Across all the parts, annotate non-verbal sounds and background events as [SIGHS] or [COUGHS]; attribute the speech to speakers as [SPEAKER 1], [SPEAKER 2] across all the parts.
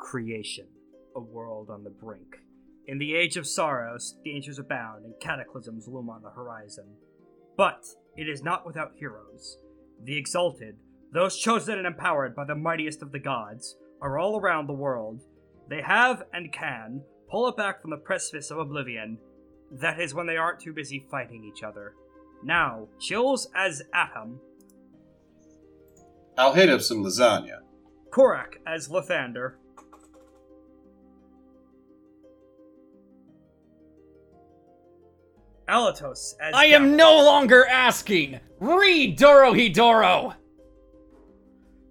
[SPEAKER 1] creation, a world on the brink. In the age of sorrows, dangers abound and cataclysms loom on the horizon. But it is not without heroes. The exalted, those chosen and empowered by the mightiest of the gods, are all around the world. They have and can pull it back from the precipice of oblivion. That is when they aren't too busy fighting each other. Now, chills as Atom,
[SPEAKER 2] I'll hit up some lasagna.
[SPEAKER 1] Korak as Lathander, Alatos as
[SPEAKER 3] I am
[SPEAKER 1] Gavin.
[SPEAKER 3] no longer asking! Read Doro Hidoro!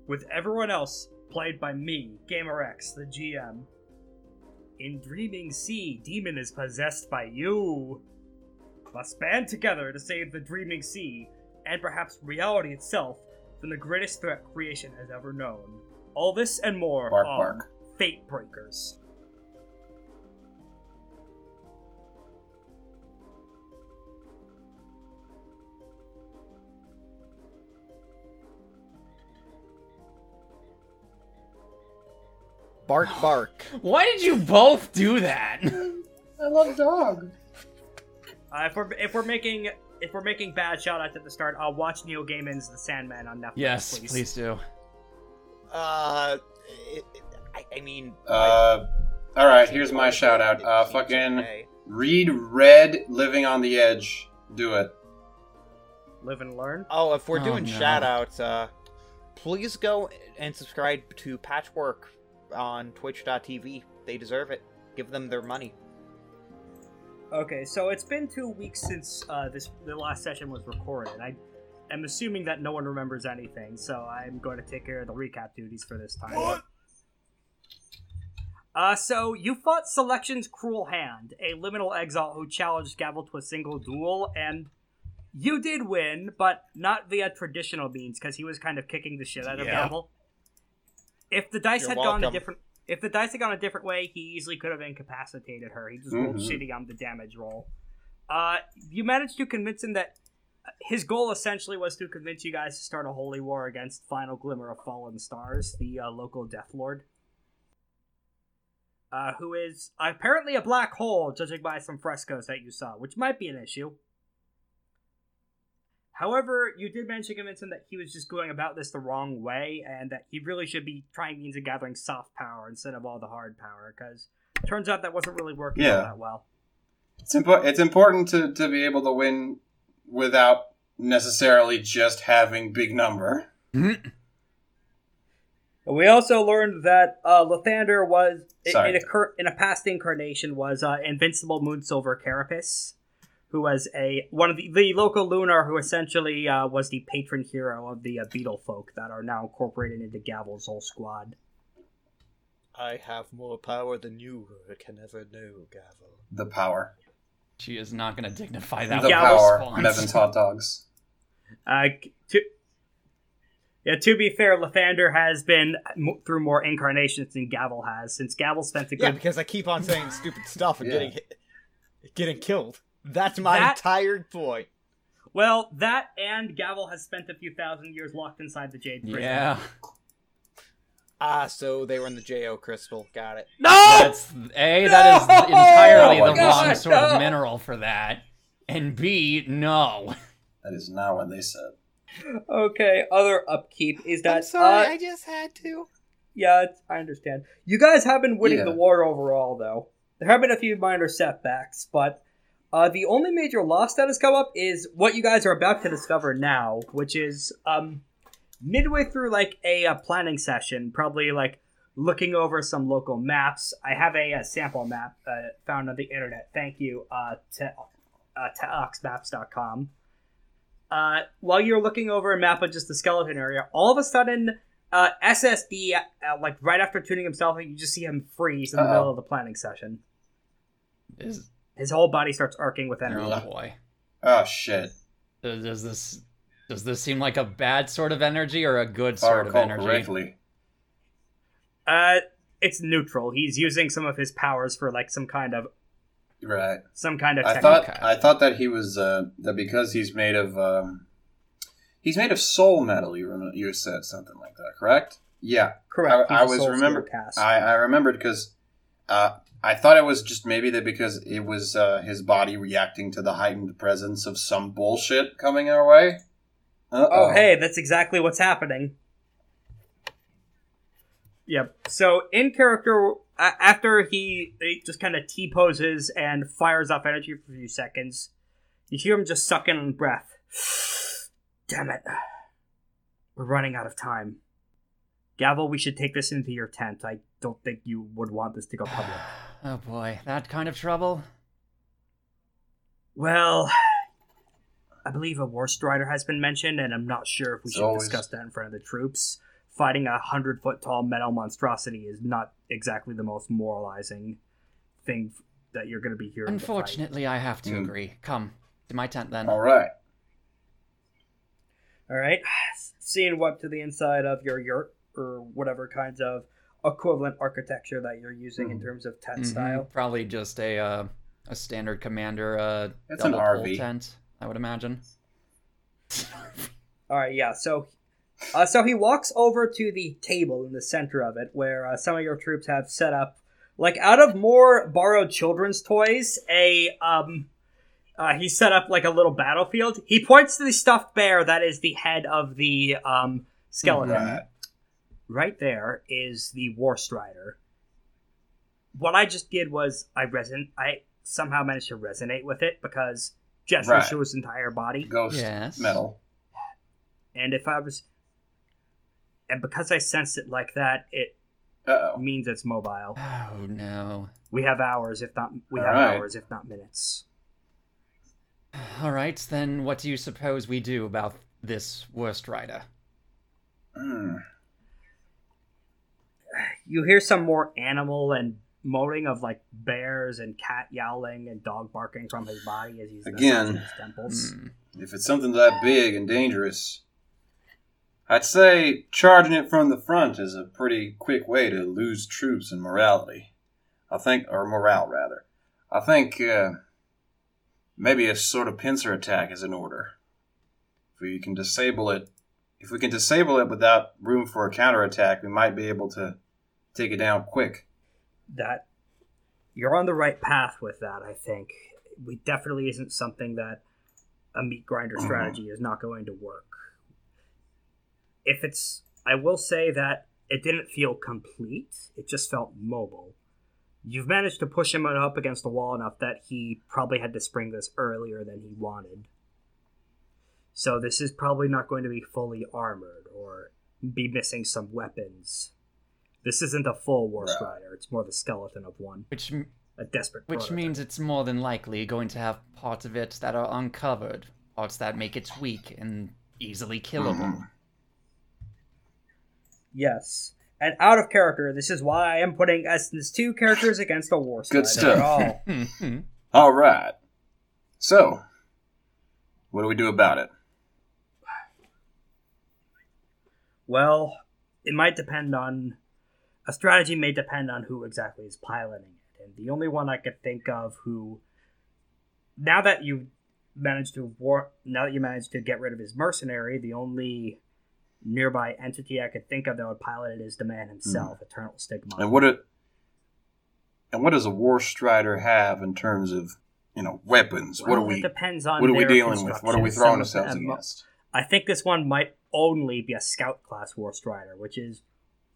[SPEAKER 1] with everyone else played by me, GamerX, the GM. In Dreaming Sea, Demon is possessed by you. Must band together to save the Dreaming Sea, and perhaps reality itself, from the greatest threat creation has ever known. All this and more
[SPEAKER 2] Bark,
[SPEAKER 1] on
[SPEAKER 2] bark.
[SPEAKER 1] Fate Breakers.
[SPEAKER 4] [SIGHS] Bark, bark.
[SPEAKER 3] Why did you both do that?
[SPEAKER 5] I love dog.
[SPEAKER 1] Uh, if we're if we're making if we're making bad shout outs at the start, I'll watch Neil Gaiman's The Sandman on Netflix.
[SPEAKER 3] [LAUGHS] yes, please, do.
[SPEAKER 4] Uh, it, it- I, I mean.
[SPEAKER 2] Uh, all right, here's my shout out. Uh, fucking read Red Living on the Edge. Do it.
[SPEAKER 1] Live and learn.
[SPEAKER 4] Oh, if we're
[SPEAKER 3] Oh,
[SPEAKER 4] doing
[SPEAKER 3] no.
[SPEAKER 4] shout outs, uh, please go and subscribe to Patchwork on twitch.tv. They deserve it. Give them their money.
[SPEAKER 1] Okay, so it's been two weeks since uh, this the last session was recorded. I am assuming that no one remembers anything, so I'm going to take care of the recap duties for this time. What? Uh, so you fought Selection's Cruel Hand, a liminal exile who challenged Gavel to a single duel, and you did win, but not via traditional means because he was kind of kicking the shit out of
[SPEAKER 3] Yeah.
[SPEAKER 1] Gavel. If the dice
[SPEAKER 4] You're
[SPEAKER 1] had gone a
[SPEAKER 4] welcome.
[SPEAKER 1] different, if the dice had gone a different way, he easily could have incapacitated her. He just rolled
[SPEAKER 2] Mhm.
[SPEAKER 1] shitty on the damage roll. Uh, you managed to convince him that uh, his goal essentially was to convince you guys to start a holy war against Final Glimmer of Fallen Stars, the uh, local Death Lord, uh, who is apparently a black hole, judging by some frescoes that you saw, which might be an issue. However, you did mention to convince him that he was just going about this the wrong way, and that he really should be trying means of gathering soft power instead of all the hard power, because turns out that wasn't really working all
[SPEAKER 2] Yeah.
[SPEAKER 1] that well.
[SPEAKER 2] It's impo- It's important to to be able to win without necessarily just having big number.
[SPEAKER 1] We also learned that uh, Lathander was in,
[SPEAKER 2] Sorry.
[SPEAKER 1] in a cur- in a past incarnation was uh, Invincible Moonsilver Carapace, who was a one of the, the local lunar who essentially uh, was the patron hero of the uh, beetle folk that are now incorporated into Gavel's whole squad.
[SPEAKER 4] I have more power than you can ever know, Gavel.
[SPEAKER 2] The power.
[SPEAKER 3] She is not gonna dignify that
[SPEAKER 2] the
[SPEAKER 3] with
[SPEAKER 1] Yeah,
[SPEAKER 3] a
[SPEAKER 2] power.
[SPEAKER 3] response.
[SPEAKER 2] Bevan's hot dogs.
[SPEAKER 1] Uh, to yeah, to be fair, Lathander has been mo- through more incarnations than Gavel has since Gavel spent a
[SPEAKER 5] Yeah,
[SPEAKER 1] good
[SPEAKER 5] because I keep on saying stupid stuff and
[SPEAKER 2] Yeah.
[SPEAKER 5] getting hit, getting killed. That's my
[SPEAKER 1] That-
[SPEAKER 5] entire point.
[SPEAKER 1] well that and Gavel has spent a few thousand years locked inside the Jade prison.
[SPEAKER 3] Yeah.
[SPEAKER 4] Ah, so they were in the JO crystal. Got it.
[SPEAKER 3] No! That's A, that is
[SPEAKER 5] No!
[SPEAKER 3] entirely
[SPEAKER 2] Oh
[SPEAKER 3] the
[SPEAKER 2] my
[SPEAKER 3] wrong
[SPEAKER 2] God,
[SPEAKER 3] sort of
[SPEAKER 5] no!
[SPEAKER 3] mineral for that. And B, no.
[SPEAKER 2] That is not what they said.
[SPEAKER 1] Okay, other upkeep is that. uh,
[SPEAKER 5] just had to.
[SPEAKER 1] yeah, it's- I understand. You guys have been winning
[SPEAKER 2] Yeah.
[SPEAKER 1] the war overall, though. There have been a few minor setbacks, but uh, the only major loss that has come up is what you guys are about to discover now, which is um, midway through like a, uh planning session, probably like looking over some local maps. I have a, uh sample map uh, found on the internet. Thank you uh, to uh, to oxmaps.com. Uh, while you're looking over a map of just the skeleton area, all of a sudden, uh, SSD, uh, like right after tuning himself, you just see him freeze in the
[SPEAKER 2] Uh-oh.
[SPEAKER 1] middle of the planning session.
[SPEAKER 3] Is,
[SPEAKER 1] His whole body starts arcing with energy.
[SPEAKER 3] oh boy.
[SPEAKER 2] Oh shit.
[SPEAKER 3] Does, does this does this seem like a bad sort of energy or a good
[SPEAKER 2] If I
[SPEAKER 3] sort of
[SPEAKER 2] recall
[SPEAKER 3] energy?
[SPEAKER 2] correctly.
[SPEAKER 1] Uh, it's neutral. He's using some of his powers for like some kind of
[SPEAKER 2] Right.
[SPEAKER 1] some kind of.
[SPEAKER 2] I
[SPEAKER 1] technique.
[SPEAKER 2] thought
[SPEAKER 3] Okay.
[SPEAKER 2] I thought that he was uh, that because he's made of um, he's made of soul metal. You rem- you said something like that, correct? Yeah,
[SPEAKER 1] Correct.
[SPEAKER 2] I-
[SPEAKER 1] he's
[SPEAKER 2] I
[SPEAKER 1] a
[SPEAKER 2] was
[SPEAKER 1] Soul Stone
[SPEAKER 2] remember-
[SPEAKER 1] Cast.
[SPEAKER 2] I, I remembered because uh, I thought it was just maybe that because it was uh, his body reacting to the heightened presence of some bullshit coming our way. Uh-oh.
[SPEAKER 1] Oh, hey, that's exactly what's happening. Yep. So in character, a- after he, he just kind of T poses and fires off energy for a few seconds, you hear him just sucking in breath. [SIGHS] Damn it. We're running out of time. Gavel, we should take this into your tent. I don't think you would want this to go public.
[SPEAKER 3] Oh boy, that kind of trouble.
[SPEAKER 1] Well, I believe a war strider has been mentioned, and I'm not sure if we
[SPEAKER 2] It's
[SPEAKER 1] should
[SPEAKER 2] always-
[SPEAKER 1] discuss that in front of the troops. Fighting a hundred foot tall metal monstrosity is not exactly the most moralizing thing f- that you're going to be hearing. to fight.
[SPEAKER 3] Unfortunately, I have to
[SPEAKER 2] Hmm.
[SPEAKER 3] agree. Come to my tent then.
[SPEAKER 2] All right.
[SPEAKER 1] All right. Seeing what to the inside of your yurt or whatever kinds of equivalent architecture that you're using in
[SPEAKER 2] Mhm.
[SPEAKER 1] terms of tent
[SPEAKER 3] Mhm,
[SPEAKER 1] style.
[SPEAKER 3] Probably just a uh, a standard commander uh,
[SPEAKER 2] It's an
[SPEAKER 3] double pole
[SPEAKER 2] RV.
[SPEAKER 3] tent. I would imagine.
[SPEAKER 1] All right, yeah. So, uh, so he walks over to the table in the center of it, where uh, some of your troops have set up, like out of more borrowed children's toys, a um, uh, he set up like a little battlefield. He points to the stuffed bear that is the head of the um skeleton.
[SPEAKER 3] Mm-hmm.
[SPEAKER 2] Right.
[SPEAKER 1] Right there is the war strider. What I just did was I reson I somehow managed to resonate with it because gestures
[SPEAKER 2] Right.
[SPEAKER 1] to his entire body.
[SPEAKER 2] Ghost
[SPEAKER 3] Yes.
[SPEAKER 2] metal.
[SPEAKER 1] And if I was. And because I sensed it like that, it
[SPEAKER 2] Uh oh.
[SPEAKER 1] means it's mobile.
[SPEAKER 3] Oh no.
[SPEAKER 1] We have hours, if not we have
[SPEAKER 2] Alright.
[SPEAKER 1] hours, if not minutes.
[SPEAKER 3] All right, then. What do you suppose we do about this worst rider?
[SPEAKER 2] Hmm.
[SPEAKER 1] You hear some more animal and moaning of like bears and cat yowling and dog barking from his body as he's
[SPEAKER 2] Again.
[SPEAKER 1] massaging his temples.
[SPEAKER 3] Hmm.
[SPEAKER 2] If it's something that big and dangerous, I'd say charging it from the front is a pretty quick way to lose troops and morality. I think, or morale rather. I think uh, maybe a sort of pincer attack is in order. If we can disable it, if we can disable it without room for a counterattack, we might be able to take it down quick.
[SPEAKER 1] That you're on the right path with that, I think. We definitely isn't something that a meat grinder strategy is not going to work. If it's, I will say that it didn't feel complete. It just felt mobile. You've managed to push him up against the wall enough that he probably had to spring this earlier than he wanted. So this is probably not going to be fully armored or be missing some weapons. This isn't a full war
[SPEAKER 2] Right.
[SPEAKER 1] strider. It's more the skeleton of one,
[SPEAKER 3] Which m-
[SPEAKER 1] a desperate.
[SPEAKER 3] which
[SPEAKER 1] prototype.
[SPEAKER 3] means it's more than likely going to have parts of it that are uncovered, parts that make it weak and easily killable.
[SPEAKER 2] Mhm.
[SPEAKER 1] Yes. And out of character, this is why I am putting Essence 2 characters against a war
[SPEAKER 2] Good
[SPEAKER 1] strider.
[SPEAKER 2] stuff.
[SPEAKER 1] Oh,
[SPEAKER 3] Hmm,
[SPEAKER 2] All right. So, what do we do about it?
[SPEAKER 1] [LAUGHS] well, it might depend on. A strategy may depend on who exactly is piloting it. And the only one I could think of who. Now that you managed to war, now that you managed to get rid of his mercenary, the only nearby entity I could think of that would pilot it is the man himself, Eternal Stigma.
[SPEAKER 2] Hmm. And what it and what does a war strider have in terms of you know weapons? what
[SPEAKER 1] Well,
[SPEAKER 2] are we
[SPEAKER 1] It depends on
[SPEAKER 2] what are we
[SPEAKER 1] their
[SPEAKER 2] dealing with? What are we
[SPEAKER 1] construction.
[SPEAKER 2] throwing
[SPEAKER 1] Some of
[SPEAKER 2] ourselves
[SPEAKER 1] them-
[SPEAKER 2] against?
[SPEAKER 1] I think this one might only be a scout class war strider, which is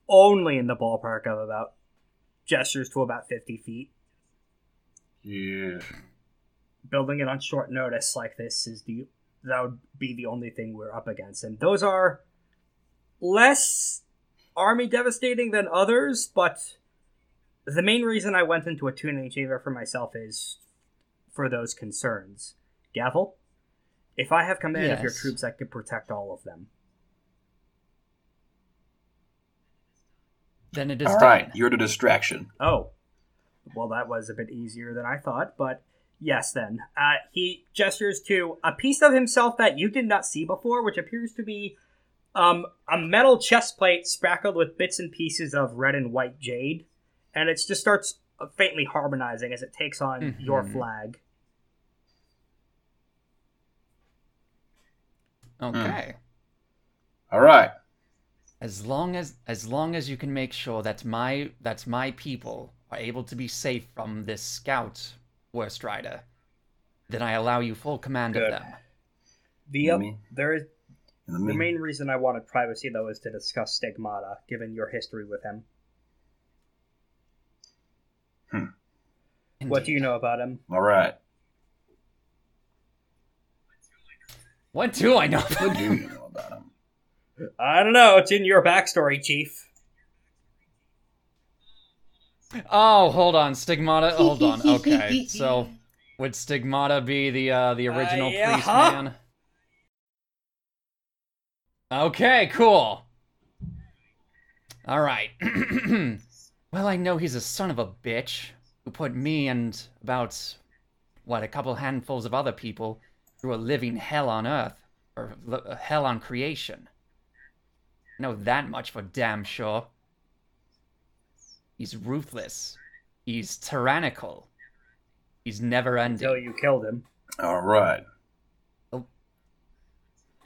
[SPEAKER 1] only in the ballpark of about gestures to about 50 feet.
[SPEAKER 2] Yeah.
[SPEAKER 1] Building it on short notice like this is the that would be the only thing we're up against. And those are less army devastating than others, but the main reason I went into a tuning chamber for myself is for those concerns. Gavel, if I have command of your
[SPEAKER 3] Yes.
[SPEAKER 1] troops, I could protect all of them.
[SPEAKER 3] Then it is
[SPEAKER 2] All
[SPEAKER 3] done.
[SPEAKER 2] right, you're the distraction.
[SPEAKER 1] Oh, well, that was a bit easier than I thought, but yes, then. Uh, he gestures to a piece of himself that you did not see before, which appears to be um, a metal chest plate spackled with bits and pieces of red and white jade. And it just starts uh, faintly harmonizing as it takes on your
[SPEAKER 3] Mhm.
[SPEAKER 1] flag.
[SPEAKER 3] Okay.
[SPEAKER 2] Hmm. All right.
[SPEAKER 3] As long as as long as you can make sure that my that my people are able to be safe from this scout worst rider, then I allow you full command
[SPEAKER 1] Good.
[SPEAKER 3] of them.
[SPEAKER 1] The uh,
[SPEAKER 2] Me?
[SPEAKER 1] there is
[SPEAKER 2] In the
[SPEAKER 1] the
[SPEAKER 2] mean-
[SPEAKER 1] main reason I wanted privacy though is to discuss stigmata, given your history with him. What do you
[SPEAKER 3] Indeed.
[SPEAKER 1] know about him?
[SPEAKER 2] all right.
[SPEAKER 3] What do I know?
[SPEAKER 2] What do you know about him?
[SPEAKER 1] I don't know. It's in your backstory, Chief.
[SPEAKER 3] oh, hold on, stigmata. Hold on. Okay, so would stigmata be the uh, the
[SPEAKER 1] Uh,
[SPEAKER 3] original
[SPEAKER 1] yeah,
[SPEAKER 3] priest
[SPEAKER 1] huh?
[SPEAKER 3] man? Okay, cool. All right. [CLEARS THROAT] well, I know he's a son of a bitch who put me and about what a couple handfuls of other people through a living hell on Earth or l- a hell on creation. Know that much for damn sure. He's ruthless. He's tyrannical. He's never ending.
[SPEAKER 1] Until you killed him.
[SPEAKER 2] All right.
[SPEAKER 3] Um,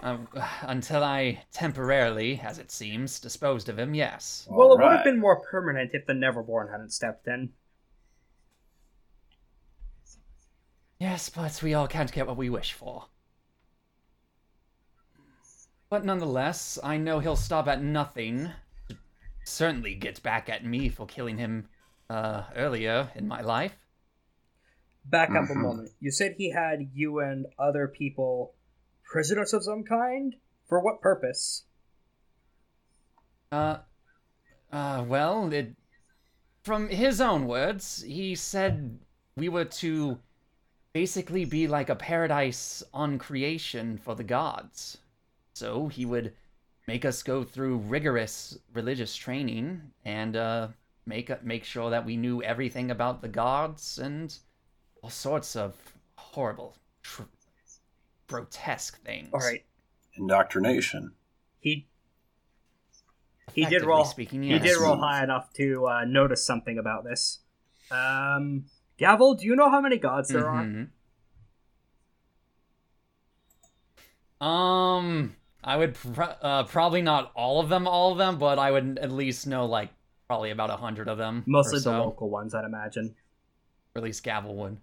[SPEAKER 3] [SIGHS] until I temporarily, as it seems, disposed of him, yes.
[SPEAKER 1] well, it would
[SPEAKER 2] Alright.
[SPEAKER 1] have been more permanent if the Neverborn hadn't stepped in.
[SPEAKER 3] Yes, but we all can't get what we wish for. But nonetheless, I know he'll stop at nothing. to Certainly get back at me for killing him uh, earlier in my life.
[SPEAKER 1] Back up a
[SPEAKER 3] Mm-hmm.
[SPEAKER 2] Mhm.
[SPEAKER 1] moment. You said he had you and other people prisoners of some kind? For what purpose?
[SPEAKER 3] Uh, uh, well, it, from his own words, he said we were to basically be like a paradise on creation for the gods. So he would make us go through rigorous religious training and uh, make make sure that we knew everything about the gods and all sorts of horrible, tr- grotesque things.
[SPEAKER 1] All right.
[SPEAKER 2] Indoctrination.
[SPEAKER 1] He he did
[SPEAKER 3] Effectively
[SPEAKER 1] roll.
[SPEAKER 3] Speaking,
[SPEAKER 1] He
[SPEAKER 3] yes.
[SPEAKER 1] did roll high enough to uh, notice something about this. Um, Gavel, do you know how many gods there
[SPEAKER 3] Mm-hmm.
[SPEAKER 1] are?
[SPEAKER 3] Mhm. Um, I would pr- uh, probably not all of them, all of them, but I would at least know like probably about a hundred of them.
[SPEAKER 1] Mostly
[SPEAKER 3] or so.
[SPEAKER 1] the local ones, I'd imagine.
[SPEAKER 3] Or at least Gavel would.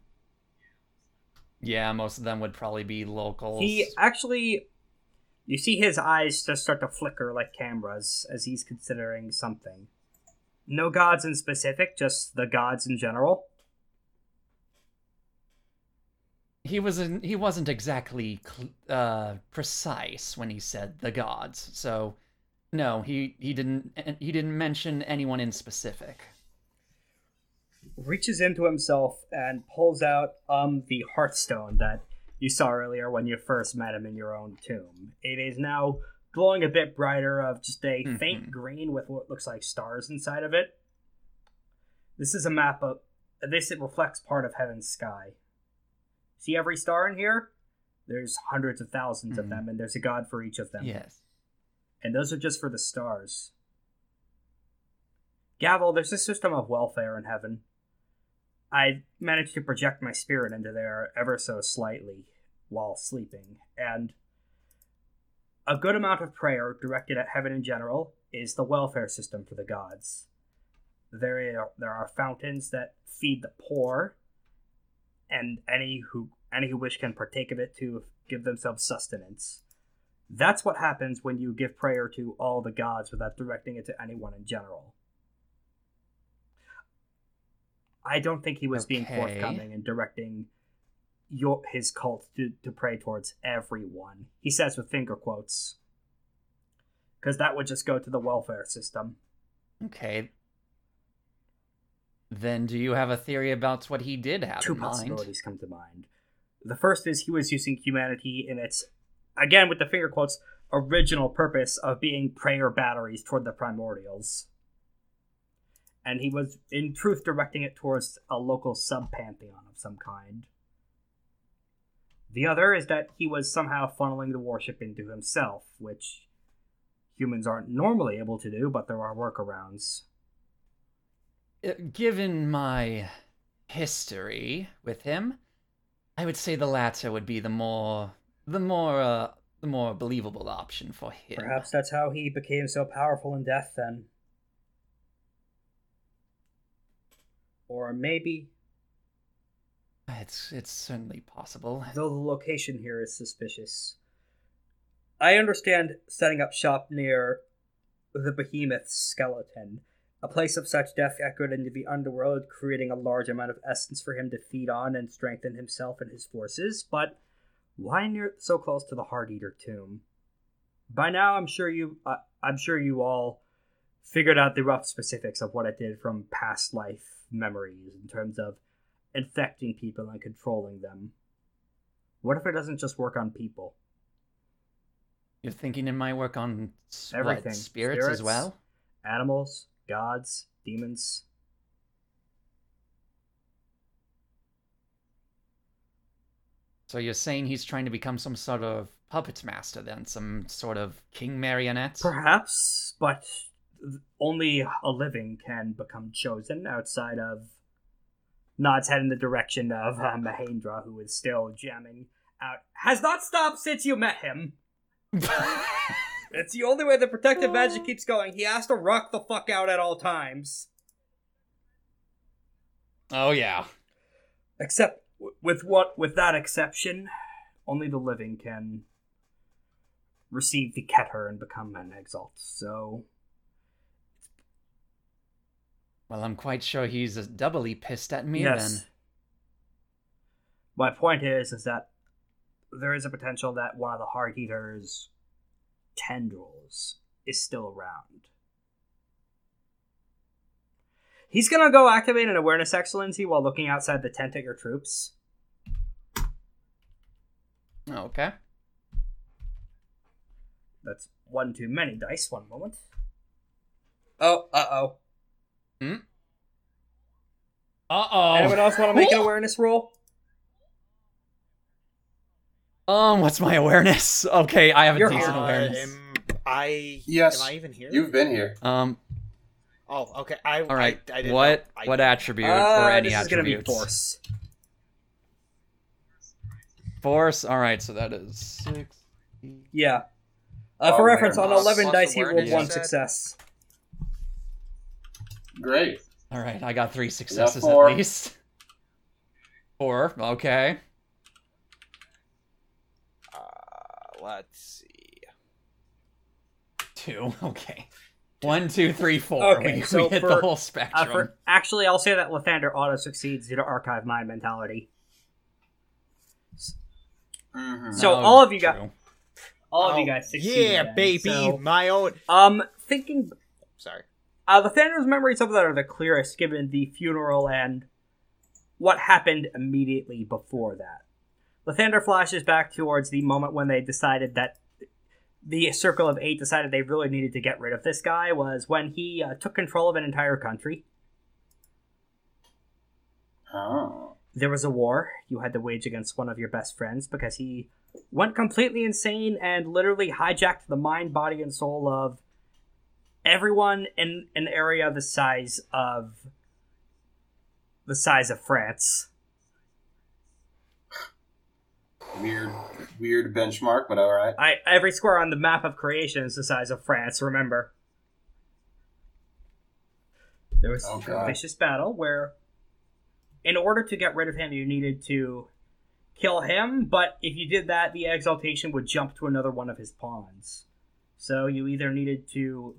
[SPEAKER 3] Yeah, most of them would probably be locals.
[SPEAKER 1] He uh, actually, you see his eyes just start to flicker like cameras as he's considering something. No gods in specific, just the gods in general.
[SPEAKER 3] He wasn't. He wasn't exactly cl- uh, precise when he said the gods. So, no, he he didn't he didn't mention anyone in specific.
[SPEAKER 1] Reaches into himself and pulls out um the hearthstone that you saw earlier when you first met him in your own tomb. It is now glowing a bit brighter of just a faint
[SPEAKER 3] Mhm.
[SPEAKER 1] green with what looks like stars inside of it. This is a map of this it reflects part of heaven's sky. See every star in here? There's hundreds of 1000s of
[SPEAKER 3] Mhm.
[SPEAKER 1] them and there's a god for each of them.
[SPEAKER 3] Yes.
[SPEAKER 1] And those are just for the stars. Gavel, there's a system of welfare in heaven. I managed to project my spirit into there ever so slightly while sleeping, and a good amount of prayer directed at heaven in general is the welfare system for the gods. There are, there are fountains that feed the poor, and any who any who wish can partake of it to give themselves sustenance. That's what happens when you give prayer to all the gods without directing it to anyone in general. I don't think he was being
[SPEAKER 3] Okay.
[SPEAKER 1] forthcoming and directing your his cult to, to pray towards everyone. He says with finger quotes. Because that would just go to the welfare system.
[SPEAKER 3] Okay. Then do you have a theory about what he did have
[SPEAKER 1] Two
[SPEAKER 3] in mind?
[SPEAKER 1] possibilities come to mind. The first is he was using humanity in its, again with the finger quotes, original purpose of being prayer batteries toward the primordials. And he was, in truth, directing it towards a local sub pantheon of some kind. The other is that he was somehow funneling the worship into himself, which humans aren't normally able to do, but there are workarounds.
[SPEAKER 3] Uh, Given my history with him, I would say the latter would be the more the more uh, the more believable option for him.
[SPEAKER 1] Perhaps that's how he became so powerful in death then. Or maybe,
[SPEAKER 3] It's it's certainly possible.
[SPEAKER 1] though the location here is suspicious. I understand setting up shop near the behemoth skeleton, a place of such death echoed into the underworld, creating a large amount of essence for him to feed on and strengthen himself and his forces, but why near so close to the heart eater tomb? By now, I'm sure you, uh, I'm sure you all figured out the rough specifics of what it did from past life memories in terms of infecting people and controlling them. What if it doesn't just work on people?
[SPEAKER 3] You're thinking it might work on s- what,
[SPEAKER 1] Everything.
[SPEAKER 3] spirits,
[SPEAKER 1] Spirits.
[SPEAKER 3] as well.
[SPEAKER 1] Animals, gods, demons.
[SPEAKER 3] So you're saying he's trying to become some sort of puppet master, then some sort of king marionette.
[SPEAKER 1] Perhaps, but th- only a living can become chosen outside of. Nods head in the direction of uh, Mahendra, who is still jamming out. Has not stopped since you met him. It's the only way the protective magic keeps going. He has to rock the fuck out at all times.
[SPEAKER 3] [LAUGHS] oh yeah.
[SPEAKER 1] Except w- with what with that exception, only the living can receive the Keter and become an exalt. So
[SPEAKER 3] Well, I'm quite sure he's as doubly pissed at me then.
[SPEAKER 1] My point is, is that there is a potential that one of the Heart Eater's tendrils is still around. He's gonna go activate an awareness excellency while looking outside the tent at your troops.
[SPEAKER 3] Oh, Okay.
[SPEAKER 1] That's one too many dice. One moment. Oh, uh oh.
[SPEAKER 3] Uh oh.
[SPEAKER 1] Anyone else want to make an awareness roll?
[SPEAKER 3] Um, what's my awareness? [LAUGHS] Okay, I have a
[SPEAKER 1] You're
[SPEAKER 3] decent
[SPEAKER 1] here.
[SPEAKER 3] awareness.
[SPEAKER 5] am I?
[SPEAKER 2] Yes.
[SPEAKER 5] Am I even here?
[SPEAKER 2] You've been here.
[SPEAKER 3] Um,
[SPEAKER 5] Oh, okay. I.
[SPEAKER 3] all right.
[SPEAKER 5] I, I didn't
[SPEAKER 3] what
[SPEAKER 5] know. I-
[SPEAKER 3] what attribute
[SPEAKER 1] Ah,
[SPEAKER 3] or any
[SPEAKER 1] this is gonna be
[SPEAKER 3] attributes?
[SPEAKER 1] force.
[SPEAKER 3] Force. All right, so that is six.
[SPEAKER 1] Yeah. Uh,
[SPEAKER 2] Oh,
[SPEAKER 1] for reference,
[SPEAKER 2] where
[SPEAKER 1] on
[SPEAKER 2] mods
[SPEAKER 1] eleven
[SPEAKER 2] plus
[SPEAKER 1] dice, he rolled
[SPEAKER 2] awareness,
[SPEAKER 1] one
[SPEAKER 2] you said?
[SPEAKER 1] success.
[SPEAKER 2] Great.
[SPEAKER 3] All right, I got three successes
[SPEAKER 2] four.
[SPEAKER 3] at least. [LAUGHS] Four. Okay.
[SPEAKER 5] Uh, let's see.
[SPEAKER 3] Two. [LAUGHS] Okay. One, two, three, four.
[SPEAKER 1] Okay,
[SPEAKER 3] [LAUGHS] we,
[SPEAKER 1] so
[SPEAKER 3] we hit
[SPEAKER 1] for-
[SPEAKER 3] the whole
[SPEAKER 1] Uh,
[SPEAKER 3] spectrum.
[SPEAKER 1] for, actually, I'll say that Lathander auto succeeds due to archive mind mentality.
[SPEAKER 2] hmm
[SPEAKER 1] So
[SPEAKER 3] No,
[SPEAKER 1] all of you got-
[SPEAKER 3] true.
[SPEAKER 1] All of
[SPEAKER 5] Oh,
[SPEAKER 1] you guys succeed.
[SPEAKER 5] Yeah,
[SPEAKER 1] then,
[SPEAKER 5] baby,
[SPEAKER 1] so-
[SPEAKER 5] my own.
[SPEAKER 1] um, thinking
[SPEAKER 5] Sorry.
[SPEAKER 1] uh, Lathander's memories of that are the clearest, given the funeral and what happened immediately before that. Lathander flashes back towards the moment when they decided that the Circle of Eight decided they really needed to get rid of this guy. Was when he uh, took control of an entire country.
[SPEAKER 2] Oh.
[SPEAKER 1] there was a war you had to wage against one of your best friends because he went completely insane and literally hijacked the mind, body, and soul of everyone in an area the size of the size of France.
[SPEAKER 2] Weird, weird benchmark, but all right.
[SPEAKER 1] I every square on the map of creation is the size of France. Remember, there was
[SPEAKER 2] Oh,
[SPEAKER 1] a
[SPEAKER 2] God.
[SPEAKER 1] vicious battle where, in order to get rid of him, you needed to kill him. But if you did that, the exaltation would jump to another one of his pawns. So you either needed to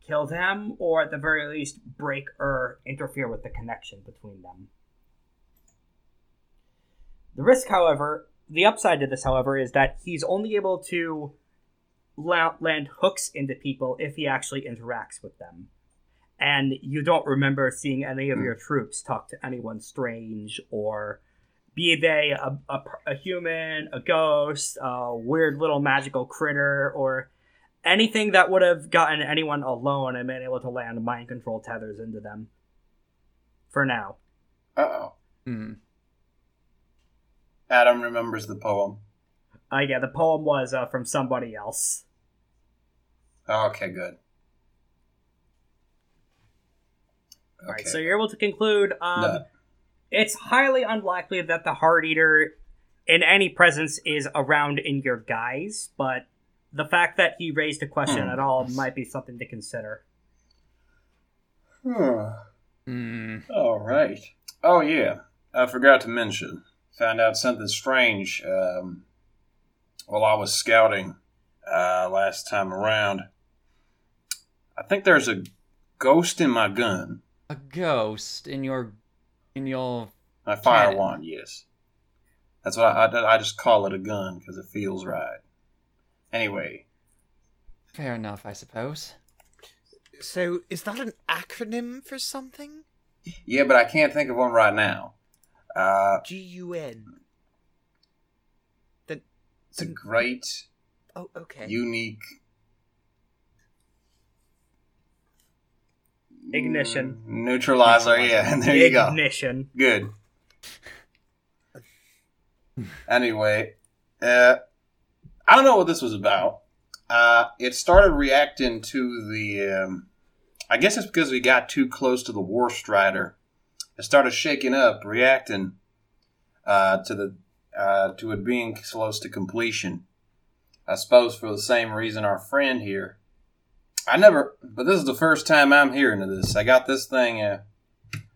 [SPEAKER 1] kill them, or at the very least, break or interfere with the connection between them. The risk, however, the upside to this, however, is that he's only able to la- land hooks into people if he actually interacts with them. And you don't remember seeing any of your troops talk to anyone strange or be they a, a, a human, a ghost, a weird little magical critter, or anything that would have gotten anyone alone and been able to land mind control tethers into them. For now.
[SPEAKER 2] Uh oh.
[SPEAKER 3] Hmm.
[SPEAKER 2] Adam remembers the poem.
[SPEAKER 1] Uh, yeah, the poem was uh, from somebody else.
[SPEAKER 2] Oh, Okay, good. Okay.
[SPEAKER 1] All right, so you're able to conclude um,
[SPEAKER 2] No.
[SPEAKER 1] it's highly unlikely that the Heart Eater and any presence is around in your guise, but the fact that he raised a question
[SPEAKER 2] Hmm.
[SPEAKER 1] at all might be something to consider.
[SPEAKER 2] Hmm.
[SPEAKER 3] Hmm.
[SPEAKER 2] All right. Oh yeah, I forgot to mention. Found out something strange um, while I was scouting uh, last time around. I think there's a ghost in my gun.
[SPEAKER 3] A ghost in your in your
[SPEAKER 2] My fire
[SPEAKER 3] Cannon.
[SPEAKER 2] wand, yes. That's what I, I, I just call it a gun because it feels right. Anyway,
[SPEAKER 3] fair enough, I suppose.
[SPEAKER 5] So, is that an acronym for something?
[SPEAKER 2] yeah, but I can't think of one right now. Uh,
[SPEAKER 5] G U N.
[SPEAKER 2] it's
[SPEAKER 1] Mm.
[SPEAKER 2] a great,
[SPEAKER 5] Oh, okay.
[SPEAKER 2] unique.
[SPEAKER 1] Ignition.
[SPEAKER 2] Mm, Neutralizer, yeah, [LAUGHS] there you go.
[SPEAKER 1] Ignition.
[SPEAKER 2] Good. Anyway, uh, I don't know what this was about. Uh, it started reacting to the. Um, I guess it's because we got too close to the War Strider. It started shaking up, reacting uh, to the uh, to it being close to completion. I suppose for the same reason our friend here. I never, but this is the first time I'm hearing of this. I got this thing. Uh,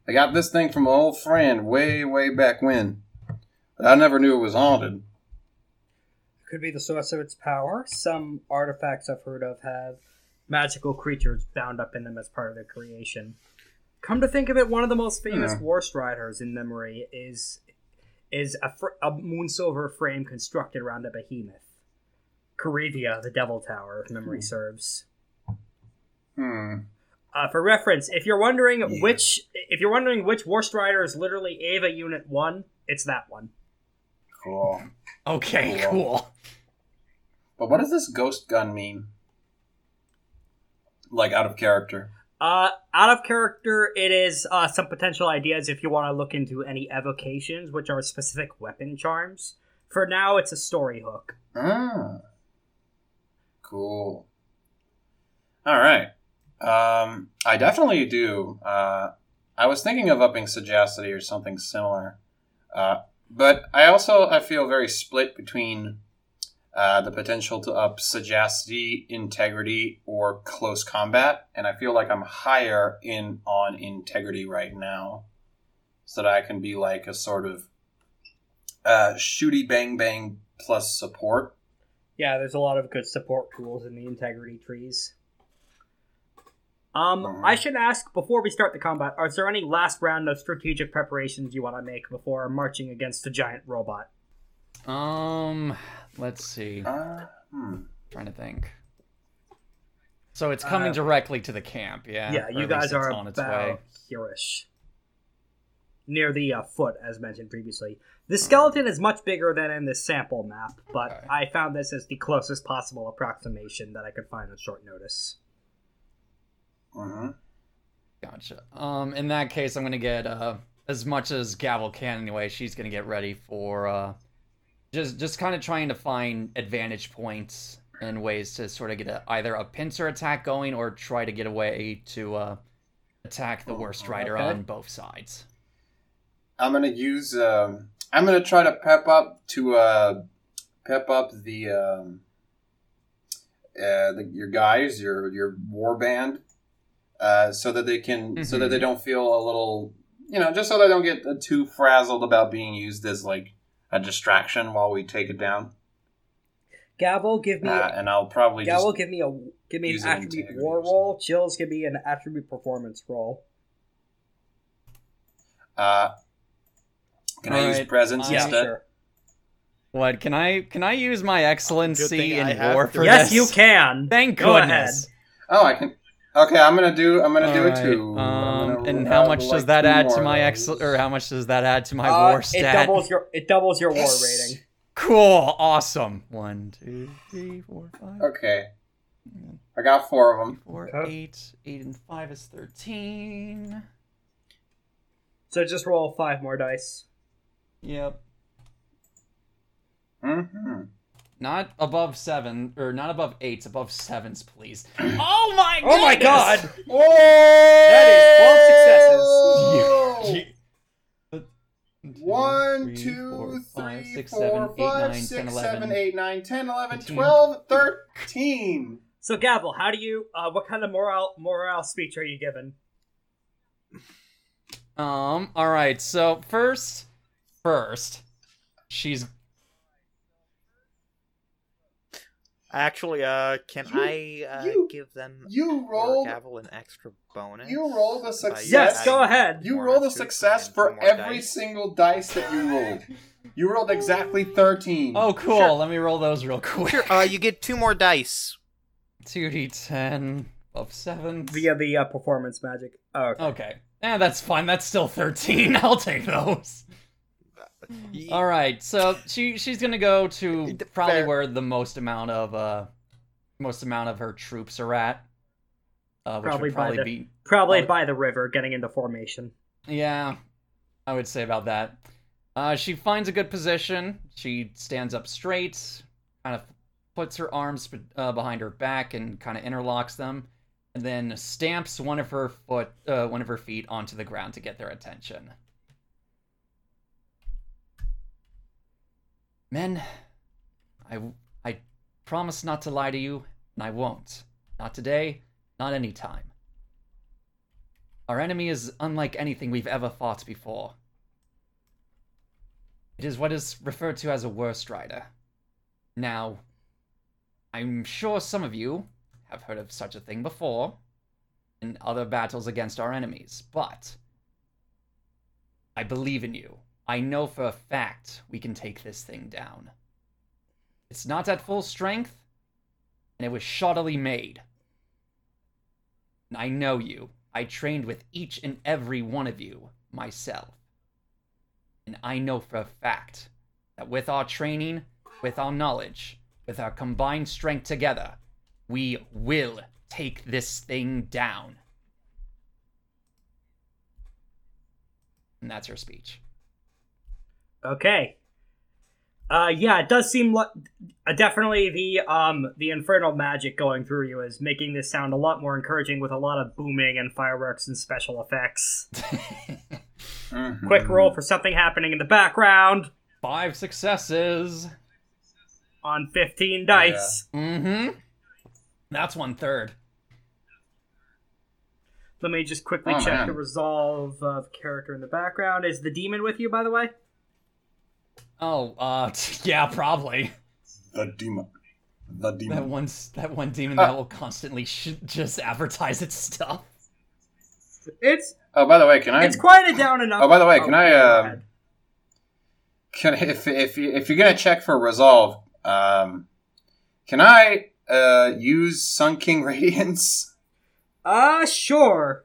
[SPEAKER 2] I got this thing from an old friend way, way back when. But I never knew it was haunted.
[SPEAKER 1] Could be the source of its power. Some artifacts I've heard of have magical creatures bound up in them as part of their creation. Come to think of it, one of the most famous
[SPEAKER 2] Hmm.
[SPEAKER 1] war striders in memory is is a, fr- a moonsilver frame constructed around a behemoth. Carivia, the Devil Tower, if memory serves.
[SPEAKER 2] Hmm.
[SPEAKER 1] Uh, for reference, if you're wondering
[SPEAKER 2] Yeah.
[SPEAKER 1] which if you're wondering which war strider is literally Ava Unit One, it's that one.
[SPEAKER 2] Cool.
[SPEAKER 3] Okay,
[SPEAKER 2] Cool.
[SPEAKER 3] cool.
[SPEAKER 2] But what does this ghost gun mean? Like out of character.
[SPEAKER 1] Uh, out of character, it is uh, some potential ideas if you want to look into any evocations, which are specific weapon charms. For now, it's a story hook.
[SPEAKER 2] Ah. Cool. All right. Um, I definitely do. Uh, I was thinking of upping sagacity or something similar, uh, but I also I feel very split between uh, the potential to up sagacity, integrity, or close combat, and I feel like I'm higher in on integrity right now, so that I can be like a sort of uh, shooty bang bang plus support.
[SPEAKER 1] Yeah, there's a lot of good support tools in the integrity trees. Um, I should ask before we start the combat: Are there any last round of strategic preparations you want to make before marching against the giant robot?
[SPEAKER 3] Um, let's see.
[SPEAKER 2] Uh, hmm.
[SPEAKER 3] trying to think. So it's coming directly to the camp, yeah.
[SPEAKER 1] Uh, yeah,
[SPEAKER 3] or
[SPEAKER 1] you
[SPEAKER 3] at least
[SPEAKER 1] guys are
[SPEAKER 3] it's on its
[SPEAKER 1] about
[SPEAKER 3] way.
[SPEAKER 1] here-ish. Near the uh, foot, as mentioned previously. The skeleton is much bigger than in this sample map, but
[SPEAKER 3] Okay.
[SPEAKER 1] I found this as the closest possible approximation that I could find on short notice.
[SPEAKER 2] hmm
[SPEAKER 3] Gotcha. Um, in that case, I'm gonna get uh as much as Gavel can anyway. She's gonna get ready for uh, just just kind of trying to find advantage points and ways to sort of get a, either a pincer attack going or try to get away to uh attack the worst rider
[SPEAKER 2] Oh, Okay.
[SPEAKER 3] on both sides.
[SPEAKER 2] I'm gonna use. Um, I'm gonna try to pep up to uh, pep up the, um, uh, the your guys, your your war band, uh, so that they can, so that
[SPEAKER 3] Mhm.
[SPEAKER 2] they don't feel a little, you know, just so they don't get uh, too frazzled about being used as like a distraction while we take it down.
[SPEAKER 1] Gavel, give me
[SPEAKER 2] Uh, and I'll probably
[SPEAKER 1] Gavel,
[SPEAKER 2] just
[SPEAKER 1] give me a give me
[SPEAKER 2] use
[SPEAKER 1] an
[SPEAKER 2] an
[SPEAKER 1] attribute
[SPEAKER 2] integrity
[SPEAKER 1] war
[SPEAKER 2] or something.
[SPEAKER 1] roll. Chills, give me an attribute performance roll.
[SPEAKER 2] uh, can I use
[SPEAKER 3] Alright,
[SPEAKER 2] presence
[SPEAKER 3] I-
[SPEAKER 1] yeah,
[SPEAKER 2] instead?
[SPEAKER 1] sure.
[SPEAKER 3] What can I can I use my excellency
[SPEAKER 4] thing I
[SPEAKER 3] in
[SPEAKER 4] have
[SPEAKER 3] war
[SPEAKER 4] three.
[SPEAKER 3] for
[SPEAKER 1] Yes,
[SPEAKER 3] this?
[SPEAKER 1] you can.
[SPEAKER 3] Thank
[SPEAKER 1] Go
[SPEAKER 3] goodness.
[SPEAKER 2] Oh, I can. Okay, I'm gonna do. I'm gonna do it
[SPEAKER 3] Alright,
[SPEAKER 2] too. I'm
[SPEAKER 3] Um,
[SPEAKER 2] gonna
[SPEAKER 3] and
[SPEAKER 2] roll
[SPEAKER 3] how
[SPEAKER 2] out
[SPEAKER 3] much
[SPEAKER 2] like
[SPEAKER 3] does that
[SPEAKER 2] two
[SPEAKER 3] add
[SPEAKER 2] more
[SPEAKER 3] to
[SPEAKER 2] of
[SPEAKER 3] my
[SPEAKER 2] those.
[SPEAKER 3] ex? Or how much does that add to my
[SPEAKER 1] Uh,
[SPEAKER 3] war
[SPEAKER 1] it
[SPEAKER 3] stat?
[SPEAKER 1] doubles your it doubles your
[SPEAKER 2] Yes.
[SPEAKER 1] war rating.
[SPEAKER 3] Cool, awesome. One, two, three, four, five,
[SPEAKER 2] Okay, I got four of them.
[SPEAKER 3] four,
[SPEAKER 1] Okay.
[SPEAKER 3] eight. Eight and five is thirteen.
[SPEAKER 1] So just roll five more dice.
[SPEAKER 3] Yep.
[SPEAKER 2] Mm-hmm.
[SPEAKER 3] Not above seven, or not above eights, above sevens, please. oh my
[SPEAKER 1] Oh my god!
[SPEAKER 3] goodness!
[SPEAKER 2] Oh,
[SPEAKER 1] That is twelve successes.
[SPEAKER 3] [LAUGHS] You-
[SPEAKER 2] Oh. One,
[SPEAKER 3] Three, four,
[SPEAKER 2] two,
[SPEAKER 3] five, five,
[SPEAKER 2] three,
[SPEAKER 3] six,
[SPEAKER 2] four,
[SPEAKER 3] seven, eight,
[SPEAKER 2] five,
[SPEAKER 3] nine,
[SPEAKER 2] six,
[SPEAKER 3] 10,
[SPEAKER 2] seven,
[SPEAKER 3] 11,
[SPEAKER 2] eight, nine, 10, 11,
[SPEAKER 3] 15.
[SPEAKER 2] 12, 13.
[SPEAKER 1] So Gavel, how do you? Uh, what kind of morale morale speech are you given?
[SPEAKER 3] Um, all right. So first, first, she's
[SPEAKER 4] Actually, uh, can
[SPEAKER 2] You-
[SPEAKER 4] I uh,
[SPEAKER 2] you-
[SPEAKER 4] give them
[SPEAKER 2] You
[SPEAKER 4] or
[SPEAKER 2] rolled
[SPEAKER 4] Gavel an extra bonus?
[SPEAKER 2] you rolled
[SPEAKER 5] Uh,
[SPEAKER 2] a
[SPEAKER 4] by
[SPEAKER 2] success.
[SPEAKER 1] Yes,
[SPEAKER 4] adding
[SPEAKER 1] go ahead.
[SPEAKER 2] You
[SPEAKER 4] more
[SPEAKER 2] rolled a
[SPEAKER 4] astute
[SPEAKER 2] success
[SPEAKER 4] and
[SPEAKER 2] for
[SPEAKER 4] more
[SPEAKER 2] every
[SPEAKER 4] dice?
[SPEAKER 2] single dice that you rolled. You rolled exactly 13.
[SPEAKER 3] oh cool. Let me roll those real [LAUGHS] quick.
[SPEAKER 4] Sure. Uh, you get two more dice.
[SPEAKER 3] Two d ten of seven.
[SPEAKER 1] Via the uh, performance magic. Oh,
[SPEAKER 3] Okay. Eh, that's fine. That's still thirteen. [LAUGHS] I'll take those.
[SPEAKER 5] Hmm.
[SPEAKER 3] All right. So she she's gonna go to
[SPEAKER 5] D-
[SPEAKER 3] probably
[SPEAKER 5] fair.
[SPEAKER 3] where the most amount of uh most amount of her troops are at. Uh, which
[SPEAKER 1] Probably
[SPEAKER 3] would
[SPEAKER 1] by
[SPEAKER 3] probably
[SPEAKER 1] the-
[SPEAKER 3] be
[SPEAKER 1] probably
[SPEAKER 3] Oh.
[SPEAKER 1] by the river, getting into formation.
[SPEAKER 3] Yeah, I would say about that. Uh, she finds a good position. She stands up straight, kind of puts her arms be- uh, behind her back and kind of interlocks them, and then stamps one of her foot, uh, one of her feet onto the ground to get their attention. Men, I I promise not to lie to you, and I won't. Not today, not any time. Our enemy is unlike anything we've ever fought before. It is what is referred to as a worst rider. Now, I'm sure some of you have heard of such a thing before in other battles against our enemies, but I believe in you. I know for a fact we can take this thing down. It's not at full strength, and it was shoddily made. I know you. I trained with each and every one of you myself. And I know for a fact that with our training, with our knowledge, with our combined strength together, we will take this thing down. And that's her speech. [LAUGHS]
[SPEAKER 1] Okay. Uh, yeah, it does seem like uh, definitely the um the infernal magic going through you is making this sound a lot more encouraging with a lot of booming and fireworks and special effects.
[SPEAKER 2] Mhm.
[SPEAKER 1] Quick roll for something happening in the background
[SPEAKER 3] Five successes.
[SPEAKER 1] on fifteen dice.
[SPEAKER 3] Mm hmm. That's one third.
[SPEAKER 1] Let me just quickly
[SPEAKER 2] Oh,
[SPEAKER 1] check
[SPEAKER 2] man.
[SPEAKER 1] the resolve of character in the background. Is the demon with you, by the way?
[SPEAKER 3] Oh, uh, [LAUGHS] yeah, probably.
[SPEAKER 2] The demon. The
[SPEAKER 3] That
[SPEAKER 2] demon.
[SPEAKER 3] one, that one demon
[SPEAKER 2] Uh,
[SPEAKER 3] that will constantly sh- just advertise its stuff.
[SPEAKER 1] It's
[SPEAKER 2] Oh, by the way, can I?
[SPEAKER 1] it's quite a down and up.
[SPEAKER 2] Oh, by the way, can I,
[SPEAKER 1] go
[SPEAKER 2] uh,
[SPEAKER 1] ahead.
[SPEAKER 2] Can if if you- if you're gonna check for resolve, um, can I uh use Sun King [LAUGHS] Radiance?
[SPEAKER 1] Uh, sure.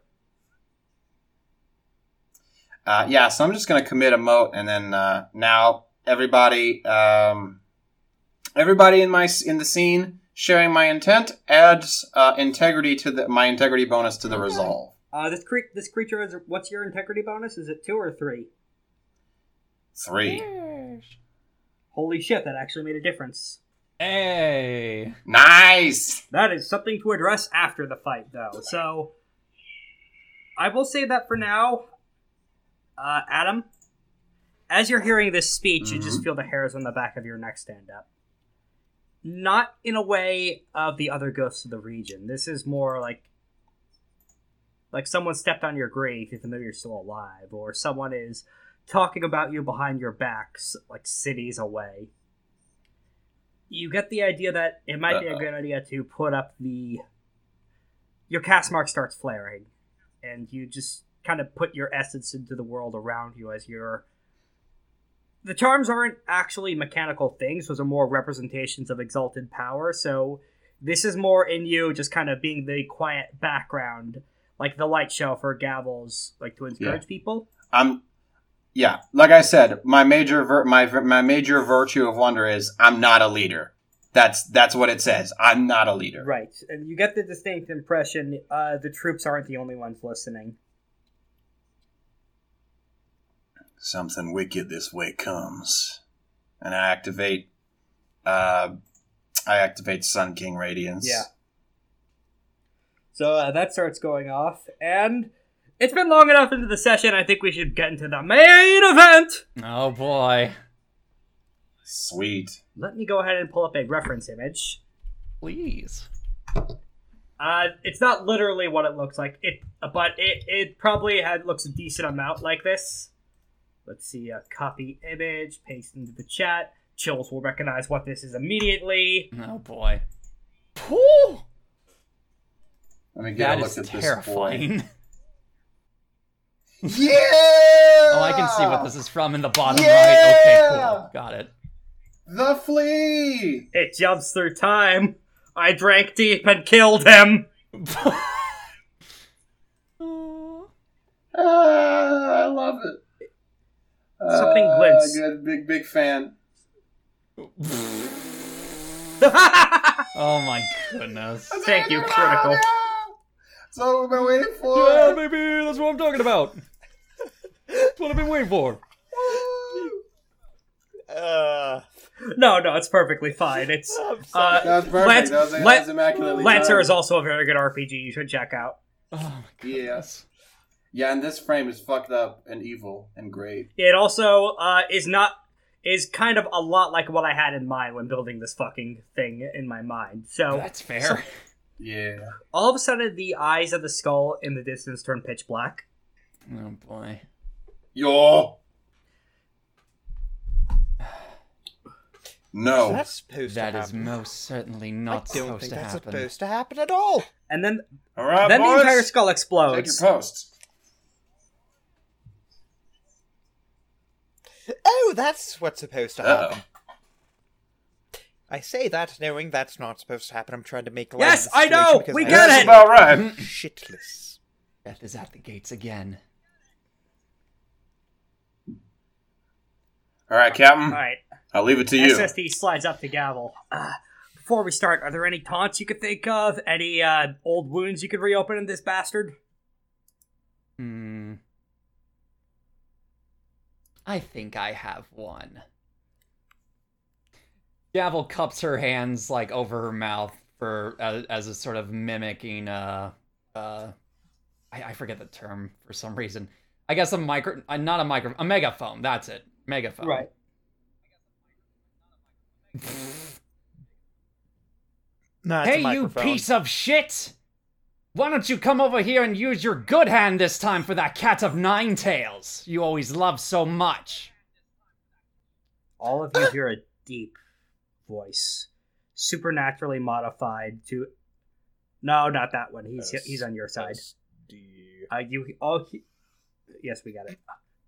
[SPEAKER 2] Uh, yeah, so I'm just gonna commit a moat, and then uh, now everybody, um, everybody in my s- in the scene sharing my intent adds uh, integrity to the my integrity bonus to the resolve.
[SPEAKER 1] Uh, this cre- this creature is. What's your integrity bonus? Is it two or three?
[SPEAKER 2] Three.
[SPEAKER 1] Holy shit! That actually made a difference.
[SPEAKER 3] Hey.
[SPEAKER 2] Nice.
[SPEAKER 1] That is something to address after the fight, though. So, I will say that for now, uh, Adam, as you're hearing this speech, you just
[SPEAKER 2] Mhm.
[SPEAKER 1] feel the hairs on the back of your neck stand up. Not in a way of the other ghosts of the region. This is more like like someone stepped on your grave, even though you're still alive, or someone is talking about you behind your backs, like cities away. You get the idea that it might be a
[SPEAKER 2] Uh-oh.
[SPEAKER 1] good idea to put up the. Your cast mark starts flaring, and you just kind of put your essence into the world around you as your. The charms aren't actually mechanical things, those are more representations of exalted power, so this is more in you just kind of being the quiet background like the light show for gavels, like to encourage people.
[SPEAKER 2] I'm. Yeah, like I said, my major vir- my vir- my major virtue of wonder is I'm not a leader. That's that's what it says. I'm not a leader.
[SPEAKER 1] Right, and you get the distinct impression uh, the troops aren't the only ones listening.
[SPEAKER 2] Something wicked this way comes. And I activate uh I activate Sun King Radiance.
[SPEAKER 1] Yeah. So uh, that starts going off, and it's been long enough into the session. I think we should get into the main event.
[SPEAKER 3] Oh boy.
[SPEAKER 2] Sweet.
[SPEAKER 1] Let me go ahead and pull up a reference image.
[SPEAKER 3] Please.
[SPEAKER 1] Uh, it's not literally what it looks like. It, uh, but it, it probably had looks a decent amount like this. Let's see. Uh, copy image, paste into the chat. Chills will recognize what this is immediately.
[SPEAKER 3] Oh boy. Pooh!
[SPEAKER 2] Let me get
[SPEAKER 3] That
[SPEAKER 2] a look
[SPEAKER 3] is
[SPEAKER 2] at this
[SPEAKER 3] [LAUGHS]
[SPEAKER 2] boy.
[SPEAKER 3] terrifying.
[SPEAKER 2] Yeah.
[SPEAKER 3] Oh, I can see what this is from in the bottom right. Okay,
[SPEAKER 2] Ah! Yeah!
[SPEAKER 3] cool. Got it. [LAUGHS]
[SPEAKER 2] The flea.
[SPEAKER 1] It jumps through time. I drank deep and killed him.
[SPEAKER 3] Aw.
[SPEAKER 2] Ah, I love it.
[SPEAKER 1] Something
[SPEAKER 2] Ah,
[SPEAKER 1] glints.
[SPEAKER 2] Good, big, big fan.
[SPEAKER 1] [LAUGHS]
[SPEAKER 3] oh my goodness.
[SPEAKER 1] Thank you, critical.
[SPEAKER 2] That's all we've been waiting
[SPEAKER 3] Yeah,
[SPEAKER 2] for.
[SPEAKER 3] baby, that's what I'm talking about. That's what I've been waiting for.
[SPEAKER 4] Uh,
[SPEAKER 1] No, no, it's perfectly fine. It's
[SPEAKER 2] That
[SPEAKER 1] uh,
[SPEAKER 2] was perfect.
[SPEAKER 1] Lance-
[SPEAKER 2] that was, that
[SPEAKER 1] Lan-
[SPEAKER 2] was immaculately
[SPEAKER 1] Lancer
[SPEAKER 2] done.
[SPEAKER 1] is also a very good RPG. You should check out.
[SPEAKER 3] Oh my
[SPEAKER 2] Yes. Yeah, and this frame is fucked up and evil and great.
[SPEAKER 1] It also uh, is not is kind of a lot like what I had in mind when building this fucking thing in my mind. So
[SPEAKER 3] That's fair.
[SPEAKER 2] Yeah.
[SPEAKER 1] all of a sudden, the eyes of the skull in the distance turn pitch black.
[SPEAKER 3] Oh boy.
[SPEAKER 2] Yo.
[SPEAKER 4] is
[SPEAKER 2] No.
[SPEAKER 4] that supposed
[SPEAKER 3] That
[SPEAKER 4] to
[SPEAKER 3] is
[SPEAKER 4] happen?
[SPEAKER 3] most certainly
[SPEAKER 4] I
[SPEAKER 3] not
[SPEAKER 4] don't
[SPEAKER 3] supposed
[SPEAKER 4] think
[SPEAKER 3] to
[SPEAKER 4] that's
[SPEAKER 3] happen.
[SPEAKER 4] supposed to happen at all.
[SPEAKER 1] And then,
[SPEAKER 2] All right,
[SPEAKER 1] then the
[SPEAKER 2] boys.
[SPEAKER 1] entire skull
[SPEAKER 2] Uh, Take your
[SPEAKER 1] explodes.
[SPEAKER 2] post.
[SPEAKER 4] Oh, that's what's supposed to happen.
[SPEAKER 2] Uh-oh.
[SPEAKER 4] I say that knowing that's not supposed to happen. I'm trying to make light of
[SPEAKER 1] Yes,
[SPEAKER 4] the
[SPEAKER 1] I know!
[SPEAKER 4] situation because
[SPEAKER 1] We
[SPEAKER 4] I
[SPEAKER 1] got
[SPEAKER 4] am
[SPEAKER 2] That's
[SPEAKER 1] it!
[SPEAKER 2] about right.
[SPEAKER 4] Shitless.
[SPEAKER 3] Death is at the gates again.
[SPEAKER 2] All right, Captain.
[SPEAKER 1] All right,
[SPEAKER 2] I'll leave it to you.
[SPEAKER 1] SSD slides up the gavel. Uh, before we start, are there any taunts you could think of? Any uh, old wounds you could reopen in this bastard?
[SPEAKER 3] Hmm. I think I have one. Gavel cups her hands like over her mouth for as, as a sort of mimicking uh uh I, I forget the term for some reason. I guess a micro uh, not a micro a megaphone, that's it. Megaphone.
[SPEAKER 1] Right.
[SPEAKER 3] [LAUGHS]
[SPEAKER 4] No,
[SPEAKER 3] hey you piece of shit! Why don't you come over here and use your good hand this time for that cat of nine tails you always love so much?
[SPEAKER 1] All of you hear a deep voice, supernaturally modified to. No, not that one. He's he's on your side. Uh, you all. He... Yes, we got it.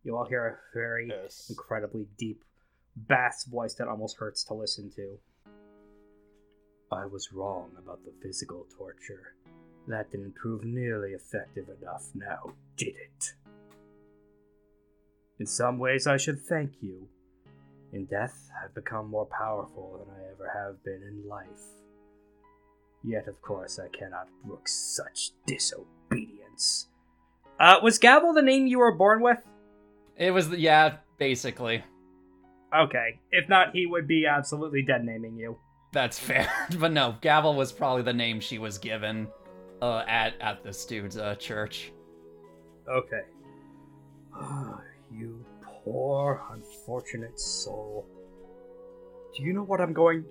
[SPEAKER 1] You all hear a very incredibly deep bass voice that almost hurts to listen to. I was wrong about the physical torture. That didn't prove nearly effective enough now, did it? In some ways, I should thank you. In death, I've become more powerful than I ever have been in life. Yet, of course, I cannot brook such disobedience. Uh, was Gavel the name you were born with?
[SPEAKER 3] It was yeah, basically.
[SPEAKER 1] Okay. If not, he would be absolutely dead naming you.
[SPEAKER 3] That's [LAUGHS] fair. but no, Gavel was probably the name she was given uh, at at this dude's uh, church.
[SPEAKER 1] Okay. Ah, you poor, unfortunate soul. Do you know what I'm going.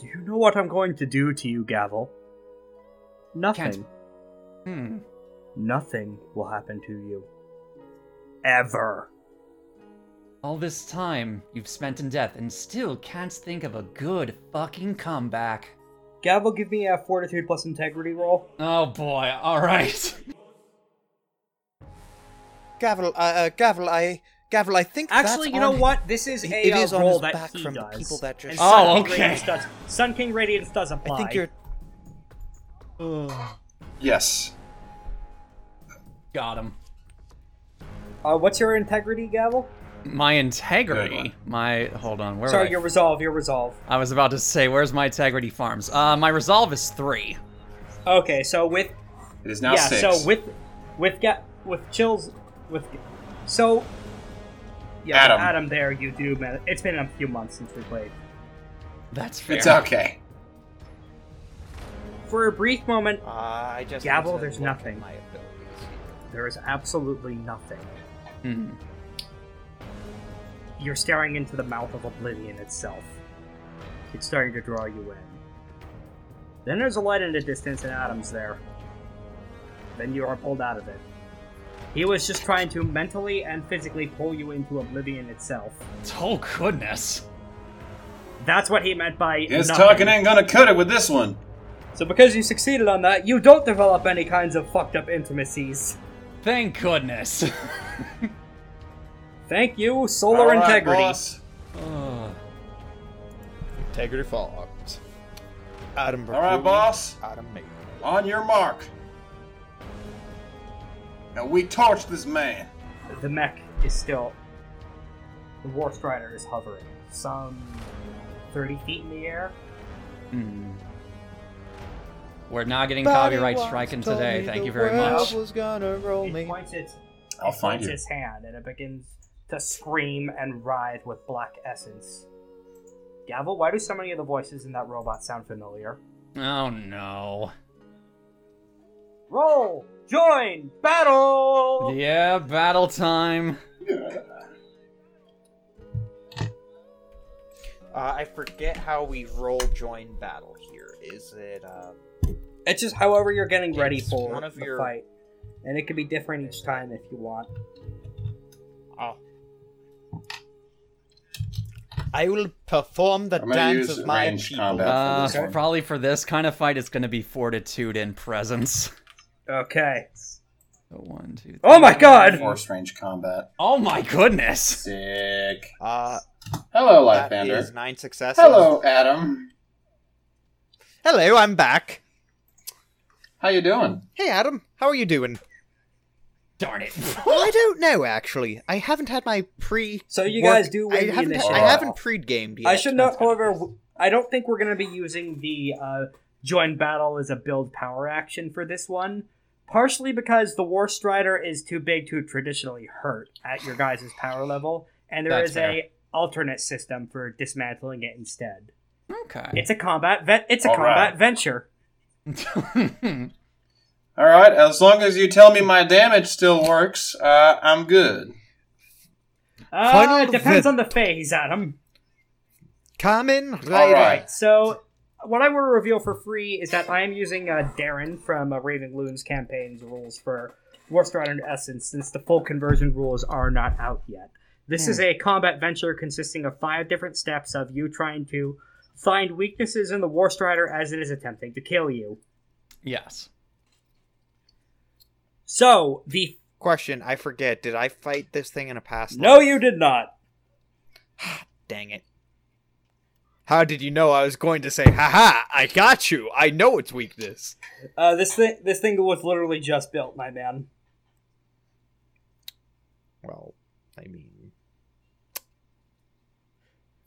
[SPEAKER 1] Do you know what I'm going to do to you, Gavel? Nothing.
[SPEAKER 3] Hmm.
[SPEAKER 1] Nothing will happen to you. Ever.
[SPEAKER 3] All this time you've spent in death and still can't think of a good fucking comeback.
[SPEAKER 1] Gavel, give me a fortitude plus integrity roll.
[SPEAKER 3] Oh boy. All right. [LAUGHS]
[SPEAKER 4] Gavel, uh, uh, Gavel, I, Gavel, I think
[SPEAKER 1] Actually,
[SPEAKER 4] that's
[SPEAKER 1] you know
[SPEAKER 4] on-
[SPEAKER 1] what? This is a
[SPEAKER 4] It
[SPEAKER 1] uh,
[SPEAKER 4] is on
[SPEAKER 1] roll
[SPEAKER 4] his
[SPEAKER 1] that
[SPEAKER 4] back
[SPEAKER 1] he
[SPEAKER 4] from the
[SPEAKER 1] does.
[SPEAKER 4] people that
[SPEAKER 1] And
[SPEAKER 4] just-
[SPEAKER 1] Sun King
[SPEAKER 3] Oh, okay.
[SPEAKER 1] Radiance does- Sun King Radiance does apply.
[SPEAKER 4] I think you're.
[SPEAKER 2] Yes.
[SPEAKER 3] Got him.
[SPEAKER 1] Uh, what's your integrity, Gavel?
[SPEAKER 3] My
[SPEAKER 2] Good
[SPEAKER 3] integrity. My hold on. Where?
[SPEAKER 1] Sorry,
[SPEAKER 3] were I?
[SPEAKER 1] your resolve. Your resolve.
[SPEAKER 3] I was about to say, where's my integrity farms? Uh, my resolve is three.
[SPEAKER 1] Okay, so with
[SPEAKER 2] It is now
[SPEAKER 1] yeah,
[SPEAKER 2] six.
[SPEAKER 1] so with with ga- with chills with so yeah,
[SPEAKER 2] Adam.
[SPEAKER 1] with Adam. There, you do. Man, it's been a few months since we played.
[SPEAKER 3] That's fair.
[SPEAKER 2] it's okay.
[SPEAKER 1] For a brief moment,
[SPEAKER 4] Uh, I just. need
[SPEAKER 1] Gavel,
[SPEAKER 4] to
[SPEAKER 1] there's
[SPEAKER 4] look at
[SPEAKER 1] nothing.
[SPEAKER 4] My abilities.
[SPEAKER 1] there is absolutely nothing.
[SPEAKER 3] Hmm.
[SPEAKER 1] you're staring into the mouth of oblivion itself. It's starting to draw you in. Then there's a light in the distance, and Adam's there. Then you are pulled out of it. He was just trying to mentally and physically pull you into oblivion itself.
[SPEAKER 3] Oh goodness.
[SPEAKER 1] That's what he meant by.
[SPEAKER 2] Guess
[SPEAKER 1] nothing.
[SPEAKER 2] talking ain't gonna cut it with this one.
[SPEAKER 1] So because you succeeded on that, you don't develop any kinds of fucked up intimacies.
[SPEAKER 3] Thank goodness.
[SPEAKER 1] Thank you, Solar
[SPEAKER 2] All right,
[SPEAKER 1] Integrity.
[SPEAKER 2] boss.
[SPEAKER 3] Ugh.
[SPEAKER 5] Integrity Fallout. Adam
[SPEAKER 2] All right,
[SPEAKER 5] Bernoulli,
[SPEAKER 2] boss.
[SPEAKER 5] Adam Maiden.
[SPEAKER 2] On your mark. Now we torch this man.
[SPEAKER 1] The mech is still. The War Strider is hovering some 30 feet in the air.
[SPEAKER 3] Hmm. We're not getting
[SPEAKER 5] Body
[SPEAKER 3] copyright
[SPEAKER 5] once
[SPEAKER 3] striking
[SPEAKER 5] told
[SPEAKER 3] today.
[SPEAKER 5] me
[SPEAKER 3] Thank
[SPEAKER 5] the
[SPEAKER 3] you very
[SPEAKER 5] world
[SPEAKER 3] much.
[SPEAKER 5] was gonna roll
[SPEAKER 1] It
[SPEAKER 5] me.
[SPEAKER 1] points its,
[SPEAKER 2] I'll
[SPEAKER 1] it
[SPEAKER 2] find
[SPEAKER 1] points
[SPEAKER 2] you.
[SPEAKER 1] its hand and it begins to scream and writhe with black essence. Gavel, why do so many of the voices in that robot sound familiar?
[SPEAKER 3] Oh no.
[SPEAKER 1] Roll! Join! Battle!
[SPEAKER 3] Yeah, battle time.
[SPEAKER 4] Uh, I forget how we roll join battle here. Is it uh,
[SPEAKER 1] It's just however you're getting ready
[SPEAKER 4] It's
[SPEAKER 1] for
[SPEAKER 4] one of
[SPEAKER 1] the
[SPEAKER 4] your-
[SPEAKER 1] fight. And it can be different each time if you want.
[SPEAKER 4] oh
[SPEAKER 5] I will perform the
[SPEAKER 2] I'm gonna
[SPEAKER 5] dance
[SPEAKER 2] use
[SPEAKER 5] of my
[SPEAKER 2] ranged
[SPEAKER 5] people.
[SPEAKER 2] combat.
[SPEAKER 3] Uh,
[SPEAKER 2] That's the one.
[SPEAKER 3] probably for this kind of fight, it's going to be fortitude and presence.
[SPEAKER 1] Okay.
[SPEAKER 3] So one, two, three.
[SPEAKER 1] Oh my god!
[SPEAKER 2] Force range combat.
[SPEAKER 3] Oh my goodness!
[SPEAKER 2] Sick.
[SPEAKER 4] uh
[SPEAKER 2] Hello,
[SPEAKER 4] that
[SPEAKER 2] Lifehander.
[SPEAKER 4] is nine successes.
[SPEAKER 2] Hello, Adam.
[SPEAKER 5] Hello, I'm back.
[SPEAKER 2] How you doing?
[SPEAKER 5] Hey, Adam, how are you doing?
[SPEAKER 3] Darn it!
[SPEAKER 5] Well, I don't know actually. I haven't had my pre.
[SPEAKER 1] So you
[SPEAKER 5] work-
[SPEAKER 1] guys do win
[SPEAKER 5] I
[SPEAKER 1] the
[SPEAKER 5] haven't.
[SPEAKER 1] initiative.
[SPEAKER 5] I haven't pre-gamed yet.
[SPEAKER 1] I should note, however, w- I don't think we're going to be using the uh, join battle as a build power action for this one. Partially because the War Strider is too big to traditionally hurt at your guys' power level, and there
[SPEAKER 3] That's
[SPEAKER 1] is
[SPEAKER 3] fair.
[SPEAKER 1] a alternate system for dismantling it instead.
[SPEAKER 3] Okay.
[SPEAKER 1] It's a combat. Ve- it's a
[SPEAKER 2] All
[SPEAKER 1] combat
[SPEAKER 2] right.
[SPEAKER 1] venture.
[SPEAKER 2] All right. As long as you tell me my damage still works, uh, I'm good.
[SPEAKER 1] Uh,
[SPEAKER 5] Final
[SPEAKER 1] it depends
[SPEAKER 5] ven-
[SPEAKER 1] on the phase, Adam.
[SPEAKER 5] Carmen Reyes.
[SPEAKER 2] All right.
[SPEAKER 1] So, what I want to reveal for free is that I am using uh, Darren from uh, Raven Loon's campaign's rules for Warstrider and Essence, since the full conversion rules are not out yet. This is a combat venture consisting of five different steps of you trying to find weaknesses in the Warstrider as it is attempting to kill you.
[SPEAKER 3] [LAUGHS] yes.
[SPEAKER 1] So, the.
[SPEAKER 5] Question: I forget. Did I fight this thing in a past?
[SPEAKER 1] No,
[SPEAKER 5] life?
[SPEAKER 1] you did not.
[SPEAKER 5] Dang it! How did you know I was going to say, "Haha! I got you. I know its weakness."
[SPEAKER 1] Uh, this, thing, this thing was literally just built, my man.
[SPEAKER 5] Well, I mean,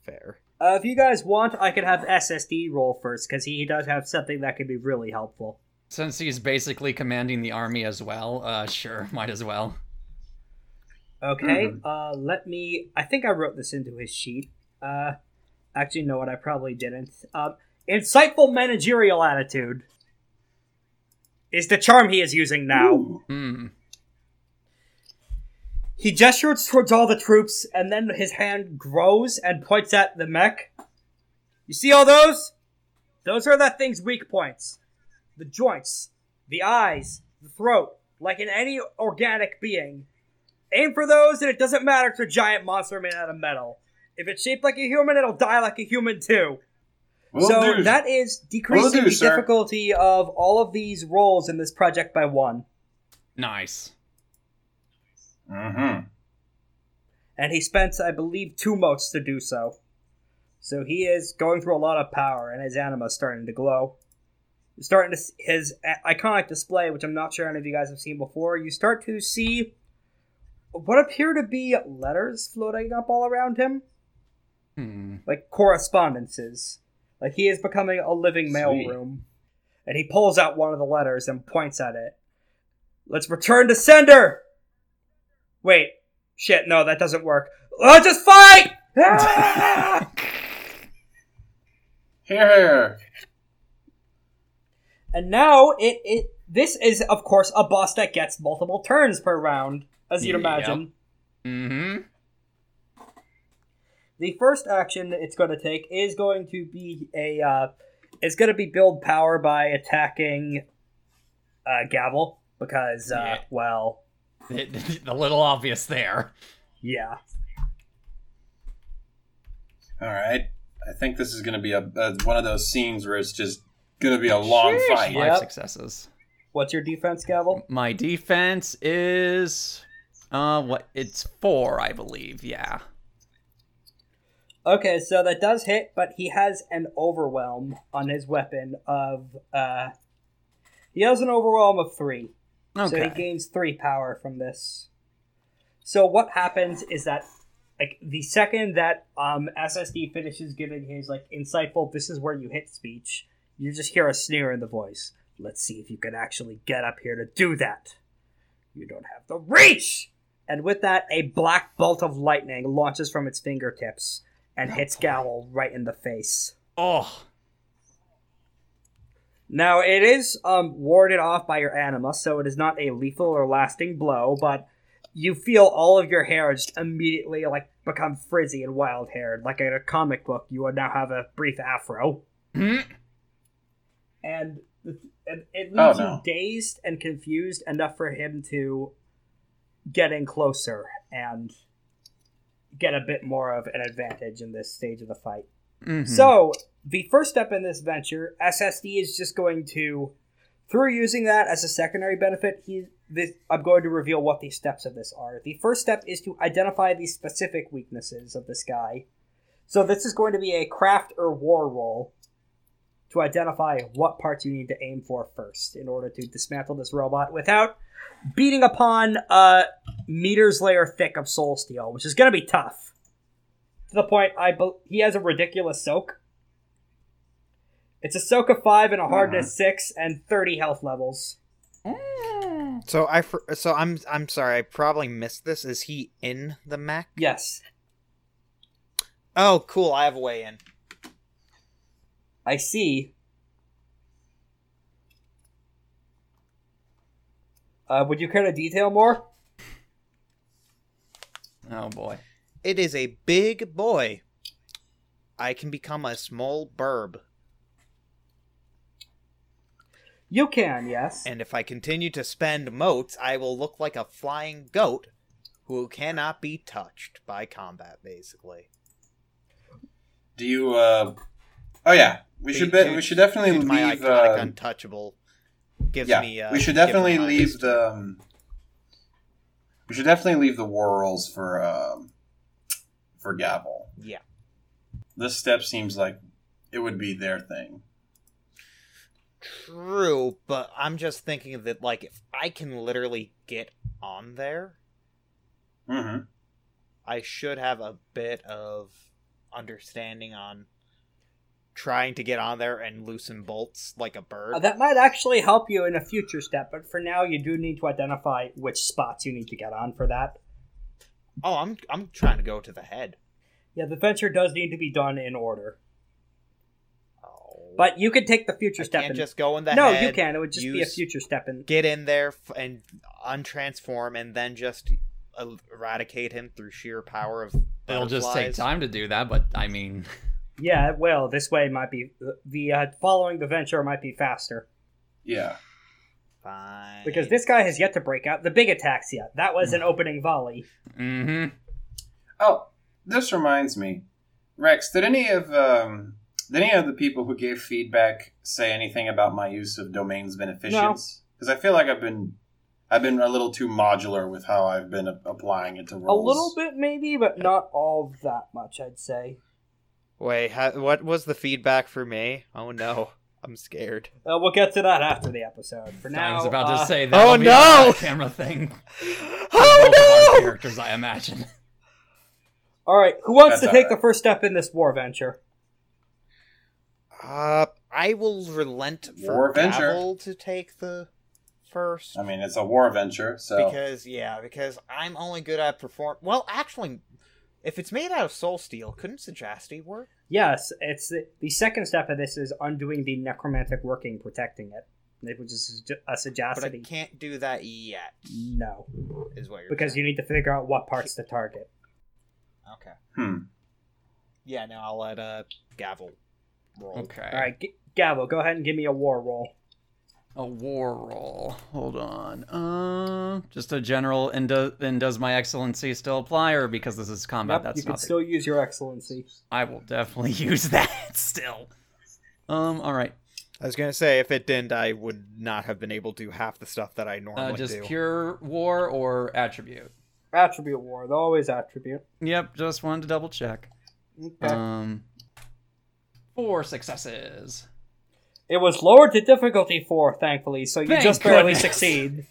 [SPEAKER 5] fair.
[SPEAKER 1] Uh, if you guys want, I could have SSD roll first, because he does have something that could be really helpful.
[SPEAKER 3] Since he's basically commanding the army as well, uh, sure, [LAUGHS] might as well.
[SPEAKER 1] Okay. Uh, let me. I think I wrote this into his sheet. Uh, actually, no, what I probably didn't. Um, insightful managerial attitude is the charm he is using now.
[SPEAKER 3] Hmm.
[SPEAKER 1] He gestures towards all the troops, and then his hand grows and points at the mech. You see all those? Those are that thing's weak points. The joints, the eyes, the throat, like in any organic being. Aim for those, and it doesn't matter if it's a giant monster made out of metal. If it's shaped like a human, it'll die like a human too.
[SPEAKER 2] Will
[SPEAKER 1] so
[SPEAKER 2] do.
[SPEAKER 1] that is decreasing
[SPEAKER 2] do,
[SPEAKER 1] the
[SPEAKER 2] sir.
[SPEAKER 1] difficulty of all of these roles in this project by one.
[SPEAKER 3] Nice.
[SPEAKER 2] Mm-hmm.
[SPEAKER 1] and he spent, I believe, two motes to do so. So he is going through a lot of power, and his anima is starting to glow. You're starting to s- his a- iconic display, which I'm not sure any of you guys have seen before. You start to see what appear to be letters floating up all around him,
[SPEAKER 3] Hmm.
[SPEAKER 1] like correspondences. Like he is becoming a living
[SPEAKER 2] Sweet.
[SPEAKER 1] mailroom, and he pulls out one of the letters and points at it. Let's return to sender. Wait, shit, no, that doesn't work. Let's just fight. Ah!
[SPEAKER 2] Here, here.
[SPEAKER 1] and now it it this is of course a boss that gets multiple turns per round, as you'd
[SPEAKER 3] Yep.
[SPEAKER 1] imagine.
[SPEAKER 3] Mm-hmm.
[SPEAKER 1] The first action that it's going to take is going to be a. Uh, it's going to be build power by attacking uh, Gavel because, uh,
[SPEAKER 3] Yeah.
[SPEAKER 1] well,
[SPEAKER 3] [LAUGHS] the little obvious there.
[SPEAKER 1] yeah.
[SPEAKER 2] All right. I think this is going to be a, a one of those scenes where it's just going to be a long fight.
[SPEAKER 1] yeah.
[SPEAKER 3] Five
[SPEAKER 1] Yep.
[SPEAKER 3] successes.
[SPEAKER 1] What's your defense, Gavel?
[SPEAKER 3] My defense is uh what it's four, I believe, yeah.
[SPEAKER 1] Okay, so that does hit, but he has an overwhelm on his weapon of. Uh, he has an overwhelm of three. So he
[SPEAKER 3] Okay.
[SPEAKER 1] gains three power from this. So what happens is that like the second that um SSD finishes giving his like insightful this is where you hit speech, you just hear a sneer in the voice. Let's see if you can actually get up here to do that. You don't have the reach. And with that, a black bolt of lightning launches from its fingertips and hits Gowl right in the face.
[SPEAKER 3] oh.
[SPEAKER 1] Now it is um, warded off by your anima, so it is not a lethal or lasting blow, but you feel all of your hair just immediately like become frizzy and wild haired, like in a comic book. You would now have a brief afro,
[SPEAKER 3] Hmm?
[SPEAKER 1] and, and it
[SPEAKER 2] Oh,
[SPEAKER 1] leaves
[SPEAKER 2] no.
[SPEAKER 1] you dazed and confused enough for him to get in closer and get a bit more of an advantage in this stage of the fight.
[SPEAKER 3] Mhm.
[SPEAKER 1] So the first step in this venture, SSD is just going to, through using that as a secondary benefit, he this, I'm going to reveal what the steps of this are. The first step is to identify the specific weaknesses of this guy. So this is going to be a craft or war roll to identify what parts you need to aim for first in order to dismantle this robot without beating upon uh, meters layer thick of soul steel, which is going to be tough to the point I bel he has a ridiculous soak. It's a soak of five and a hardness six and thirty health levels.
[SPEAKER 5] So I fr- so I'm I'm sorry. I probably missed this. Is he in the Mac?
[SPEAKER 1] Yes,
[SPEAKER 5] Oh, cool. I have a way in.
[SPEAKER 1] I see. Uh, would you care to detail more?
[SPEAKER 3] Oh boy.
[SPEAKER 5] It is a big boy. I can become a small burb,
[SPEAKER 1] You can, yes.
[SPEAKER 5] and if I continue to spend motes, I will look like a flying goat who cannot be touched by combat. Basically,
[SPEAKER 2] Do you? Uh... Oh yeah, we should. Be- we should definitely
[SPEAKER 5] Due to
[SPEAKER 2] leave.
[SPEAKER 5] my iconic
[SPEAKER 2] uh,
[SPEAKER 5] untouchable. Gives
[SPEAKER 2] yeah,
[SPEAKER 5] me. Uh,
[SPEAKER 2] we should
[SPEAKER 5] gives
[SPEAKER 2] definitely
[SPEAKER 5] me
[SPEAKER 2] leave
[SPEAKER 5] eyes.
[SPEAKER 2] the. Um, we should definitely leave the war rolls for um, for gavel.
[SPEAKER 5] Yeah.
[SPEAKER 2] This step seems like it would be their thing.
[SPEAKER 5] True,
[SPEAKER 4] But I'm just thinking that, like, if I can literally get on there,
[SPEAKER 2] Mm-hmm.
[SPEAKER 4] I should have a bit of understanding on trying to get on there and loosen bolts like a bird.
[SPEAKER 1] Uh, that might actually help you in a future step, but for now, you do need to identify which spots you need to get on for that.
[SPEAKER 4] oh, I'm I'm trying to go to the head.
[SPEAKER 1] Yeah, the venture does need to be done in order,
[SPEAKER 4] Oh,
[SPEAKER 1] but you can take the future
[SPEAKER 4] I
[SPEAKER 1] step.
[SPEAKER 4] can't
[SPEAKER 1] and
[SPEAKER 4] just go in the
[SPEAKER 1] no,
[SPEAKER 4] head.
[SPEAKER 1] you can. It would just be a
[SPEAKER 4] use-
[SPEAKER 1] future step in
[SPEAKER 4] get in there f- and untransform and then just el- eradicate him through sheer power of
[SPEAKER 3] It'll just take
[SPEAKER 4] butterflies.
[SPEAKER 3] time to do that, but I mean [LAUGHS]
[SPEAKER 1] Yeah, it will. This way might be the uh, following the venture might be faster
[SPEAKER 2] Yeah.
[SPEAKER 4] Fine.
[SPEAKER 1] because this guy has yet to break out the big attacks yet. That was an
[SPEAKER 4] Mm.
[SPEAKER 1] opening volley.
[SPEAKER 3] hmm
[SPEAKER 2] Oh, this reminds me, Rex. Did any of um, did any of the people who gave feedback say anything about my use of domains beneficence? Because I feel like I've been I've been a little too modular with how I've been a- applying it to
[SPEAKER 1] A
[SPEAKER 2] roles.
[SPEAKER 1] little bit, maybe, but not all that much. I'd say.
[SPEAKER 5] Wait, ha- what was the feedback for me? Oh no, I'm scared.
[SPEAKER 1] Uh, we'll get to that after the episode. For now,
[SPEAKER 3] I was about
[SPEAKER 1] uh,
[SPEAKER 3] to say that
[SPEAKER 5] Oh,
[SPEAKER 3] be
[SPEAKER 5] no!
[SPEAKER 3] a camera thing.
[SPEAKER 1] [LAUGHS]
[SPEAKER 3] for both of our
[SPEAKER 5] Oh no!
[SPEAKER 3] characters, I imagine. [LAUGHS]
[SPEAKER 1] All right, who wants to
[SPEAKER 2] That's
[SPEAKER 1] take
[SPEAKER 2] alright.
[SPEAKER 1] the first step in this war venture?
[SPEAKER 5] Uh, I will relent
[SPEAKER 2] War
[SPEAKER 5] for
[SPEAKER 2] venture.
[SPEAKER 5] Gavel to
[SPEAKER 4] to take the first
[SPEAKER 2] I mean, it's a war venture, so
[SPEAKER 4] because yeah because I'm only good at perform. Well, actually, if it's made out of soul steel, couldn't sagacity work?
[SPEAKER 1] Yes, it's the, the second step of this is undoing the necromantic working, protecting it, which is a
[SPEAKER 4] But I
[SPEAKER 1] sagacity.
[SPEAKER 4] can't do that yet.
[SPEAKER 1] No,
[SPEAKER 4] Is what you're
[SPEAKER 1] because you need to figure out what parts to target.
[SPEAKER 4] okay.
[SPEAKER 2] hmm.
[SPEAKER 4] Yeah, no, I'll let uh Gavel roll.
[SPEAKER 3] Okay.
[SPEAKER 1] All right, G- Gavo, go ahead and give me a war roll.
[SPEAKER 3] A war roll. Hold on. Uh, just a general. And, do, and does my excellency still apply, or because this is combat,
[SPEAKER 1] Yep,
[SPEAKER 3] that's
[SPEAKER 1] you can
[SPEAKER 3] not the
[SPEAKER 1] still use your excellency.
[SPEAKER 3] I will definitely [LAUGHS] use that still. Um, all right.
[SPEAKER 5] I was gonna say if it didn't, I would not have been able to do half the stuff that I normally
[SPEAKER 3] Uh, just
[SPEAKER 5] do.
[SPEAKER 3] pure war or attribute.
[SPEAKER 1] Attribute war, they're always attribute.
[SPEAKER 3] Yep, just wanted to double check.
[SPEAKER 1] Okay.
[SPEAKER 3] Um, four successes.
[SPEAKER 1] it was lowered to difficulty four, thankfully, so you
[SPEAKER 3] Thank
[SPEAKER 1] just barely
[SPEAKER 3] goodness.
[SPEAKER 1] succeed.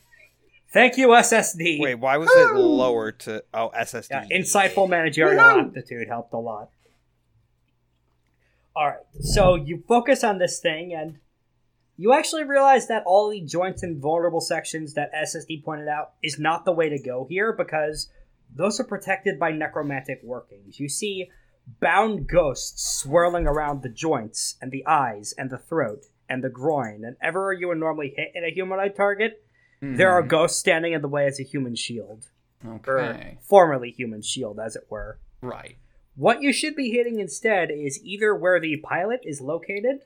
[SPEAKER 1] Thank you, SSD.
[SPEAKER 5] Wait, why was it lower to? Oh, SSD.
[SPEAKER 1] Yeah, insightful managerial aptitude helped a lot. All right, so you focus on this thing, and you actually realize that all the joints and vulnerable sections that SSD pointed out is not the way to go here because those are protected by necromantic workings. You see bound ghosts swirling around the joints and the eyes and the throat and the groin, and ever you would normally hit in a humanoid target,
[SPEAKER 3] Hmm,
[SPEAKER 1] there
[SPEAKER 3] Mm-hmm.
[SPEAKER 1] are ghosts standing in the way as a human shield or
[SPEAKER 3] Okay.
[SPEAKER 1] formerly human shield, as it were.
[SPEAKER 3] Right.
[SPEAKER 1] What you should be hitting instead is either where the pilot is located,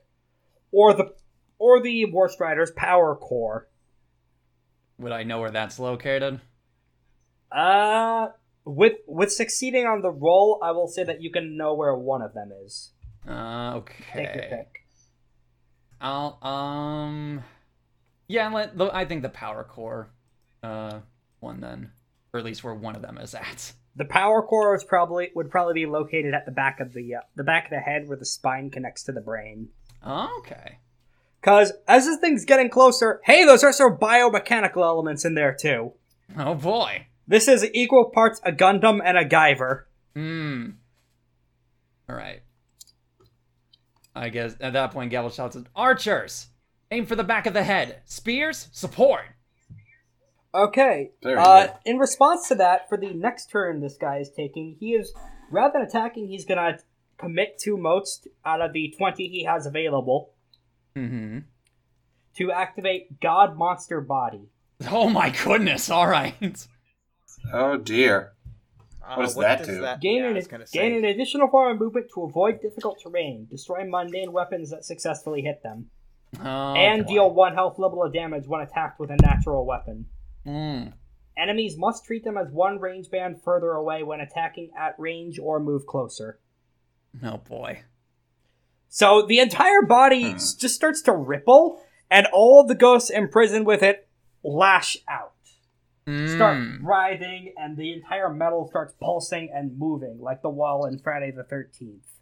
[SPEAKER 1] or the or the Warstrider's power core.
[SPEAKER 3] Would I know where that's located?
[SPEAKER 1] Uh with with succeeding on the roll, I will say that you can know where one of them is.
[SPEAKER 3] Uh,
[SPEAKER 1] Take your
[SPEAKER 3] okay.
[SPEAKER 1] pick.
[SPEAKER 3] I'll um, yeah. Let, the- I think the power core, uh, one then, or at least where one of them is at.
[SPEAKER 1] The power core is probably would probably be located at the back of the uh, the back of the head where the spine connects to the brain.
[SPEAKER 3] Okay.
[SPEAKER 1] Cause as this thing's getting closer, hey, those are some biomechanical elements in there too.
[SPEAKER 3] Oh boy.
[SPEAKER 1] This is equal parts a Gundam and a Guyver.
[SPEAKER 3] Hmm. All right. I guess at that point, Gavel shouts, at, "Archers, aim for the back of the head. Spears, support."
[SPEAKER 1] Okay.
[SPEAKER 2] There you
[SPEAKER 1] Uh,
[SPEAKER 2] go.
[SPEAKER 1] in response to that, for the next turn this guy is taking, he is rather than attacking, he's gonna commit two most out of the twenty he has available
[SPEAKER 3] Mm-hmm.
[SPEAKER 1] to activate God Monster Body.
[SPEAKER 3] Oh my goodness! All right. [LAUGHS]
[SPEAKER 2] Oh dear.
[SPEAKER 4] Uh,
[SPEAKER 2] What does that do?
[SPEAKER 1] Gain,
[SPEAKER 4] yeah, I
[SPEAKER 1] an,
[SPEAKER 4] was gonna say.
[SPEAKER 1] gain an additional form of movement to avoid difficult terrain, destroy mundane weapons that successfully hit them,
[SPEAKER 3] Oh,
[SPEAKER 1] and
[SPEAKER 3] boy.
[SPEAKER 1] deal one health level of damage when attacked with a natural weapon.
[SPEAKER 3] Mm.
[SPEAKER 1] Enemies must treat them as one range band further away when attacking at range or move closer.
[SPEAKER 3] Oh boy.
[SPEAKER 1] So the entire body
[SPEAKER 2] Hmm.
[SPEAKER 1] s- just starts to ripple, and all of the ghosts imprisoned with it lash out, start
[SPEAKER 3] Mm.
[SPEAKER 2] Hmm.
[SPEAKER 1] writhing, and the entire metal starts pulsing and moving like the wall in Friday the Thirteenth.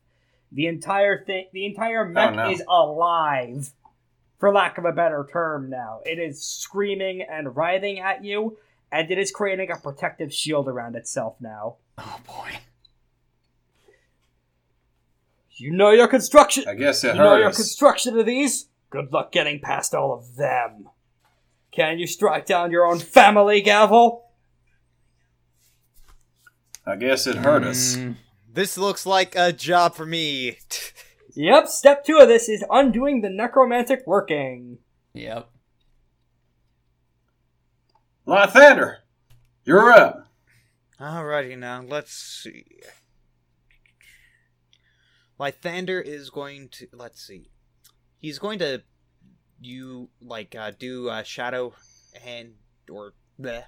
[SPEAKER 1] The entire thing, the entire mech
[SPEAKER 2] Oh, no.
[SPEAKER 1] is alive, for lack of a better term. Now it is screaming and writhing at you, and it is creating a protective shield around itself. Now
[SPEAKER 3] Oh boy.
[SPEAKER 1] you know your construction.
[SPEAKER 2] I guess it
[SPEAKER 1] You know
[SPEAKER 2] hurt
[SPEAKER 1] your
[SPEAKER 2] us.
[SPEAKER 1] construction of these? Good luck getting past all of them. Can you strike down your own family, Gavel?
[SPEAKER 2] I guess it hurt us.
[SPEAKER 3] Mm.
[SPEAKER 5] This looks like a job for me. [LAUGHS]
[SPEAKER 1] Yep, step two of this is undoing the necromantic working.
[SPEAKER 3] Yep.
[SPEAKER 2] Lythander, you're up.
[SPEAKER 4] Alrighty now, let's see. Lythander is going to let's see. He's going to you like uh do uh shadow hand or bleh.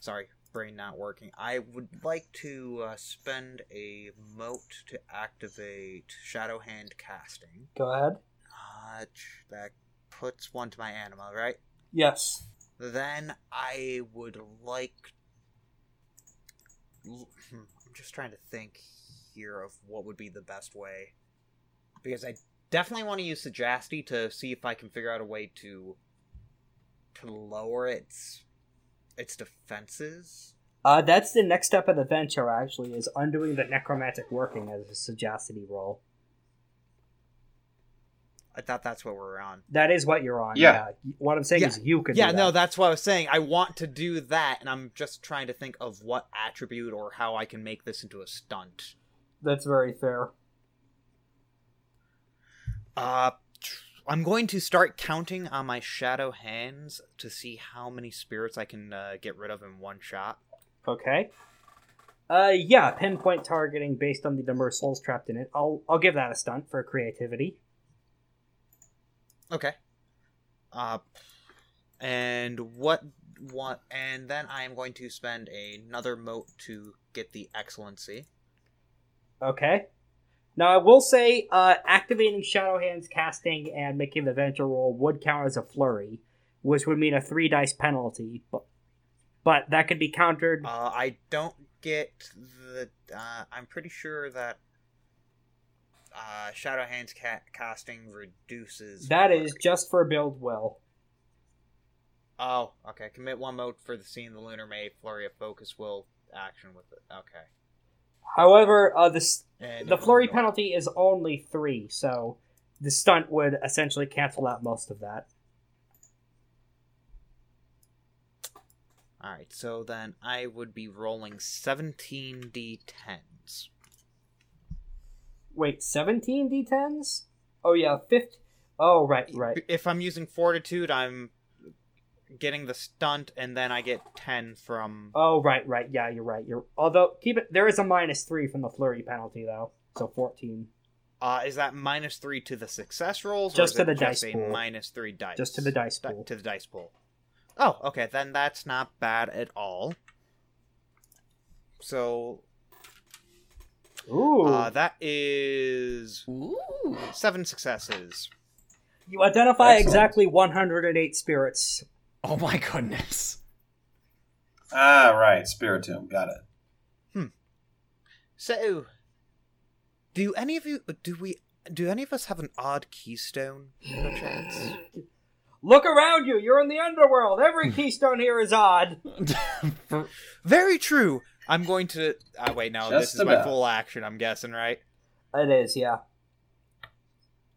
[SPEAKER 4] Sorry, brain not working. I would like to uh, spend a mote to activate shadow hand casting.
[SPEAKER 1] Go ahead.
[SPEAKER 4] Uh, ch- that puts one to my anima, right?
[SPEAKER 1] Yes.
[SPEAKER 4] then I would like. Hmm, I'm just trying to think here of what would be the best way. Because I definitely want to use Sagacity to see if I can figure out a way to. to lower its. its defenses.
[SPEAKER 1] Uh, that's the next step of the venture, actually, is undoing the necromantic working as a sagacity roll.
[SPEAKER 4] I thought that's what we were on.
[SPEAKER 1] That is what you're on.
[SPEAKER 2] Yeah.
[SPEAKER 1] What I'm saying
[SPEAKER 4] Yeah.
[SPEAKER 1] is you could.
[SPEAKER 4] yeah,
[SPEAKER 1] do
[SPEAKER 4] no,
[SPEAKER 1] that.
[SPEAKER 4] that's what I was saying. I want to do that, and I'm just trying to think of what attribute or how I can make this into a stunt.
[SPEAKER 1] that's very fair.
[SPEAKER 4] Uh, tr- I'm going to start counting on my shadow hands to see how many spirits I can uh, get rid of in one shot.
[SPEAKER 1] Okay. Uh, yeah, pinpoint targeting based on the number of souls trapped in it. I'll I'll give that a stunt for creativity.
[SPEAKER 4] Okay. Uh, and what what and then I am going to spend another moat to get the excellency.
[SPEAKER 1] Okay. Now I will say, uh, activating Shadow Hands casting and making the venture roll would count as a flurry, which would mean a three dice penalty, but but that could be countered.
[SPEAKER 4] Uh, I don't get the. Uh, I'm pretty sure that uh, Shadow Hands ca- casting reduces.
[SPEAKER 1] that is
[SPEAKER 4] flurry.
[SPEAKER 1] just for build will.
[SPEAKER 4] Oh, okay. Commit one mode for the scene. The Lunar May flurry of focus will action with it. Okay.
[SPEAKER 1] However, uh, the s-
[SPEAKER 4] And
[SPEAKER 1] the
[SPEAKER 4] it will
[SPEAKER 1] flurry
[SPEAKER 4] go-
[SPEAKER 1] penalty is only three, so the stunt would essentially cancel out most of that.
[SPEAKER 4] All right. So then I would be rolling 17 d10s.
[SPEAKER 1] Wait, seventeen d10s? Oh yeah, fifth. Oh right, right.
[SPEAKER 4] If I'm using fortitude, I'm getting the stunt, and then I get 10 from.
[SPEAKER 1] Oh right, right. Yeah, you're right. You're although keep it. There is a minus three from the flurry penalty though, so fourteen.
[SPEAKER 4] Uh, is that minus three to the success rolls?
[SPEAKER 1] Just
[SPEAKER 4] or is
[SPEAKER 1] to
[SPEAKER 4] it
[SPEAKER 1] the
[SPEAKER 4] just
[SPEAKER 1] dice
[SPEAKER 4] a
[SPEAKER 1] pool.
[SPEAKER 4] minus three dice.
[SPEAKER 1] Just to the dice
[SPEAKER 4] Di-
[SPEAKER 1] pool.
[SPEAKER 4] to the dice pool. Oh, okay. Then that's not bad at all. So
[SPEAKER 1] Ooh.
[SPEAKER 4] uh, that is
[SPEAKER 3] Ooh.
[SPEAKER 4] seven successes.
[SPEAKER 1] you identify
[SPEAKER 2] excellent.
[SPEAKER 1] exactly 108 spirits.
[SPEAKER 3] Oh my goodness.
[SPEAKER 2] Ah, right. Spiritum. Got it.
[SPEAKER 4] So, do any of you do we do any of us have an odd keystone? No chance.
[SPEAKER 1] Look around you. You're in the underworld. Every keystone here is odd.
[SPEAKER 3] For-
[SPEAKER 4] Very true. I'm going to. Uh, wait, no,
[SPEAKER 2] Just
[SPEAKER 4] this is my
[SPEAKER 2] about.
[SPEAKER 4] full action. I'm guessing, right?
[SPEAKER 1] It is, yeah.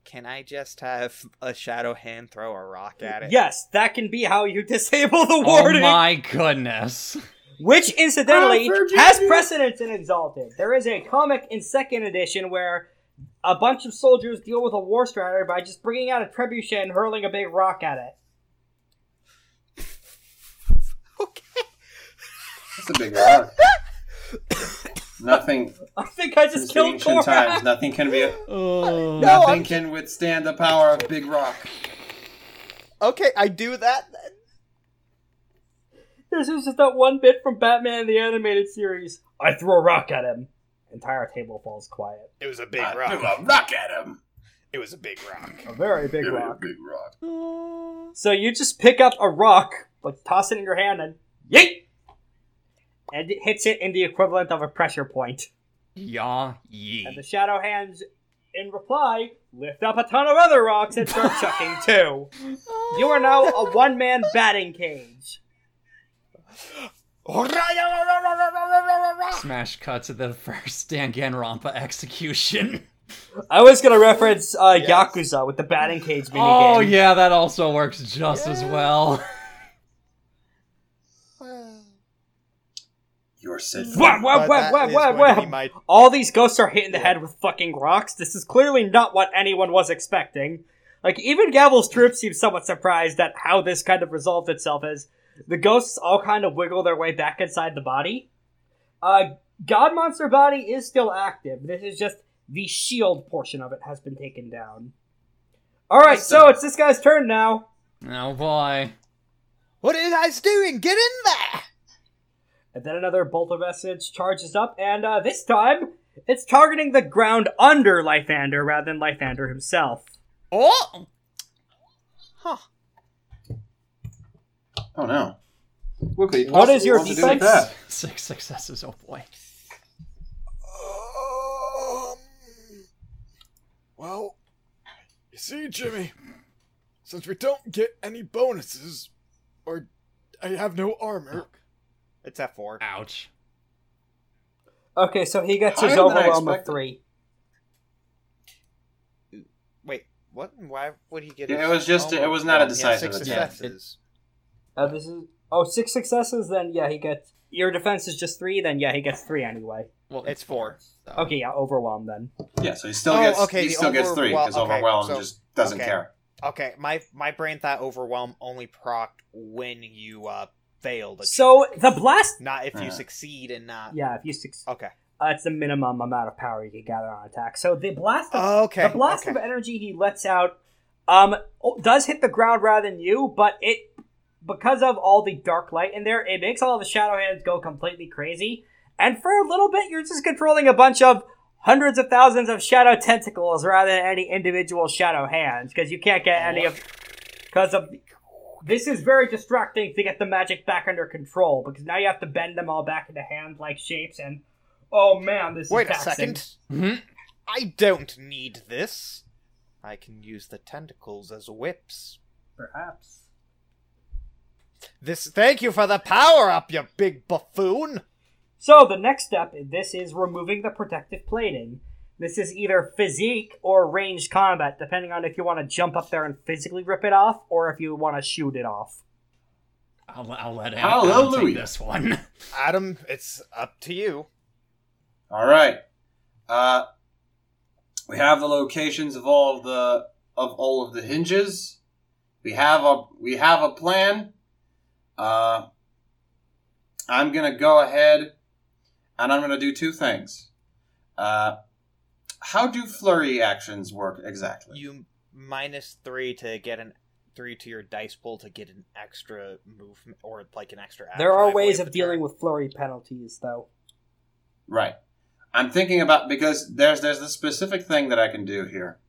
[SPEAKER 4] Can I just have a shadow hand throw a rock at it?
[SPEAKER 1] Yes, that can be how you [LAUGHS] disable the
[SPEAKER 3] oh
[SPEAKER 1] warning,
[SPEAKER 3] my goodness.
[SPEAKER 1] which incidentally
[SPEAKER 2] Ah, Virgin
[SPEAKER 1] has
[SPEAKER 2] Mary.
[SPEAKER 1] precedence in Exalted. There is a comic in Second Edition where a bunch of soldiers deal with a war strategy by just bringing out a trebuchet and hurling a big rock at it. [LAUGHS]
[SPEAKER 4] Okay.
[SPEAKER 2] That's a big rock. nothing
[SPEAKER 1] I think I just
[SPEAKER 2] since
[SPEAKER 1] killed
[SPEAKER 2] ancient
[SPEAKER 1] Korra.
[SPEAKER 2] times. Nothing can be.
[SPEAKER 3] Oh.
[SPEAKER 2] nothing can withstand the power of big rock.
[SPEAKER 4] Okay, I do that.
[SPEAKER 1] [LAUGHS]
[SPEAKER 4] Then.
[SPEAKER 1] This is just that one bit from Batman the Animated Series. I threw a rock at him. Entire table falls quiet.
[SPEAKER 5] It was a big
[SPEAKER 4] Uh,
[SPEAKER 2] I
[SPEAKER 5] rock.
[SPEAKER 2] threw a rock at him.
[SPEAKER 5] It was a big rock.
[SPEAKER 4] [LAUGHS]
[SPEAKER 1] A very big
[SPEAKER 2] Give me a
[SPEAKER 1] rock.
[SPEAKER 2] Big rock.
[SPEAKER 1] So you just pick up a rock, like toss it in your hand, and yeet! And it hits it in the equivalent of a pressure point.
[SPEAKER 3] Yah
[SPEAKER 1] And the
[SPEAKER 3] ye.
[SPEAKER 1] shadow hands, in reply, lift up a ton of other rocks and start
[SPEAKER 5] [LAUGHS]
[SPEAKER 1] chucking too. You are now a one man batting cage.
[SPEAKER 4] Uh,
[SPEAKER 3] Smash cut to the first Danganronpa execution.
[SPEAKER 1] I was gonna reference uh,
[SPEAKER 4] Yes.
[SPEAKER 1] Yakuza with the batting cage minigame.
[SPEAKER 3] Oh yeah, that also works just as well. [LAUGHS]
[SPEAKER 2] You're said.
[SPEAKER 1] Wah, wah,
[SPEAKER 5] But
[SPEAKER 1] wah,
[SPEAKER 5] that
[SPEAKER 1] wah,
[SPEAKER 5] is
[SPEAKER 1] wah,
[SPEAKER 5] going to
[SPEAKER 1] wah.
[SPEAKER 5] be my-
[SPEAKER 1] All these ghosts are hit in the head with fucking rocks. This is clearly not what anyone was expecting. Like, even Gavel's troop seems somewhat surprised at how this kind of resolved itself as the ghosts all kind of wiggle their way back inside the body. Uh, God Monster Body is still active. This is just the shield portion of it has been taken down. Alright, so it's this guy's turn now.
[SPEAKER 3] Oh boy.
[SPEAKER 4] What are you guys doing? Get in there!
[SPEAKER 1] And then another bolt of essence charges up, and uh, this time it's targeting the ground under Lythander rather than Lythander himself.
[SPEAKER 3] Oh.
[SPEAKER 4] Huh.
[SPEAKER 2] Oh no. What, could he
[SPEAKER 1] What is
[SPEAKER 2] possibly
[SPEAKER 1] your
[SPEAKER 2] want to do with
[SPEAKER 1] defense?
[SPEAKER 2] that?
[SPEAKER 3] Six successes. Oh boy.
[SPEAKER 5] Um, well, you see, Jimmy, since we don't get any bonuses, or I have no armor,
[SPEAKER 4] It's at four.
[SPEAKER 3] Ouch.
[SPEAKER 1] Okay, so he gets
[SPEAKER 2] Higher
[SPEAKER 1] his
[SPEAKER 2] than I
[SPEAKER 1] overwhelm of
[SPEAKER 2] expected.
[SPEAKER 1] three.
[SPEAKER 4] Wait, what? Why would he get?
[SPEAKER 2] Yeah,
[SPEAKER 4] his-
[SPEAKER 2] it was just-
[SPEAKER 4] Oh,
[SPEAKER 2] it was not a
[SPEAKER 4] well, he has
[SPEAKER 2] decisive
[SPEAKER 4] six
[SPEAKER 2] attack.
[SPEAKER 4] successes.
[SPEAKER 1] Uh, this is oh six successes. Then yeah, he gets your defense is just three. Then yeah, he gets three anyway.
[SPEAKER 3] Well,
[SPEAKER 4] It's four.
[SPEAKER 3] so-
[SPEAKER 1] Okay, yeah, overwhelm then.
[SPEAKER 2] Yeah, so he still
[SPEAKER 4] Oh,
[SPEAKER 2] gets
[SPEAKER 4] okay,
[SPEAKER 2] he
[SPEAKER 4] the
[SPEAKER 2] still gets three
[SPEAKER 4] overwhel-
[SPEAKER 2] because
[SPEAKER 4] okay,
[SPEAKER 2] overwhelm
[SPEAKER 4] so-
[SPEAKER 2] just doesn't
[SPEAKER 4] okay.
[SPEAKER 2] care.
[SPEAKER 4] Okay, my my brain thought overwhelm only proc when you uh failed. a
[SPEAKER 1] So
[SPEAKER 4] check.
[SPEAKER 1] the blast.
[SPEAKER 4] not if you
[SPEAKER 2] Uh.
[SPEAKER 4] succeed and not.
[SPEAKER 1] Yeah, if you succeed,
[SPEAKER 4] Okay.
[SPEAKER 1] uh, it's the minimum amount of power you can gather on attack. So the blast. Of,
[SPEAKER 4] Okay.
[SPEAKER 1] The blast
[SPEAKER 4] okay.
[SPEAKER 1] of energy he lets out, um, o- does hit the ground rather than you, but it because of all the dark light in there, it makes all the shadow hands go completely crazy. And for a little bit, you're just controlling a bunch of hundreds of thousands of shadow tentacles rather than any individual shadow hands because you can't get any of because of this is very distracting to get the magic back under control because now you have to bend them all back into hand like shapes and oh man this is
[SPEAKER 4] Wait a
[SPEAKER 1] taxing.
[SPEAKER 4] second.
[SPEAKER 3] Mhm.
[SPEAKER 4] I don't need this. I can use the tentacles as whips.
[SPEAKER 1] perhaps
[SPEAKER 4] This. Thank you for the power up, you big buffoon.
[SPEAKER 1] So the next step in this is removing the protective plating. This is either physique or ranged combat, depending on if you want to jump up there and physically rip it off, or if you want to shoot it off.
[SPEAKER 3] I'll, I'll let him take
[SPEAKER 2] Hallelujah.
[SPEAKER 3] this one.
[SPEAKER 4] Adam, it's up to you.
[SPEAKER 2] All right. Uh, we have the locations of all of the of all of the hinges. We have a we have a plan. Uh, I'm gonna go ahead, and I'm gonna do two things. Uh, how do flurry actions work exactly?
[SPEAKER 4] You minus three to get an three to your dice pool to get an extra movement or like an extra. Action,
[SPEAKER 1] There
[SPEAKER 4] I
[SPEAKER 1] are
[SPEAKER 4] believe,
[SPEAKER 1] ways
[SPEAKER 4] per
[SPEAKER 1] of dealing
[SPEAKER 4] turn.
[SPEAKER 1] with flurry penalties, though.
[SPEAKER 2] Right. I'm thinking about because there's there's the specific thing that I can do here.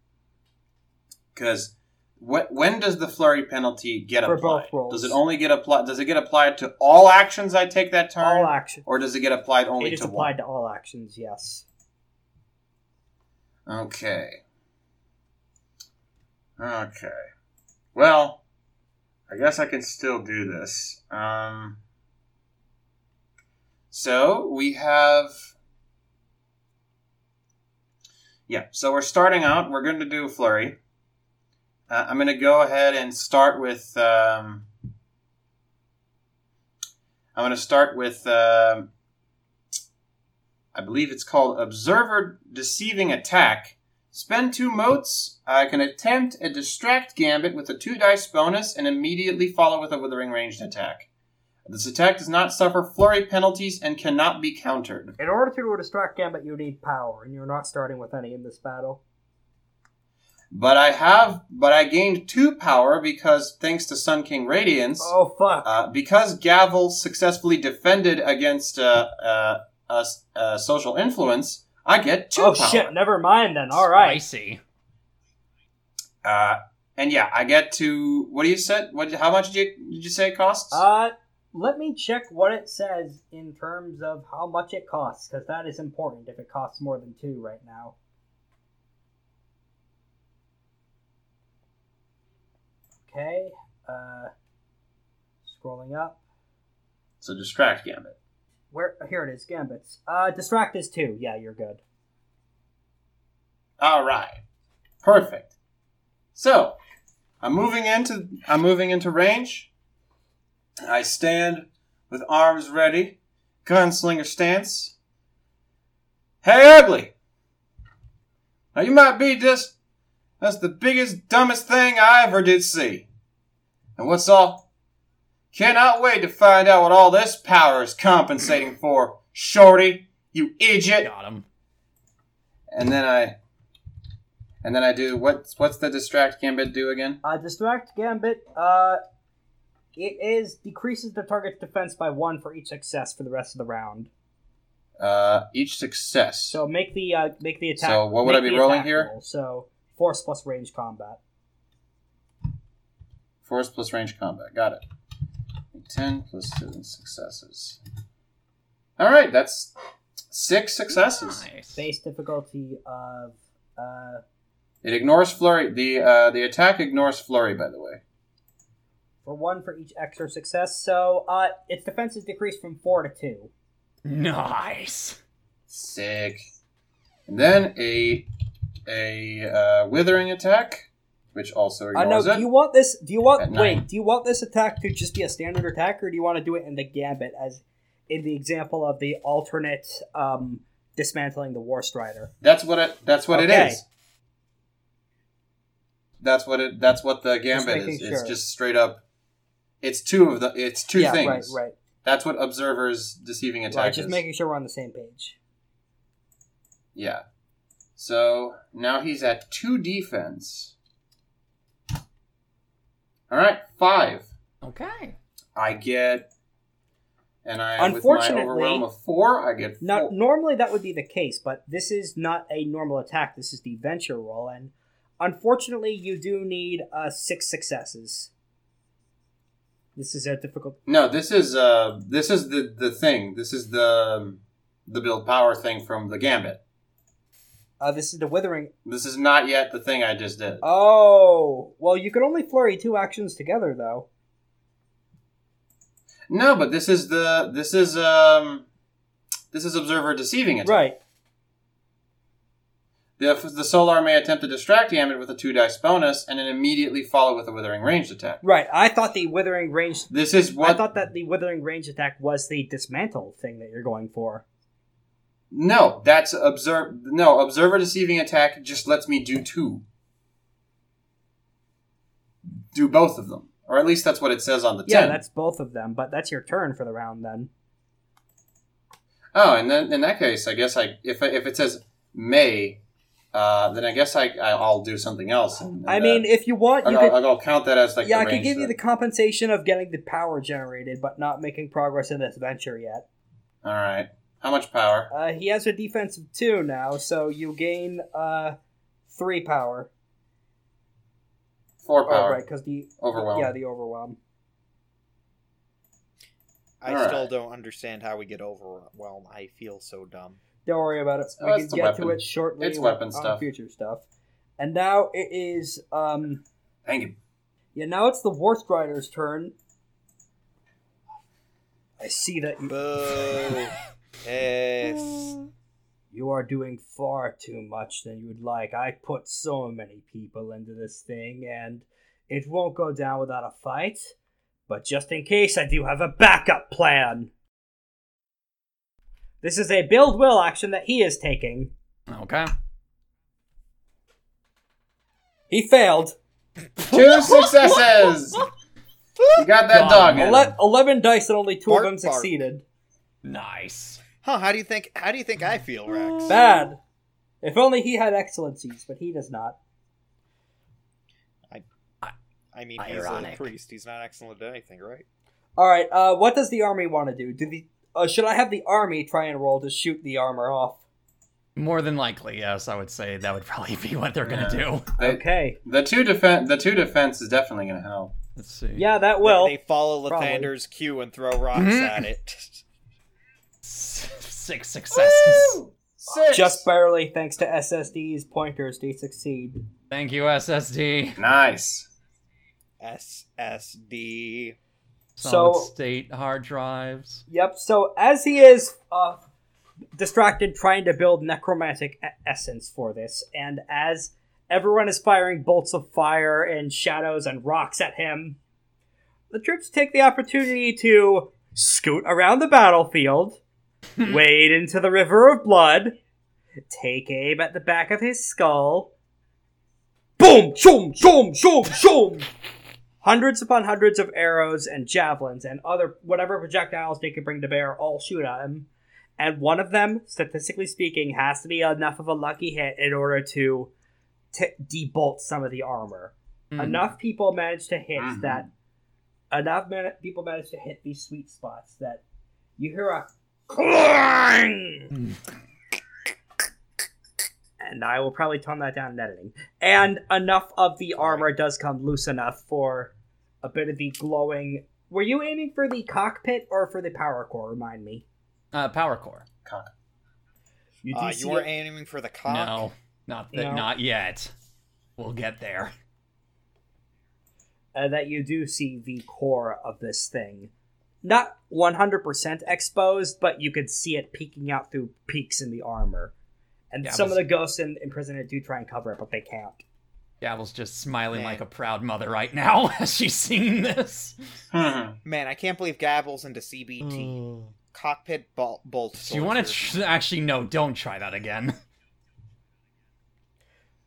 [SPEAKER 2] Because wh- when does the flurry penalty get
[SPEAKER 1] For both
[SPEAKER 2] applied?
[SPEAKER 1] rolls.
[SPEAKER 2] Does it only get applied? Does it get applied to all actions I take that turn,
[SPEAKER 1] All action.
[SPEAKER 2] or does it get applied only
[SPEAKER 1] It is
[SPEAKER 2] to
[SPEAKER 1] applied
[SPEAKER 2] one?
[SPEAKER 1] to all actions, yes.
[SPEAKER 2] Okay. Okay. Well, I guess I can still do this. Um, so we have. Yeah, so we're starting out. We're going to do flurry. Uh, I'm going to go ahead and start with. Um, I'm going to start with. Um, I believe it's called Observer Deceiving Attack. Spend two motes. I can attempt a distract gambit with a two dice bonus and immediately follow with a withering ranged attack. This attack does not suffer flurry penalties and cannot be countered.
[SPEAKER 1] In order to do a distract gambit, you need power, and you're not starting with any in this battle.
[SPEAKER 2] But I have, but I gained two power because thanks to Sun King Radiance,
[SPEAKER 1] Oh, fuck.
[SPEAKER 2] uh, because Gavel successfully defended against uh, uh, uh, uh, social influence, I get two
[SPEAKER 1] oh,
[SPEAKER 2] power.
[SPEAKER 1] shit. Never mind then. All right.
[SPEAKER 3] Spicy.
[SPEAKER 2] Uh, and yeah, I get to what do you said? What? How much did you did you say it costs?
[SPEAKER 1] Uh, let me check what it says in terms of how much it costs, because that is important if it costs more than two right now. Okay, uh, scrolling up.
[SPEAKER 2] so distract gambit.
[SPEAKER 1] Where here it is, gambits. Uh, distract is two. Yeah, you're good.
[SPEAKER 2] All right, perfect. So I'm moving into I'm moving into range. I stand with arms ready, gunslinger stance. Hey, ugly! Now you might be just that's the biggest dumbest thing I ever did see. And what's all? Cannot wait to find out what all this power is compensating for, Shorty. You idiot!
[SPEAKER 3] Got him.
[SPEAKER 2] and then I, and then I do what's what's the distract gambit do again?
[SPEAKER 1] Uh, distract gambit. Uh, it is decreases the target's defense by one for each success for the rest of the round.
[SPEAKER 2] Uh, each success.
[SPEAKER 1] So make the uh, make the attack.
[SPEAKER 2] So what would
[SPEAKER 1] make
[SPEAKER 2] I be
[SPEAKER 1] the
[SPEAKER 2] rolling
[SPEAKER 1] attack
[SPEAKER 2] here?
[SPEAKER 1] roll. So force plus range combat.
[SPEAKER 2] force plus range combat. Got it. Ten plus two successes. All right, that's six successes.
[SPEAKER 3] Nice.
[SPEAKER 1] Base difficulty of uh,
[SPEAKER 2] It ignores flurry. The uh, the attack ignores flurry. By the way,
[SPEAKER 1] for one for each extra success. So uh, its defense is decreased from four to two.
[SPEAKER 3] Nice.
[SPEAKER 2] sick. And then a a uh, withering attack, which also
[SPEAKER 1] I know.
[SPEAKER 2] ignores
[SPEAKER 1] Uh, Do
[SPEAKER 2] it.
[SPEAKER 1] you want this? Do you
[SPEAKER 2] At
[SPEAKER 1] want
[SPEAKER 2] nine.
[SPEAKER 1] wait? Do you want this attack to just be a standard attack, or do you want to do it in the gambit, as in the example of the alternate um, dismantling the war strider?
[SPEAKER 2] That's what it. That's what
[SPEAKER 1] Okay.
[SPEAKER 2] it is. That's what it. That's what the gambit
[SPEAKER 1] making
[SPEAKER 2] is. It's
[SPEAKER 1] sure.
[SPEAKER 2] just straight up. It's two of the. It's two
[SPEAKER 1] yeah,
[SPEAKER 2] things.
[SPEAKER 1] right, right.
[SPEAKER 2] That's what observers deceiving attack
[SPEAKER 1] Right, just
[SPEAKER 2] is.
[SPEAKER 1] making sure we're on the same page.
[SPEAKER 2] Yeah. So now he's at two defense. All right, five.
[SPEAKER 3] Okay.
[SPEAKER 2] I get, and I
[SPEAKER 1] Unfortunately-
[SPEAKER 2] with my overwhelm of four, I get four.
[SPEAKER 1] Now, normally that would be the case, but this is not a normal attack. This is the venture roll, and unfortunately, you do need uh, six successes. This is a difficult.
[SPEAKER 2] No, this is uh, this is the the thing. This is the um, the build power thing from the gambit.
[SPEAKER 1] Uh, this is the withering.
[SPEAKER 2] This is not yet the thing I just did.
[SPEAKER 1] Oh, well, you could only flurry two actions together, though.
[SPEAKER 2] No, but this is the this is um, this is observer deceiving attack.
[SPEAKER 1] Right.
[SPEAKER 2] The, the Solar may attempt to distract Gambit with a two dice bonus and then immediately follow with a Withering ranged attack.
[SPEAKER 1] Right. I thought the withering range.
[SPEAKER 2] This is what.
[SPEAKER 1] I thought that the withering range attack was the dismantle thing that you're going for.
[SPEAKER 2] No, that's observe. No, Observer Deceiving Attack just lets me do two. Do both of them. Or at least that's what it says on the
[SPEAKER 1] Yeah,
[SPEAKER 2] 10.
[SPEAKER 1] that's both of them, but that's your turn for the round then.
[SPEAKER 2] Oh, and then in that case, I guess I if, if it says may, uh, then I guess I, I'll do something else. and- and
[SPEAKER 1] I
[SPEAKER 2] that-
[SPEAKER 1] mean, if you want,
[SPEAKER 2] I'll,
[SPEAKER 1] you could.
[SPEAKER 2] I'll, I'll count that as like
[SPEAKER 1] yeah,
[SPEAKER 2] the
[SPEAKER 1] I could
[SPEAKER 2] range
[SPEAKER 1] give you the
[SPEAKER 2] then.
[SPEAKER 1] compensation of getting the power generated, but not making progress in this venture yet.
[SPEAKER 2] All right. How much power?
[SPEAKER 1] Uh, he has a defense of two now, so you gain uh, three power.
[SPEAKER 2] Four
[SPEAKER 1] Oh,
[SPEAKER 2] power.
[SPEAKER 1] right, because the
[SPEAKER 2] Overwhelm.
[SPEAKER 1] Yeah, the overwhelm.
[SPEAKER 5] I
[SPEAKER 2] All
[SPEAKER 5] still
[SPEAKER 2] right.
[SPEAKER 5] don't understand how we get overwhelmed. I feel so dumb.
[SPEAKER 1] Don't worry about it. We
[SPEAKER 2] Uh,
[SPEAKER 1] can
[SPEAKER 2] it's a
[SPEAKER 1] get to
[SPEAKER 2] weapon.
[SPEAKER 1] it shortly.
[SPEAKER 2] It's weapon
[SPEAKER 1] on
[SPEAKER 2] stuff.
[SPEAKER 1] Future stuff. And now it is. um
[SPEAKER 2] Thank you.
[SPEAKER 1] Yeah, now it's the Worst Rider's turn. I see that you, [LAUGHS]
[SPEAKER 5] Boo. yes.
[SPEAKER 1] you are doing far too much than you would like. I put so many people into this thing, and it won't go down without a fight. But just in case, I do have a backup plan. This is a build will action that he is taking.
[SPEAKER 3] Okay.
[SPEAKER 1] He failed.
[SPEAKER 2] Two successes. You got that
[SPEAKER 3] God.
[SPEAKER 2] dog. in.
[SPEAKER 1] Ele- 11 dice and only two of
[SPEAKER 5] Bark,
[SPEAKER 1] them
[SPEAKER 5] bark.
[SPEAKER 1] succeeded.
[SPEAKER 3] Nice.
[SPEAKER 5] Huh? How do you think? How do you think I feel, Rex?
[SPEAKER 1] Bad. If only he had excellencies, but he does not.
[SPEAKER 5] I mean, he's
[SPEAKER 3] Ironic.
[SPEAKER 5] a priest. He's not excellent at anything, right?
[SPEAKER 1] All right. Uh, what does the army want to do? Do the uh, should I have the army try and roll to shoot the armor off?
[SPEAKER 3] More than likely, yes, I would say that would [LAUGHS] probably be what they're gonna
[SPEAKER 2] Yeah.
[SPEAKER 3] do. [LAUGHS]
[SPEAKER 2] They-
[SPEAKER 1] Okay.
[SPEAKER 2] The two defense, the two defense is definitely going to help.
[SPEAKER 3] Let's see.
[SPEAKER 1] Yeah, that
[SPEAKER 5] They-
[SPEAKER 1] will.
[SPEAKER 5] they, follow
[SPEAKER 1] probably.
[SPEAKER 5] Lathander's cue and throw rocks
[SPEAKER 4] Mm-hmm.
[SPEAKER 3] Mhm.
[SPEAKER 5] at it. [LAUGHS]
[SPEAKER 3] S- Six successes.
[SPEAKER 2] Six.
[SPEAKER 1] Just barely, thanks to SSD's pointers, they succeed.
[SPEAKER 3] Thank you, SSD.
[SPEAKER 2] nice.
[SPEAKER 5] SSD.
[SPEAKER 1] So-
[SPEAKER 3] Solid state hard drives.
[SPEAKER 1] Yep. So as he is uh, distracted trying to build necromantic e- essence for this, and as everyone is firing bolts of fire and shadows and rocks at him, the troops take the opportunity to scoot around the battlefield, wade into the river of blood, take aim at the back of his skull. Boom! Shoom! Shoom! Shoom! Shoom! hundreds upon hundreds of arrows and javelins and other whatever projectiles they could bring to bear all shoot at him and one of them statistically speaking has to be enough of a lucky hit in order to t- debolt some of the armor
[SPEAKER 5] Mm.
[SPEAKER 3] Hmm.
[SPEAKER 1] enough people manage to hit
[SPEAKER 5] Mm-hmm.
[SPEAKER 2] Mhm.
[SPEAKER 1] that enough man- people manage to hit these sweet spots that you hear a clang
[SPEAKER 3] Hmm.
[SPEAKER 5] Mm.
[SPEAKER 1] and I will probably tone that down in editing. And enough of the armor does come loose enough for a bit of the glowing. Were you aiming for the cockpit or for the power core? Remind me.
[SPEAKER 3] Uh, power core.
[SPEAKER 1] You do
[SPEAKER 5] Uh,
[SPEAKER 1] see
[SPEAKER 5] you were
[SPEAKER 1] it-
[SPEAKER 5] aiming for the cock.
[SPEAKER 3] No, not that.
[SPEAKER 1] No.
[SPEAKER 3] Not yet. We'll get there.
[SPEAKER 1] uh, that you do see the core of this thing. Not 100% exposed, but you could see it peeking out through peaks in the armor. And
[SPEAKER 3] Yeah,
[SPEAKER 1] some
[SPEAKER 3] but-
[SPEAKER 1] of the ghosts in, in prison do try and cover it, but they can't.
[SPEAKER 3] Dabble's just smiling
[SPEAKER 5] Man.
[SPEAKER 3] like a proud mother right now [LAUGHS] as she's seeing this.
[SPEAKER 2] Mhm.
[SPEAKER 5] Man, I can't believe Gabble's into CBT.
[SPEAKER 1] Mm.
[SPEAKER 5] Cockpit bol- bolt.
[SPEAKER 3] Do you want to
[SPEAKER 5] torture.
[SPEAKER 3] tr- actually? No, don't try that again.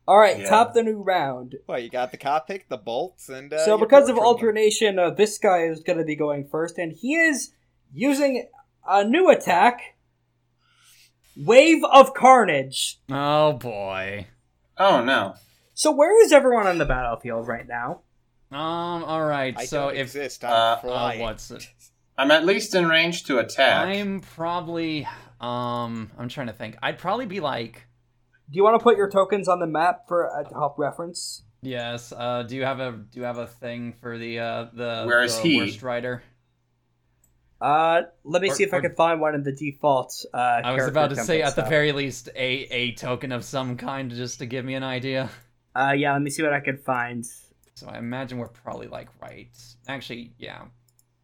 [SPEAKER 1] All right,
[SPEAKER 2] Yeah.
[SPEAKER 1] top the new round.
[SPEAKER 5] Well, you got the Copic, the bolts, and uh,
[SPEAKER 1] so
[SPEAKER 5] your
[SPEAKER 1] because of
[SPEAKER 5] Bertram.
[SPEAKER 1] alternation, uh, this guy is going to be going first, and he is using a new attack, Wave of Carnage.
[SPEAKER 3] [LAUGHS] Oh boy.
[SPEAKER 2] Oh no.
[SPEAKER 1] So where is everyone on the battlefield right now?
[SPEAKER 3] Um. All right.
[SPEAKER 5] I
[SPEAKER 3] so
[SPEAKER 5] don't
[SPEAKER 3] if
[SPEAKER 5] exist,
[SPEAKER 2] uh,
[SPEAKER 5] I'm
[SPEAKER 2] uh,
[SPEAKER 3] uh,
[SPEAKER 5] flying.
[SPEAKER 3] what's it?
[SPEAKER 2] I'm at least in range to attack.
[SPEAKER 3] I'm probably. Um. I'm trying to think. I'd probably be like.
[SPEAKER 1] Do you want to put your tokens on the map for uh, to help reference?
[SPEAKER 3] Yes. Uh. Do you have a Do you have a thing for the uh the
[SPEAKER 2] Where is
[SPEAKER 3] the
[SPEAKER 2] he?
[SPEAKER 3] worst rider?
[SPEAKER 1] Uh, let me
[SPEAKER 3] Or-
[SPEAKER 1] see if I
[SPEAKER 3] or-
[SPEAKER 1] can find one in the default. Uh,
[SPEAKER 3] I was about to say at the
[SPEAKER 1] very.
[SPEAKER 3] very least a a token of some kind just to give me an idea.
[SPEAKER 1] Uh, yeah, let me see what I can find.
[SPEAKER 3] So I imagine we're probably like right. Actually, yeah.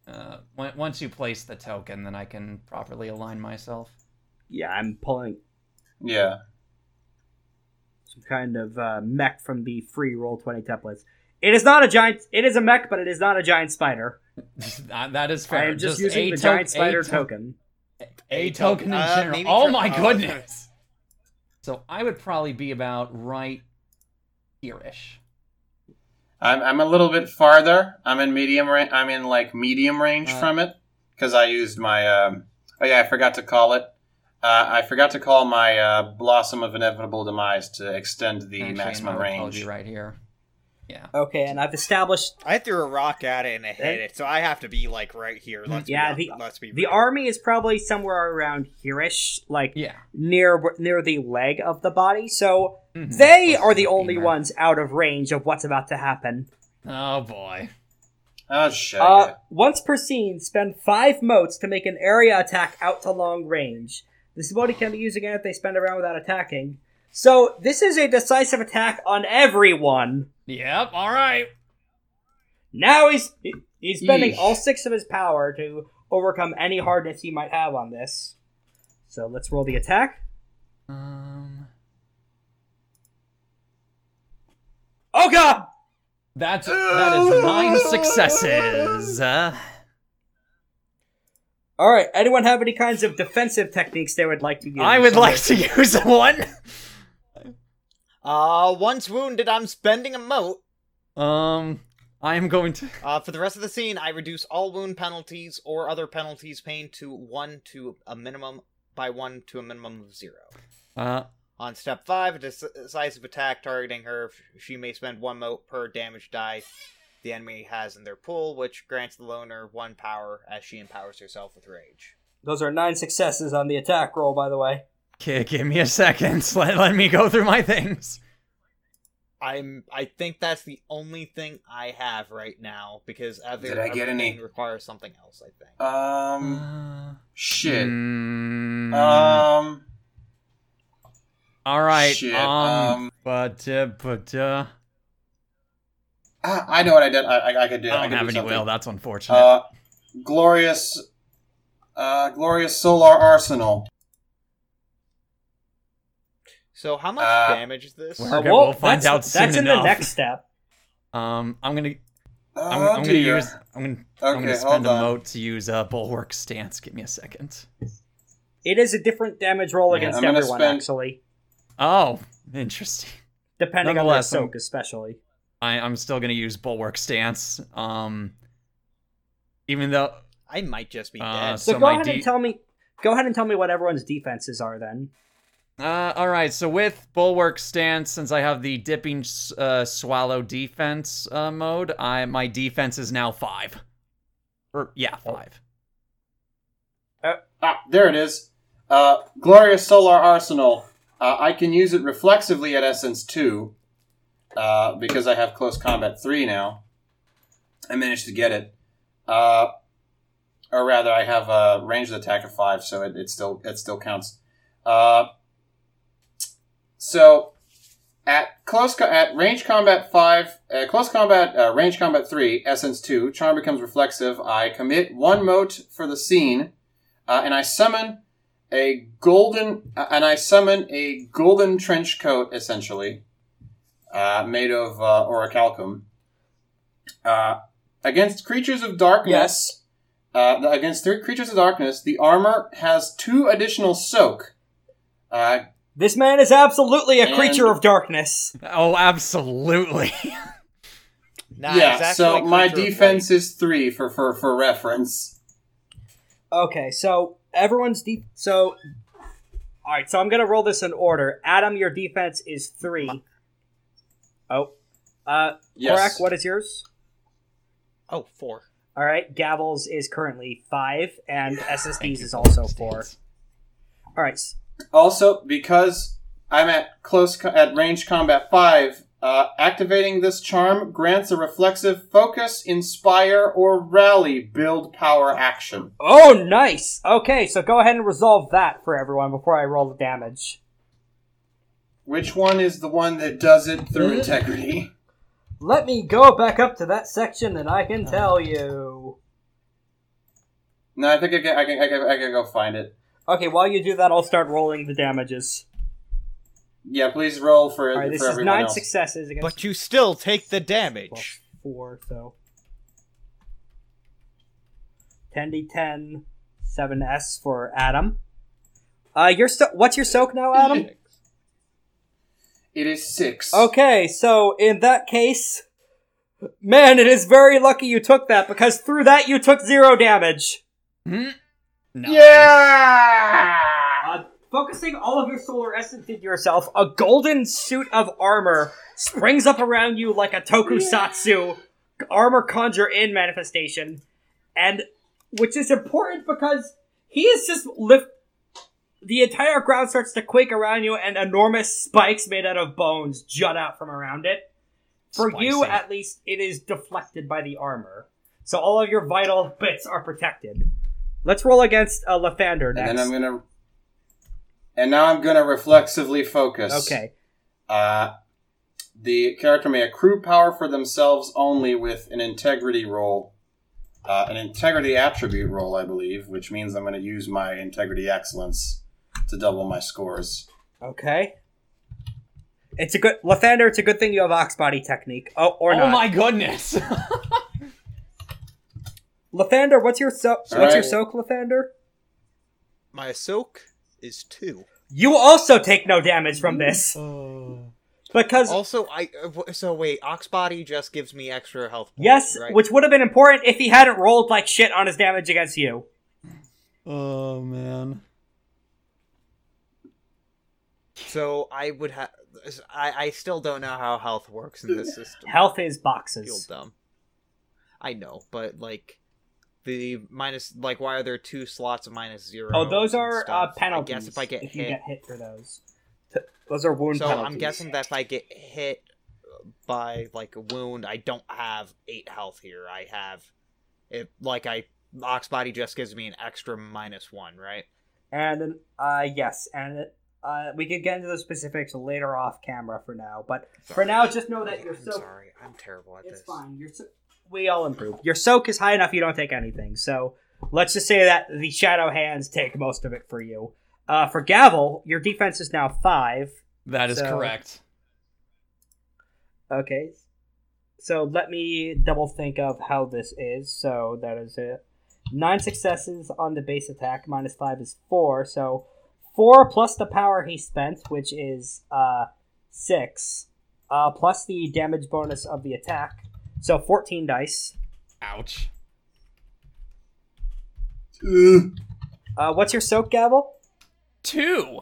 [SPEAKER 3] Uh, on- once you place the token, then I can properly align myself. [LAUGHS]
[SPEAKER 1] Yeah, I'm pulling
[SPEAKER 2] Yeah.
[SPEAKER 1] some kind of uh, mech from the free roll twenty templates. It is not a giant. It is a mech, but it is not a giant spider.
[SPEAKER 3] that that is fair.
[SPEAKER 1] I am just,
[SPEAKER 3] a
[SPEAKER 1] using the
[SPEAKER 3] to-
[SPEAKER 1] giant
[SPEAKER 3] a
[SPEAKER 1] spider
[SPEAKER 3] to-
[SPEAKER 1] token.
[SPEAKER 3] A
[SPEAKER 5] A
[SPEAKER 3] token
[SPEAKER 5] token.
[SPEAKER 3] in
[SPEAKER 5] Uh,
[SPEAKER 3] general.
[SPEAKER 5] maybe
[SPEAKER 3] Oh
[SPEAKER 5] for-
[SPEAKER 3] my
[SPEAKER 5] oh,
[SPEAKER 3] goodness. So I would probably be about right here-ish.
[SPEAKER 2] I'm I'm a little bit farther. I'm in medium range. I'm in like medium range
[SPEAKER 3] Uh.
[SPEAKER 2] from it because I used my. Um, oh yeah, I forgot to call it. Uh, I forgot to call my uh, blossom of inevitable demise to extend the
[SPEAKER 3] Actually,
[SPEAKER 2] maximum
[SPEAKER 3] I would probably
[SPEAKER 2] range.
[SPEAKER 3] be right here. Yeah.
[SPEAKER 1] Okay, and I've established
[SPEAKER 5] I threw a rock at it and it hit it, so I have to be like right here. Let's
[SPEAKER 1] Yeah,
[SPEAKER 5] be,
[SPEAKER 1] the-
[SPEAKER 5] let's be
[SPEAKER 1] the
[SPEAKER 5] real.
[SPEAKER 1] army is probably somewhere around hereish, like
[SPEAKER 3] Yeah.
[SPEAKER 1] near near the leg of the body. So
[SPEAKER 3] Mhm.
[SPEAKER 1] they
[SPEAKER 3] Let's
[SPEAKER 1] are
[SPEAKER 3] see
[SPEAKER 1] the
[SPEAKER 3] if
[SPEAKER 1] only
[SPEAKER 3] Beamer-
[SPEAKER 1] ones out of range of what's about to happen.
[SPEAKER 3] Oh boy.
[SPEAKER 2] Oh shit!
[SPEAKER 1] Uh, once per scene, spend five motes to make an area attack out to long range. This ability can be used again if they spend a round without attacking. So this is a decisive attack on everyone.
[SPEAKER 3] Yep. All right.
[SPEAKER 1] Now he's he- he's spending
[SPEAKER 2] Yeesh.
[SPEAKER 1] all six of his power to overcome any hardness he might have on this. So let's roll the attack.
[SPEAKER 3] Um.
[SPEAKER 1] Oh god!
[SPEAKER 3] That's that
[SPEAKER 1] [LAUGHS]
[SPEAKER 3] is nine successes. Uh,
[SPEAKER 1] All right. Anyone have any kinds of defensive techniques they would like to use?
[SPEAKER 3] I would like to use [LAUGHS] one.
[SPEAKER 4] Uh, once wounded, I'm spending a moat.
[SPEAKER 3] Um, I am going to.
[SPEAKER 4] Uh, for the rest of the scene, I reduce all wound penalties or other penalties pain to one to a minimum by one to a minimum of zero.
[SPEAKER 3] Uh,
[SPEAKER 4] On step five, a dec- decisive attack targeting her. She may spend one moat per damage die the enemy has in their pool, which grants the loner one power as she empowers herself with rage.
[SPEAKER 1] Those are nine successes on the attack roll, by the way.
[SPEAKER 3] okay, give me a second. [LAUGHS] Let let me go through my things.
[SPEAKER 4] I'm. I think that's the only thing I have right now because other
[SPEAKER 2] Did I get any-
[SPEAKER 4] everything requires something else. I think.
[SPEAKER 2] um.
[SPEAKER 3] Uh,
[SPEAKER 2] Shit.
[SPEAKER 3] mm,
[SPEAKER 2] Um.
[SPEAKER 3] all right.
[SPEAKER 2] shit,
[SPEAKER 3] um,
[SPEAKER 2] um,
[SPEAKER 3] but uh, but uh,
[SPEAKER 2] ah, I know what I did. I, I, I could do.
[SPEAKER 3] I
[SPEAKER 2] could
[SPEAKER 3] don't have
[SPEAKER 2] do
[SPEAKER 3] any
[SPEAKER 2] something.
[SPEAKER 3] will. That's unfortunate.
[SPEAKER 2] Uh, glorious, uh, glorious solar arsenal.
[SPEAKER 4] So how much
[SPEAKER 2] Uh,
[SPEAKER 4] damage is this?
[SPEAKER 3] Where- Okay,
[SPEAKER 1] Uh, well,
[SPEAKER 3] we'll find
[SPEAKER 1] that's,
[SPEAKER 3] out
[SPEAKER 1] That's
[SPEAKER 3] soon
[SPEAKER 1] in
[SPEAKER 3] enough.
[SPEAKER 1] the next step.
[SPEAKER 3] um, I'm gonna
[SPEAKER 2] Oh,
[SPEAKER 3] I'm, I'm gonna
[SPEAKER 2] dear.
[SPEAKER 3] use I'm gonna I'm
[SPEAKER 2] Okay,
[SPEAKER 3] gonna
[SPEAKER 2] hold
[SPEAKER 3] spend a
[SPEAKER 2] on.
[SPEAKER 3] moat to use a bulwark stance. Give me a second.
[SPEAKER 1] It is a different damage roll
[SPEAKER 3] Yeah,
[SPEAKER 1] against
[SPEAKER 2] I'm gonna
[SPEAKER 1] everyone,
[SPEAKER 2] spend-
[SPEAKER 1] actually,
[SPEAKER 3] Oh, interesting.
[SPEAKER 1] depending on their
[SPEAKER 3] Nonetheless, I'm-
[SPEAKER 1] soak, especially.
[SPEAKER 3] I, I'm still gonna use bulwark stance. Um, even though
[SPEAKER 4] I might just be
[SPEAKER 3] Uh,
[SPEAKER 4] dead.
[SPEAKER 1] So,
[SPEAKER 3] So
[SPEAKER 1] go
[SPEAKER 3] my
[SPEAKER 1] ahead
[SPEAKER 3] D-
[SPEAKER 1] and tell me. Go ahead and tell me what everyone's defenses are then.
[SPEAKER 3] Uh, all right. So with bulwark stance, since I have the dipping uh, swallow defense uh, mode, I my defense is now five. Or yeah,
[SPEAKER 2] Oh.
[SPEAKER 3] five.
[SPEAKER 2] Ah, there it is. Uh, glorious solar arsenal. Uh, I can use it reflexively at essence two, uh, because I have close combat three now. I managed to get it, uh, or rather, I have a ranged attack of five, so it, it still it still counts. Uh, so at close co- at range combat five, uh, close combat uh, range combat three, essence two, charm becomes reflexive. I commit one mote for the scene uh, and I summon a golden uh, and I summon a golden trench coat essentially uh, made of uh, orichalcum uh, against creatures of darkness. Uh, the- against three creatures of darkness, the armor has two additional soak, uh,
[SPEAKER 1] This man is absolutely a
[SPEAKER 2] And-
[SPEAKER 1] creature of darkness.
[SPEAKER 3] Oh, absolutely. [LAUGHS]
[SPEAKER 5] Nah,
[SPEAKER 1] Ah,
[SPEAKER 2] yeah,
[SPEAKER 5] it's actually
[SPEAKER 2] so
[SPEAKER 5] a
[SPEAKER 2] my
[SPEAKER 5] creature of
[SPEAKER 2] defense is three for for for reference.
[SPEAKER 1] Okay, so everyone's deep. So, all right. So I'm gonna roll this in order. Adam, your defense is three. Oh, uh,
[SPEAKER 2] Yes.
[SPEAKER 1] Korak, what is yours?
[SPEAKER 4] Oh, four.
[SPEAKER 1] All right, Gavels is currently five, and SSDs is also four. All right, s-
[SPEAKER 2] Also, because I'm at close co- at range combat five, uh, activating this charm grants a reflexive focus, inspire, or rally build power action.
[SPEAKER 1] Oh, nice. Okay, so go ahead and resolve that for everyone before I roll the damage.
[SPEAKER 2] Which one is the one that does it through
[SPEAKER 1] Mm-hmm.
[SPEAKER 2] integrity? [LAUGHS]
[SPEAKER 1] Let me go back up to that section, and I can tell you.
[SPEAKER 2] No, I think I can, I can, I can, I can go find it.
[SPEAKER 1] Okay, while you do that, I'll start rolling the damages.
[SPEAKER 2] Yeah, please roll for,
[SPEAKER 1] All right, this
[SPEAKER 2] for
[SPEAKER 1] is
[SPEAKER 2] everyone
[SPEAKER 1] nine
[SPEAKER 2] else.
[SPEAKER 1] successes against
[SPEAKER 5] But you still take the
[SPEAKER 1] well,
[SPEAKER 5] damage.
[SPEAKER 1] four, so ten d 10, 7 s for Adam. Uh, your so- what's your soak now, Adam?
[SPEAKER 2] It is six.
[SPEAKER 1] Okay, so in that case, man, it is very lucky you took that because through that you took zero damage.
[SPEAKER 2] Yeah.
[SPEAKER 1] Uh, focusing all of your solar essence into yourself, a golden suit of armor springs up around you like a tokusatsu armor conjure in manifestation, and which is important because he is just lift. The entire ground starts to quake around you, and enormous spikes made out of bones jut out from around it. For you,
[SPEAKER 4] Spicing.
[SPEAKER 1] at least, it is deflected by the armor, so all of your vital bits are protected. Let's roll against uh, Lathander
[SPEAKER 2] And
[SPEAKER 1] next.
[SPEAKER 2] then I'm gonna. And now I'm gonna reflexively focus.
[SPEAKER 1] Okay.
[SPEAKER 2] Uh, the character may accrue power for themselves only with an integrity roll, uh, an integrity attribute roll, I believe, which means I'm going to use my integrity excellence to double my scores.
[SPEAKER 1] Okay. It's a good Lathander, it's a good thing you have ox body technique. Oh or
[SPEAKER 3] oh
[SPEAKER 1] not.
[SPEAKER 3] my goodness.
[SPEAKER 1] Lathander, what's your so- what's your
[SPEAKER 2] Alright.
[SPEAKER 1] soak, Lathander?
[SPEAKER 4] My soak is two.
[SPEAKER 1] You also take no damage from this.
[SPEAKER 3] [LAUGHS]
[SPEAKER 1] Because
[SPEAKER 4] Also, I uh, w- so wait. Oxbody just gives me extra health. Points,
[SPEAKER 1] yes,
[SPEAKER 4] right?
[SPEAKER 1] which would have been important if he hadn't rolled like shit on his damage against you.
[SPEAKER 3] oh man.
[SPEAKER 4] so I would have. I I still don't know how health works in this system.
[SPEAKER 1] Health is
[SPEAKER 4] I feel
[SPEAKER 1] boxes.
[SPEAKER 4] dumb. I know, but like the minus like why are there two slots of minus zero?
[SPEAKER 1] Oh, those
[SPEAKER 4] and
[SPEAKER 1] are uh,
[SPEAKER 4] stuff?
[SPEAKER 1] penalties.
[SPEAKER 4] I guess if I get
[SPEAKER 1] you
[SPEAKER 4] hit,
[SPEAKER 1] get hit for those. T- Those are wound
[SPEAKER 4] so
[SPEAKER 1] penalties.
[SPEAKER 4] I'm guessing that if I get hit uh, by like a wound, I don't have eight health here. I have it like I Oxbody just gives me an extra minus one, right?
[SPEAKER 1] And then, uh, yes, and uh, we could get into the specifics later off camera for now. But for now, just know that your
[SPEAKER 4] I'm
[SPEAKER 1] soak
[SPEAKER 4] sorry, I'm terrible at
[SPEAKER 1] It's
[SPEAKER 4] this.
[SPEAKER 1] fine. Your so- we all improve. Your soak is high enough you don't take anything. So let's just say that the shadow hands take most of it for you. Uh, for Gavel, your defense is now five.
[SPEAKER 3] [LAUGHS] That is
[SPEAKER 1] So-
[SPEAKER 3] correct.
[SPEAKER 1] Okay. So let me double think of how this is. So that is it. Nine successes on the base attack. Minus five is four. So four plus the power he spent, which is uh, six, uh, plus the damage bonus of the attack. So 14 dice.
[SPEAKER 3] Ouch.
[SPEAKER 1] Uh, what's your soak gavel?
[SPEAKER 3] Two.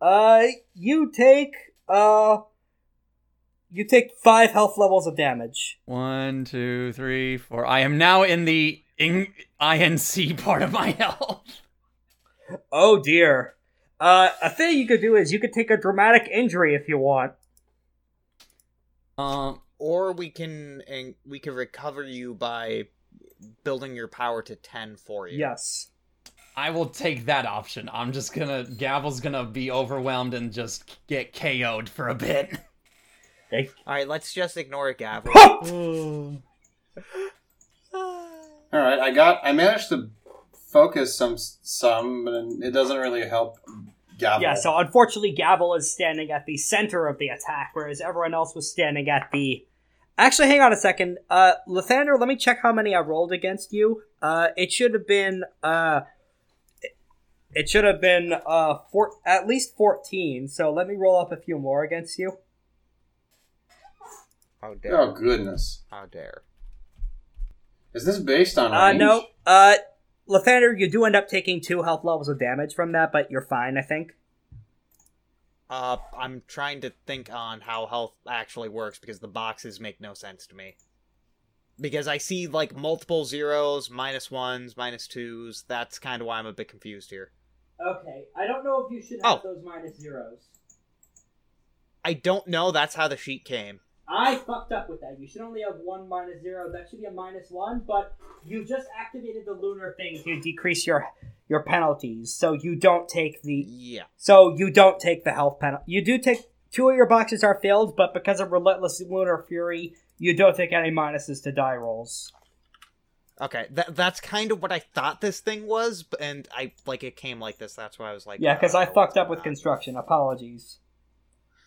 [SPEAKER 1] Uh, you take uh, you take five health levels of damage.
[SPEAKER 3] One, two, three, four. I am now in the in- INC part of my [LAUGHS] health.
[SPEAKER 1] Oh dear. Uh, a thing you could do is you could take a dramatic injury if you want.
[SPEAKER 3] Um,
[SPEAKER 4] Or we can and we can recover you by building your power to ten for you.
[SPEAKER 1] Yes.
[SPEAKER 3] I will take that option. I'm just gonna Gavel's gonna be overwhelmed and just get KO'd for a [LAUGHS] bit.
[SPEAKER 4] All right, let's just ignore Gavel.
[SPEAKER 2] All right, I got. I managed to focus some some, but it doesn't really help. Gavel.
[SPEAKER 1] Yeah. So unfortunately, Gavel is standing at the center of the attack, whereas everyone else was standing at the. Actually, hang on a second. Uh, Lathander, let me check how many I rolled against you. Uh, it should have been uh, It should have been uh four, at least 14, so let me roll up a few more against you.
[SPEAKER 4] How dare?
[SPEAKER 2] Oh goodness.
[SPEAKER 4] How dare?
[SPEAKER 2] Is this based on
[SPEAKER 1] Uh,
[SPEAKER 2] range?
[SPEAKER 1] no. Uh, Lathander, you do end up taking two health levels of damage from that, but you're fine, I think.
[SPEAKER 4] Uh, I'm trying to think on how health actually works because the boxes make no sense to me. Because I see like multiple zeros, minus ones, minus twos. That's kind of why I'm a bit confused here.
[SPEAKER 1] Okay, I don't know if you should
[SPEAKER 4] have
[SPEAKER 1] those minus zeros.
[SPEAKER 4] I don't know. That's how the sheet came.
[SPEAKER 1] I fucked up with that. You should only have one minus zero. That should be a minus one, but you just activated the lunar thing to decrease your your penalties, so you don't take the
[SPEAKER 4] Yeah.
[SPEAKER 1] So you don't take the health penalty. You do take two of your boxes are filled, but because of relentless lunar fury, you don't take any minuses to die rolls.
[SPEAKER 4] Okay. That that's kind of what I thought this thing was, b- and I like it came like this. That's why I was like,
[SPEAKER 1] Yeah, because
[SPEAKER 4] uh,
[SPEAKER 1] I
[SPEAKER 4] what's
[SPEAKER 1] fucked up with
[SPEAKER 4] going on?
[SPEAKER 1] construction. Apologies.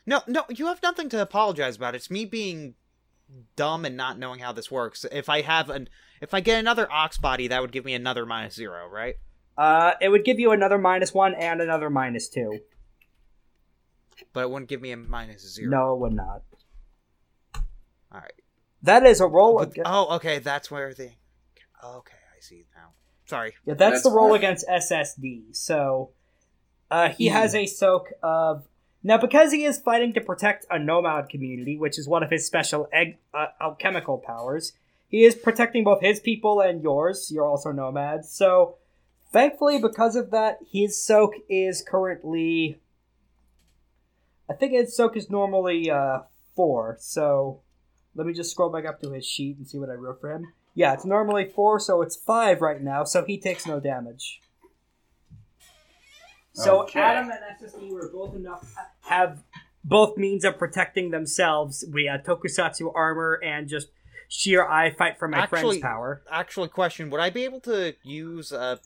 [SPEAKER 4] No, no, you have nothing to apologize about. It's me being dumb and not knowing how this works. If I have an, if I get another ox body, that would give me another minus zero, right?
[SPEAKER 1] Uh, it would give you another minus one and another minus two.
[SPEAKER 4] But it wouldn't give me a minus zero.
[SPEAKER 1] No, it would not.
[SPEAKER 4] All right.
[SPEAKER 1] That is a roll.
[SPEAKER 4] But-
[SPEAKER 1] Ag-
[SPEAKER 4] oh, okay. That's where the. Okay, I see now. Sorry.
[SPEAKER 1] yeah, that's,
[SPEAKER 2] that's
[SPEAKER 1] the roll
[SPEAKER 2] fine.
[SPEAKER 1] against SSD. So, uh, he has a soak of now because he is fighting to protect a nomad community, which is one of his special egg, uh, alchemical powers. He is protecting both his people and yours. You're also nomads. So, thankfully, because of that, his soak is currently. I think his soak is normally uh, four. So, let me just scroll back up to his sheet and see what I wrote for him. Yeah, it's normally four, so it's five right now. So he takes no damage. So
[SPEAKER 2] Okay.
[SPEAKER 1] Adam and SSD were both enough have both means of protecting themselves. We had tokusatsu armor and just sheer eye fight for my
[SPEAKER 4] Actually-
[SPEAKER 1] friend's power.
[SPEAKER 4] Actually, question: Would I be able to use uh,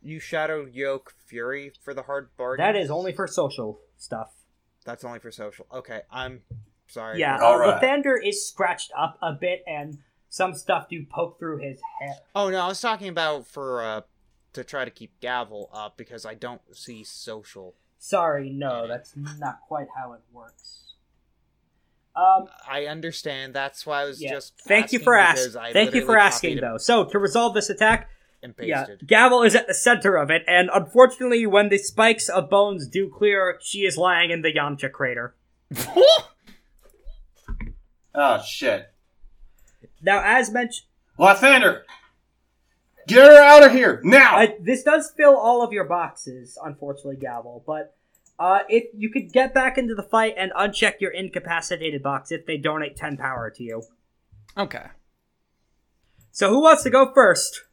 [SPEAKER 4] use Shadow Yoke Fury for the hard bargain?
[SPEAKER 1] That is only for social stuff.
[SPEAKER 4] That's only for social. Okay, I'm sorry.
[SPEAKER 1] Yeah,
[SPEAKER 2] All
[SPEAKER 1] uh,
[SPEAKER 2] right.
[SPEAKER 1] Lathander is scratched up a bit, and some stuff do poke through his head.
[SPEAKER 4] Oh no, I was talking about for uh to try to keep gavel up because I don't see social.
[SPEAKER 1] Sorry, no, that's not quite how it works. Um,
[SPEAKER 4] I understand. That's why I was
[SPEAKER 1] yeah.
[SPEAKER 4] just.
[SPEAKER 1] Thank you for
[SPEAKER 4] asking. because
[SPEAKER 1] asking.
[SPEAKER 4] I
[SPEAKER 1] Thank you
[SPEAKER 4] literally
[SPEAKER 1] for asking,
[SPEAKER 4] copied
[SPEAKER 1] though. So to resolve this attack,
[SPEAKER 4] And
[SPEAKER 1] Yeah,
[SPEAKER 4] pasted.
[SPEAKER 1] Gavel is at the center of it, and unfortunately, when the spikes of bones do clear, she is lying in the Yamcha crater.
[SPEAKER 2] Oh shit.
[SPEAKER 1] Now, as mentioned,
[SPEAKER 2] Lathander! Get her out of here! Now!
[SPEAKER 1] uh, this does fill all of your boxes, unfortunately, Gavel, but uh, if you could get back into the fight and uncheck your incapacitated box if they donate 10 power to you.
[SPEAKER 3] Okay.
[SPEAKER 1] So, who wants to go first?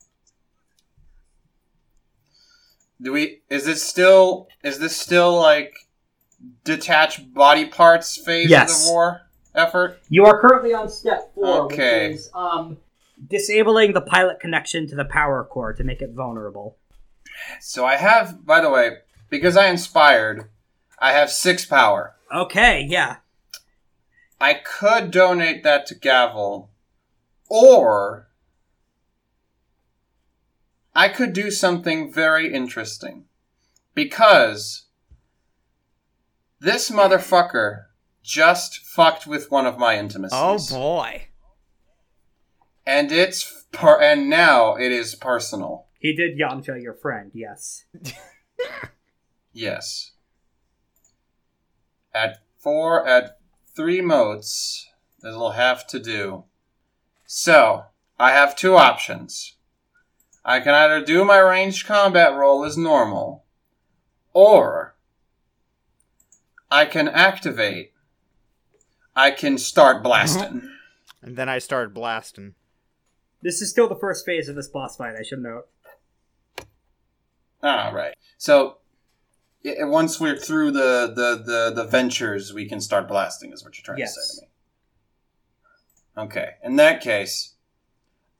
[SPEAKER 2] Do we is this still is this still like detached body parts phase of
[SPEAKER 1] Yes.
[SPEAKER 2] the war effort?
[SPEAKER 1] You are currently on step four,
[SPEAKER 2] Okay.
[SPEAKER 1] which is um, disabling the pilot connection to the power core to make it vulnerable.
[SPEAKER 2] So I have by the way, because I inspired, I have six power.
[SPEAKER 1] Okay, yeah.
[SPEAKER 2] I could donate that to Gavel, or I could do something very interesting. Because this motherfucker just fucked with one of my intimacies.
[SPEAKER 5] Oh boy.
[SPEAKER 2] And it's per- and now it is personal.
[SPEAKER 1] He did Yamcha your friend, yes.
[SPEAKER 2] Yes. At four, at three motes, it'll have to do. So, I have two options. I can either do my ranged combat roll as normal, or I can activate. I can start blasting.
[SPEAKER 5] And then I started blasting.
[SPEAKER 1] This is still the first phase of this boss fight, I should note.
[SPEAKER 2] All Ah, right. So, i- once we're through the, the, the, the ventures, we can start blasting, is what you're trying to
[SPEAKER 1] Yes.
[SPEAKER 2] say to me. Okay. In that case,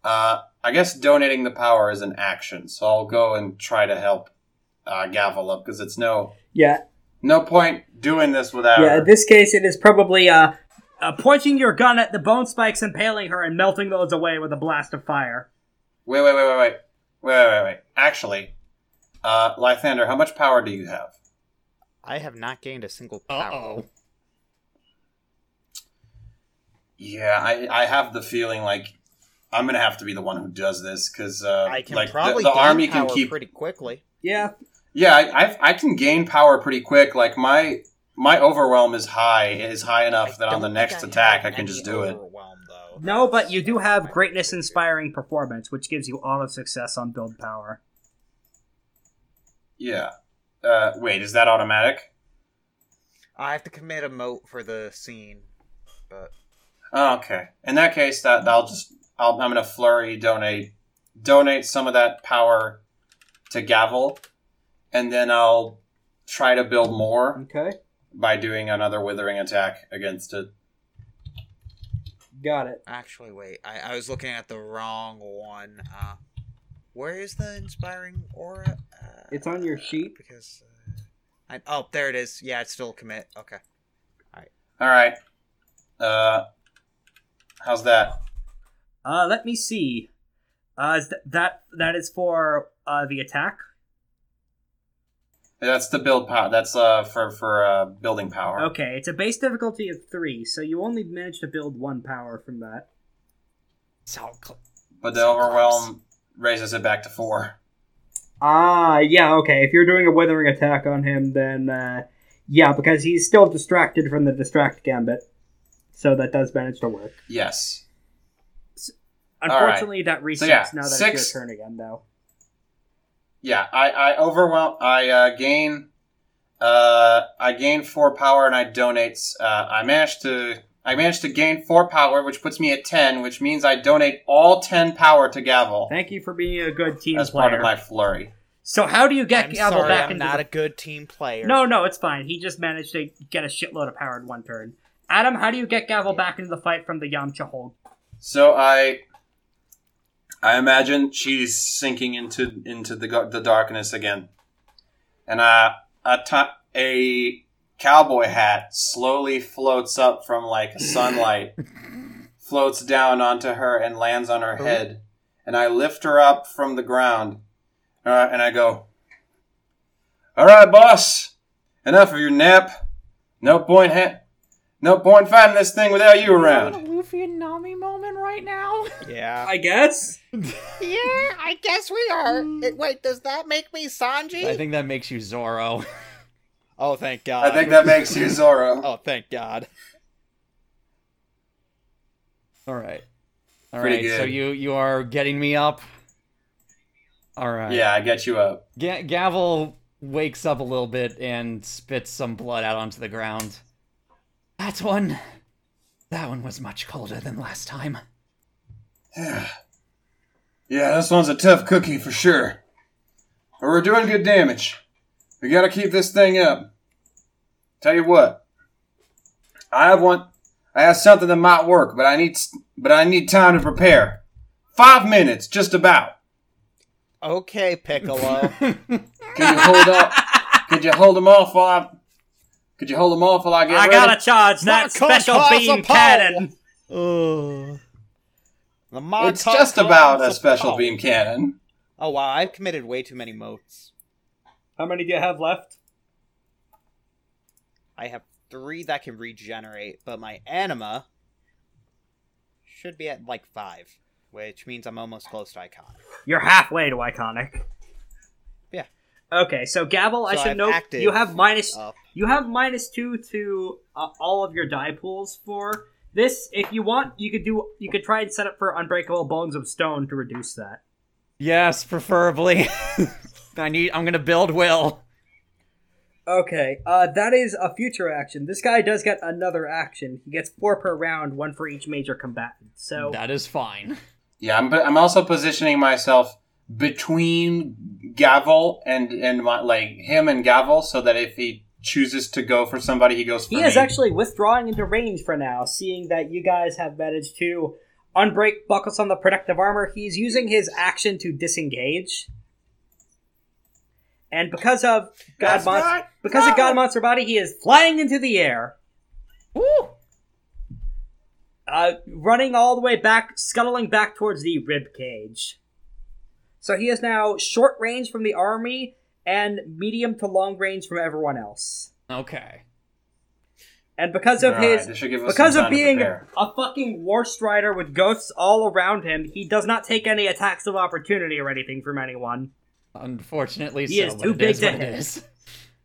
[SPEAKER 2] uh, I guess donating the power is an action, so I'll go and try to help uh, Gavel up because it's no
[SPEAKER 1] Yeah,
[SPEAKER 2] no point doing this without.
[SPEAKER 1] yeah,
[SPEAKER 2] her.
[SPEAKER 1] in this case, it is probably uh, uh, pointing your gun at the bone spikes, impaling her, and melting those away with a blast of fire.
[SPEAKER 2] Wait, wait, wait, wait, wait, wait, wait, wait, wait. Actually, Uh, Lythander, how much power do you have?
[SPEAKER 4] I have not gained a single
[SPEAKER 3] Uh
[SPEAKER 4] power.
[SPEAKER 3] oh.
[SPEAKER 2] Yeah, I, I have the feeling like I'm gonna have to be the one who does this because uh,
[SPEAKER 4] I can
[SPEAKER 2] like
[SPEAKER 4] probably
[SPEAKER 2] the, the
[SPEAKER 4] gain
[SPEAKER 2] army
[SPEAKER 4] power
[SPEAKER 2] can keep.
[SPEAKER 4] pretty quickly.
[SPEAKER 1] Yeah,
[SPEAKER 2] Yeah, I, I've, I can gain power pretty quick. Like my my overwhelm is high is high enough that on the next attack I can just do it.
[SPEAKER 4] Though.
[SPEAKER 1] no, but you do have greatness inspiring performance, which gives you auto success on build power.
[SPEAKER 2] Yeah. Uh, wait, is that automatic?
[SPEAKER 4] I have to commit a moat for the scene, but
[SPEAKER 2] Oh, okay. In that case, that I'll just I'll, I'm gonna flurry donate donate some of that power to Gavel, and then I'll try to build more
[SPEAKER 1] Okay,
[SPEAKER 2] by doing another withering attack against it.
[SPEAKER 1] got it.
[SPEAKER 4] actually, wait. I, I was looking at the wrong one. Uh, where is the inspiring aura? Uh,
[SPEAKER 1] It's on your sheet.
[SPEAKER 4] because. Uh, I, oh, there it is. Yeah, it's still commit. Okay.
[SPEAKER 2] All right. Uh, how's that?
[SPEAKER 1] Uh, let me see. Uh, is th- that that is for uh the attack.
[SPEAKER 2] That's the build power. That's uh for for uh building power.
[SPEAKER 1] Okay, it's a base difficulty of three, so you only managed to build one power from that.
[SPEAKER 3] So cl-
[SPEAKER 2] But the overwhelm raises it back to four.
[SPEAKER 1] Ah, yeah, okay. If you're doing a withering attack on him, then uh, yeah, because he's still distracted from the distract gambit, so that does manage to work.
[SPEAKER 2] Yes. All right.
[SPEAKER 1] Unfortunately, that resets
[SPEAKER 2] yeah,
[SPEAKER 1] now that
[SPEAKER 2] six-
[SPEAKER 1] it's your turn again, though.
[SPEAKER 2] Yeah. I I overwhelm. I uh, gain. Uh, I gain four power and I donate. Uh, I managed to. I managed to gain four power, which puts me at ten, which means I donate all ten power to Gavel
[SPEAKER 1] Thank you for being a good team
[SPEAKER 2] as
[SPEAKER 1] player.
[SPEAKER 2] Oh. part of my flurry.
[SPEAKER 1] So how do you get
[SPEAKER 4] I'm
[SPEAKER 1] Gavel
[SPEAKER 4] sorry,
[SPEAKER 1] back
[SPEAKER 4] I'm
[SPEAKER 1] into
[SPEAKER 4] not
[SPEAKER 1] the...
[SPEAKER 4] a good team player.
[SPEAKER 1] No, no, it's fine. He just managed to get a shitload of power in one turn. Adam, how do you get Gavel back into the fight from the Yamcha hold?
[SPEAKER 2] So I, I imagine she's sinking into into the gar- the darkness again, and I a to- a cowboy hat slowly floats up from like sunlight, floats down onto her and lands on her head, and I lift her up from the ground, uh, and I go, "All right, boss, enough of your nap. No point ha- no point fighting this thing without you around."
[SPEAKER 3] a Luffy and Nami moment right now.
[SPEAKER 4] Yeah.
[SPEAKER 1] I guess.
[SPEAKER 4] Yeah, I guess we are. Wait, does that make me Sanji?
[SPEAKER 3] I think that makes you Zoro. [LAUGHS]
[SPEAKER 5] Oh, thank God.
[SPEAKER 2] I think that makes you Zoro.
[SPEAKER 5] Oh, thank God.
[SPEAKER 3] All right. All right.
[SPEAKER 2] Pretty
[SPEAKER 3] So
[SPEAKER 2] good.
[SPEAKER 3] you you are getting me up. All right.
[SPEAKER 2] Yeah, I get you up.
[SPEAKER 3] Ga- Gavel wakes up a little bit and spits some blood out onto the ground. That one. That one was much colder than last time.
[SPEAKER 2] Yeah, this one's a tough cookie for sure. But we're doing good damage. We gotta keep this thing up. Tell you what, I want, I have something that might work, but I need, s- but I need time to prepare. Five minutes, just about.
[SPEAKER 3] [LAUGHS]
[SPEAKER 4] Okay, Piccolo.
[SPEAKER 2] Can you hold up? Could you hold them off while I? Could you hold them off while I get
[SPEAKER 1] I
[SPEAKER 2] ready?
[SPEAKER 1] gotta charge that
[SPEAKER 5] Mark on
[SPEAKER 1] special
[SPEAKER 5] Cars
[SPEAKER 1] beam
[SPEAKER 5] of Power.
[SPEAKER 1] cannon.
[SPEAKER 5] Ugh. The Mark
[SPEAKER 2] It's
[SPEAKER 5] Hunt
[SPEAKER 2] just about a
[SPEAKER 5] Collins
[SPEAKER 2] special
[SPEAKER 5] of-
[SPEAKER 2] beam cannon.
[SPEAKER 4] oh wow, I've committed way too many moats.
[SPEAKER 1] How many do you have left?
[SPEAKER 4] I have three that can regenerate, but my anima should be at like five, which means I'm almost close to icon.
[SPEAKER 1] You're halfway to iconic.
[SPEAKER 4] Yeah.
[SPEAKER 1] Okay, so Gavel, I
[SPEAKER 4] So
[SPEAKER 1] should
[SPEAKER 4] I'm
[SPEAKER 1] note
[SPEAKER 4] active
[SPEAKER 1] you have minus
[SPEAKER 4] Up.
[SPEAKER 1] you have minus two to uh, all of your die pools for this. If you want, you could do you could try and set up for unbreakable bones of stone to reduce that.
[SPEAKER 3] yes, preferably. [LAUGHS] I need. I'm gonna build will.
[SPEAKER 1] Okay, uh, that is a future action. This guy does get another action. He gets four per round, one for each major combatant. So
[SPEAKER 3] That is fine.
[SPEAKER 2] Yeah, I'm, I'm also positioning myself between Gavel and and my, like him and Gavel, so that if he chooses to go for somebody, he goes for
[SPEAKER 1] He is
[SPEAKER 2] me.
[SPEAKER 1] actually withdrawing into range for now, seeing that you guys have managed to unbreak buckles on the protective armor. He's using his action to disengage. And because of God
[SPEAKER 2] That's
[SPEAKER 1] Mon-
[SPEAKER 2] right.
[SPEAKER 1] because of God Monster Body, he is flying into the air.
[SPEAKER 3] Woo!
[SPEAKER 1] Uh, running all the way back, scuttling back towards the rib cage. So he is now short range from the army and medium to long range from everyone else.
[SPEAKER 3] Okay.
[SPEAKER 1] And because of
[SPEAKER 2] Alright,
[SPEAKER 1] his
[SPEAKER 2] this should give us
[SPEAKER 1] because
[SPEAKER 2] some
[SPEAKER 1] of
[SPEAKER 2] time to
[SPEAKER 1] being
[SPEAKER 2] prepare.
[SPEAKER 1] a fucking war strider with ghosts all around him, he does not take any attacks of opportunity or anything from anyone.
[SPEAKER 3] Unfortunately,
[SPEAKER 1] He
[SPEAKER 3] so
[SPEAKER 1] is
[SPEAKER 3] but
[SPEAKER 1] too
[SPEAKER 3] it
[SPEAKER 1] big
[SPEAKER 3] is
[SPEAKER 1] to
[SPEAKER 3] what it
[SPEAKER 1] hit.
[SPEAKER 3] is.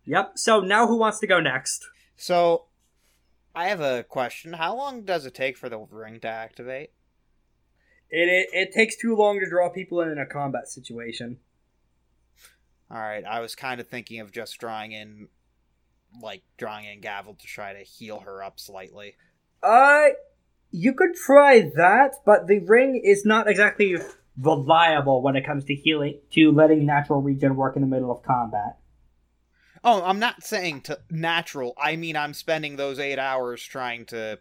[SPEAKER 1] Yep. So now who wants to go next?
[SPEAKER 4] So, I have a question. How long does it take for the ring to activate?
[SPEAKER 1] It, it it takes too long to draw people in in a combat situation.
[SPEAKER 4] All right, I was kind of thinking of just drawing in, like drawing in Gavel to try to heal her up slightly.
[SPEAKER 1] Uh, you could try that, but the ring is not exactly reliable when it comes to healing to letting natural regen work in the middle of combat.
[SPEAKER 4] Oh, I'm not saying to natural. I mean, I'm spending those eight hours trying to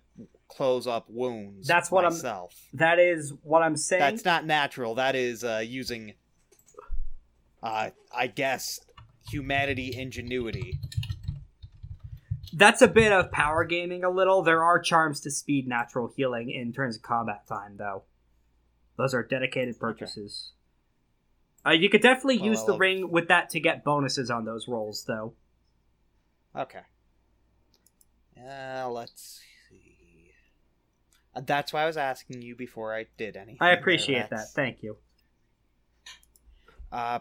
[SPEAKER 4] close up wounds.
[SPEAKER 1] That's what I'm-
[SPEAKER 4] myself.
[SPEAKER 1] That is what I'm saying.
[SPEAKER 4] That's not natural. That is uh, using, uh, I guess, humanity ingenuity.
[SPEAKER 1] That's a bit of power gaming a little. There are charms to speed natural healing in terms of combat time, though. Those are dedicated purchases. Uh, you could definitely
[SPEAKER 4] Well,
[SPEAKER 1] use
[SPEAKER 4] I
[SPEAKER 1] the
[SPEAKER 4] love-
[SPEAKER 1] ring with that to get bonuses on those rolls, though.
[SPEAKER 4] Okay. Uh, let's see. Uh, That's why I was asking you before I did anything.
[SPEAKER 1] I
[SPEAKER 4] there,
[SPEAKER 1] appreciate that.
[SPEAKER 4] Rex.
[SPEAKER 1] Thank you.
[SPEAKER 4] Uh,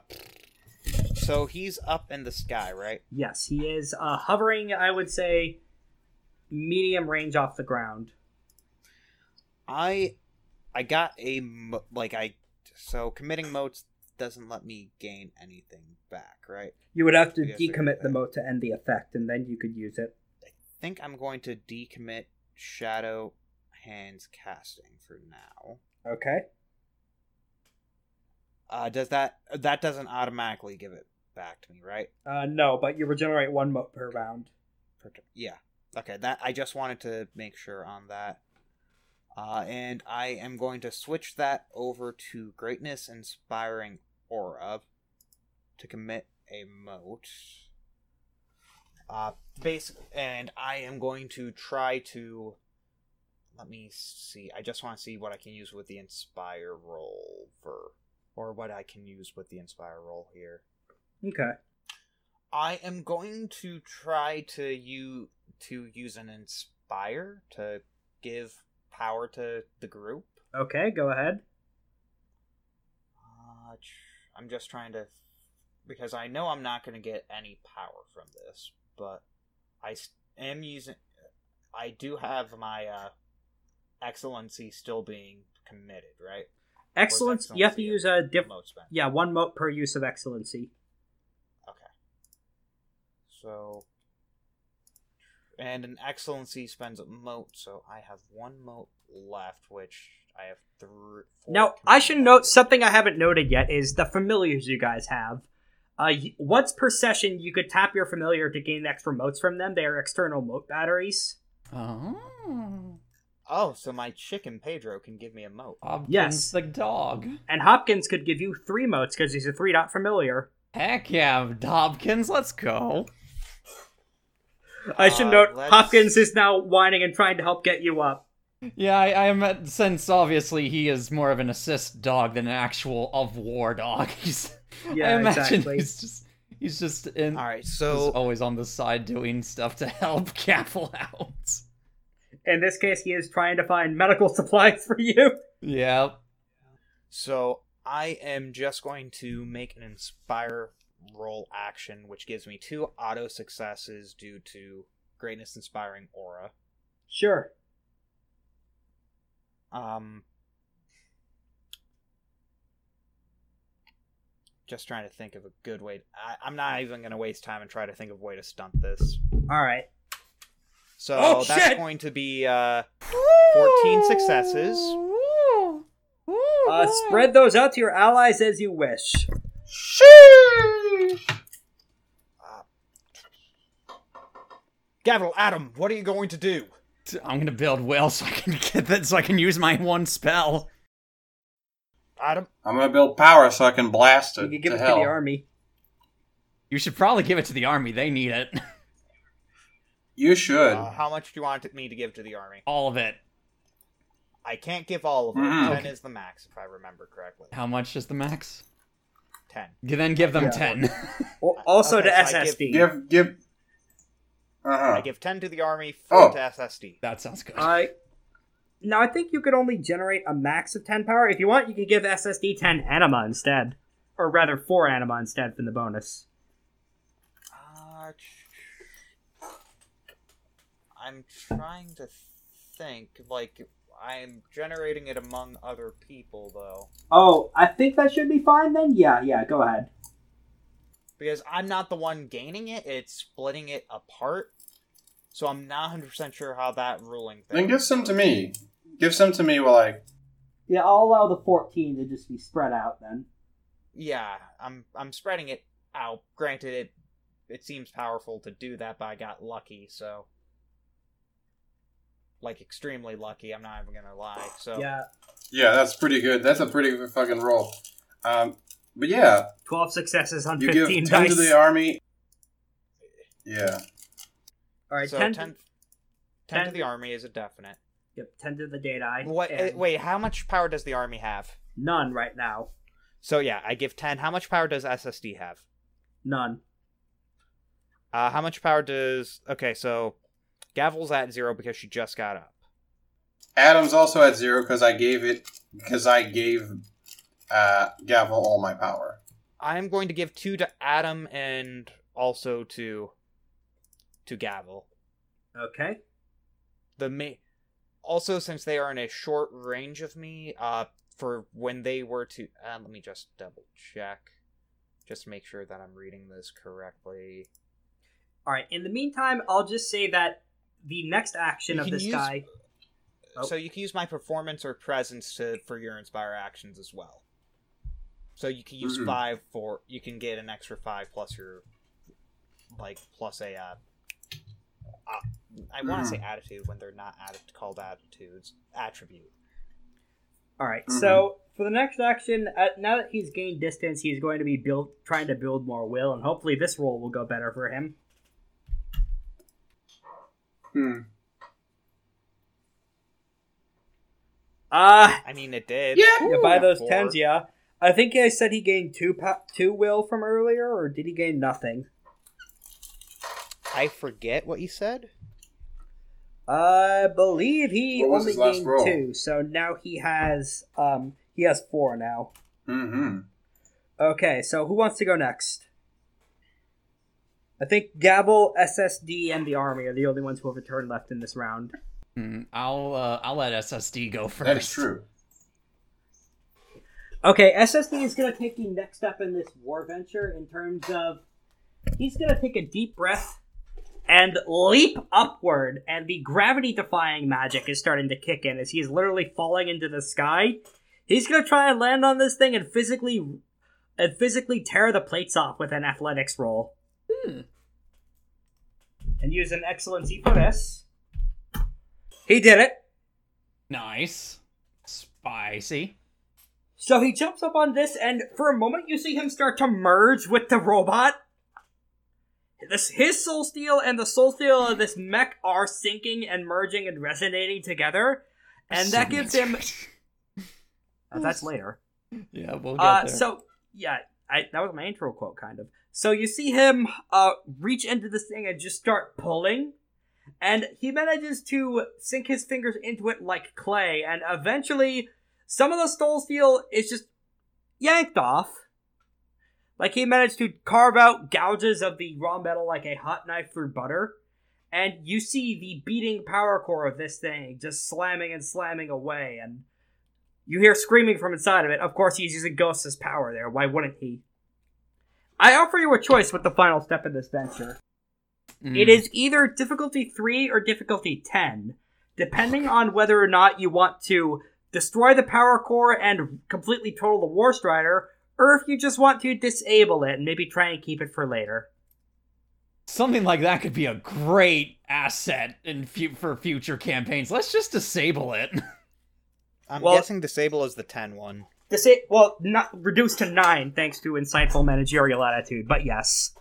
[SPEAKER 4] so he's up in the sky, right?
[SPEAKER 1] Yes, he is uh, hovering, I would say, medium range off the ground.
[SPEAKER 4] I, I got a mo- like I, so committing motes doesn't let me gain anything back, right?
[SPEAKER 1] You would have to
[SPEAKER 4] Yes,
[SPEAKER 1] decommit the
[SPEAKER 4] okay.
[SPEAKER 1] mote to end the effect, and then you could use it.
[SPEAKER 4] think I'm going to decommit Shadow Hands casting for now.
[SPEAKER 1] Okay.
[SPEAKER 4] Uh, does that that doesn't automatically give it back to me, right?
[SPEAKER 1] Uh, no, but you regenerate one mote per round.
[SPEAKER 4] Per- Yeah. Okay. That I just wanted to make sure on that. Uh, and I am going to switch that over to Greatness Inspiring Aura to commit a moat. Uh, basic, and I am going to try to. Let me see. I just want to see what I can use with the Inspire roll for, or what I can use with the Inspire roll here.
[SPEAKER 1] Okay.
[SPEAKER 4] I am going to try to you to use an inspire to give power to the group.
[SPEAKER 1] Okay, go ahead.
[SPEAKER 4] Uh, tr- I'm just trying to because I know I'm not going to get any power from this, but I s- am using. I do have my uh, excellency still being committed, right?
[SPEAKER 1] Excellence. You have to
[SPEAKER 4] excellency
[SPEAKER 1] use a diff.
[SPEAKER 4] Mode spent.
[SPEAKER 1] Yeah, one mote per use of excellency.
[SPEAKER 4] So, and an excellency spends a moat, so I have one moat left, which I have three.
[SPEAKER 1] Now, I should note something I haven't noted yet is the familiars you guys have. Uh, y- once per session, you could tap your familiar to gain extra motes from them. They are external mote batteries.
[SPEAKER 3] Oh.
[SPEAKER 4] Oh, so my chicken Pedro can give me a moat.
[SPEAKER 3] Hopkins
[SPEAKER 1] Yes.
[SPEAKER 3] the dog.
[SPEAKER 1] And Hopkins could give you three motes because he's a three dot familiar.
[SPEAKER 3] Heck yeah, Hopkins, let's go.
[SPEAKER 1] I should
[SPEAKER 4] Uh,
[SPEAKER 1] note
[SPEAKER 4] let's-
[SPEAKER 1] Hopkins is now whining and trying to help get you up.
[SPEAKER 3] Yeah, I, I met since obviously he is more of an assist dog than an actual of war dog. [LAUGHS] He's, I
[SPEAKER 1] Yeah,
[SPEAKER 3] imagine
[SPEAKER 1] exactly.
[SPEAKER 3] he's just he's just in
[SPEAKER 4] All right,
[SPEAKER 3] he's
[SPEAKER 4] so
[SPEAKER 3] always on the side doing stuff to help [LAUGHS] Gavel out.
[SPEAKER 1] In this case, he is trying to find medical [LAUGHS] supplies for you.
[SPEAKER 3] Yep.
[SPEAKER 4] so I am just going to make an inspire roll action, which gives me two auto successes due to greatness inspiring aura.
[SPEAKER 1] Sure.
[SPEAKER 4] Um, just trying to think of a good way. I, I'm not even going to waste time and try to think of a way to stunt this.
[SPEAKER 1] All right.
[SPEAKER 4] So
[SPEAKER 1] Oh,
[SPEAKER 4] that's
[SPEAKER 1] shit!
[SPEAKER 4] going to be uh, 14 successes. Oh,
[SPEAKER 1] Uh, spread those out to your allies as you wish.
[SPEAKER 4] Gavril, Adam, what are you going to do?
[SPEAKER 3] I'm gonna build will so I can [LAUGHS] get that so I can use my one spell.
[SPEAKER 4] Adam,
[SPEAKER 2] I'm gonna build power so I can blast it
[SPEAKER 1] You can give
[SPEAKER 2] to
[SPEAKER 1] it
[SPEAKER 2] hell.
[SPEAKER 1] to the army.
[SPEAKER 3] You should probably give it to the army. They need it. [LAUGHS]
[SPEAKER 2] You should.
[SPEAKER 4] uh, how much do you want me to give to the army?
[SPEAKER 3] All of it.
[SPEAKER 4] I can't give all of them.
[SPEAKER 2] Mm.
[SPEAKER 4] 10 is the max, if I remember correctly.
[SPEAKER 3] How much is the max?
[SPEAKER 4] ten.
[SPEAKER 3] Then give them
[SPEAKER 1] Yeah.
[SPEAKER 3] 10.
[SPEAKER 1] Al- Also
[SPEAKER 4] Okay,
[SPEAKER 1] to
[SPEAKER 4] so I give-
[SPEAKER 1] SSD.
[SPEAKER 2] Give give. Uh huh.
[SPEAKER 4] I give ten to the army, four
[SPEAKER 2] Oh.
[SPEAKER 4] to
[SPEAKER 3] [LAUGHS]
[SPEAKER 4] SSD.
[SPEAKER 3] that sounds good.
[SPEAKER 1] I now I think you could only generate a max of ten power. If you want, you can give SSD ten anima instead, or rather four anima instead from the bonus.
[SPEAKER 4] Uh, I'm trying to think. Like I'm generating it among other people though,
[SPEAKER 1] Oh, I think that should be fine then. Yeah, yeah. Go ahead.
[SPEAKER 4] because I'm not the one gaining it. It's splitting it apart. So I'm not 100 percent sure how that ruling thing.
[SPEAKER 2] Then give some to me. Give some to me while I.
[SPEAKER 1] Yeah, I'll allow the fourteen to just be spread out then.
[SPEAKER 4] yeah, I'm I'm spreading it out. Granted, it it seems powerful to do that, but I got lucky, so like extremely lucky. I'm not even gonna lie. So
[SPEAKER 1] Yeah,
[SPEAKER 2] Yeah, that's pretty good. That's a pretty good fucking roll. Um, but yeah,
[SPEAKER 1] twelve successes on
[SPEAKER 2] you give
[SPEAKER 1] fifteen
[SPEAKER 2] ten
[SPEAKER 1] dice.
[SPEAKER 2] to the army. Yeah.
[SPEAKER 1] All right,
[SPEAKER 4] so
[SPEAKER 1] 10,
[SPEAKER 4] 10, 10
[SPEAKER 1] 10
[SPEAKER 4] to the army is a definite.
[SPEAKER 1] Yep, ten to the data. eye.
[SPEAKER 4] What? eh,
[SPEAKER 1] and
[SPEAKER 4] Wait, how much power does the army have?
[SPEAKER 1] None right now.
[SPEAKER 4] So yeah, I give ten. How much power does SSD have?
[SPEAKER 1] None.
[SPEAKER 4] Uh, how much power does? Okay, so Gavel's at zero because she just got up.
[SPEAKER 2] Adam's also at zero because I gave it because I gave uh, Gavel all my power.
[SPEAKER 4] I'm going to give two to Adam and also to to Gavel.
[SPEAKER 1] Okay.
[SPEAKER 4] the ma- also since they are in a short range of me uh for when they were to uh, let me just double check just make sure that i'm reading this correctly
[SPEAKER 1] All right. In the meantime, I'll just say that the next action
[SPEAKER 4] You
[SPEAKER 1] of
[SPEAKER 4] can
[SPEAKER 1] this
[SPEAKER 4] use-
[SPEAKER 1] guy. Oh.
[SPEAKER 4] so you can use my performance or presence to for your inspire actions as well so you can use
[SPEAKER 2] Mhm.
[SPEAKER 4] five for you can get an extra five plus your like plus a uh, uh i want to say attitude when they're not atti- called attitudes attribute
[SPEAKER 1] All right,
[SPEAKER 2] Mhm.
[SPEAKER 1] So for the next action, uh, now that he's gained distance, he's going to be build trying to build more will, and hopefully this roll will go better for him.
[SPEAKER 2] Hmm.
[SPEAKER 1] Ah,
[SPEAKER 4] i mean it did
[SPEAKER 2] Yeah.
[SPEAKER 1] yeah, by
[SPEAKER 4] Ooh,
[SPEAKER 1] those
[SPEAKER 4] four.
[SPEAKER 1] tens, yeah. I think I said he gained two pa- two will from earlier, or did he gain nothing?
[SPEAKER 4] i forget what you said
[SPEAKER 1] I believe he
[SPEAKER 2] What was
[SPEAKER 1] only
[SPEAKER 2] his last
[SPEAKER 1] gained
[SPEAKER 2] roll?
[SPEAKER 1] two, so now he has um he has four now.
[SPEAKER 2] Mm-hmm.
[SPEAKER 1] Okay, so who wants to go next? I think Gabble, SSD, and the army are the only ones who have a turn left in this round.
[SPEAKER 3] Hmm, I'll uh, I'll let SSD go first.
[SPEAKER 2] That is true.
[SPEAKER 1] Okay, SSD is going to take the next step in this war venture in terms of he's going to take a deep breath and leap upward, and the gravity defying magic is starting to kick in as he's literally falling into the sky. He's going to try and land on this thing and physically and physically tear the plates off with an athletics roll. And use an excellency for this. He did it.
[SPEAKER 3] Nice. Spicy.
[SPEAKER 1] So he jumps up on this, and for a moment, you see him start to merge with the robot. This his soul steel and the soul steel of this mech are syncing and merging and resonating together, and that gives him. Uh, that's later.
[SPEAKER 3] [LAUGHS] Yeah, we'll get
[SPEAKER 1] Uh,
[SPEAKER 3] there.
[SPEAKER 1] so yeah, I, that was my intro quote, kind of. So you see him uh, reach into this thing and just start pulling, and he manages to sink his fingers into it like clay, and eventually, some of the stole steel is just yanked off. Like he managed to carve out gouges of the raw metal like a hot knife through butter. And you see the beating power core of this thing just slamming and slamming away, and you hear screaming from inside of it. Of course, he's using Ghosts as power there. Why wouldn't he? I offer you a choice with the final step in this venture.
[SPEAKER 3] Hmm.
[SPEAKER 1] It is either difficulty 3 or difficulty 10, depending on whether or not you want to destroy the power core and completely total the War Strider, or if you just want to disable it and maybe try and keep it for later.
[SPEAKER 3] something like that could be a great asset in fu- for future campaigns. Let's just disable it. [LAUGHS]
[SPEAKER 4] I'm
[SPEAKER 1] Well-
[SPEAKER 4] guessing disable is the 10 one.
[SPEAKER 1] Disa- well, not reduced to 9 thanks to insightful managerial attitude, but yes.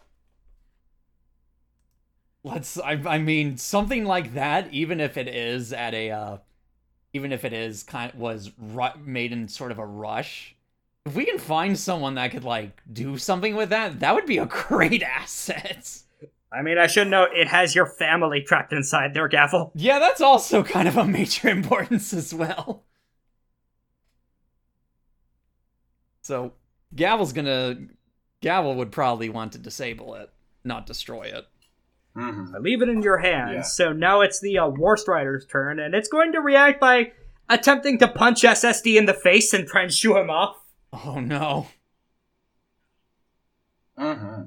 [SPEAKER 3] Let's. I, I mean, something like that. Even if it is at a, uh, even if it is kind was ru- made in sort of a rush, If we can find someone that could like do something with that, that would be a [LAUGHS] great asset.
[SPEAKER 1] I mean, I should note it has your family trapped inside their gavel.
[SPEAKER 3] Yeah, that's also [LAUGHS] kind of a major importance as well. So, Gavel's gonna. Gavel would probably want to disable it, not destroy it.
[SPEAKER 2] Mm-hmm.
[SPEAKER 1] I leave it in your hands.
[SPEAKER 2] Yeah.
[SPEAKER 1] So now it's the uh, Worst Rider's turn, and it's going to react by attempting to punch SSD in the face and try and shoo him off.
[SPEAKER 3] Oh no.
[SPEAKER 2] Mm-hmm.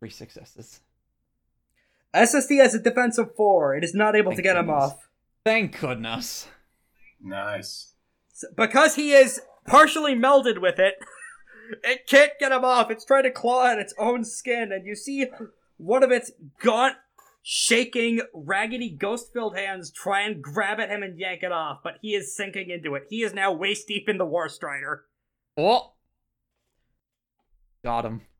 [SPEAKER 3] Three successes.
[SPEAKER 1] SSD has a defensive four. It is not able to
[SPEAKER 3] Thank
[SPEAKER 1] get him
[SPEAKER 3] goodness.
[SPEAKER 1] off.
[SPEAKER 3] Thank goodness.
[SPEAKER 2] Nice.
[SPEAKER 1] S- Because he is partially melded with it, [LAUGHS] it can't get him off. It's trying to claw at its own skin, and you see one of its gaunt, shaking, raggedy, ghost filled hands try and grab at him and yank it off, but he is sinking into it. He is now waist deep in the War Strider.
[SPEAKER 3] Oh! Got him. [LAUGHS]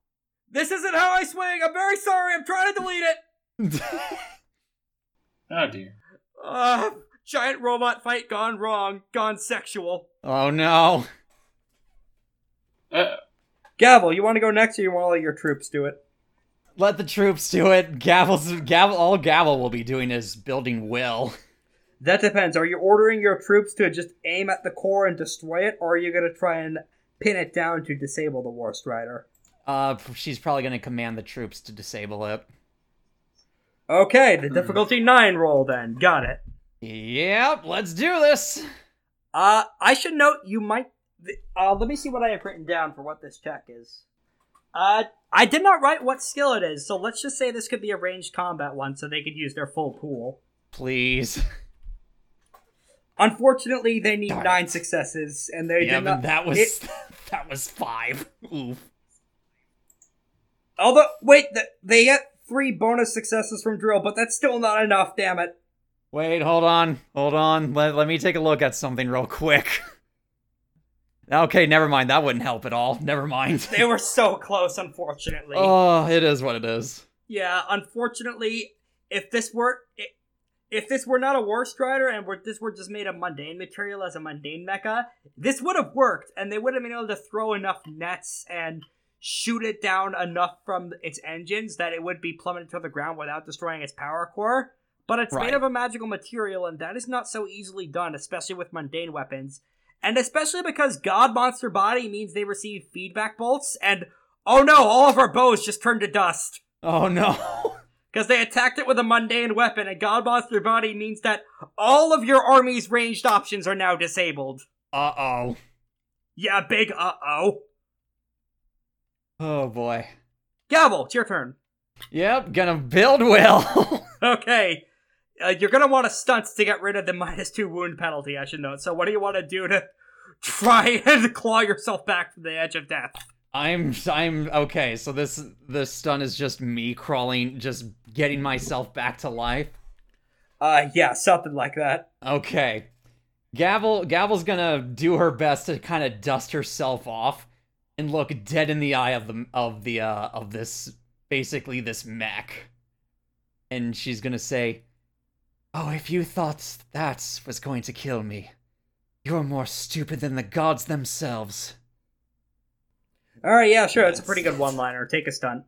[SPEAKER 1] This isn't how I swing. I'm very sorry. I'm trying to delete it.
[SPEAKER 2] Oh dear.
[SPEAKER 1] Uh, giant robot fight gone wrong, gone sexual.
[SPEAKER 3] oh no.
[SPEAKER 2] Uh,
[SPEAKER 1] Gavel, you want to go next, or you want all your troops do it?
[SPEAKER 3] Let the troops do it. Gavel's gavel all Gavel will be doing is building will.
[SPEAKER 1] That depends. Are you ordering your troops to just aim at the core and destroy it, or are you gonna try and pin it down to disable the War Strider?
[SPEAKER 3] Uh she's probably gonna command the troops to disable it.
[SPEAKER 1] Okay, the difficulty nine roll then. Got it.
[SPEAKER 3] Yep, let's do this.
[SPEAKER 1] Uh, I should note you might. th- Uh, let me see what I have written down for what this check is. Uh, I did not write what skill it is, so let's just say this could be a ranged combat one, so they could use their full pool.
[SPEAKER 3] Please.
[SPEAKER 1] Unfortunately, they need
[SPEAKER 3] Darn
[SPEAKER 1] nine
[SPEAKER 3] it.
[SPEAKER 1] successes, and they
[SPEAKER 3] yeah,
[SPEAKER 1] did
[SPEAKER 3] but
[SPEAKER 1] not.
[SPEAKER 3] that was
[SPEAKER 1] it-
[SPEAKER 3] [LAUGHS] that was five. Oof.
[SPEAKER 1] although, wait, th- they get three bonus successes from drill, but that's still not enough. Damn it!
[SPEAKER 3] Wait, hold on, hold on. Let, let me take a look at something real quick. [LAUGHS] Okay, never mind. That wouldn't help at all. Never mind.
[SPEAKER 1] [LAUGHS] They were so close. Unfortunately,
[SPEAKER 3] oh, it is what it is.
[SPEAKER 1] yeah. Unfortunately, if this were. i- if this were not a war strider and were, this were just made of mundane material as a mundane mecha, this would have worked, and they would have been able to throw enough nets and shoot it down enough from its engines that it would be plummeted to the ground without destroying its power core. But it's
[SPEAKER 3] Right.
[SPEAKER 1] made of a magical material, and that is not so easily done, especially with mundane weapons. And especially because God Monster Body means they receive feedback bolts, and oh no, all of our bows just turned to dust.
[SPEAKER 3] Oh no. [LAUGHS]
[SPEAKER 1] Because they attacked it with a mundane weapon, and God Monster Body means that all of your army's ranged options are now disabled.
[SPEAKER 3] Uh oh.
[SPEAKER 1] Yeah, big uh oh.
[SPEAKER 3] Oh boy.
[SPEAKER 1] Gavel, it's your turn. [LAUGHS]
[SPEAKER 3] Yep, gonna build will.
[SPEAKER 1] Okay. Uh, you're gonna want to stunt to get rid of the [LAUGHS] minus two wound penalty, I should note. So, what do you want to do to [LAUGHS] try and claw yourself back from the edge of death?
[SPEAKER 3] [LAUGHS] I'm I'm okay. So this this stun is just me crawling, just getting myself back to life.
[SPEAKER 1] Uh, yeah, something like that.
[SPEAKER 3] Okay. Gavel Gavel's gonna do her best to kind of dust herself off and look dead in the eye of the of the uh of this basically this mech. And she's gonna say, Oh, if you thought that was going to kill me, you're more stupid than the gods themselves.
[SPEAKER 1] Alright, yeah, sure, that's a pretty good one liner. Take a stunt.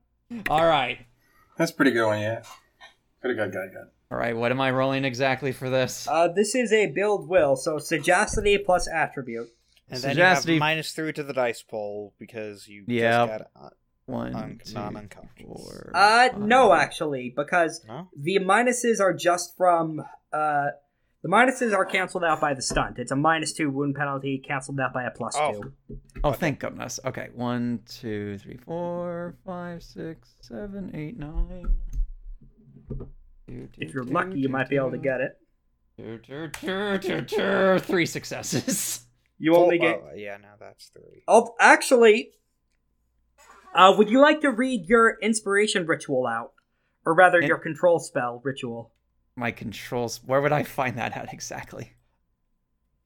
[SPEAKER 3] Alright.
[SPEAKER 2] that's pretty good one, yeah. Pretty good, good, good.
[SPEAKER 3] Alright, what am I rolling exactly for this?
[SPEAKER 1] Uh, this is a build will, so sagacity plus attribute.
[SPEAKER 4] And then you have
[SPEAKER 3] Sagacity-
[SPEAKER 4] minus three to the dice poll because you
[SPEAKER 3] Yeah.
[SPEAKER 4] just got uh,
[SPEAKER 3] One,
[SPEAKER 4] un-
[SPEAKER 3] two,
[SPEAKER 4] non-unconscious.
[SPEAKER 3] four,
[SPEAKER 1] Uh, no,
[SPEAKER 3] five.
[SPEAKER 1] actually, because
[SPEAKER 4] No?
[SPEAKER 1] the minuses are just from uh the minuses are canceled out by the stunt. It's a minus two wound penalty canceled out by a plus
[SPEAKER 4] Oh.
[SPEAKER 1] two.
[SPEAKER 3] Oh, thank goodness. Okay, one, two, three, four, five, six, seven, eight, nine.
[SPEAKER 1] If you're lucky, you might be able to get it.
[SPEAKER 3] it. Three successes. [LAUGHS]
[SPEAKER 1] You only
[SPEAKER 4] Oh,
[SPEAKER 1] get.
[SPEAKER 4] uh, yeah, no, that's three.
[SPEAKER 1] Oh, actually, uh, would you like to read your inspiration ritual out, or rather
[SPEAKER 3] In-
[SPEAKER 1] your control spell ritual?
[SPEAKER 3] My controls. Where would I find that out exactly?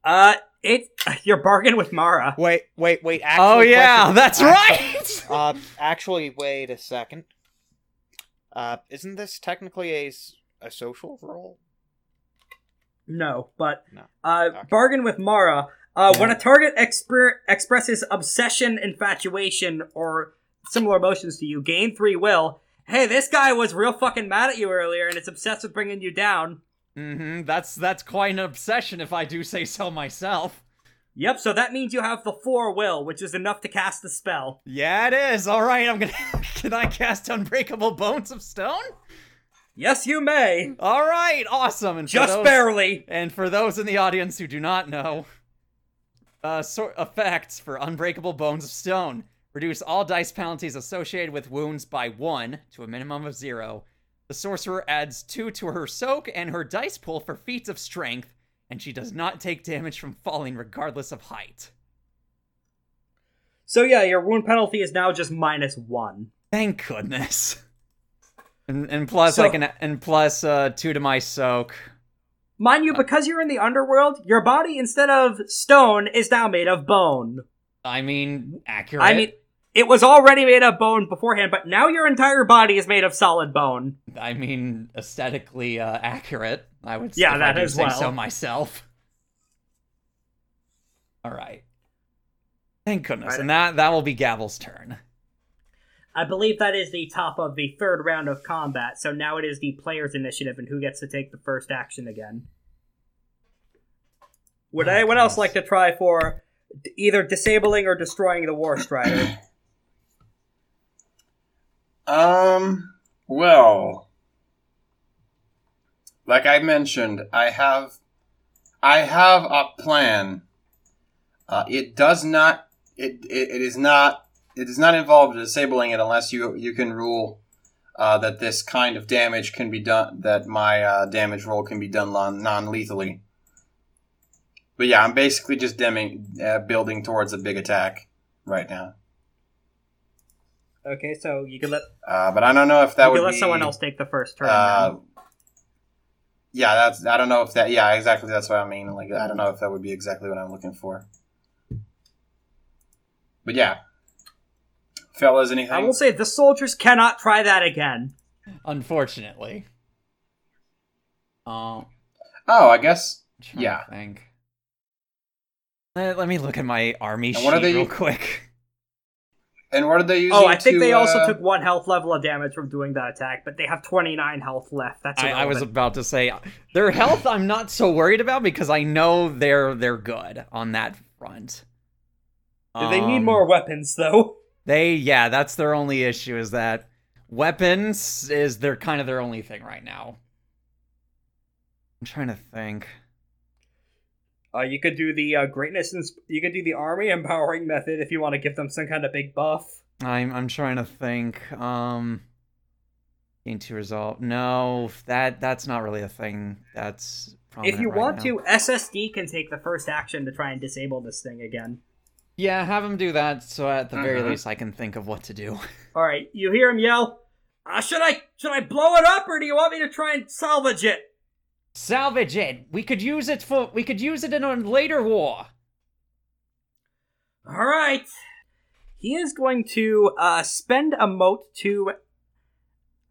[SPEAKER 1] Uh, it [LAUGHS] your bargain with Mara.
[SPEAKER 4] Wait, wait, wait. Actual
[SPEAKER 3] oh yeah,
[SPEAKER 4] question.
[SPEAKER 3] that's
[SPEAKER 4] Actual-
[SPEAKER 3] right.
[SPEAKER 4] [LAUGHS]
[SPEAKER 3] [LAUGHS]
[SPEAKER 4] uh, actually, wait a second. Uh, isn't this technically a, s- a social role?
[SPEAKER 1] No, but
[SPEAKER 4] No.
[SPEAKER 1] uh,
[SPEAKER 4] Okay.
[SPEAKER 1] bargain with Mara. Uh, When a target expre- expresses obsession, infatuation, or similar emotions to you, gain three will. Hey, this guy was real fucking mad at you earlier, and it's obsessed with bringing you down.
[SPEAKER 3] Mm-hmm. That's that's quite an obsession, if I do say so myself.
[SPEAKER 1] Yep, so that means you have the four will, which is enough to cast the spell.
[SPEAKER 3] Yeah, it is. All right, I'm gonna. [LAUGHS] Can I cast Unbreakable Bones of Stone?
[SPEAKER 1] Yes, you may.
[SPEAKER 3] All right, awesome. And for
[SPEAKER 1] Just
[SPEAKER 3] those-
[SPEAKER 1] barely.
[SPEAKER 3] And for those in the audience who do not know, uh, sort effects for Unbreakable Bones of Stone reduce all dice penalties associated with wounds by one to a minimum of zero. The sorcerer adds two to her soak and her dice pool for feats of strength, and she does not take damage from falling regardless of height.
[SPEAKER 1] So yeah, your wound penalty is now just minus one.
[SPEAKER 3] Thank goodness. And, and plus,
[SPEAKER 1] So-
[SPEAKER 3] like an and plus uh, two to my soak.
[SPEAKER 1] Mind
[SPEAKER 4] Uh.
[SPEAKER 1] you, because you're in the underworld, your body instead of stone is now made of bone.
[SPEAKER 3] I mean, accurate.
[SPEAKER 1] I mean, it was already made of bone beforehand, but now your entire body is made of solid bone.
[SPEAKER 3] I mean, aesthetically uh, accurate. I would.
[SPEAKER 1] Yeah,
[SPEAKER 3] if
[SPEAKER 1] that
[SPEAKER 3] I do
[SPEAKER 1] as
[SPEAKER 3] say
[SPEAKER 1] well.
[SPEAKER 3] So myself. [LAUGHS] All right. Thank goodness,
[SPEAKER 1] Right.
[SPEAKER 3] and that that will be Gavel's turn.
[SPEAKER 1] I believe that is the top of the third round of combat, so now it is the player's initiative and who gets to take the first action again. Would
[SPEAKER 3] Oh,
[SPEAKER 1] anyone else
[SPEAKER 3] goodness.
[SPEAKER 1] like to try for d- either disabling or destroying the War [COUGHS] Strider?
[SPEAKER 2] Um, well, like I mentioned, I have, I have a plan. Uh, it does not, it, it, it is not, it does not involve disabling it unless you you can rule uh, that this kind of damage can be done, that my uh, damage roll can be done non lethally. But yeah, I'm basically just demming, uh, building towards a big attack right now.
[SPEAKER 1] okay, so you can let
[SPEAKER 2] Uh, but I don't know if that
[SPEAKER 1] you
[SPEAKER 2] would
[SPEAKER 1] can let
[SPEAKER 2] be
[SPEAKER 1] someone else take the first turn.
[SPEAKER 2] Uh,
[SPEAKER 1] then.
[SPEAKER 2] yeah, that's. I don't know if that. Yeah, exactly. That's what I mean. Like, I don't know if that would be exactly what I'm looking for. But yeah, fellas, anything?
[SPEAKER 1] I will say the soldiers cannot try that again.
[SPEAKER 3] Unfortunately. Oh.
[SPEAKER 2] oh, I guess.
[SPEAKER 3] trying to
[SPEAKER 2] Yeah.
[SPEAKER 3] Think. Let, let me look at my army
[SPEAKER 2] And
[SPEAKER 3] sheet
[SPEAKER 2] what are they-
[SPEAKER 3] real quick.
[SPEAKER 2] And what did they use?
[SPEAKER 1] Oh,
[SPEAKER 2] you
[SPEAKER 1] I think
[SPEAKER 2] to,
[SPEAKER 1] they also
[SPEAKER 2] uh,
[SPEAKER 1] took one health level of damage from doing that attack, but they have 29 health left. [LAUGHS] That's
[SPEAKER 3] I, I was
[SPEAKER 1] irrelevant.
[SPEAKER 3] about to say their health. I'm not so worried about because I know they're they're good on that front.
[SPEAKER 1] they need
[SPEAKER 3] Um,
[SPEAKER 1] more weapons, though. [LAUGHS]
[SPEAKER 3] They yeah, that's their only issue is that weapons is their kind of their only thing right now. I'm trying to think.
[SPEAKER 1] Uh, you could do the uh, greatness, and you could do the army empowering method if you want to give them some kind of big buff.
[SPEAKER 3] I'm I'm trying to think. Um gain two result. No, that that's not really a thing. That's
[SPEAKER 1] if you
[SPEAKER 3] prominent right
[SPEAKER 1] want
[SPEAKER 3] now.
[SPEAKER 1] to, SSD can take the first action to try and disable this thing again.
[SPEAKER 3] Yeah, have them do that so at the very
[SPEAKER 1] Uh-huh.
[SPEAKER 2] Mhm.
[SPEAKER 3] least I can think of what to do. [LAUGHS]
[SPEAKER 1] All right, you hear him yell, uh, "Should I should I blow it up, or do you want me to try and salvage it?"
[SPEAKER 3] Salvage it. We could use it for we could use it in a later war.
[SPEAKER 1] All right. He is going to uh, spend a moat to.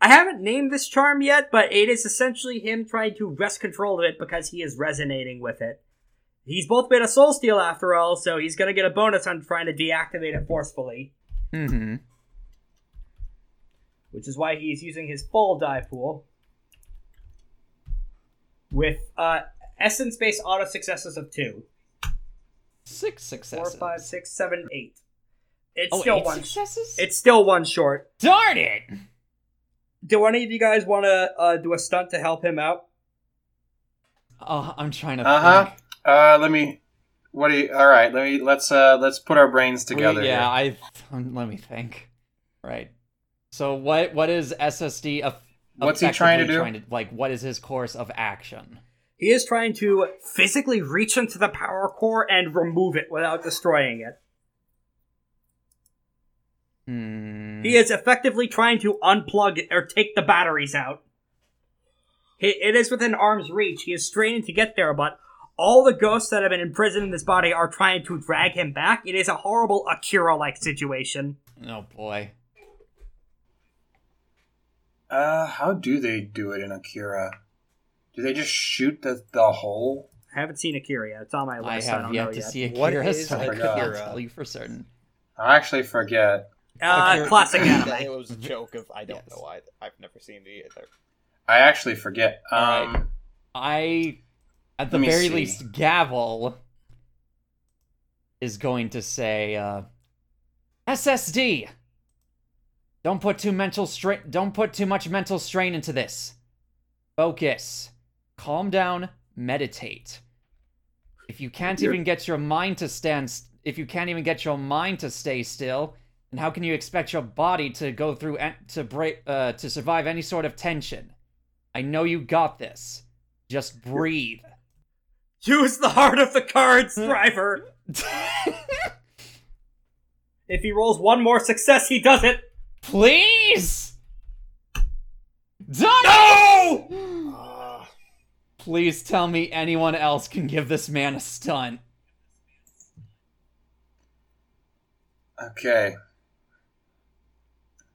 [SPEAKER 1] I haven't named this charm yet, but it is essentially him trying to wrest control of it because he is resonating with it. He's both made a soul steal after all, so he's going to get a bonus on trying to deactivate it forcefully,
[SPEAKER 3] Mm-hmm.
[SPEAKER 1] which is why he's using his full die pool with uh, essence based auto successes of two.
[SPEAKER 3] Six successes.
[SPEAKER 1] Four, five, six, seven, eight. It's
[SPEAKER 3] Oh,
[SPEAKER 1] still
[SPEAKER 3] eight
[SPEAKER 1] one.
[SPEAKER 3] successes?
[SPEAKER 1] It's still one short.
[SPEAKER 3] Darn it!
[SPEAKER 1] Do any of you guys want to uh, do a stunt to help him out?
[SPEAKER 3] Oh, I'm trying to
[SPEAKER 2] Uh-huh.
[SPEAKER 3] think.
[SPEAKER 2] Uh, let me. What do you? All right, let me. Let's uh, let's put our brains
[SPEAKER 3] We-
[SPEAKER 2] together.
[SPEAKER 3] yeah,
[SPEAKER 2] here.
[SPEAKER 3] I um, let me think. Right. So what what is SSD? Of,
[SPEAKER 2] What's he trying to
[SPEAKER 3] effectively
[SPEAKER 2] do?
[SPEAKER 3] like, what is his course of action?
[SPEAKER 1] He is trying to physically reach into the power core and remove it without destroying it.
[SPEAKER 3] Hmm.
[SPEAKER 1] He is effectively trying to unplug it or take the batteries out. He, it is within arm's reach. He is straining to get there, but all the ghosts that have been imprisoned in this body are trying to drag him back. It is a horrible Akira like situation.
[SPEAKER 3] Oh boy.
[SPEAKER 2] Uh, how do they do it in Akira? Do they just shoot the the hole?
[SPEAKER 1] I haven't seen Akira yet. It's on my
[SPEAKER 3] I
[SPEAKER 1] list. I,
[SPEAKER 3] have
[SPEAKER 1] don't know
[SPEAKER 3] yet to
[SPEAKER 1] yet.
[SPEAKER 3] see
[SPEAKER 5] What
[SPEAKER 3] Akira,
[SPEAKER 5] is
[SPEAKER 3] so I could not
[SPEAKER 5] Akira?
[SPEAKER 3] tell you for certain.
[SPEAKER 2] I actually forget.
[SPEAKER 1] uh,
[SPEAKER 5] Akira-
[SPEAKER 1] classic
[SPEAKER 4] [LAUGHS]
[SPEAKER 5] it
[SPEAKER 1] anime.
[SPEAKER 5] was a joke of I don't
[SPEAKER 3] Mm-hmm. Yes.
[SPEAKER 5] know. I, I've never seen it either.
[SPEAKER 2] I actually forget. Um,
[SPEAKER 3] All right. I, at the
[SPEAKER 2] Let me
[SPEAKER 3] very
[SPEAKER 2] see.
[SPEAKER 3] least, Gavel is going to say, uh, SSD. Don't put too mental strain. Don't put too much mental strain into this. Focus. Calm down. Meditate. If you can't
[SPEAKER 2] You're-
[SPEAKER 3] even get your mind to stand, st- if you can't even get your mind to stay still, then how can you expect your body to go through an- to break uh, to survive any sort of tension? I know you got this. Just [LAUGHS] breathe.
[SPEAKER 1] Use the heart of the cards, driver. If he rolls one more success, he does it.
[SPEAKER 3] Please! No! Please tell me anyone else can give this man a stunt.
[SPEAKER 2] Okay.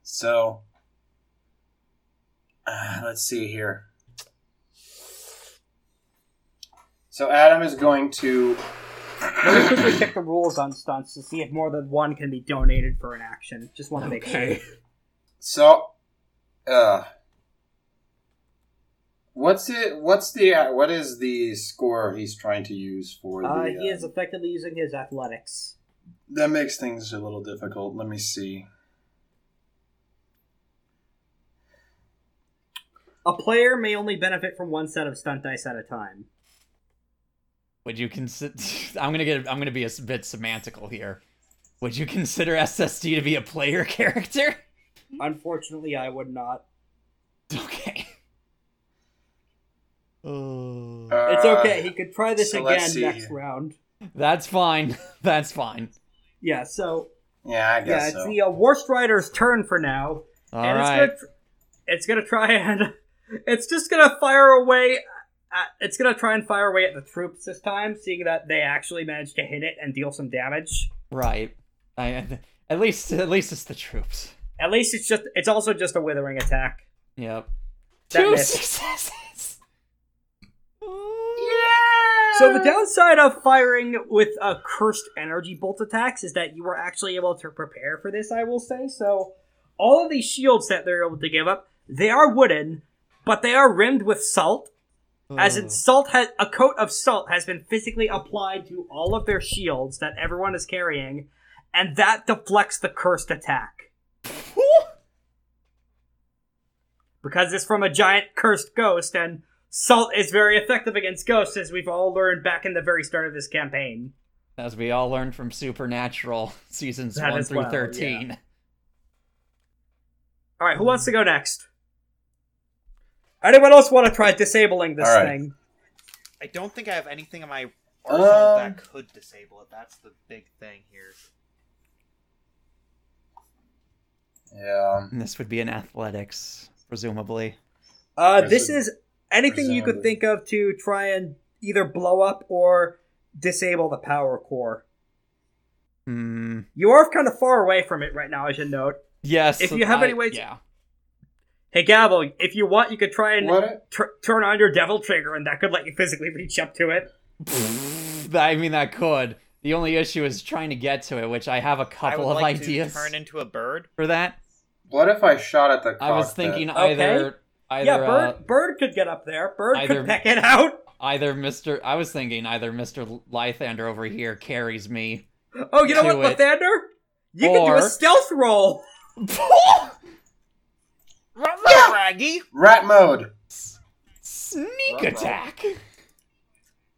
[SPEAKER 2] So, uh, let's see here. So Adam is going to.
[SPEAKER 1] Let me quickly check the rules on stunts to see if more than one can be donated for an action. Just want to make sure.
[SPEAKER 2] So, uh, what's it? What's the? Uh, what is the score he's trying to use for the?
[SPEAKER 1] Uh, he
[SPEAKER 2] uh,
[SPEAKER 1] is effectively using his athletics.
[SPEAKER 2] That makes things a little difficult. Let me see.
[SPEAKER 1] A player may only benefit from one set of stunt dice at a time.
[SPEAKER 3] Would you consider? [LAUGHS] I'm gonna get. I'm gonna be a s- bit semantical here. Would you consider SSD to be a player [LAUGHS] character?
[SPEAKER 1] Unfortunately, I would not.
[SPEAKER 3] Okay.
[SPEAKER 1] It's
[SPEAKER 2] Uh,
[SPEAKER 1] okay. He could try this
[SPEAKER 2] so let's
[SPEAKER 1] again
[SPEAKER 2] see
[SPEAKER 1] next
[SPEAKER 2] here.
[SPEAKER 1] round.
[SPEAKER 3] That's fine. [LAUGHS] That's fine.
[SPEAKER 1] Yeah. So
[SPEAKER 2] Yeah, I
[SPEAKER 1] yeah,
[SPEAKER 2] guess
[SPEAKER 1] it's
[SPEAKER 2] so.
[SPEAKER 1] the uh, worst rider's turn for now,
[SPEAKER 3] All
[SPEAKER 1] and
[SPEAKER 3] right.
[SPEAKER 1] it's gonna it's gonna try and [LAUGHS] it's just gonna fire away. At, it's gonna try and fire away at the troops this time, seeing that they actually managed to hit it and deal some damage.
[SPEAKER 3] Right. I, I- at least, at least it's the troops.
[SPEAKER 1] At least it's just it's also just a withering attack.
[SPEAKER 3] Yep.
[SPEAKER 1] That
[SPEAKER 3] Two
[SPEAKER 1] missed.
[SPEAKER 3] successes.
[SPEAKER 1] So the downside of firing with a cursed energy bolt attacks is that you were actually able to prepare for this, I will say. So all of these shields that they're able to give up, they are wooden, but they are rimmed with salt. As
[SPEAKER 2] Oh.
[SPEAKER 1] in salt has a coat of salt has been physically applied to all of their shields that everyone is carrying, and that deflects the cursed
[SPEAKER 2] [LAUGHS]
[SPEAKER 1] attack. because it's from a giant cursed ghost, and salt is very effective against ghosts, as we've all learned back in the very start of this campaign.
[SPEAKER 3] As we all learned from Supernatural [LAUGHS] seasons
[SPEAKER 1] That
[SPEAKER 3] one
[SPEAKER 1] as
[SPEAKER 3] through
[SPEAKER 1] well,
[SPEAKER 3] thirteen.
[SPEAKER 1] All right, who wants to go next? Anyone else want to try disabling this
[SPEAKER 2] All right.
[SPEAKER 1] thing?
[SPEAKER 4] I don't think I have anything in my arsenal
[SPEAKER 2] Um.
[SPEAKER 4] that could disable it. That's the big thing here.
[SPEAKER 2] yeah.
[SPEAKER 3] And this would be an athletics, presumably.
[SPEAKER 1] Uh,
[SPEAKER 2] Presum-
[SPEAKER 1] this is anything you could
[SPEAKER 2] presumably.
[SPEAKER 1] think of to try and either blow up or disable the power core.
[SPEAKER 3] Hmm.
[SPEAKER 1] You are kind of far away from it right now, I should note.
[SPEAKER 3] Yes.
[SPEAKER 1] If you have
[SPEAKER 3] I-
[SPEAKER 1] any ways-
[SPEAKER 3] Yeah.
[SPEAKER 1] Hey, Gavel, if you want, you could try and
[SPEAKER 2] What?
[SPEAKER 1] tr- turn on your devil trigger, and that could let you physically reach up to it.
[SPEAKER 3] I mean, that could. The only issue is trying to get to it, which I have a
[SPEAKER 4] I
[SPEAKER 3] couple
[SPEAKER 4] would
[SPEAKER 3] of
[SPEAKER 4] like
[SPEAKER 3] ideas
[SPEAKER 4] to turn into a bird.
[SPEAKER 3] for that.
[SPEAKER 2] What if I shot at the?
[SPEAKER 3] I was
[SPEAKER 2] cockpit?
[SPEAKER 3] thinking
[SPEAKER 1] Okay.
[SPEAKER 3] either, either,
[SPEAKER 1] yeah, bird,
[SPEAKER 3] uh,
[SPEAKER 1] bird could get up there. Bird
[SPEAKER 3] either-
[SPEAKER 1] could peck it out.
[SPEAKER 3] either Mr. I was thinking either Mr. Lythander over here
[SPEAKER 1] [LAUGHS]
[SPEAKER 3] carries me.
[SPEAKER 1] Oh, you know
[SPEAKER 3] Do
[SPEAKER 1] what,
[SPEAKER 3] it.
[SPEAKER 1] Lathander? You can do
[SPEAKER 3] Or-
[SPEAKER 1] a stealth roll.
[SPEAKER 4] Raggy.
[SPEAKER 2] rat mode.
[SPEAKER 3] Sneak attack.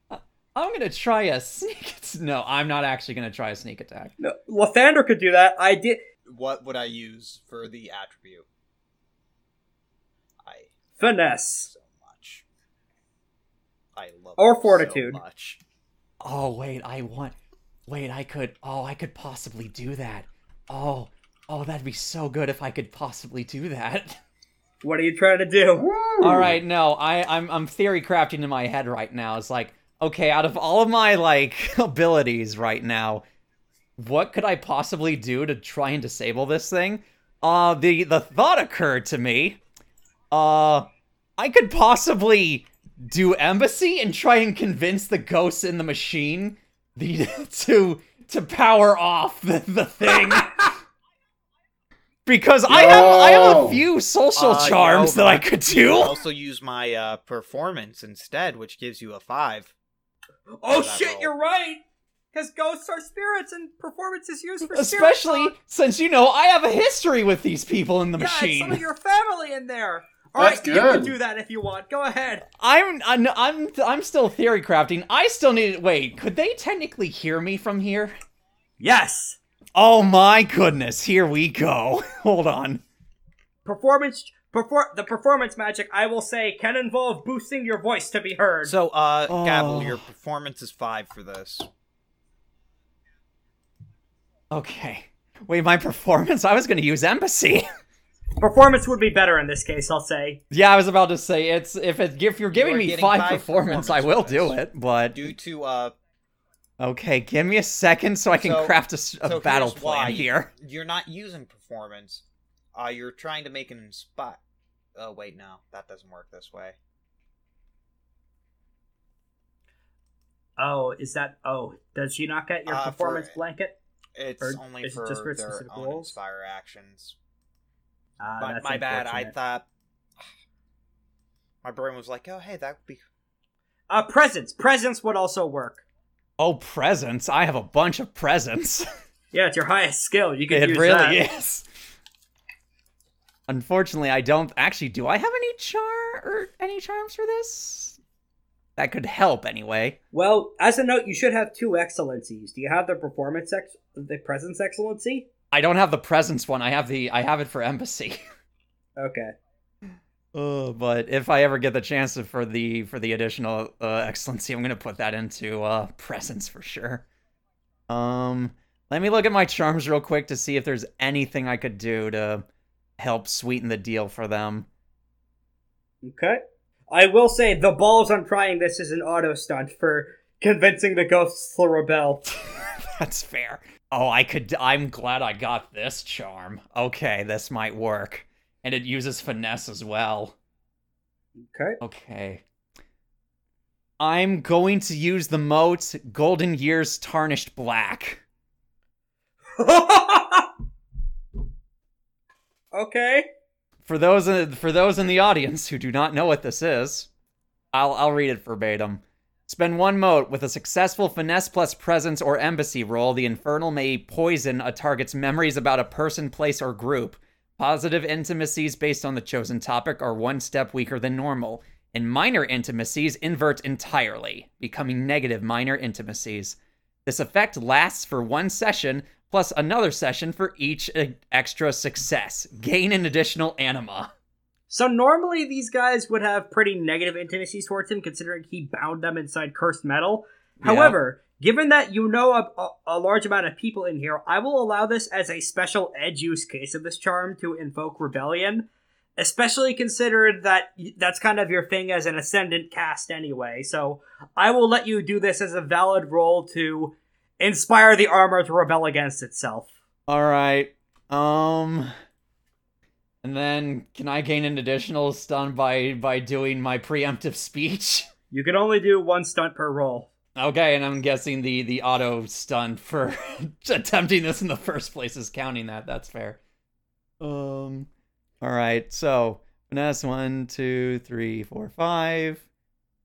[SPEAKER 3] I- I'm gonna try a sneak. [LAUGHS] at- No, I'm not actually gonna try a sneak attack.
[SPEAKER 1] No, Lathander could do that. I did
[SPEAKER 4] What would I use for the attribute? I
[SPEAKER 1] finesse.
[SPEAKER 4] so much. I love
[SPEAKER 1] Or
[SPEAKER 4] it so
[SPEAKER 1] fortitude.
[SPEAKER 4] much.
[SPEAKER 3] Oh wait, I want. Wait, I could. Oh, I could possibly do that. Oh, oh, that'd be so good if I could possibly do that.
[SPEAKER 1] What are you trying to do?
[SPEAKER 3] All right, no, I, I'm I'm theory crafting in my head right now. It's like, okay, out of all of my like [LAUGHS] abilities right now, what could I possibly do to try and disable this thing? Uh, the the thought occurred to me. Uh, I could possibly do embassy and try and convince the ghosts in the machine [LAUGHS] the, to to power off the, the thing.
[SPEAKER 2] [LAUGHS]
[SPEAKER 3] because I have I have a
[SPEAKER 2] Yo.
[SPEAKER 3] few social
[SPEAKER 4] Uh,
[SPEAKER 3] charms
[SPEAKER 4] no,
[SPEAKER 3] that I
[SPEAKER 4] but
[SPEAKER 3] could
[SPEAKER 4] You
[SPEAKER 3] do.
[SPEAKER 4] also use my uh, performance instead, which gives you a five.
[SPEAKER 1] Oh
[SPEAKER 4] that
[SPEAKER 1] shit,
[SPEAKER 4] roll.
[SPEAKER 1] you're right. Because ghosts are spirits, and performance is used for spirit
[SPEAKER 3] Especially
[SPEAKER 1] talk.
[SPEAKER 3] since you know I have a history with these people in the
[SPEAKER 1] yeah, and some of
[SPEAKER 3] machine.
[SPEAKER 1] your family in there. All right,
[SPEAKER 2] That's
[SPEAKER 1] you can
[SPEAKER 2] good.
[SPEAKER 1] do that if you want. Go ahead.
[SPEAKER 3] I'm, I'm I'm I'm still theory crafting. I still need wait, could they technically hear me from here?
[SPEAKER 1] Yes,
[SPEAKER 3] Oh my goodness, here we go. [LAUGHS] Hold on.
[SPEAKER 1] performance. Perform the performance magic. I will say can involve boosting your voice to be heard.
[SPEAKER 4] So, uh,
[SPEAKER 3] Oh.
[SPEAKER 4] Gavel, your performance is five for this.
[SPEAKER 3] Okay. Wait, my performance? I was gonna use embassy. [LAUGHS]
[SPEAKER 1] performance would be better in this case. I'll say.
[SPEAKER 3] yeah, I was about to say it's if it if you're giving
[SPEAKER 4] are
[SPEAKER 3] me
[SPEAKER 4] getting
[SPEAKER 3] five,
[SPEAKER 4] five
[SPEAKER 3] performance, I will
[SPEAKER 4] performance
[SPEAKER 3] do
[SPEAKER 4] points.
[SPEAKER 3] it. But
[SPEAKER 4] Due to uh,
[SPEAKER 3] okay, give me a second so I can
[SPEAKER 4] So-
[SPEAKER 3] craft a s a
[SPEAKER 4] so
[SPEAKER 3] battle
[SPEAKER 4] here's
[SPEAKER 3] plan
[SPEAKER 4] why
[SPEAKER 3] here.
[SPEAKER 4] you're not using performance. Uh, you're trying to make an inspire. Oh wait, no, that doesn't work this way.
[SPEAKER 1] Oh, is that? Oh, does she not get your
[SPEAKER 4] Uh, for-
[SPEAKER 1] performance blanket?
[SPEAKER 4] It's
[SPEAKER 1] Or
[SPEAKER 4] only
[SPEAKER 1] is it
[SPEAKER 4] for
[SPEAKER 1] just for
[SPEAKER 4] their
[SPEAKER 1] specific
[SPEAKER 4] own
[SPEAKER 1] roles?
[SPEAKER 4] inspire actions.
[SPEAKER 1] Uh,
[SPEAKER 4] my
[SPEAKER 1] that's
[SPEAKER 4] my bad. I
[SPEAKER 1] unfortunate.
[SPEAKER 4] thought [SIGHS] my brain was like, "Oh, hey, that would be."
[SPEAKER 1] Uh, presence. Presence would also work.
[SPEAKER 3] Oh, presents! I have a bunch of presents.
[SPEAKER 1] Yeah, it's your highest skill.
[SPEAKER 3] [LAUGHS]
[SPEAKER 1] You can
[SPEAKER 3] it
[SPEAKER 1] use
[SPEAKER 3] really
[SPEAKER 1] that.
[SPEAKER 3] is. Unfortunately, I don't actually. Do I have any char or any charms for this? That could help anyway.
[SPEAKER 1] Well, as a note, you should have two excellencies. Do you have the performance ex- the presence excellency?
[SPEAKER 3] I don't have the presence one. I have the. I have it for embassy. [LAUGHS]
[SPEAKER 1] Okay.
[SPEAKER 3] Uh, but if I ever get the chance to- for the for the additional uh, excellency, I'm gonna put that into uh, presence for sure. Um, let me look at my charms real quick to see if there's anything I could do to help sweeten the deal for them.
[SPEAKER 1] Okay. I will say the balls on trying this is an auto stunt for convincing the ghosts to rebel.
[SPEAKER 3] [LAUGHS] That's fair. Oh, I could. I'm glad I got this charm. Okay, this might work, and it uses finesse as well.
[SPEAKER 1] Okay. [LAUGHS]
[SPEAKER 3] Okay. I'm going to use the moat Golden Years Tarnished Black.
[SPEAKER 1] okay.
[SPEAKER 3] For those for those in the audience who do not know what this is, I'll I'll read it verbatim. Spend one moat with a successful finesse plus presence or embassy roll. The infernal may poison a target's memories about a person, place, or group. Positive intimacies based on the chosen topic are one step weaker than normal, and minor intimacies invert entirely, becoming negative minor intimacies. This effect lasts for one session plus another session for each uh, extra success. Gain an additional anima.
[SPEAKER 1] So normally these guys would have pretty negative intimacies towards him, considering he bound them inside cursed metal.
[SPEAKER 3] Yeah.
[SPEAKER 1] However, given that you know a, a, a large amount of people in here, I will allow this as a special edge use case of this charm to invoke rebellion. Especially considered that y- that's kind of your thing as an ascendant cast anyway. So I will let you do this as a valid role to inspire the armor to rebel against itself.
[SPEAKER 3] All right. Um and then can I gain an additional stun by by doing my preemptive speech?
[SPEAKER 1] You can only do one stunt per roll.
[SPEAKER 3] Okay, and I'm guessing the the auto stun for [LAUGHS] attempting this in the first place is counting that. That's fair. Um. All right. So finesse one, two, three, four, five,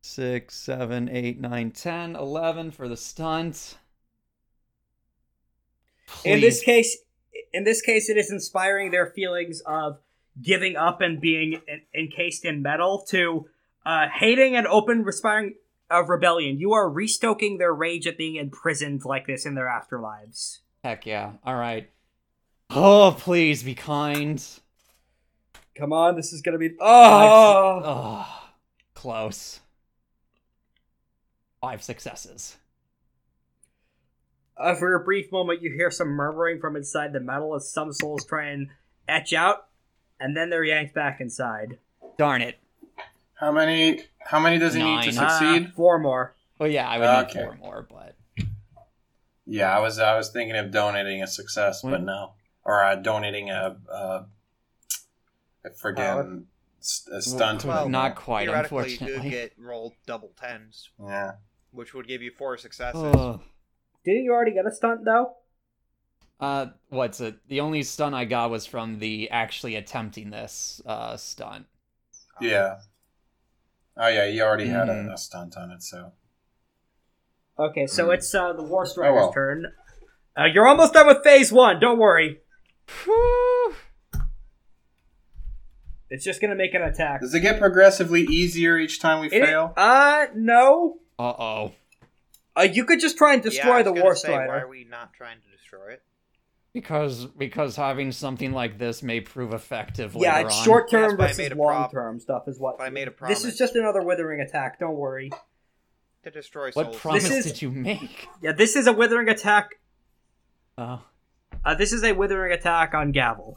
[SPEAKER 3] six, seven, eight, nine, ten, eleven for the stunt.
[SPEAKER 1] in this
[SPEAKER 3] Please.
[SPEAKER 1] case in this case it is inspiring their feelings of giving up and being en- encased in metal to uh, hating and open respiring of rebellion you are restoking their rage at being imprisoned like this in their afterlives
[SPEAKER 3] heck yeah. All right. Oh, please be kind.
[SPEAKER 1] come on this is gonna be
[SPEAKER 3] Five- Ugh. close. Five successes.
[SPEAKER 1] Uh, for a brief moment, you hear some murmuring from inside the metal as some souls try and etch out, and then they're yanked back inside.
[SPEAKER 3] Darn it.
[SPEAKER 2] How many? How many does he need to
[SPEAKER 3] Nine.
[SPEAKER 1] Ah,
[SPEAKER 2] succeed?
[SPEAKER 1] four more.
[SPEAKER 3] Well, yeah, I would
[SPEAKER 2] Okay.
[SPEAKER 3] need four more, but
[SPEAKER 2] Yeah, I was I was thinking of donating a
[SPEAKER 1] Hmm.
[SPEAKER 2] success,
[SPEAKER 3] What?
[SPEAKER 2] but no, or uh, donating a. Uh, I forget
[SPEAKER 1] Power?
[SPEAKER 2] s- a stunt.
[SPEAKER 3] Well, not quite,
[SPEAKER 4] Theoretically, you
[SPEAKER 3] unfortunately. [LAUGHS]
[SPEAKER 4] could get rolled double tens,
[SPEAKER 2] yeah.
[SPEAKER 4] which would give you four successes.
[SPEAKER 1] Oh.
[SPEAKER 4] Um,
[SPEAKER 3] Ugh.
[SPEAKER 1] Didn't you already get a stunt though?
[SPEAKER 3] Uh, what's it? The only stun I got was from the actually attempting this uh stunt.
[SPEAKER 2] Yeah. Oh yeah, you already had a,
[SPEAKER 1] Hmm.
[SPEAKER 3] Mhm.
[SPEAKER 2] a stunt on it, so
[SPEAKER 1] Okay, so
[SPEAKER 2] Hmm.
[SPEAKER 1] it's uh, the War Strider's
[SPEAKER 2] Oh, well.
[SPEAKER 1] turn. Uh, you're almost done with phase one. Don't worry.
[SPEAKER 3] Whew.
[SPEAKER 1] It's just gonna make an attack.
[SPEAKER 2] does it get progressively easier each time we
[SPEAKER 1] It-
[SPEAKER 2] fail?
[SPEAKER 1] uh, no.
[SPEAKER 3] Uh oh.
[SPEAKER 1] Uh, you could just try and
[SPEAKER 4] Yeah,
[SPEAKER 1] destroy
[SPEAKER 4] I was
[SPEAKER 1] the
[SPEAKER 4] gonna
[SPEAKER 1] War
[SPEAKER 4] say, Why are
[SPEAKER 1] Strider.
[SPEAKER 4] we not trying to destroy it?
[SPEAKER 3] Because because having something like this may prove effective
[SPEAKER 1] Yeah,
[SPEAKER 3] later
[SPEAKER 1] it's
[SPEAKER 3] on.
[SPEAKER 1] short term
[SPEAKER 4] Yes, but I
[SPEAKER 1] versus
[SPEAKER 4] made a
[SPEAKER 1] long
[SPEAKER 4] prop-
[SPEAKER 1] term stuff is what.
[SPEAKER 4] But I made a promise
[SPEAKER 1] This is just another withering attack. Don't worry.
[SPEAKER 4] to destroy
[SPEAKER 3] What
[SPEAKER 4] souls.
[SPEAKER 3] promise
[SPEAKER 1] is-
[SPEAKER 3] did you make? [LAUGHS]
[SPEAKER 1] Yeah, this is a withering attack.
[SPEAKER 3] Oh.
[SPEAKER 1] Uh, this is a withering attack on Gavel.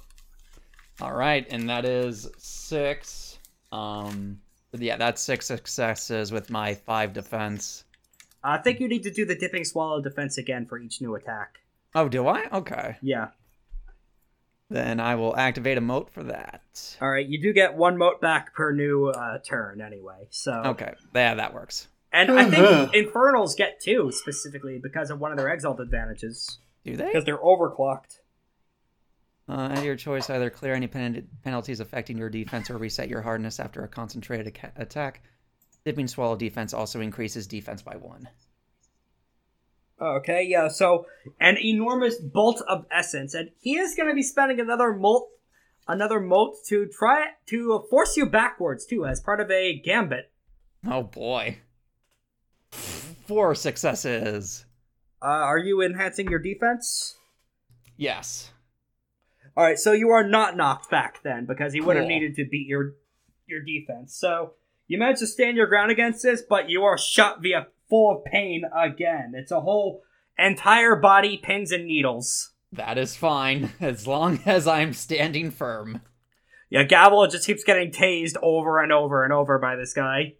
[SPEAKER 3] All right, and that is six. Um, yeah, that's six successes with my five defense.
[SPEAKER 1] I think you need to do the dipping swallow defense again for each new attack.
[SPEAKER 3] Oh, do I? Okay.
[SPEAKER 1] Yeah.
[SPEAKER 3] Then I will activate a moat for that.
[SPEAKER 1] All right. You do get one mote back per new uh, turn anyway. So.
[SPEAKER 3] Okay. Yeah, that works.
[SPEAKER 1] And I
[SPEAKER 2] Uh-huh.
[SPEAKER 1] think Infernals get two specifically because of one of their exalt advantages
[SPEAKER 3] Do they?
[SPEAKER 1] because they're overclocked.
[SPEAKER 3] Uh, at your choice, either clear any pen- penalties affecting your defense or reset your hardness after a concentrated aca- attack. Dipping swallow defense also increases defense by one.
[SPEAKER 1] Okay, yeah. So an enormous bolt of essence, and he is going to be spending another molt, another molt to try to force you backwards too, as part of a gambit.
[SPEAKER 3] Oh boy. Four successes.
[SPEAKER 1] Uh, are you enhancing your defense?
[SPEAKER 3] Yes.
[SPEAKER 1] All right, so you are not knocked back then because he would have
[SPEAKER 3] Cool.
[SPEAKER 1] needed to beat your your defense. So you managed to stand your ground against this, but you are shot via full of pain again. It's a whole entire body pins and needles.
[SPEAKER 3] That is fine, [LAUGHS] as long as I'm standing firm.
[SPEAKER 1] Yeah, Gavel just keeps getting tased over and over and over by this guy.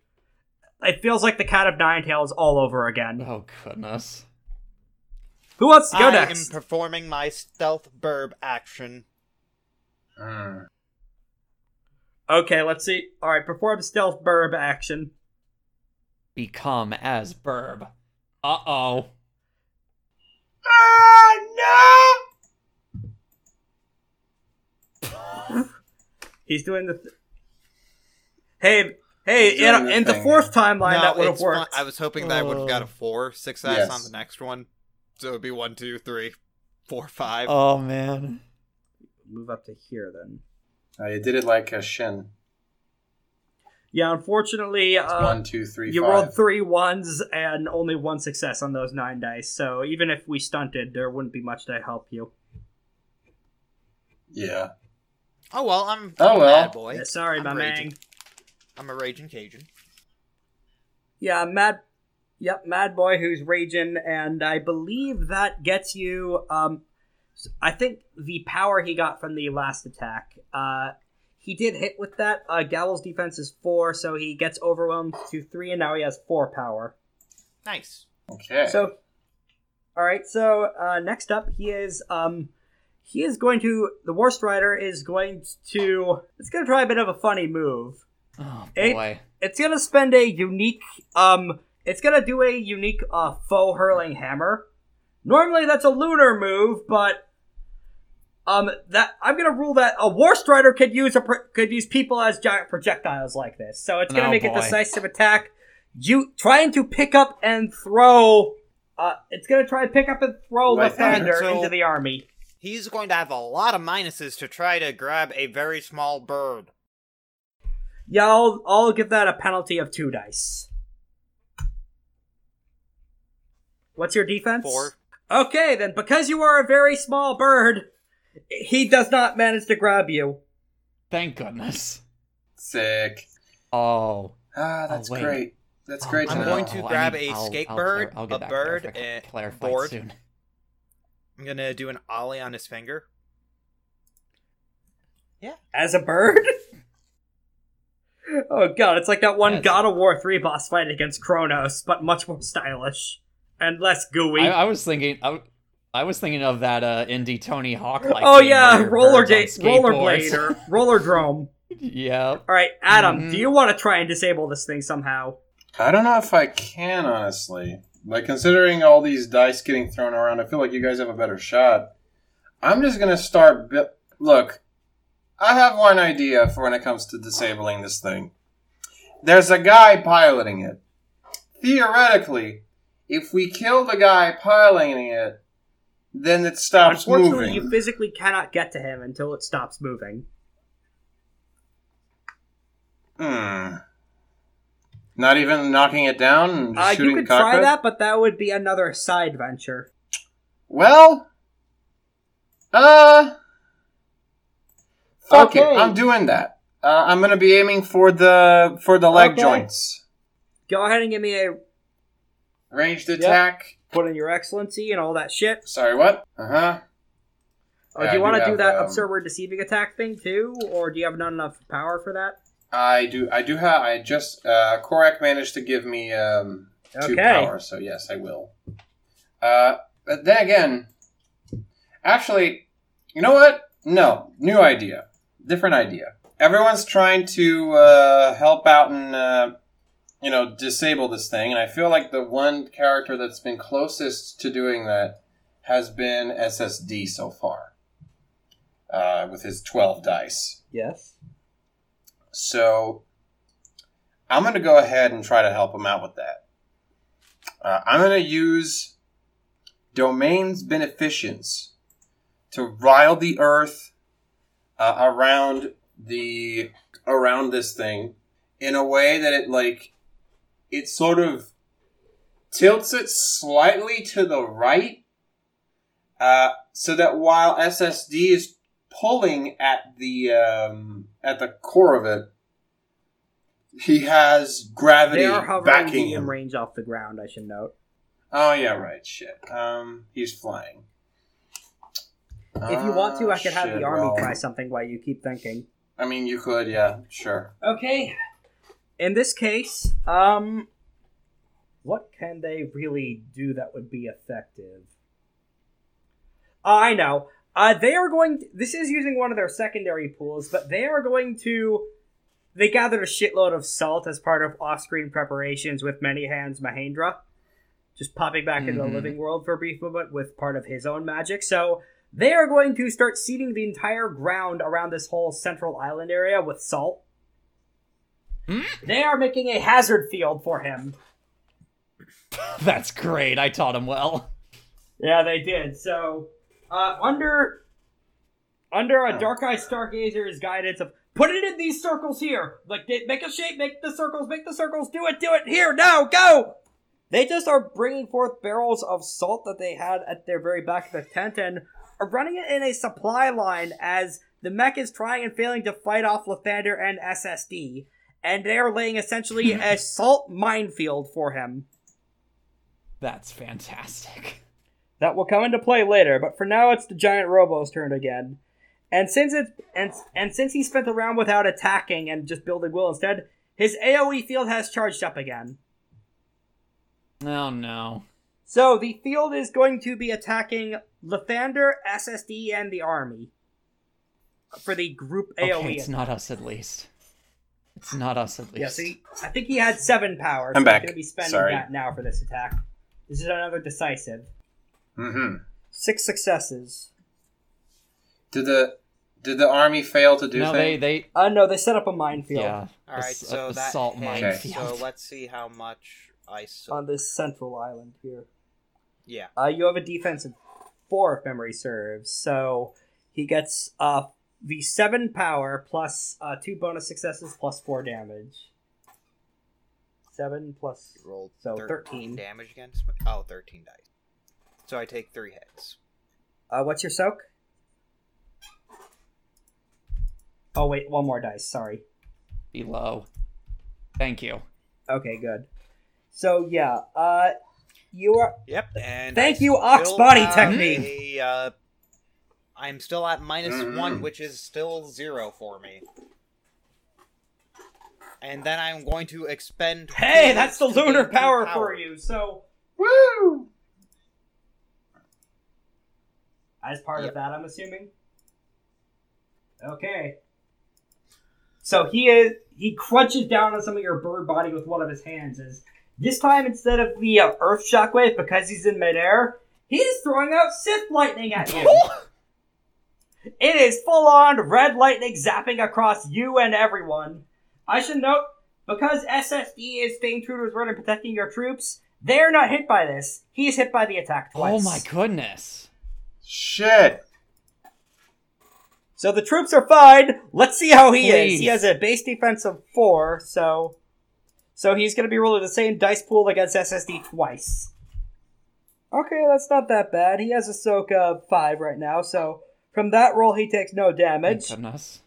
[SPEAKER 1] It feels like the Cat of Nine Tails all over again.
[SPEAKER 3] Oh goodness.
[SPEAKER 1] Who wants to go
[SPEAKER 4] I
[SPEAKER 1] next?
[SPEAKER 4] am performing my stealth burb action.
[SPEAKER 2] Mm.
[SPEAKER 1] Okay, let's see. All right, perform stealth burb action.
[SPEAKER 3] Become as Burb. Uh oh.
[SPEAKER 1] He's doing the. Th- hey, hey!
[SPEAKER 2] He's doing
[SPEAKER 1] In,
[SPEAKER 2] the
[SPEAKER 1] in the
[SPEAKER 2] thing.
[SPEAKER 1] fourth timeline, that would have
[SPEAKER 4] it's fine.
[SPEAKER 1] worked. Oh.
[SPEAKER 4] I was hoping that I would have got a four success
[SPEAKER 2] Yes.
[SPEAKER 4] on the next one. So it would be one, two, three, four, five.
[SPEAKER 3] Oh man.
[SPEAKER 1] Move up to here then.
[SPEAKER 2] Oh, you did it like a shin.
[SPEAKER 1] Yeah, unfortunately, uh,
[SPEAKER 2] One, two, three,
[SPEAKER 1] you
[SPEAKER 2] five.
[SPEAKER 1] rolled three ones and only one success on those nine dice. So even if we stunted, there wouldn't be much to help you.
[SPEAKER 2] Yeah.
[SPEAKER 4] Oh well, I'm,
[SPEAKER 2] Oh,
[SPEAKER 4] I'm a
[SPEAKER 2] well.
[SPEAKER 4] bad boy.
[SPEAKER 1] Yeah, sorry,
[SPEAKER 4] I'm
[SPEAKER 1] my
[SPEAKER 4] raging.
[SPEAKER 1] man.
[SPEAKER 4] I'm a raging Cajun.
[SPEAKER 1] Yeah, mad. Yep, mad boy who's raging, and I believe that gets you. Um, I think the power he got from the last attack. Uh, he did hit with that. Uh, Gallows defense is four, so he gets overwhelmed to three, and now he has four power.
[SPEAKER 4] Nice.
[SPEAKER 2] Okay.
[SPEAKER 1] So, all right. So uh, next up, he is um, he is going to the worst rider is going to. It's going to try a bit of a funny move.
[SPEAKER 3] Oh
[SPEAKER 1] Eh?
[SPEAKER 3] boy.
[SPEAKER 1] It's going to spend a unique um. It's going to do a unique uh faux hurling hammer. Normally that's a lunar move, but um that I'm going to rule that a worst rider could use a pro- could use people as giant projectiles like this. So it's going to
[SPEAKER 3] Oh,
[SPEAKER 1] make a
[SPEAKER 3] boy.
[SPEAKER 1] decisive attack. You trying to pick up and throw uh, it's gonna try to pick up and throw
[SPEAKER 2] Right.
[SPEAKER 1] Lathander
[SPEAKER 4] So-
[SPEAKER 1] into the army.
[SPEAKER 4] He's going to have a lot of minuses to try to grab a very small bird.
[SPEAKER 1] Yeah, I'll, I'll give that a penalty of two dice. What's your defense?
[SPEAKER 4] Four.
[SPEAKER 1] Okay, then, because you are a very small bird, he does not manage to grab you.
[SPEAKER 3] Thank goodness.
[SPEAKER 2] Sick.
[SPEAKER 3] Oh.
[SPEAKER 2] Ah, that's
[SPEAKER 3] wait. Oh,
[SPEAKER 2] great. That's great to
[SPEAKER 4] I'm
[SPEAKER 2] know.
[SPEAKER 4] going to
[SPEAKER 3] I
[SPEAKER 4] grab
[SPEAKER 3] need-
[SPEAKER 4] a
[SPEAKER 3] I'll-
[SPEAKER 4] skate
[SPEAKER 3] I'll
[SPEAKER 4] bird,
[SPEAKER 3] clar- I'll get
[SPEAKER 4] a
[SPEAKER 3] that
[SPEAKER 4] bird,
[SPEAKER 3] clarifi-
[SPEAKER 4] and
[SPEAKER 3] clarified
[SPEAKER 4] board.
[SPEAKER 3] soon.
[SPEAKER 4] I'm gonna do an ollie on his finger.
[SPEAKER 1] As a bird? [LAUGHS] oh god, it's like that one
[SPEAKER 3] Yes.
[SPEAKER 1] God of War 3 boss fight against Kronos, but much more stylish and less gooey.
[SPEAKER 3] I, I was thinking. I, w- I was thinking of that uh, indie Tony Hawk like.
[SPEAKER 1] oh yeah, roller da- rollerblade or roller drome.
[SPEAKER 3] [LAUGHS] Yep.
[SPEAKER 1] All right, Adam,
[SPEAKER 3] Mhm.
[SPEAKER 1] do you want to try and disable this thing somehow?
[SPEAKER 2] I don't know if I can, honestly. Like, considering all these dice getting thrown around, I feel like you guys have a better shot. I'm just going to start. Bu- Look, I have one idea for when it comes to disabling this thing. There's a guy piloting it. Theoretically, if we kill the guy piloting it, then it stops
[SPEAKER 1] Unfortunately,
[SPEAKER 2] moving.
[SPEAKER 1] you physically cannot get to him until it stops moving.
[SPEAKER 2] Hmm. Not even knocking it down and just
[SPEAKER 1] Uh,
[SPEAKER 2] shooting
[SPEAKER 1] you
[SPEAKER 2] the
[SPEAKER 1] could try
[SPEAKER 2] cockpit?
[SPEAKER 1] that, but that would be another side venture.
[SPEAKER 2] Well, uh, fuck it.
[SPEAKER 1] Okay.
[SPEAKER 2] I'm doing that. Uh, I'm gonna be aiming for the for the leg
[SPEAKER 1] Okay.
[SPEAKER 2] joints.
[SPEAKER 1] Go ahead and give me a
[SPEAKER 2] Ranged attack.
[SPEAKER 1] put in your excellency and all that shit.
[SPEAKER 2] Sorry, what? Uh huh.
[SPEAKER 1] Uh,
[SPEAKER 2] Yeah,
[SPEAKER 1] do
[SPEAKER 2] I
[SPEAKER 1] you
[SPEAKER 2] do
[SPEAKER 1] want to do
[SPEAKER 2] have,
[SPEAKER 1] that
[SPEAKER 2] um,
[SPEAKER 1] absurd or deceiving attack thing too, or do you have not enough power for that?
[SPEAKER 2] I do. I do have. I just uh, Korak managed to give me um two
[SPEAKER 1] Okay.
[SPEAKER 2] power, so yes, I will. Uh, but then again, actually, you know what? No, new idea, different idea. Everyone's trying to uh, help out and uh, you know disable this thing, and I feel like the one character that's been closest to doing that has been SSD so far, uh, with his twelve dice.
[SPEAKER 1] Yes.
[SPEAKER 2] So I'm going to go ahead and try to help him out with that. Uh, I'm going to use Domain's Beneficence to rile the earth uh, around the around this thing in a way that it like it sort of tilts it slightly to the right uh, so that while SSD is pulling at the um, at the core of it, he has gravity
[SPEAKER 1] They are hovering
[SPEAKER 2] backing
[SPEAKER 1] medium
[SPEAKER 2] him.
[SPEAKER 1] range off the ground, I should note.
[SPEAKER 2] Oh yeah, right. Shit. Um, he's flying.
[SPEAKER 1] If you want to, I could have
[SPEAKER 2] Ah, shit,
[SPEAKER 1] the army
[SPEAKER 2] well,
[SPEAKER 1] try something while you keep thinking.
[SPEAKER 2] I mean, you could. Yeah, sure.
[SPEAKER 1] Okay. In this case, um what can they really do that would be effective? I know. Uh they are going this is using one of their secondary pools, but they are going to they gathered a shitload of salt as part of off-screen preparations with many hands Mahendra just popping back into the
[SPEAKER 3] Mhm.
[SPEAKER 1] living world for a brief moment with part of his own magic. So they are going to start seeding the entire ground around this whole central island area with salt. They are making a hazard field for him.
[SPEAKER 3] That's great. I taught him well.
[SPEAKER 1] Yeah, they did. So uh, under under a dark eye stargazer's guidance of put it in these circles here, like they- make a shape, make the circles, make the circles, do it, do it here, now, go. They just are bringing forth barrels of salt that they had at their very back of the tent and are running it in a supply line as the mech is trying and failing to fight off Lathander and SSD. And they are laying essentially a salt minefield for him.
[SPEAKER 3] That's fantastic.
[SPEAKER 1] That will come into play later, but for now it's the giant robo's turn again. And since it's and and since he spent the round without attacking and just building will instead, his AoE field has charged up again.
[SPEAKER 3] Oh no.
[SPEAKER 1] So the field is going to be attacking Lathander, SSD, and the army for the group AoE.
[SPEAKER 3] Okay, it's not us at least. It's not us at least.
[SPEAKER 1] yeah, see, I think he had seven power. So
[SPEAKER 2] I'm back.
[SPEAKER 1] He's going to be spending
[SPEAKER 2] Sorry.
[SPEAKER 1] that now for this attack. This is another decisive.
[SPEAKER 2] Mm-hmm.
[SPEAKER 1] Six successes.
[SPEAKER 2] Did the did the army fail to do
[SPEAKER 3] no, they
[SPEAKER 2] thing?
[SPEAKER 3] they
[SPEAKER 1] Uh, no, they set up a minefield
[SPEAKER 3] yeah.
[SPEAKER 4] All right,
[SPEAKER 3] Ass- uh,
[SPEAKER 4] so that
[SPEAKER 3] assault
[SPEAKER 4] hit,
[SPEAKER 2] minefield.
[SPEAKER 4] So
[SPEAKER 3] minefield.
[SPEAKER 4] let's see how much I so
[SPEAKER 1] on this central island here.
[SPEAKER 4] yeah.
[SPEAKER 1] Uh, you have a defense of four if memory serves, so he gets uh the seven power plus uh, two bonus successes plus four damage. Seven plus
[SPEAKER 4] Rolled
[SPEAKER 1] So,
[SPEAKER 4] 13,
[SPEAKER 1] 13.
[SPEAKER 4] damage against me. Oh, 13 dice. So I take three hits.
[SPEAKER 1] uh, what's your soak? Oh wait, one more dice. Sorry.
[SPEAKER 3] below. Thank you.
[SPEAKER 1] Okay, good. So yeah, uh, you are
[SPEAKER 4] Yep. And
[SPEAKER 1] Thank
[SPEAKER 4] I
[SPEAKER 1] you, Ox
[SPEAKER 4] still
[SPEAKER 1] Body
[SPEAKER 4] have
[SPEAKER 1] Technique.
[SPEAKER 4] a, uh, I'm still at minus
[SPEAKER 2] Mhm.
[SPEAKER 4] one, which is still zero for me. And then I'm going to expend. two
[SPEAKER 1] hey,
[SPEAKER 4] hits
[SPEAKER 1] that's the
[SPEAKER 4] to gain
[SPEAKER 1] lunar
[SPEAKER 4] two
[SPEAKER 1] power for you. So
[SPEAKER 2] Woo!
[SPEAKER 1] as part
[SPEAKER 4] Yep.
[SPEAKER 1] of that, I'm assuming. Okay. So he is he crunches down on some of your bird body with one of his hands. As this time, instead of the uh, Earth Shockwave, because he's in midair, he's throwing out Sith lightning at you.
[SPEAKER 3] [LAUGHS]
[SPEAKER 1] it is full on red lightning zapping across you and everyone. I should note because SSD is staying true to his word and protecting your troops. They're not hit by this. He's hit by the attack twice.
[SPEAKER 3] Oh my goodness.
[SPEAKER 2] Shit.
[SPEAKER 1] So the troops are fine. Let's see how he is.
[SPEAKER 3] Please.
[SPEAKER 1] He has a base defense of four, so so he's going to be rolling the same dice pool against SSD twice. Okay, that's not that bad. He has a soak of five right now, so from that roll he takes no
[SPEAKER 3] Thank
[SPEAKER 1] damage.
[SPEAKER 3] goodness.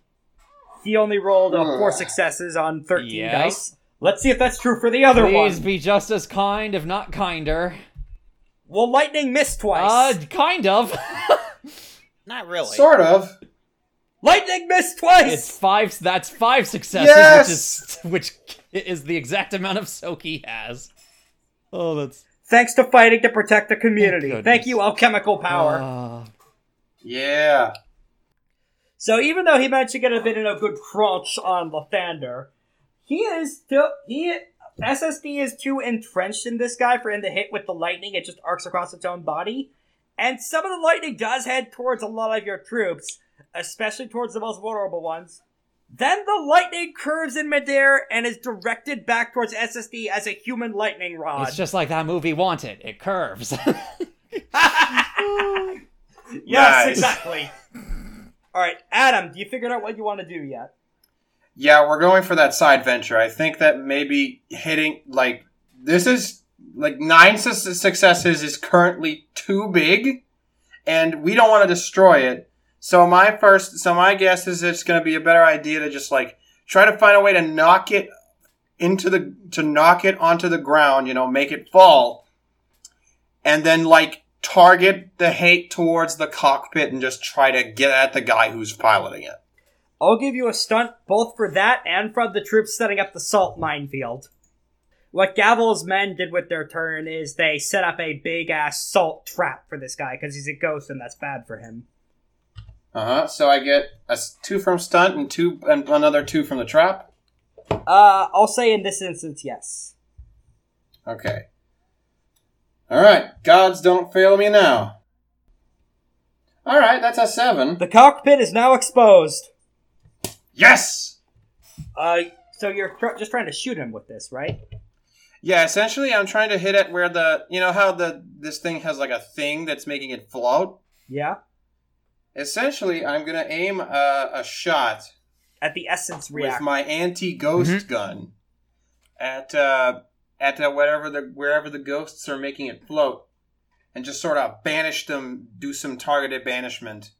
[SPEAKER 1] He only rolled uh, four
[SPEAKER 2] Ugh.
[SPEAKER 1] successes on thirteen
[SPEAKER 3] Yeah.
[SPEAKER 1] dice. Let's see if that's true for the other
[SPEAKER 3] Please
[SPEAKER 1] one.
[SPEAKER 3] be just as kind, if not kinder.
[SPEAKER 1] Well, lightning missed
[SPEAKER 3] Uh,
[SPEAKER 1] twice.
[SPEAKER 3] kind [LAUGHS] of.
[SPEAKER 4] Not really.
[SPEAKER 2] Sort of.
[SPEAKER 1] lightning missed twice.
[SPEAKER 3] it's five. That's five successes,
[SPEAKER 2] Yes!
[SPEAKER 3] which is [LAUGHS] which is the exact amount of soak he has. Oh, that's
[SPEAKER 1] Thanks to fighting to protect the community.
[SPEAKER 3] goodness.
[SPEAKER 1] Thank you, alchemical power.
[SPEAKER 3] Uh,
[SPEAKER 2] Yeah.
[SPEAKER 1] So even though he managed to get a bit of a good crunch on Lathander, he is still he SSD is too entrenched in this guy for him to hit with the lightning. It just arcs across its own body, and some of the lightning does head towards a lot of your troops, especially towards the most vulnerable ones. Then the lightning curves in midair and is directed back towards SSD as a human lightning rod.
[SPEAKER 3] it's just like that movie Wanted. It curves. [LAUGHS]
[SPEAKER 1] yes,
[SPEAKER 2] Nice.
[SPEAKER 3] [LAUGHS]
[SPEAKER 1] exactly. All right, Adam, do you figure out what you want to do yet?
[SPEAKER 2] Yeah, we're going for that side venture. I think that maybe hitting like this is like nine su- successes is currently too big, and we don't want to destroy it. So my first, so my guess is it's going to be a better idea to just like try to find a way to knock it into the to knock it onto the ground. You know, make it fall, and then like target the hate towards the cockpit and just try to get at the guy who's piloting it.
[SPEAKER 1] I'll give you a stunt both for that and from the troops setting up the salt minefield. What Gavel's men did with their turn is they set up a big ass salt trap for this guy because he's a ghost and that's bad for him.
[SPEAKER 2] Uh huh. So I get a s- two from stunt and two and another two from the trap.
[SPEAKER 1] Uh, I'll say in this instance, yes.
[SPEAKER 2] Okay. All right. Gods don't fail me now. All right. That's a seven.
[SPEAKER 1] The cockpit is now exposed.
[SPEAKER 2] Yes.
[SPEAKER 1] Uh, so you're tr- just trying to shoot him with this, right?
[SPEAKER 2] Yeah. Essentially, I'm trying to hit it where the you know how the this thing has like a thing that's making it float.
[SPEAKER 1] Yeah.
[SPEAKER 2] Essentially, I'm gonna aim a, a shot
[SPEAKER 1] At the essence
[SPEAKER 2] with
[SPEAKER 1] reactor.
[SPEAKER 2] my anti-ghost
[SPEAKER 1] Mm-hmm.
[SPEAKER 2] gun at uh, at uh, whatever the wherever the ghosts are making it float, and just sort of banish them, do some targeted banishment,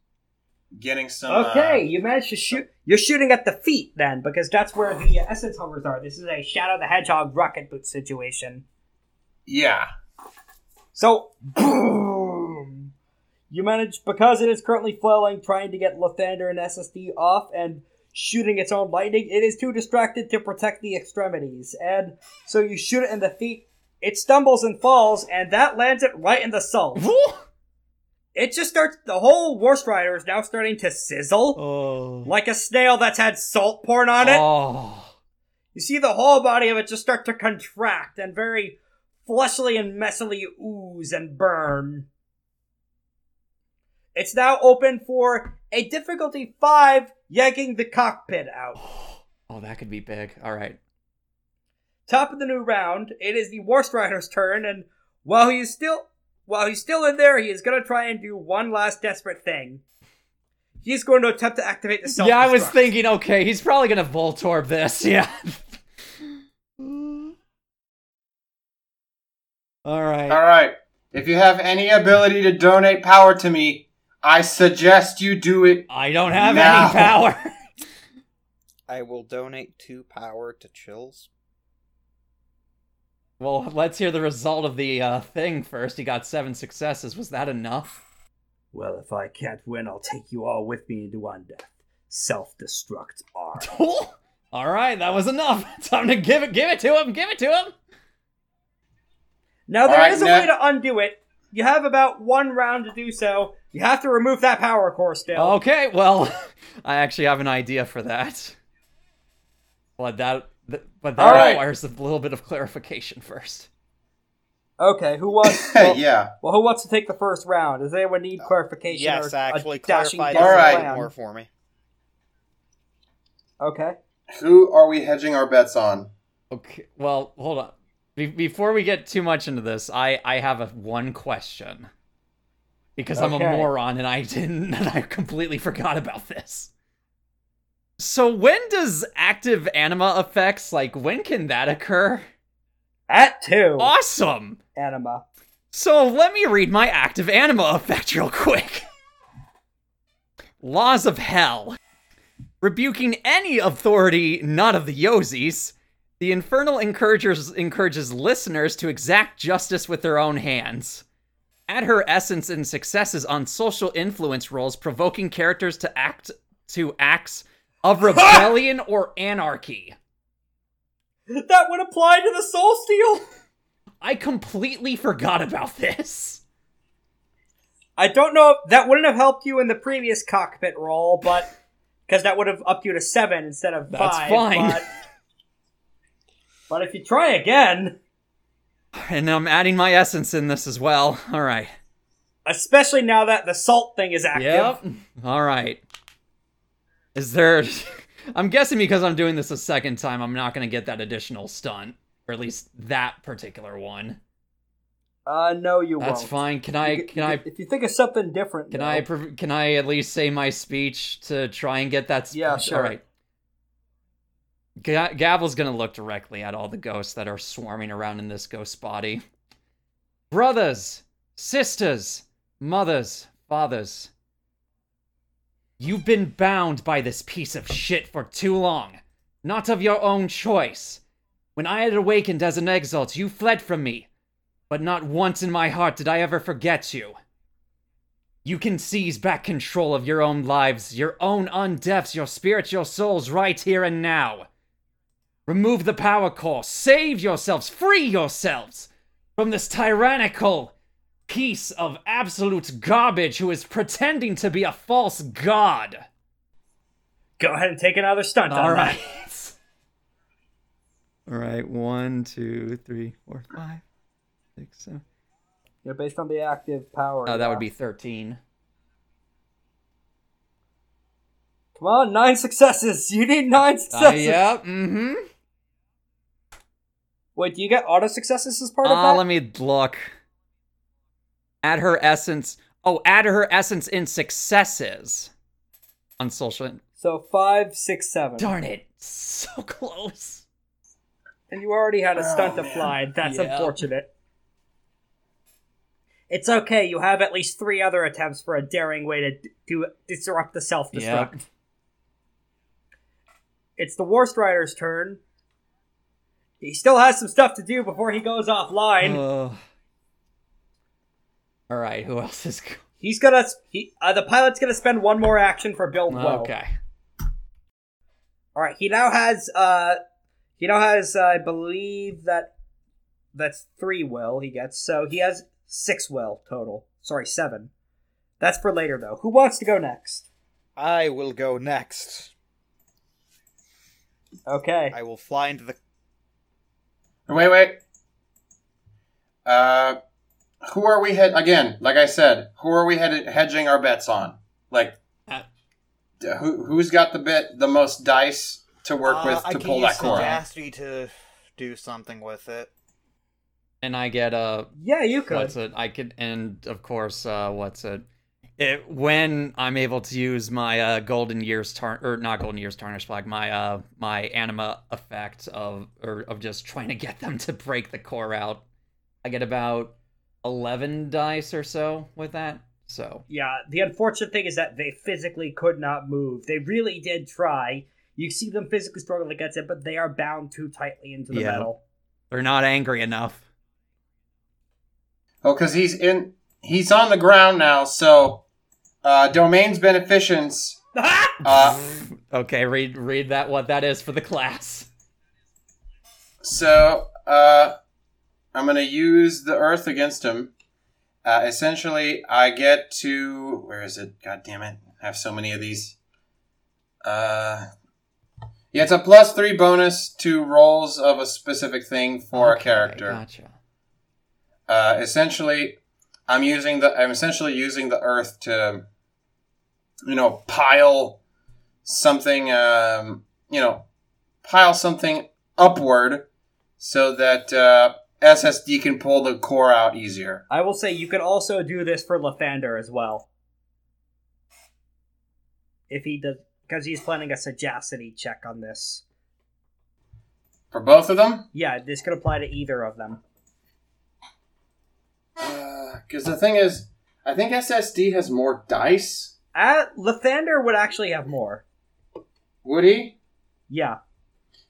[SPEAKER 2] getting some.
[SPEAKER 1] okay,
[SPEAKER 2] Uh,
[SPEAKER 1] you managed to shoot. You're shooting at the feet then because that's where the essence hovers are. This is a Shadow the Hedgehog rocket boot situation.
[SPEAKER 2] yeah.
[SPEAKER 1] So, boom! You manage, because it is currently flailing, trying to get Lathander and SSD off and shooting its own lightning, it is too distracted to protect the extremities. And so you shoot it in the feet, it stumbles and falls, and that lands it right in the salt.
[SPEAKER 3] Oh.
[SPEAKER 1] It just starts, the whole Worst Rider is now starting to sizzle.
[SPEAKER 3] oh.
[SPEAKER 1] Like a snail that's had salt poured on it.
[SPEAKER 3] Oh.
[SPEAKER 1] You see the whole body of it just start to contract and very fleshly and messily ooze and burn. It's now open for a difficulty five, yanking the cockpit out.
[SPEAKER 3] Oh, that could be big. All right.
[SPEAKER 1] Top of the new round, it is the Worst Rider's turn, and while he's still while he's still in there, he is gonna try and do one last desperate thing. He's going to attempt to activate the self.
[SPEAKER 3] Yeah, I was thinking. Okay, he's probably gonna Voltorb this. [LAUGHS] Yeah. All right.
[SPEAKER 2] All right. If you have any ability to donate power to me, I suggest you do it. [LAUGHS]
[SPEAKER 3] I don't have
[SPEAKER 2] Now.
[SPEAKER 3] any power. [LAUGHS]
[SPEAKER 4] I will donate two power to Chills.
[SPEAKER 3] well, let's hear the result of the uh, thing first. He got seven successes. Was that enough?
[SPEAKER 1] Well, if I can't win, I'll take you all with me into one death. Self destruct R.
[SPEAKER 3] [LAUGHS] All right, that was enough. [LAUGHS] Time to give it, give it to him, give it to him.
[SPEAKER 1] Now there
[SPEAKER 2] Alright,
[SPEAKER 1] is a
[SPEAKER 2] now-
[SPEAKER 1] way to undo it. You have about one round to do so. You have to
[SPEAKER 3] Oh. [LAUGHS]
[SPEAKER 1] remove that power core still.
[SPEAKER 3] Okay, well, I actually have an idea for that. But that th- but
[SPEAKER 2] All
[SPEAKER 3] that
[SPEAKER 2] right.
[SPEAKER 3] requires a little bit of clarification first.
[SPEAKER 1] Okay, who wants?
[SPEAKER 2] [LAUGHS]
[SPEAKER 1] Well,
[SPEAKER 2] yeah.
[SPEAKER 1] well, who wants to take the first round? Does anyone need clarification?
[SPEAKER 4] Yes,
[SPEAKER 1] or
[SPEAKER 4] actually
[SPEAKER 1] a dashing
[SPEAKER 4] clarify this
[SPEAKER 1] guess
[SPEAKER 2] All
[SPEAKER 1] or
[SPEAKER 2] right.
[SPEAKER 4] a
[SPEAKER 1] plan?
[SPEAKER 4] little more for me.
[SPEAKER 1] Okay.
[SPEAKER 2] Who are we hedging our bets on?
[SPEAKER 3] Okay. Well, hold on. Be- before we get too much into this, I I have a one question because I'm
[SPEAKER 1] Okay.
[SPEAKER 3] a moron and I didn't [LAUGHS] and I completely forgot about this. So when does active anima effects like when can that occur?
[SPEAKER 1] At two,
[SPEAKER 3] Awesome.
[SPEAKER 1] anima.
[SPEAKER 3] So let me read my active anima effect real quick. Laws of Hell. Rebuking any authority not of the Yozis, the Infernal encourages, encourages listeners to exact justice with their own hands. Add her essence and successes on social influence roles, provoking characters to act to acts of rebellion or anarchy.
[SPEAKER 1] That would apply to the soul steal.
[SPEAKER 3] I completely forgot about this.
[SPEAKER 1] I don't know. if That wouldn't have helped you in the previous cockpit roll, but because that would have upped you to seven instead of
[SPEAKER 3] That's
[SPEAKER 1] five.
[SPEAKER 3] fine.
[SPEAKER 1] But, [LAUGHS] but if you try again,
[SPEAKER 3] And I'm adding my essence in this as well. All right.
[SPEAKER 1] especially now that the salt thing is active,
[SPEAKER 3] All right. Is there. [LAUGHS] I'm guessing because I'm doing this a second time, I'm not going to get that additional stunt. Or at least that particular one.
[SPEAKER 1] uh, no, you
[SPEAKER 3] That's
[SPEAKER 1] won't.
[SPEAKER 3] fine. Can
[SPEAKER 1] You
[SPEAKER 3] I.
[SPEAKER 1] could-
[SPEAKER 3] Can
[SPEAKER 1] you
[SPEAKER 3] I.
[SPEAKER 1] could- If you think of something different,
[SPEAKER 3] Can
[SPEAKER 1] no.
[SPEAKER 3] I prov- can I at least say my speech to try and get that? Sp-
[SPEAKER 1] Yeah, sure.
[SPEAKER 3] All right. Ga- Gavel's gonna look directly at all the ghosts that are swarming around in this ghost body. Brothers, sisters, mothers, fathers, you've been bound by this piece of shit for too long, not of your own choice. When I had awakened as an exalt, you fled from me, but not once in my heart did I ever forget you. You can seize back control of your own lives, your own undeaths, your spiritual souls right here and now. Remove the power core, save yourselves, free yourselves from this tyrannical piece of absolute garbage who is pretending to be a false god.
[SPEAKER 1] Go ahead and take another stunt.
[SPEAKER 3] All
[SPEAKER 1] on that.
[SPEAKER 3] right. All right, one, two, three, four, five, six, seven.
[SPEAKER 1] Yeah, based on the active power.
[SPEAKER 3] Oh, that would
[SPEAKER 1] yeah.
[SPEAKER 3] be 13.
[SPEAKER 1] Come on, nine successes. You need nine
[SPEAKER 3] Uh,
[SPEAKER 1] successes.
[SPEAKER 3] yeah, mm hmm.
[SPEAKER 1] Wait, do you get auto successes as part of
[SPEAKER 3] Ah,
[SPEAKER 1] that?
[SPEAKER 3] let me look. Add her essence. Oh, add her essence in successes on social.
[SPEAKER 1] So five, six, seven.
[SPEAKER 3] Darn it, [LAUGHS] so close.
[SPEAKER 1] And you already had a stunt
[SPEAKER 2] Oh, man.
[SPEAKER 1] applied. That's
[SPEAKER 3] Yeah.
[SPEAKER 1] unfortunate. It's okay. You have at least three other attempts for a daring way to d- do disrupt the self destruct.
[SPEAKER 3] Yep.
[SPEAKER 1] It's the Worst Rider's turn. He still has some stuff to do before he goes offline.
[SPEAKER 3] Ugh. All right, who else is? go-
[SPEAKER 1] He's gonna. s- He uh, the pilot's gonna spend one more action for build low.
[SPEAKER 3] Okay.
[SPEAKER 1] All right. He now has. uh He now has. I believe that. That's three will he gets. So he has six will total. Sorry, seven. That's for later though. Who wants to go next?
[SPEAKER 5] I will go next.
[SPEAKER 1] Okay.
[SPEAKER 5] I will fly into the.
[SPEAKER 2] Wait, wait. Uh, who are we head again? Like I said, who are we head- hedging our bets on? Like,
[SPEAKER 3] Uh.
[SPEAKER 2] d- who who's got the bet the most dice to work
[SPEAKER 4] Uh,
[SPEAKER 2] with
[SPEAKER 4] I
[SPEAKER 2] to
[SPEAKER 4] can
[SPEAKER 2] pull
[SPEAKER 4] use
[SPEAKER 2] that core? out?
[SPEAKER 4] sagacity to do something with it.
[SPEAKER 3] And I get uh, a
[SPEAKER 1] yeah, you could.
[SPEAKER 3] what's it? I could and of course uh, what's it? It when I'm able to use my uh, golden years tar or not golden years tarnish flag, my uh my anima effect of or of just trying to get them to break the core out. I get about eleven dice or so with that. So
[SPEAKER 1] Yeah, the unfortunate thing is that they physically could not move. They really did try. You see them physically struggling against it, but they are bound too tightly into the
[SPEAKER 3] Yeah.
[SPEAKER 1] metal.
[SPEAKER 3] they're not angry enough.
[SPEAKER 2] Oh, because he's in he's on the ground now. So, uh, domains beneficence. Uh,
[SPEAKER 3] [LAUGHS] Okay, read read that what that is for the class.
[SPEAKER 2] So, uh, I'm going to use the earth against him. Uh, essentially, I get to. Where is it? God damn it. I have so many of these. Uh, Yeah, it's a plus three bonus to rolls of a specific thing for a
[SPEAKER 3] Okay,
[SPEAKER 2] character.
[SPEAKER 3] Gotcha.
[SPEAKER 2] Uh, essentially, I'm using the I'm essentially using the earth to, you know, pile something, um, you know, pile something upward, so that uh, SSD can pull the core out easier.
[SPEAKER 1] I will say you could also do this for Lefander as well. If he does, because he's planning a sagacity check on this.
[SPEAKER 2] For both of them,
[SPEAKER 1] Yeah, this could apply to either of them.
[SPEAKER 2] because Uh, the thing is, I think SSD has more dice.
[SPEAKER 1] Uh, Lethander would actually have more.
[SPEAKER 2] Would he?
[SPEAKER 1] Yeah.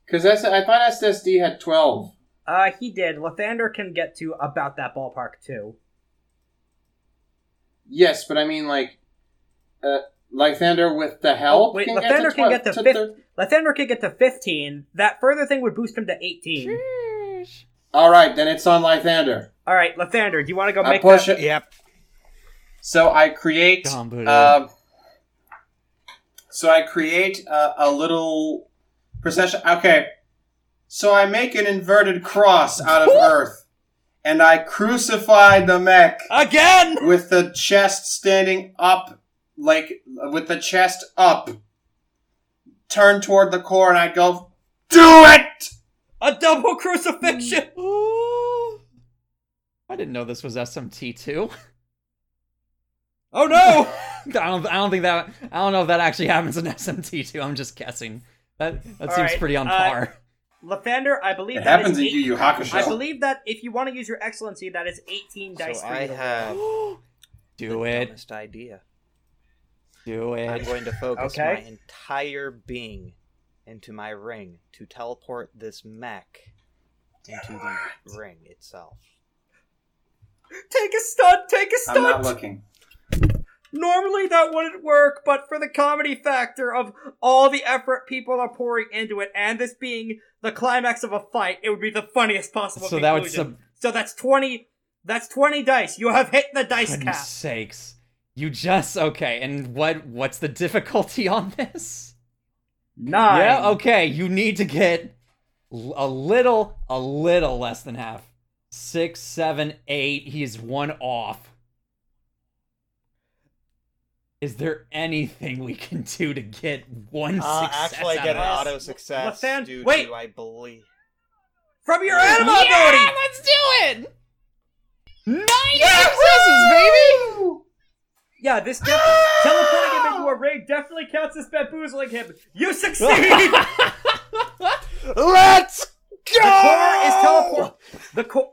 [SPEAKER 2] Because I thought SSD had twelve.
[SPEAKER 1] Uh, he did. Lethander can get to about that ballpark too.
[SPEAKER 2] Yes, but I mean like, uh, Lythander with the help.
[SPEAKER 1] Oh, wait,
[SPEAKER 2] can
[SPEAKER 1] Lythander
[SPEAKER 2] get to
[SPEAKER 1] can
[SPEAKER 2] 12
[SPEAKER 1] get to
[SPEAKER 2] to
[SPEAKER 1] fif-
[SPEAKER 2] thir-
[SPEAKER 1] Lethander could get to 15. That further thing would boost him to 18.
[SPEAKER 3] Sheesh.
[SPEAKER 2] All right, then it's on Lythander.
[SPEAKER 1] All right, Lethander, do you want to go
[SPEAKER 2] I
[SPEAKER 1] make
[SPEAKER 2] push
[SPEAKER 1] that?
[SPEAKER 2] it.
[SPEAKER 5] Yep.
[SPEAKER 2] So I create.
[SPEAKER 3] Dumb Buddha.
[SPEAKER 2] Uh, so I create uh, a, a little procession. Okay. So I make an inverted cross out of Earth, and I crucify the mech
[SPEAKER 1] Again!
[SPEAKER 2] with the chest standing up, like with the chest up, turned toward the core, and I go, "Do it!"
[SPEAKER 1] A double [LAUGHS]
[SPEAKER 3] [LAUGHS]
[SPEAKER 1] crucifixion!
[SPEAKER 3] Ooh. I didn't know this was SMT two.
[SPEAKER 1] Oh no! [LAUGHS]
[SPEAKER 3] I don't. I don't think that. I don't know if that actually happens in SMT two. I'm just guessing. That that
[SPEAKER 1] All
[SPEAKER 3] seems
[SPEAKER 1] right,
[SPEAKER 3] pretty on
[SPEAKER 1] uh, [LAUGHS]
[SPEAKER 3] par.
[SPEAKER 1] Lathander, I believe
[SPEAKER 2] It
[SPEAKER 1] that
[SPEAKER 2] happens
[SPEAKER 1] is
[SPEAKER 2] in
[SPEAKER 1] eight-
[SPEAKER 2] Yu Yu Hakusho.
[SPEAKER 1] I believe that if you want to use your excellency, that is 18 dice
[SPEAKER 4] so
[SPEAKER 1] for you
[SPEAKER 4] I
[SPEAKER 1] to
[SPEAKER 4] have
[SPEAKER 3] do
[SPEAKER 4] the
[SPEAKER 3] it.
[SPEAKER 4] dumbest idea.
[SPEAKER 3] Do
[SPEAKER 4] I'm
[SPEAKER 3] it.
[SPEAKER 4] going to focus
[SPEAKER 1] Okay.
[SPEAKER 4] my entire being into my ring to teleport this mech into the ring itself.
[SPEAKER 1] roll. Take a stunt! Take a
[SPEAKER 2] I'm not
[SPEAKER 1] stunt!
[SPEAKER 2] looking.
[SPEAKER 1] Normally that wouldn't work, but for the comedy factor of all the effort people are pouring into it, and this being the climax of a fight, it would be the funniest possible
[SPEAKER 3] So that would
[SPEAKER 1] conclusion. so that's 20... That's 20 dice. You have hit the dice
[SPEAKER 3] Goodness
[SPEAKER 1] cap.
[SPEAKER 3] sakes! You just okay. And what? What's the difficulty on this?
[SPEAKER 1] Nine.
[SPEAKER 3] Yeah, okay. You need to get l- a little, a little less than half. Six, seven, eight. He is one off. Is there anything we can do to get one
[SPEAKER 4] Uh,
[SPEAKER 3] success
[SPEAKER 4] actually, I get an
[SPEAKER 3] out of
[SPEAKER 4] auto success
[SPEAKER 1] Lathan-
[SPEAKER 4] due
[SPEAKER 1] wait!
[SPEAKER 4] to, I believe.
[SPEAKER 1] From your
[SPEAKER 4] Yeah.
[SPEAKER 1] animal
[SPEAKER 3] this? Yeah,
[SPEAKER 1] ability!
[SPEAKER 3] let's do it! Nine successes, baby!
[SPEAKER 1] Yeah, this def- teleporting him into a ring definitely counts as bamboozling him. You succeed!
[SPEAKER 5] Let's go.
[SPEAKER 1] The core is teleport. The core.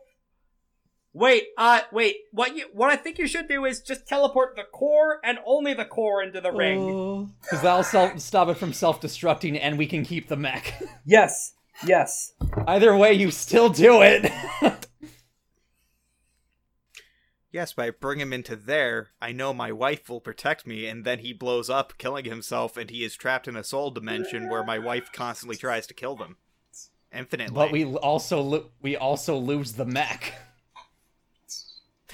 [SPEAKER 1] Wait, uh, wait. What you? What I think you should do is just teleport the core and only the core into the ring.
[SPEAKER 3] Because that'll self- stop it from self destructing and we can keep the mech. [LAUGHS]
[SPEAKER 1] Yes. Yes.
[SPEAKER 3] Either way, you still do it. [LAUGHS]
[SPEAKER 5] Yes, but I bring him into there. I know my wife will protect me, and then he blows up, killing himself, and he is trapped in a soul dimension where my wife constantly tries to kill them. Infinitely.
[SPEAKER 3] but we also lo- we also lose the mech.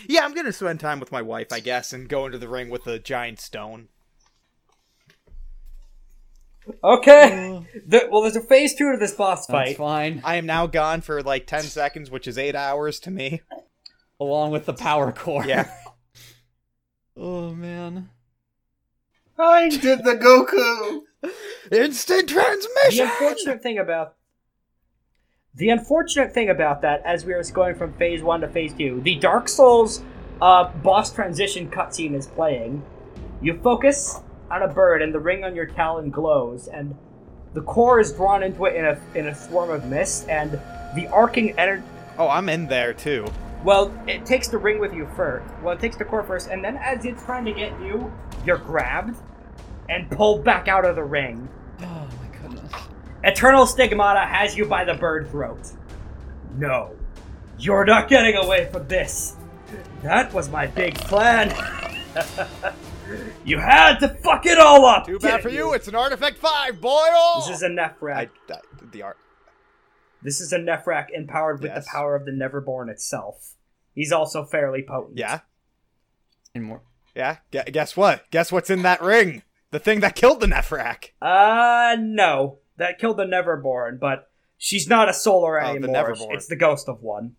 [SPEAKER 5] Yeah, I'm gonna spend time with my wife, I guess, and go into the ring with a giant stone.
[SPEAKER 1] Okay. The- well, there's a phase two to this boss
[SPEAKER 3] That's
[SPEAKER 1] fight.
[SPEAKER 3] fine.
[SPEAKER 5] I am now gone for like 10 seconds, which is 8 hours to [LAUGHS] me.
[SPEAKER 3] Along with the power core.
[SPEAKER 5] Yeah.
[SPEAKER 3] [LAUGHS] oh man.
[SPEAKER 2] I did the Goku.
[SPEAKER 5] Instant
[SPEAKER 1] The
[SPEAKER 5] transmission!
[SPEAKER 1] unfortunate thing about the unfortunate thing about that, as we were going from phase one to phase two, the Dark Souls uh, boss transition cutscene is playing. You focus on a bird, and the ring on your talon glows, and the core is drawn into it in a in a swarm of mist, and the arcing energy.
[SPEAKER 5] Oh, I'm in there too.
[SPEAKER 1] Well, it takes the ring with you first. Well, it takes the core first, and then as it's trying to get you, you're grabbed and pulled back out of the ring.
[SPEAKER 3] Oh my goodness.
[SPEAKER 1] Eternal Stigmata has you by the bird throat. No. You're not getting away from this. That was my big plan. [LAUGHS] you had to fuck it all up.
[SPEAKER 5] Too bad for
[SPEAKER 1] didn't
[SPEAKER 5] you, it's an Artifact 5, boil!
[SPEAKER 1] This is a Nephrak.
[SPEAKER 5] I, I, the art.
[SPEAKER 1] This is a Nephrak empowered with
[SPEAKER 5] Yes.
[SPEAKER 1] the power of the Neverborn itself. He's also fairly potent.
[SPEAKER 5] Yeah?
[SPEAKER 3] And more.
[SPEAKER 5] Yeah? Gu- guess what? Guess what's in that ring? The thing that killed the Nephrak.
[SPEAKER 1] Uh, no. that killed the Neverborn, but she's not a Solar
[SPEAKER 5] Oh, the
[SPEAKER 1] anymore.
[SPEAKER 5] Neverborn.
[SPEAKER 1] it's the ghost of one.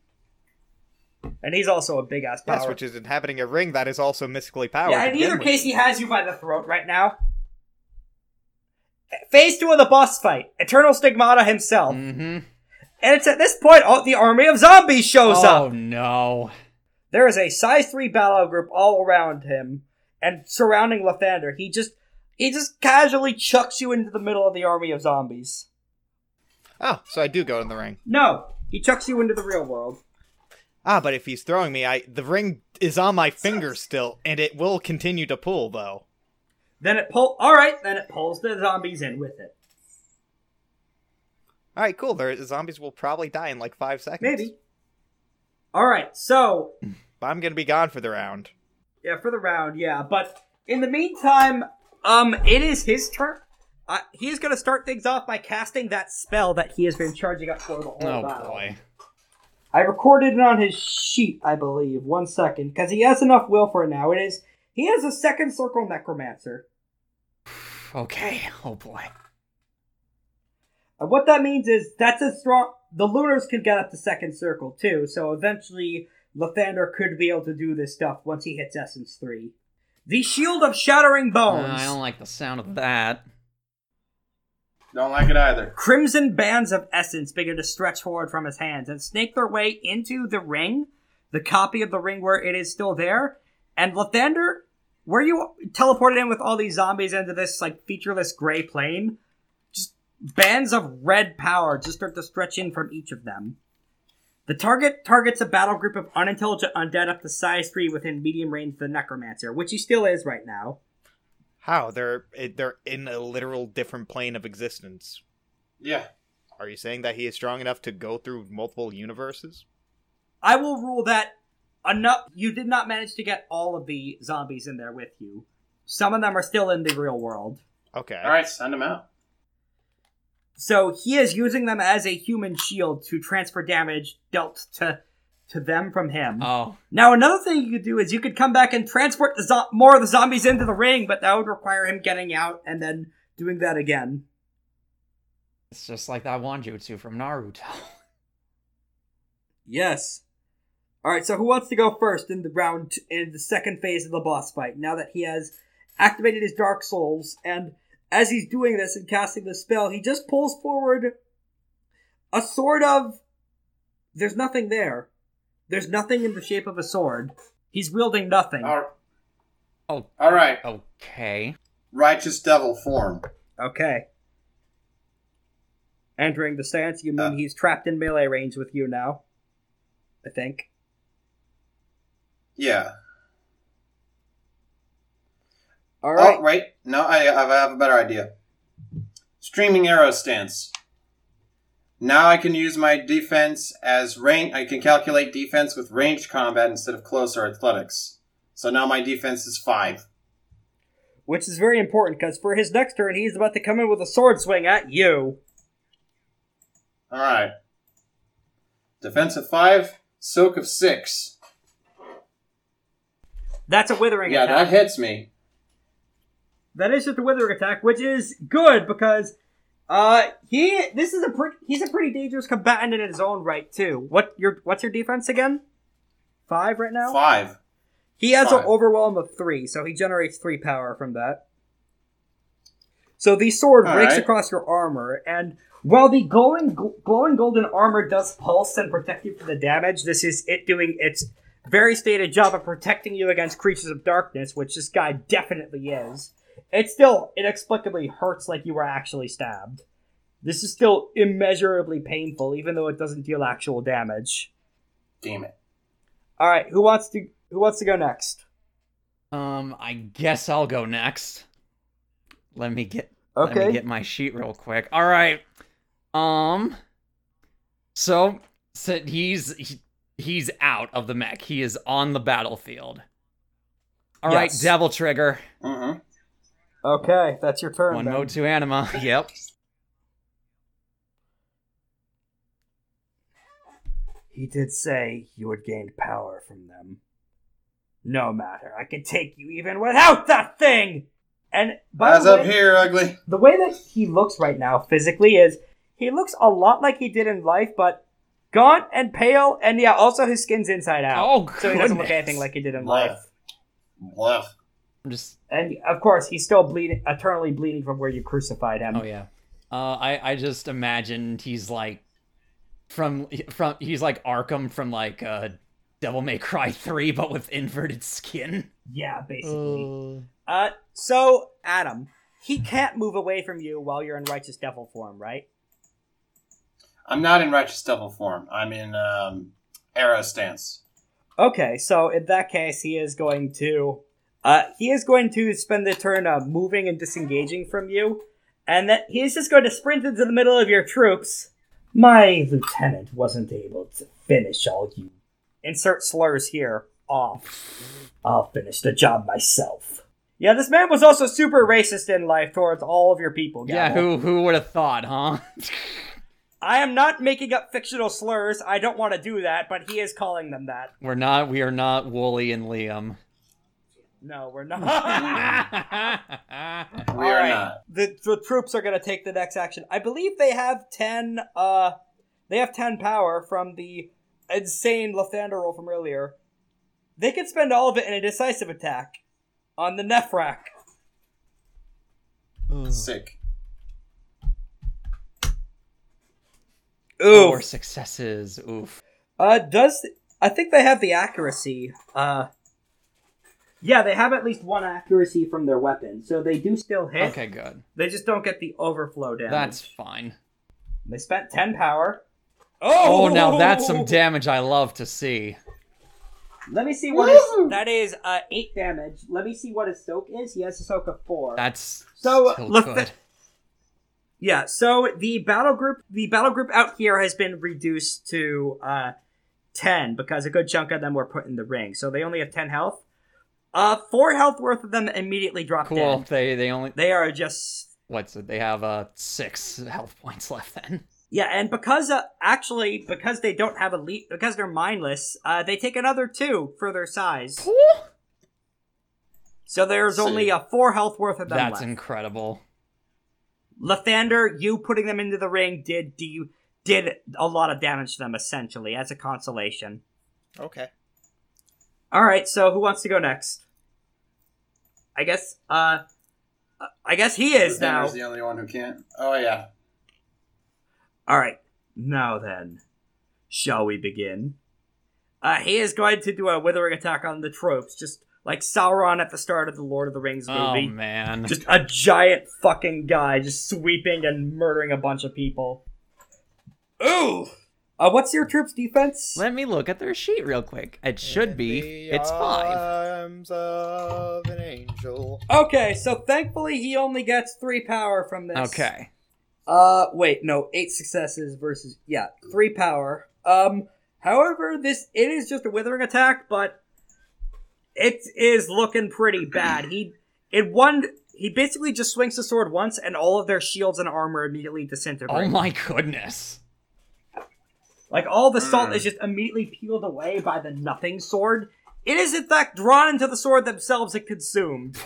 [SPEAKER 1] And he's also a big ass power.
[SPEAKER 5] Yes, which is inhabiting a ring that is also mystically powered.
[SPEAKER 1] yeah,
[SPEAKER 5] to
[SPEAKER 1] in
[SPEAKER 5] begin
[SPEAKER 1] either
[SPEAKER 5] with.
[SPEAKER 1] case, he has you by the throat right now. Phase two of the boss fight, Eternal Stigmata himself,
[SPEAKER 5] Mm.
[SPEAKER 3] Mm-hmm.
[SPEAKER 1] and it's at this point all, the army of zombies shows up.
[SPEAKER 3] Oh no.
[SPEAKER 1] There is a size three battle group all around him and surrounding Lathander. He just he just casually chucks you into the middle of the army of zombies.
[SPEAKER 5] Oh, so I do go in the ring.
[SPEAKER 1] No, he chucks you into the real world.
[SPEAKER 5] Ah, but if he's throwing me, I the ring is on my finger still, and it will continue to pull though.
[SPEAKER 1] Then it pull. All right, then it pulls the zombies in with it.
[SPEAKER 5] All right, cool. There, the zombies will probably die in like five seconds.
[SPEAKER 1] Maybe. All right, so
[SPEAKER 5] but I'm gonna be gone for the round.
[SPEAKER 1] yeah, for the round, yeah. But in the meantime, um, it is his turn. Uh, he is going to start things off by casting that spell that he has been charging up for the whole
[SPEAKER 3] Oh
[SPEAKER 1] battle.
[SPEAKER 3] boy.
[SPEAKER 1] I recorded it on his sheet, I believe. One second, because he has enough will for it now. It is he has a second circle necromancer,
[SPEAKER 3] Okay. Oh boy.
[SPEAKER 1] and what that means is that's a strong. The lunars can get up to second circle too, so eventually Lathander could be able to do this stuff once he hits essence three. The shield of shattering
[SPEAKER 3] Uh,
[SPEAKER 1] bones.
[SPEAKER 3] I don't like the sound of that.
[SPEAKER 2] Don't like it either.
[SPEAKER 1] Crimson bands of essence begin to stretch forward from his hands and snake their way into the ring, the copy of the ring where it is still there. And Lathander, where you teleported in with all these zombies into this like featureless gray plane, just bands of red power just start to stretch in from each of them. The target targets a battle group of unintelligent undead up to size three within medium range of the necromancer, which he still is right now.
[SPEAKER 5] How they're it- they're in a literal different plane of existence.
[SPEAKER 2] Yeah.
[SPEAKER 5] Are you saying that he is strong enough to go through multiple universes?
[SPEAKER 1] I will rule that enough. You did not manage to get all of the zombies in there with you. Some of them are still in the real world.
[SPEAKER 5] Okay.
[SPEAKER 2] All right, send him out.
[SPEAKER 1] So he is using them as a human shield to transfer damage dealt to to them from him.
[SPEAKER 3] Oh.
[SPEAKER 1] now another thing you could do is you could come back and transport the zo- more of the zombies into the ring, but that would require him getting out and then doing that again.
[SPEAKER 3] It's just like that Wanjutsu from Naruto. [LAUGHS]
[SPEAKER 1] Yes. All right. So who wants to go first in the round in the second phase of the boss fight? Now that he has activated his dark souls, and as he's doing this and casting the spell, he just pulls forward a sort of. There's nothing there. There's nothing in the shape of a sword. He's wielding nothing.
[SPEAKER 2] All,
[SPEAKER 3] Oh.
[SPEAKER 2] all right,
[SPEAKER 3] Okay.
[SPEAKER 2] righteous devil form.
[SPEAKER 1] Okay. Entering the stance, you mean
[SPEAKER 2] Uh.
[SPEAKER 1] he's trapped in melee range with you now? I think.
[SPEAKER 2] Yeah.
[SPEAKER 1] All right.
[SPEAKER 2] Oh wait, no, I, I have a better idea. Streaming arrow stance. Now I can use my defense as range. I can calculate defense with ranged combat instead of closer athletics. So now my defense is five.
[SPEAKER 1] Which is very important because for his next turn, he's about to come in with a sword swing at you.
[SPEAKER 2] All right. Defense of five, soak of six.
[SPEAKER 1] That's a withering
[SPEAKER 2] Yeah,
[SPEAKER 1] attack.
[SPEAKER 2] that hits me.
[SPEAKER 1] that is just a withering attack, which is good because uh he this is a pretty he's a pretty dangerous combatant in his own right too. What your what's your defense again? Five right now.
[SPEAKER 2] Five.
[SPEAKER 1] He has an
[SPEAKER 2] Five.
[SPEAKER 1] overwhelm of three, so he generates three power from that. So the sword
[SPEAKER 2] All
[SPEAKER 1] breaks
[SPEAKER 2] right.
[SPEAKER 1] across your armor, and while the glowing, gl- glowing golden armor does pulse and protect you from the damage, this is it doing its very stated job of protecting you against creatures of darkness, which this guy definitely is. It still inexplicably hurts like you were actually stabbed. This is still immeasurably painful, even though it doesn't deal actual damage.
[SPEAKER 2] Damn it.
[SPEAKER 1] All right, who wants to who wants to go next?
[SPEAKER 3] Um, I guess I'll go next. Let me get Let me get my sheet real quick. All right. Um. So, so he's he, he's out of the mech. He is on the battlefield. All right,
[SPEAKER 1] Yes.
[SPEAKER 3] Devil Trigger.
[SPEAKER 2] Mm-hmm.
[SPEAKER 1] Okay, that's your turn.
[SPEAKER 3] One
[SPEAKER 1] then.
[SPEAKER 3] mode two
[SPEAKER 1] [LAUGHS]
[SPEAKER 3] anima. Yep.
[SPEAKER 1] He did say you had gained power from them. No matter, I can take you even without that thing! And by
[SPEAKER 2] Eyes
[SPEAKER 1] the
[SPEAKER 2] up
[SPEAKER 1] way,
[SPEAKER 2] here, ugly.
[SPEAKER 1] the way that he looks right now physically is he looks a lot like he did in life, but gaunt and pale, and yeah, also his skin's inside out.
[SPEAKER 3] Oh,
[SPEAKER 1] so he doesn't look
[SPEAKER 3] goodness.
[SPEAKER 1] anything like he did in
[SPEAKER 2] Wow.
[SPEAKER 1] life.
[SPEAKER 2] Bluff.
[SPEAKER 3] I'm just.
[SPEAKER 1] And of course, he's still bleeding, eternally bleeding from where you crucified him.
[SPEAKER 3] Oh yeah. Uh, I I just imagined he's like from from he's like Arkham from like uh Devil May Cry three, but with inverted skin.
[SPEAKER 1] Yeah, basically. Uh, so Adam, he can't move away from you while you're in righteous devil form, right?
[SPEAKER 2] I'm not in righteous devil form. I'm in um, arrow stance.
[SPEAKER 1] Okay, so in that case, he is going to, uh, he is going to spend the turn uh, moving and disengaging from you, and that he's just going to sprint into the middle of your troops. My lieutenant wasn't able to finish all you. Insert slurs here. Off. I'll finish the job myself. Yeah, this man was also super racist in life towards all of your people.
[SPEAKER 3] yeah,
[SPEAKER 1] Gavel.
[SPEAKER 3] who who would have thought, huh? [LAUGHS]
[SPEAKER 1] I am not making up fictional slurs. I don't want to do that, but he is calling them that.
[SPEAKER 3] We're not we are not Wooly and
[SPEAKER 1] [LAUGHS]
[SPEAKER 3] Liam.
[SPEAKER 1] No, we're not. [LAUGHS]
[SPEAKER 3] [LAUGHS]
[SPEAKER 2] We
[SPEAKER 1] All
[SPEAKER 2] are
[SPEAKER 1] right.
[SPEAKER 2] not.
[SPEAKER 1] the the troops are going to take the next action. I believe they have 10 uh they have 10 power from the insane Lathander roll from earlier. They can spend all of it in a decisive attack on the Nephrak.
[SPEAKER 2] Sick.
[SPEAKER 3] Four successes. Oof.
[SPEAKER 1] Uh, does I think they have the accuracy? Uh, yeah, they have at least one accuracy from their weapon, so they do still hit.
[SPEAKER 3] Okay, good.
[SPEAKER 1] They just don't get the overflow damage.
[SPEAKER 3] That's fine.
[SPEAKER 1] They spent ten power.
[SPEAKER 3] Oh, now that's some damage I love to see.
[SPEAKER 1] Let me see what his, that is. Uh, eight damage. Let me see what his soak is. He has a soak of four.
[SPEAKER 3] That's
[SPEAKER 1] So, uh,
[SPEAKER 3] still
[SPEAKER 1] look,
[SPEAKER 3] good.
[SPEAKER 1] yeah. So the battle group, the battle group out here has been reduced to uh, ten because a good chunk of them were put in the ring, so they only have ten health. Uh, four health worth of them immediately drop
[SPEAKER 3] cool.
[SPEAKER 1] dead.
[SPEAKER 3] They they only
[SPEAKER 1] They are just
[SPEAKER 3] what's it? They have uh six [LAUGHS] health points left then.
[SPEAKER 1] yeah, and because uh, actually because they don't have elite because they're mindless, uh, they take another two for their size. So there's
[SPEAKER 2] See.
[SPEAKER 1] only a four health worth of them
[SPEAKER 3] That's
[SPEAKER 1] left.
[SPEAKER 3] incredible.
[SPEAKER 1] Lathander, you putting them into the ring did do you did a lot of damage to them essentially as a consolation.
[SPEAKER 4] Okay.
[SPEAKER 1] All right, so who wants to go next? I guess uh I guess he is now.
[SPEAKER 2] Xander's the only one who can't. Oh yeah.
[SPEAKER 1] All right. Now then, shall we begin? Uh, he is going to do a withering attack on the tropes, just like Sauron at the start of the Lord of the Rings
[SPEAKER 3] Oh
[SPEAKER 1] movie.
[SPEAKER 3] man.
[SPEAKER 1] just a giant fucking guy just sweeping and murdering a bunch of people. Ooh! Uh, what's your troops' defense?
[SPEAKER 3] Let me look at their sheet real quick. It should be. It's five.
[SPEAKER 5] Arms of an angel.
[SPEAKER 1] Okay, so thankfully he only gets three power from this.
[SPEAKER 3] Okay.
[SPEAKER 1] Uh, wait, no, eight successes versus yeah, three power. Um, however, this it is just a withering attack, but it is looking pretty bad. He it one he basically just swings the sword once, and all of their shields and armor immediately disintegrate.
[SPEAKER 3] Oh my goodness.
[SPEAKER 1] Like all the salt
[SPEAKER 2] Mm.
[SPEAKER 1] is just immediately peeled away by the nothing sword. It is in fact drawn into the sword themselves and consumed.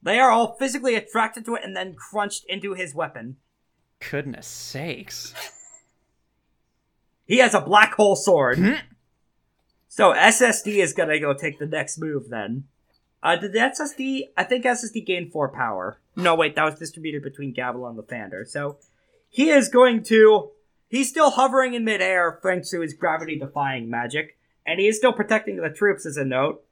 [SPEAKER 1] They are all physically attracted to it and then crunched into his weapon.
[SPEAKER 3] Goodness sakes.
[SPEAKER 1] He has a black hole sword.
[SPEAKER 3] Hmm.
[SPEAKER 1] so SSD is gonna go take the next move then. Uh, did the SSD? I think SSD gained four power. No, wait, that was distributed between Gavel and Lathander. So he is going to. He's still hovering in midair thanks to his gravity defying magic, and he is still protecting the troops as a note.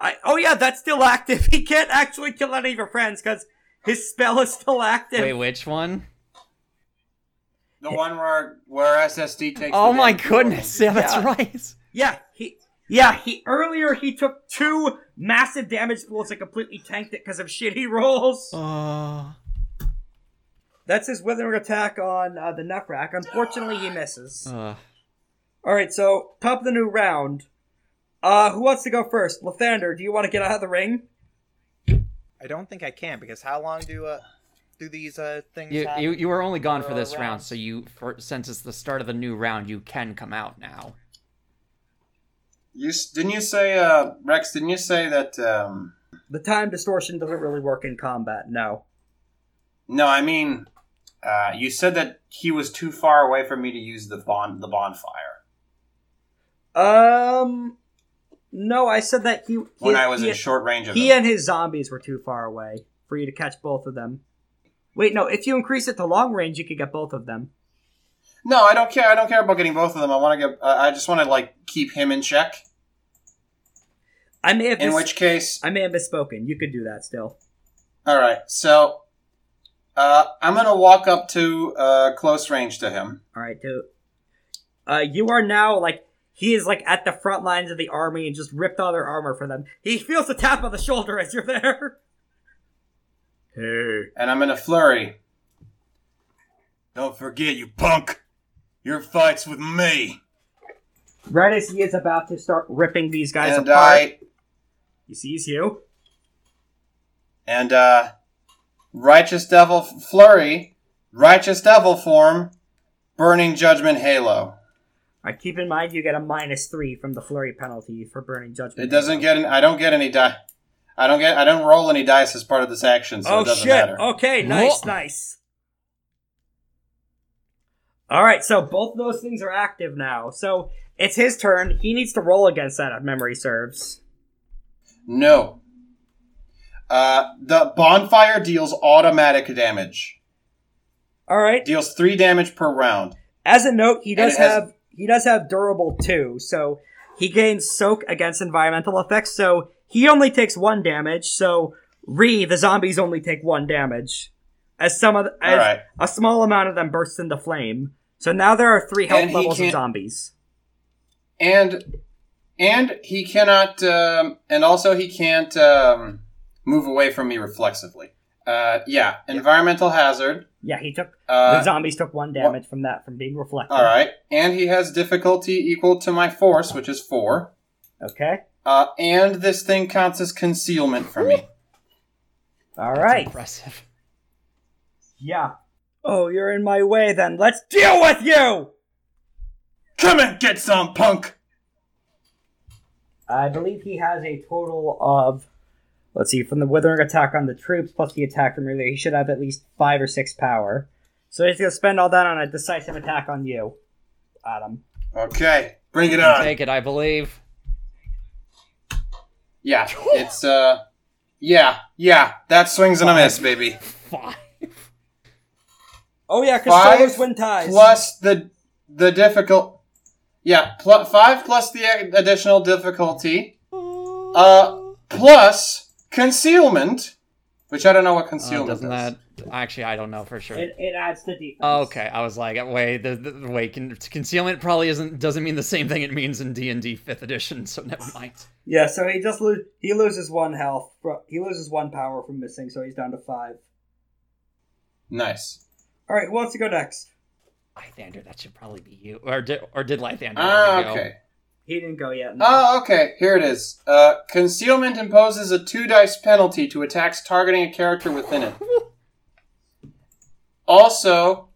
[SPEAKER 1] I, oh yeah, that's still active. [LAUGHS] He can't actually kill any of your friends because his spell is still active.
[SPEAKER 3] Wait, which one?
[SPEAKER 2] The one where where SSD takes.
[SPEAKER 3] Oh
[SPEAKER 2] the
[SPEAKER 3] my
[SPEAKER 2] damage.
[SPEAKER 3] goodness. Yeah, that's
[SPEAKER 1] Yeah.
[SPEAKER 3] right.
[SPEAKER 1] Yeah, he. Yeah, he earlier he took two massive damage pools and completely tanked it because of shitty rolls.
[SPEAKER 3] Uh,
[SPEAKER 1] That's his withering attack on uh, the Nefrak. Unfortunately, he misses.
[SPEAKER 3] uh,
[SPEAKER 1] All right, so top of the new round. Uh, who wants to go first? Lathander, do you want to get out of the ring?
[SPEAKER 5] I don't think I can because how long do uh do these uh things?
[SPEAKER 3] you,
[SPEAKER 5] have?
[SPEAKER 3] you you were only gone for
[SPEAKER 5] Uh,
[SPEAKER 3] this round,
[SPEAKER 5] round.
[SPEAKER 3] so you for, since it's the start of the new round, you can come out now.
[SPEAKER 2] You s- didn't you say uh, Rex? Didn't you say that um,
[SPEAKER 1] The time distortion doesn't really work in combat, no.
[SPEAKER 2] No, I mean, uh, you said that he was too far away for me to use the bon- the bonfire
[SPEAKER 1] Um, no, I said that he. he
[SPEAKER 2] when I was
[SPEAKER 1] he,
[SPEAKER 2] in short range of
[SPEAKER 1] he
[SPEAKER 2] him.
[SPEAKER 1] and his zombies were too far away for you to catch both of them. Wait, no, if you increase it to long range, you could get both of them.
[SPEAKER 2] no, I don't care. I don't care about getting both of them. I want to get. I I just want to like keep him in check.
[SPEAKER 1] I may have
[SPEAKER 2] In
[SPEAKER 1] mis-
[SPEAKER 2] which case,
[SPEAKER 1] I may have misspoken. You could do that still.
[SPEAKER 2] all right. So, uh, I'm gonna walk up to uh, close range to him.
[SPEAKER 1] All right, dude. Uh, you are now like he is like at the front lines of the army and just ripped all their armor for them. He feels the tap on the shoulder as you're
[SPEAKER 2] [LAUGHS]
[SPEAKER 1] there. Hey.
[SPEAKER 2] and I'm in a flurry. Don't forget, you punk! Your fight's with me!
[SPEAKER 1] Right as he is about to start ripping these guys
[SPEAKER 2] and
[SPEAKER 1] apart,
[SPEAKER 2] I.
[SPEAKER 1] he sees you.
[SPEAKER 2] And, uh. Righteous Devil f- Flurry, Righteous Devil form, Burning Judgment Halo.
[SPEAKER 1] I keep in mind you get a minus three from the flurry penalty for burning judgment.
[SPEAKER 2] It doesn't get. An, I don't get any die. I don't get. I don't roll any dice as part of this action, so
[SPEAKER 1] oh
[SPEAKER 2] it doesn't
[SPEAKER 1] shit!
[SPEAKER 2] matter.
[SPEAKER 1] Okay, nice,
[SPEAKER 3] Whoa.
[SPEAKER 1] nice. All right, so both those things are active now. So it's his turn. He needs to roll against that if memory serves.
[SPEAKER 2] No. Uh, the bonfire deals automatic damage.
[SPEAKER 1] All right.
[SPEAKER 2] Deals three damage per round.
[SPEAKER 1] As a note, he does
[SPEAKER 2] it has-
[SPEAKER 1] have he does have durable too, so he gains soak against environmental effects. So he only takes one damage. So re the zombies only take one damage, as some of the, as
[SPEAKER 2] Alright.
[SPEAKER 1] a small amount of them bursts into flame. So now there are three health
[SPEAKER 2] And he
[SPEAKER 1] levels of
[SPEAKER 2] can't-
[SPEAKER 1] zombies.
[SPEAKER 2] and and he cannot um, and also he can't um, move away from me reflexively uh, yeah environmental hazard
[SPEAKER 1] Yeah, he took the
[SPEAKER 2] uh,
[SPEAKER 1] zombies took one damage from that from being reflected.
[SPEAKER 2] all right and he has difficulty equal to my force which is four
[SPEAKER 1] Okay.
[SPEAKER 2] uh, and this thing counts as concealment for me
[SPEAKER 1] All
[SPEAKER 3] That's
[SPEAKER 1] right.
[SPEAKER 3] Impressive.
[SPEAKER 1] Yeah. Oh, you're in my way then. Let's deal with you.
[SPEAKER 2] come and get some punk
[SPEAKER 1] I believe he has a total of, let's see, from the withering attack on the troops plus the attack from relay, he should have at least five or six power. So he's gonna spend all that on a decisive attack on you, Adam.
[SPEAKER 2] okay bring it
[SPEAKER 3] You can
[SPEAKER 2] on
[SPEAKER 3] Take it, I believe.
[SPEAKER 2] yeah it's uh yeah yeah that swings and a miss baby
[SPEAKER 3] Five.
[SPEAKER 1] Oh yeah, because
[SPEAKER 2] Five
[SPEAKER 1] Solos win ties.
[SPEAKER 2] plus the the difficult yeah pl- five plus the a- additional difficulty uh plus concealment which i don't know what
[SPEAKER 3] Uh,
[SPEAKER 2] concealment is
[SPEAKER 3] doesn't that? Actually, I don't know for sure.
[SPEAKER 1] it, it adds to defense.
[SPEAKER 3] Oh, Okay, I was like, wait, the, the, the- wait, con- concealment probably isn't doesn't mean the same thing it means in D and D fifth edition, so never mind.
[SPEAKER 1] Yeah, so he just lo- he loses one health. Fro- he loses one power from missing, so he's down to five.
[SPEAKER 2] nice
[SPEAKER 1] All right, who wants to go next?
[SPEAKER 3] Lythander, that should probably be you, or did or did Lythander? already
[SPEAKER 2] ah
[SPEAKER 3] go?
[SPEAKER 2] okay
[SPEAKER 1] He didn't go yet. no.
[SPEAKER 2] oh okay here it is uh concealment imposes a two dice penalty to attacks targeting a character
[SPEAKER 1] [LAUGHS]
[SPEAKER 2] within it also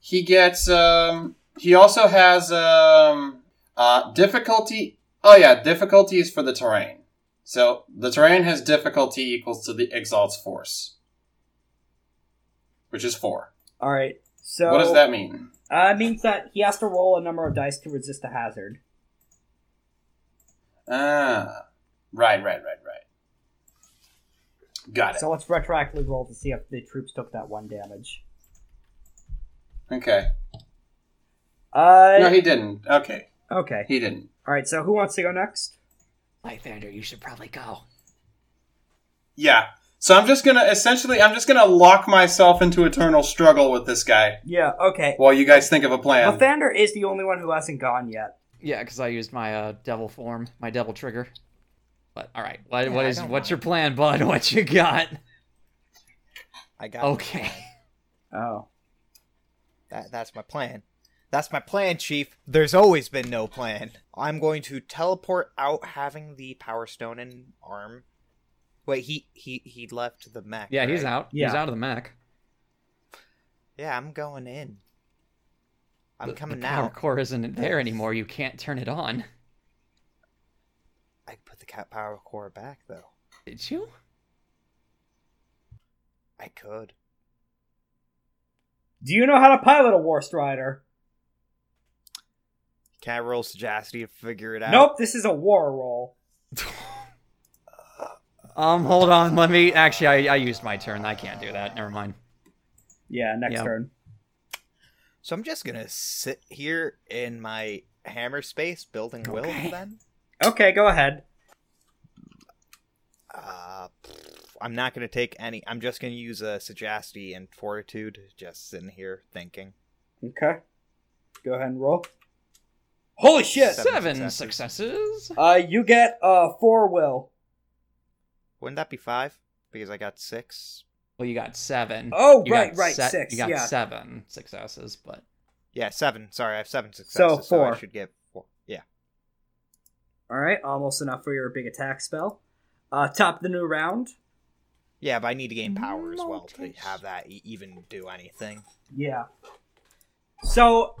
[SPEAKER 2] he gets um he also has um uh difficulty oh yeah difficulty is for the terrain so the terrain has difficulty equals to the exalt's force which is four
[SPEAKER 1] All right. So
[SPEAKER 2] what does that mean
[SPEAKER 1] Uh, it means that he has to roll a number of dice to resist a hazard.
[SPEAKER 2] ah right right right right got it
[SPEAKER 1] So let's retroactively roll to see if the troops took that one damage.
[SPEAKER 2] okay
[SPEAKER 1] Uh,
[SPEAKER 2] no he didn't okay
[SPEAKER 1] okay.
[SPEAKER 2] he didn't
[SPEAKER 1] All right. So who wants to go next?
[SPEAKER 3] Lythander, you should probably go.
[SPEAKER 2] yeah so i'm just gonna essentially i'm just gonna lock myself into eternal struggle with this guy
[SPEAKER 1] Yeah. Okay.
[SPEAKER 2] while you guys think of a plan
[SPEAKER 1] Lathander is the only one who hasn't gone yet.
[SPEAKER 3] Yeah, because I used my uh, devil form, my devil trigger. But all right, what,
[SPEAKER 5] Yeah,
[SPEAKER 3] what
[SPEAKER 5] I
[SPEAKER 3] is
[SPEAKER 5] don't
[SPEAKER 3] what's
[SPEAKER 5] know.
[SPEAKER 3] your plan, bud? [LAUGHS] What you got?
[SPEAKER 5] I got
[SPEAKER 3] Okay,
[SPEAKER 1] Oh.
[SPEAKER 5] That, that's my plan. That's my plan, Chief. There's always been no plan. I'm going to teleport out, having the Power Stone in arm. Wait, he he he left the mech.
[SPEAKER 3] yeah, he's
[SPEAKER 5] right?
[SPEAKER 3] out. He's
[SPEAKER 1] Yeah.
[SPEAKER 3] out of the mech.
[SPEAKER 5] Yeah, I'm going in. I'm
[SPEAKER 3] The-
[SPEAKER 5] coming
[SPEAKER 3] the Power
[SPEAKER 5] now.
[SPEAKER 3] core isn't there anymore. You can't turn it on.
[SPEAKER 5] I can put the cat power core back though.
[SPEAKER 3] Did you?
[SPEAKER 5] I could.
[SPEAKER 1] Do you know how to pilot a War Strider?
[SPEAKER 5] Can I roll sagacity to figure it out?
[SPEAKER 1] Nope, this is a war roll.
[SPEAKER 3] Um, hold on. Let me. Actually, I, I used my turn. I can't do that. Never mind.
[SPEAKER 1] Yeah, next
[SPEAKER 5] Yeah.
[SPEAKER 1] turn.
[SPEAKER 5] So I'm just gonna sit here in my hammer space building will
[SPEAKER 3] Okay.
[SPEAKER 5] then.
[SPEAKER 1] Okay, go ahead.
[SPEAKER 5] Uh, I'm not gonna take any. I'm just gonna use a sagacity and fortitude. Just sitting here thinking.
[SPEAKER 1] Okay. Go ahead and roll. Holy shit!
[SPEAKER 5] Seven
[SPEAKER 3] Seven
[SPEAKER 5] successes.
[SPEAKER 3] successes.
[SPEAKER 1] Uh, you get uh four will.
[SPEAKER 5] Wouldn't that be five? Because I got six.
[SPEAKER 3] Well, you got seven.
[SPEAKER 1] Oh,
[SPEAKER 3] You
[SPEAKER 1] right,
[SPEAKER 3] got
[SPEAKER 1] right,
[SPEAKER 3] se-
[SPEAKER 1] six.
[SPEAKER 3] You got
[SPEAKER 1] yeah.
[SPEAKER 3] seven successes, but
[SPEAKER 5] Yeah, seven. Sorry, I have seven successes. So,
[SPEAKER 1] four.
[SPEAKER 5] I should get four. Yeah.
[SPEAKER 1] All right, almost enough for your big attack spell. Uh, top of the new round.
[SPEAKER 5] Yeah, but I need to gain power as well to
[SPEAKER 3] Multis-
[SPEAKER 5] have that e- even do anything.
[SPEAKER 1] Yeah. So,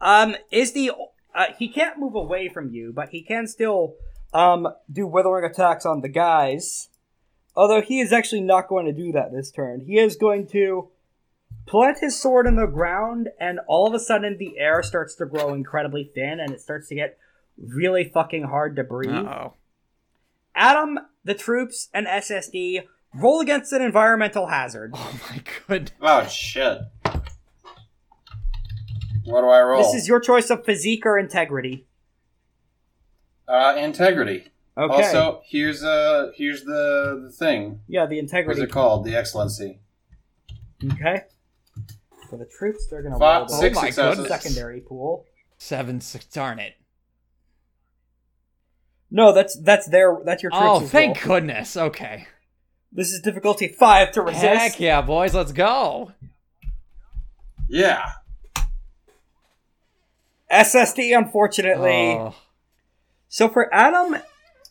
[SPEAKER 1] um, is the uh, he can't move away from you, but he can still um do withering attacks on the guys. Although he is actually not going to do that this turn. He is going to plant his sword in the ground, and all of a sudden the air starts to grow incredibly thin, and it starts to get really fucking hard to breathe.
[SPEAKER 3] oh,
[SPEAKER 1] Adam, the troops, and SSD roll against an environmental hazard.
[SPEAKER 3] [LAUGHS] oh my goodness.
[SPEAKER 2] Oh shit. What do I roll?
[SPEAKER 1] This is your choice of physique or integrity.
[SPEAKER 2] uh, integrity.
[SPEAKER 1] Okay.
[SPEAKER 2] Also, here's uh here's the the thing.
[SPEAKER 1] yeah, the
[SPEAKER 2] What's
[SPEAKER 1] integrity.
[SPEAKER 2] it called? The excellency.
[SPEAKER 1] Okay. For the troops, they're gonna
[SPEAKER 2] Five,
[SPEAKER 1] roll the
[SPEAKER 2] six
[SPEAKER 3] Oh my
[SPEAKER 2] successes.
[SPEAKER 3] goodness.
[SPEAKER 1] secondary pool.
[SPEAKER 3] Seven. Six, darn it.
[SPEAKER 1] No, that's that's their that's your troops.
[SPEAKER 3] Oh, thank goodness. Okay.
[SPEAKER 1] This is difficulty five to resist.
[SPEAKER 3] Heck yeah, boys. Let's go.
[SPEAKER 2] Yeah.
[SPEAKER 1] SSD, unfortunately.
[SPEAKER 3] Oh.
[SPEAKER 1] So for Adam,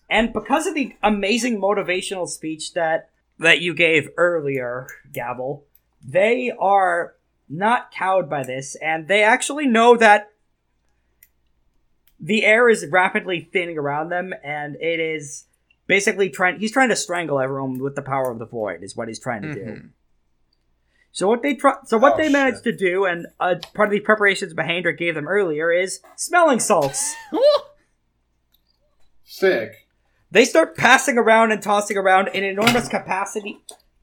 [SPEAKER 1] and because of the amazing motivational speech that that you gave earlier, Gavel, they are not cowed by this, and they actually know that the air is rapidly thinning around them, and it is basically trying. He's trying to strangle everyone with the power of the void, is what he's trying to do.
[SPEAKER 3] Mhm.
[SPEAKER 1] So what they try, so what
[SPEAKER 2] Oh,
[SPEAKER 1] they
[SPEAKER 2] shit.
[SPEAKER 1] managed to do, and uh, part of the preparations Behander gave them earlier is smelling salts.
[SPEAKER 2] Sick.
[SPEAKER 1] They start passing around and tossing around an enormous capacity,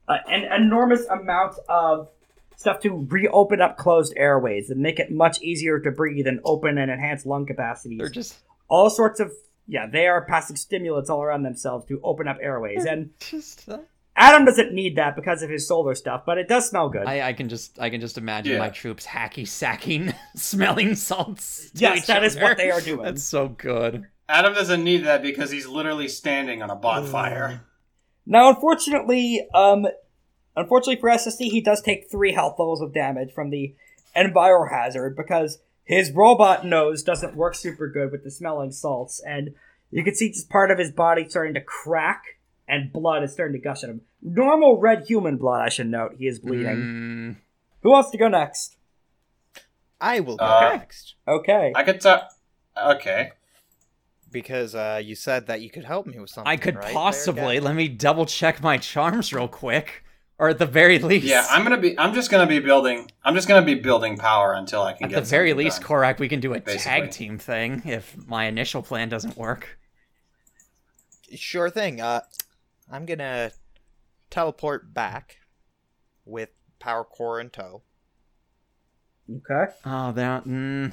[SPEAKER 1] uh, an enormous amount of stuff to reopen up closed airways and make it much easier to breathe and open and enhance lung capacities.
[SPEAKER 3] They're just,
[SPEAKER 1] all sorts of yeah, they are passing stimulants all around themselves to open up airways. And
[SPEAKER 3] just.
[SPEAKER 1] Adam doesn't need that because of his solar stuff, but it does smell good.
[SPEAKER 3] I, I can just, I can just imagine
[SPEAKER 2] Yeah.
[SPEAKER 3] my troops hacky sacking, [LAUGHS] smelling salts. to
[SPEAKER 1] yes,
[SPEAKER 3] each
[SPEAKER 1] that is
[SPEAKER 3] other.
[SPEAKER 1] what they are doing.
[SPEAKER 3] That's so good.
[SPEAKER 2] Adam doesn't need that because he's literally standing on a bonfire.
[SPEAKER 1] Now, unfortunately, um, unfortunately for SSD, he does take three health levels of damage from the Enviro Hazard because his robot nose doesn't work super good with the smelling salts, and you can see just part of his body starting to crack, and blood is starting to gush at him. Normal red human blood, I should note. He is bleeding.
[SPEAKER 3] Mm,
[SPEAKER 1] Who wants to go next?
[SPEAKER 5] I will go
[SPEAKER 2] Uh,
[SPEAKER 5] next
[SPEAKER 1] Okay.
[SPEAKER 2] I could talk. Okay.
[SPEAKER 5] because uh, you said that you could help me with something.
[SPEAKER 3] I could
[SPEAKER 5] right there,
[SPEAKER 3] possibly.
[SPEAKER 5] Gavin?
[SPEAKER 3] let me double check my charms real quick, or at the very least.
[SPEAKER 2] Yeah, I'm gonna be. I'm just gonna be building. I'm just gonna be building power until I can
[SPEAKER 3] At
[SPEAKER 2] get.
[SPEAKER 3] the very
[SPEAKER 2] something
[SPEAKER 3] least,
[SPEAKER 2] done.
[SPEAKER 3] Korak, we can do a
[SPEAKER 2] Basically.
[SPEAKER 3] tag team thing if my initial plan doesn't work.
[SPEAKER 5] Sure thing. Uh, I'm gonna teleport back with power core in tow.
[SPEAKER 1] Okay.
[SPEAKER 3] Oh, that. Mm,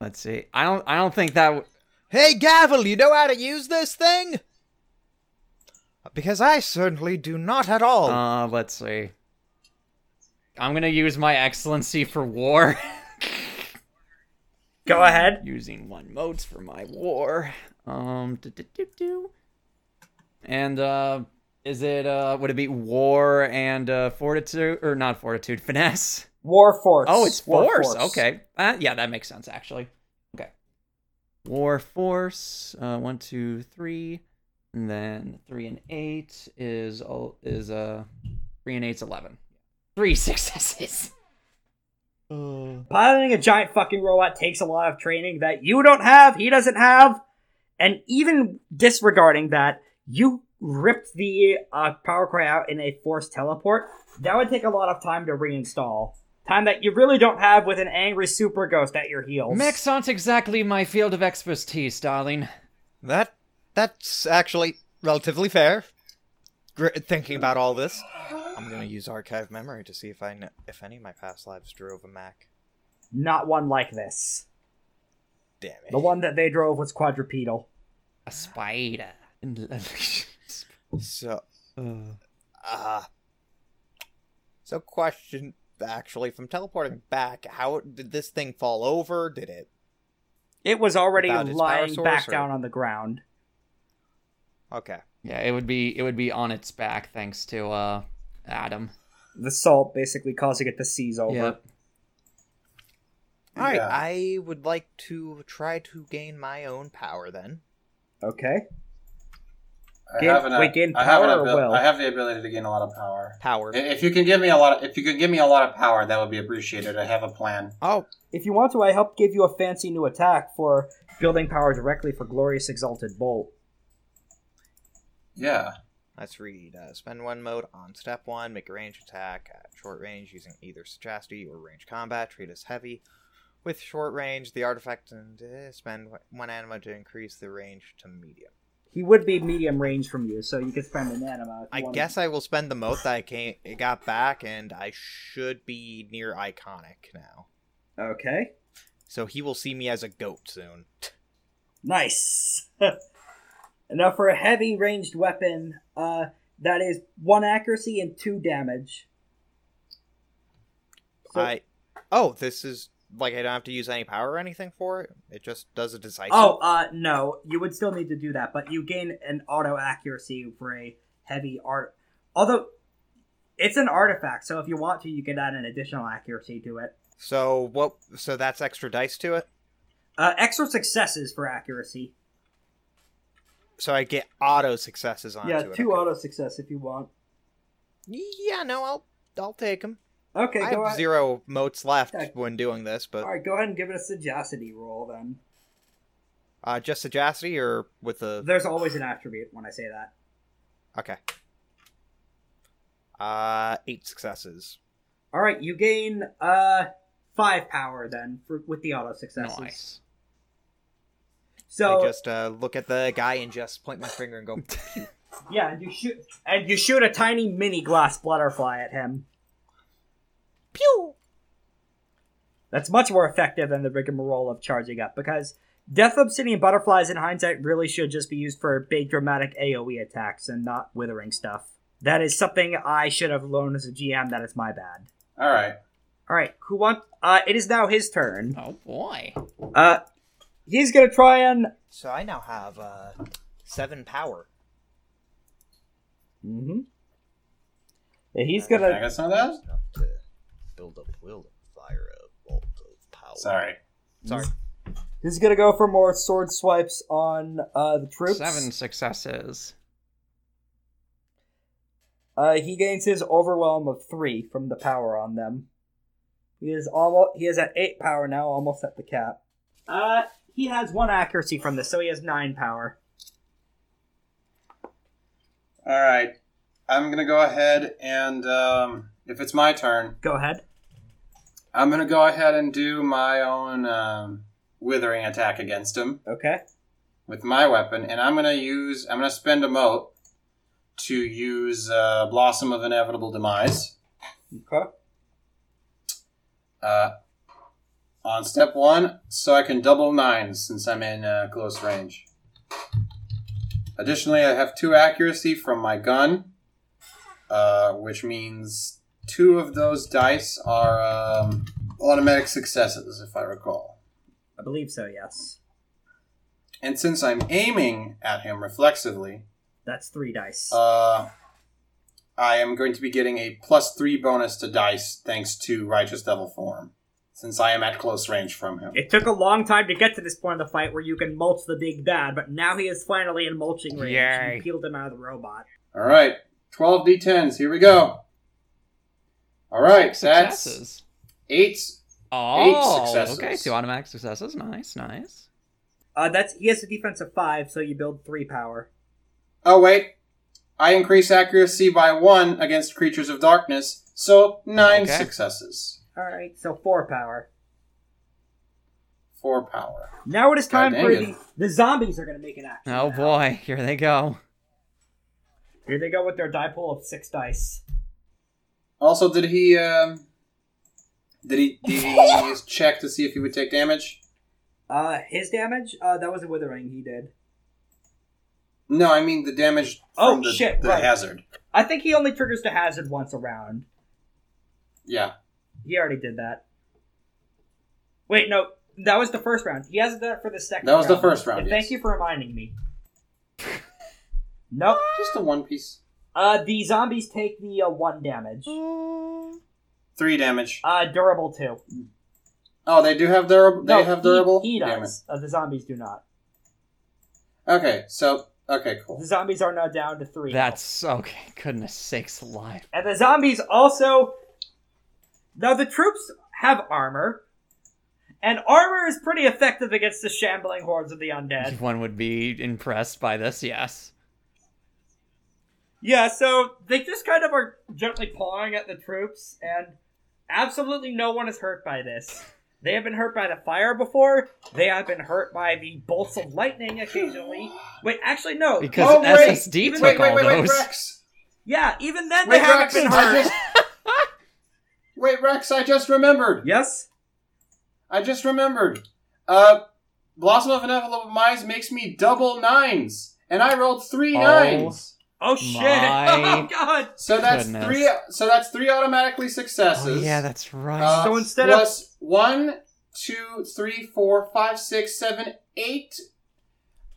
[SPEAKER 3] let's see. I don't. I don't think that. W-
[SPEAKER 5] Hey, Gavel, you know how to use this thing? Because I certainly do not at
[SPEAKER 4] Oh.
[SPEAKER 5] all.
[SPEAKER 3] uh, let's see. I'm gonna use my excellency for war. [LAUGHS]
[SPEAKER 1] Go ahead.
[SPEAKER 3] using one modes for my war. Um, do, do, do, do. and uh, is it uh, would it be war and uh, fortitude or not fortitude [LAUGHS] finesse?
[SPEAKER 1] War Force.
[SPEAKER 3] Oh, it's
[SPEAKER 1] War
[SPEAKER 3] force. Okay, uh, yeah, that makes sense actually. Okay, war force. Uh, one, two, three, and then three and eight is all is uh three and eight's eleven. Three [LAUGHS] successes.
[SPEAKER 1] Piloting a giant fucking robot takes a lot of training that you don't have, he doesn't have, and even disregarding that, you ripped the uh, power core out in a forced teleport, that would take a lot of time to reinstall. Time that you really don't have with an angry super ghost at your heels.
[SPEAKER 3] Mechs aren't exactly my field of expertise, darling.
[SPEAKER 4] That that's actually relatively fair. Gr- thinking about all this, I'm gonna use archive memory to see if I kn- if any of my past lives drove a Mac.
[SPEAKER 1] Not one like this.
[SPEAKER 4] Damn it!
[SPEAKER 1] The one that they drove was quadrupedal.
[SPEAKER 3] A [LAUGHS] spider.
[SPEAKER 4] So, uh, so question actually from teleporting back, how did this thing fall over? Did it?
[SPEAKER 1] It was already
[SPEAKER 4] Without its power
[SPEAKER 1] lying
[SPEAKER 4] source,
[SPEAKER 1] back
[SPEAKER 4] or-
[SPEAKER 1] down on the ground.
[SPEAKER 4] Okay.
[SPEAKER 3] yeah, it would be it would be on its back thanks to uh Adam.
[SPEAKER 1] The salt basically causing it to seize over.
[SPEAKER 3] Yep.
[SPEAKER 4] All right,
[SPEAKER 2] Yeah.
[SPEAKER 4] I would like to try to gain my own power then.
[SPEAKER 1] Okay.
[SPEAKER 2] I
[SPEAKER 1] Gain-
[SPEAKER 2] have an,
[SPEAKER 1] wait, gain
[SPEAKER 2] I have an
[SPEAKER 1] power or
[SPEAKER 2] abil-
[SPEAKER 1] will?
[SPEAKER 2] I have the ability to gain a lot of power.
[SPEAKER 4] Power.
[SPEAKER 2] I- If you can give me a lot, of, if you could give me a lot of power, that would be appreciated. I have a plan.
[SPEAKER 4] Oh,
[SPEAKER 1] If you want to, I help give you a fancy new attack for building power directly for Glorious Exalted Bolt.
[SPEAKER 2] Yeah,
[SPEAKER 4] let's read. Uh, spend one mode on step one, make a range attack at short range using either sagacity or range combat. Treat as heavy. With short range, the artifact and uh, spend one anima to increase the range to medium.
[SPEAKER 1] He would be medium range from you, so you could spend an anima. if you
[SPEAKER 4] I
[SPEAKER 1] wanted.
[SPEAKER 4] guess I will spend the mode that I came, got back, and I should be near iconic now.
[SPEAKER 1] Okay.
[SPEAKER 4] So he will see me as a goat soon.
[SPEAKER 1] Nice. [LAUGHS] now for a heavy ranged weapon, uh, that is one accuracy and two damage. So-
[SPEAKER 4] I oh, this is like I don't have to use any power or anything for it. It just does a decisive.
[SPEAKER 1] Oh, uh, no, you would still need to do that, but you gain an auto accuracy for a heavy art. Although it's an artifact, so if you want to, you can add an additional accuracy to it.
[SPEAKER 4] so what? So that's extra dice to it.
[SPEAKER 1] Uh, extra successes for accuracy.
[SPEAKER 4] So I get auto successes on.
[SPEAKER 1] yeah,
[SPEAKER 4] it.
[SPEAKER 1] two
[SPEAKER 4] okay.
[SPEAKER 1] auto success if you want.
[SPEAKER 4] Yeah, no, I'll I'll take them.
[SPEAKER 1] Okay,
[SPEAKER 4] I
[SPEAKER 1] go
[SPEAKER 4] have
[SPEAKER 1] ahead.
[SPEAKER 4] zero motes left
[SPEAKER 1] Okay.
[SPEAKER 4] when doing this, but
[SPEAKER 1] All right, go ahead and give it a sagacity roll then.
[SPEAKER 4] uh, just sagacity or with the
[SPEAKER 1] There's always an attribute when I say that.
[SPEAKER 4] okay. Uh, eight successes.
[SPEAKER 1] All right, you gain uh five power then for, with the auto successes.
[SPEAKER 3] Nice.
[SPEAKER 1] So
[SPEAKER 4] I just uh, look at the guy and just point my finger and go.
[SPEAKER 1] yeah, and you shoot and you shoot a tiny mini glass butterfly at him.
[SPEAKER 4] Pew.
[SPEAKER 1] That's much more effective than the rigmarole of charging up because death obsidian butterflies in hindsight really should just be used for big dramatic AOE attacks and not withering stuff. That is something I should have learned as a GM. That is my bad.
[SPEAKER 2] all right.
[SPEAKER 1] All right, who want? Uh, it is now his turn.
[SPEAKER 3] Oh boy.
[SPEAKER 1] Uh, he's gonna try and.
[SPEAKER 4] So I now have uh, seven power.
[SPEAKER 1] Mm-hmm. He's gonna.
[SPEAKER 2] I guess not that.
[SPEAKER 4] Enough to build a will of fire, a bolt of power.
[SPEAKER 2] Sorry.
[SPEAKER 4] Sorry.
[SPEAKER 1] He's gonna go for more sword swipes on uh, the troops.
[SPEAKER 3] Seven successes.
[SPEAKER 1] Uh, he gains his overwhelm of three from the power on them. He is almost. He is at eight power now, almost at the cap. Uh, he has one accuracy from this, so he has nine power.
[SPEAKER 2] All right. I'm gonna go ahead and um, if it's my turn,
[SPEAKER 1] Go ahead.
[SPEAKER 2] I'm gonna go ahead and do my own um, withering attack against him
[SPEAKER 1] Okay.
[SPEAKER 2] with my weapon, and I'm gonna use I'm gonna spend a moat to use uh, Blossom of Inevitable Demise.
[SPEAKER 1] Okay.
[SPEAKER 2] Uh, on step one, so I can double mine since I'm in uh, close range. Additionally, I have two accuracy from my gun, uh, which means two of those dice are um, automatic successes, if I recall.
[SPEAKER 1] I believe so. Yes.
[SPEAKER 2] And since I'm aiming at him reflexively,
[SPEAKER 1] That's three dice.
[SPEAKER 2] uh, I am going to be getting a plus three bonus to dice thanks to Righteous Devil Form, since I am at close range from him.
[SPEAKER 1] it took a long time to get to this point of the fight where you can mulch the big bad, but now he is finally in mulching range.
[SPEAKER 3] Yay.
[SPEAKER 1] You peeled him out of the robot.
[SPEAKER 2] All right, 12 d10s, here we go. All right,
[SPEAKER 3] Six
[SPEAKER 2] that's
[SPEAKER 3] successes.
[SPEAKER 2] eight.
[SPEAKER 3] Oh,
[SPEAKER 2] successes.
[SPEAKER 3] okay. Two automatic successes. Nice, nice.
[SPEAKER 1] Uh, that's he has a defense of five, so you build three power.
[SPEAKER 2] Oh, wait. I increase accuracy by one against creatures of darkness, so nine
[SPEAKER 5] Okay.
[SPEAKER 2] successes.
[SPEAKER 1] All right, so four power.
[SPEAKER 2] Four power.
[SPEAKER 1] Now it is time
[SPEAKER 2] God
[SPEAKER 1] for
[SPEAKER 2] dang
[SPEAKER 1] the the zombies are going to make an action.
[SPEAKER 3] Oh
[SPEAKER 1] now.
[SPEAKER 3] boy, here they go.
[SPEAKER 1] Here they go with their die pool of six dice.
[SPEAKER 2] Also, did he um, did he did he check to see if he would take damage?
[SPEAKER 1] Uh, his damage. Uh, that was a withering he did.
[SPEAKER 2] No, I mean the damage from
[SPEAKER 1] Oh,
[SPEAKER 2] the,
[SPEAKER 1] shit,
[SPEAKER 2] the
[SPEAKER 1] right.
[SPEAKER 2] hazard.
[SPEAKER 1] I think he only triggers the hazard once a round.
[SPEAKER 2] Yeah.
[SPEAKER 1] He already did that. Wait, no, that was the first round. He has that for the second.
[SPEAKER 2] That was the first round,
[SPEAKER 1] And
[SPEAKER 2] yes.
[SPEAKER 1] Thank you for reminding me. nope.
[SPEAKER 2] Just a one piece.
[SPEAKER 1] Uh, the zombies take the uh, one damage.
[SPEAKER 2] Three damage.
[SPEAKER 1] Uh, durable two.
[SPEAKER 2] Oh, they do have durable. They
[SPEAKER 1] no,
[SPEAKER 2] have durable.
[SPEAKER 1] He, he
[SPEAKER 2] Damn
[SPEAKER 1] does. Uh, the zombies do not.
[SPEAKER 2] it. Okay, so okay,
[SPEAKER 1] The
[SPEAKER 2] cool.
[SPEAKER 1] zombies are now down to three. health.
[SPEAKER 3] That's okay. Goodness sakes alive.
[SPEAKER 1] And the zombies also. Now, the troops have armor. And armor is pretty effective against the shambling hordes of the
[SPEAKER 3] [LAUGHS]
[SPEAKER 1] undead.
[SPEAKER 3] One would be impressed by this, yes.
[SPEAKER 1] Yeah, so they just kind of are gently pawing at the troops, and absolutely no one is hurt by this. They have been hurt by the fire before. They have been hurt by the bolts of lightning occasionally. Wait, actually, no.
[SPEAKER 3] Because
[SPEAKER 2] Oh, wait.
[SPEAKER 3] SSD
[SPEAKER 1] Even-
[SPEAKER 3] took
[SPEAKER 2] Wait, wait,
[SPEAKER 3] all
[SPEAKER 2] wait, wait,
[SPEAKER 3] those.
[SPEAKER 2] Rex.
[SPEAKER 1] Yeah, even then
[SPEAKER 2] Wait,
[SPEAKER 1] they haven't
[SPEAKER 2] Rex.
[SPEAKER 1] been
[SPEAKER 2] I
[SPEAKER 1] hurt. [LAUGHS]
[SPEAKER 2] just... Wait, Rex. I just remembered.
[SPEAKER 1] Yes?
[SPEAKER 2] I just remembered. Uh, Blossom of Benevolent Minds makes me double nines, and I rolled three
[SPEAKER 3] Oh.
[SPEAKER 2] nines.
[SPEAKER 1] Oh, shit. [LAUGHS]
[SPEAKER 3] My-
[SPEAKER 1] Oh, God.
[SPEAKER 2] So that's
[SPEAKER 3] Goodness.
[SPEAKER 2] three. So that's three automatically successes.
[SPEAKER 3] Oh, yeah, that's right.
[SPEAKER 2] Uh,
[SPEAKER 1] So instead of-
[SPEAKER 2] plus one, two, three, four, five, six, seven, eight.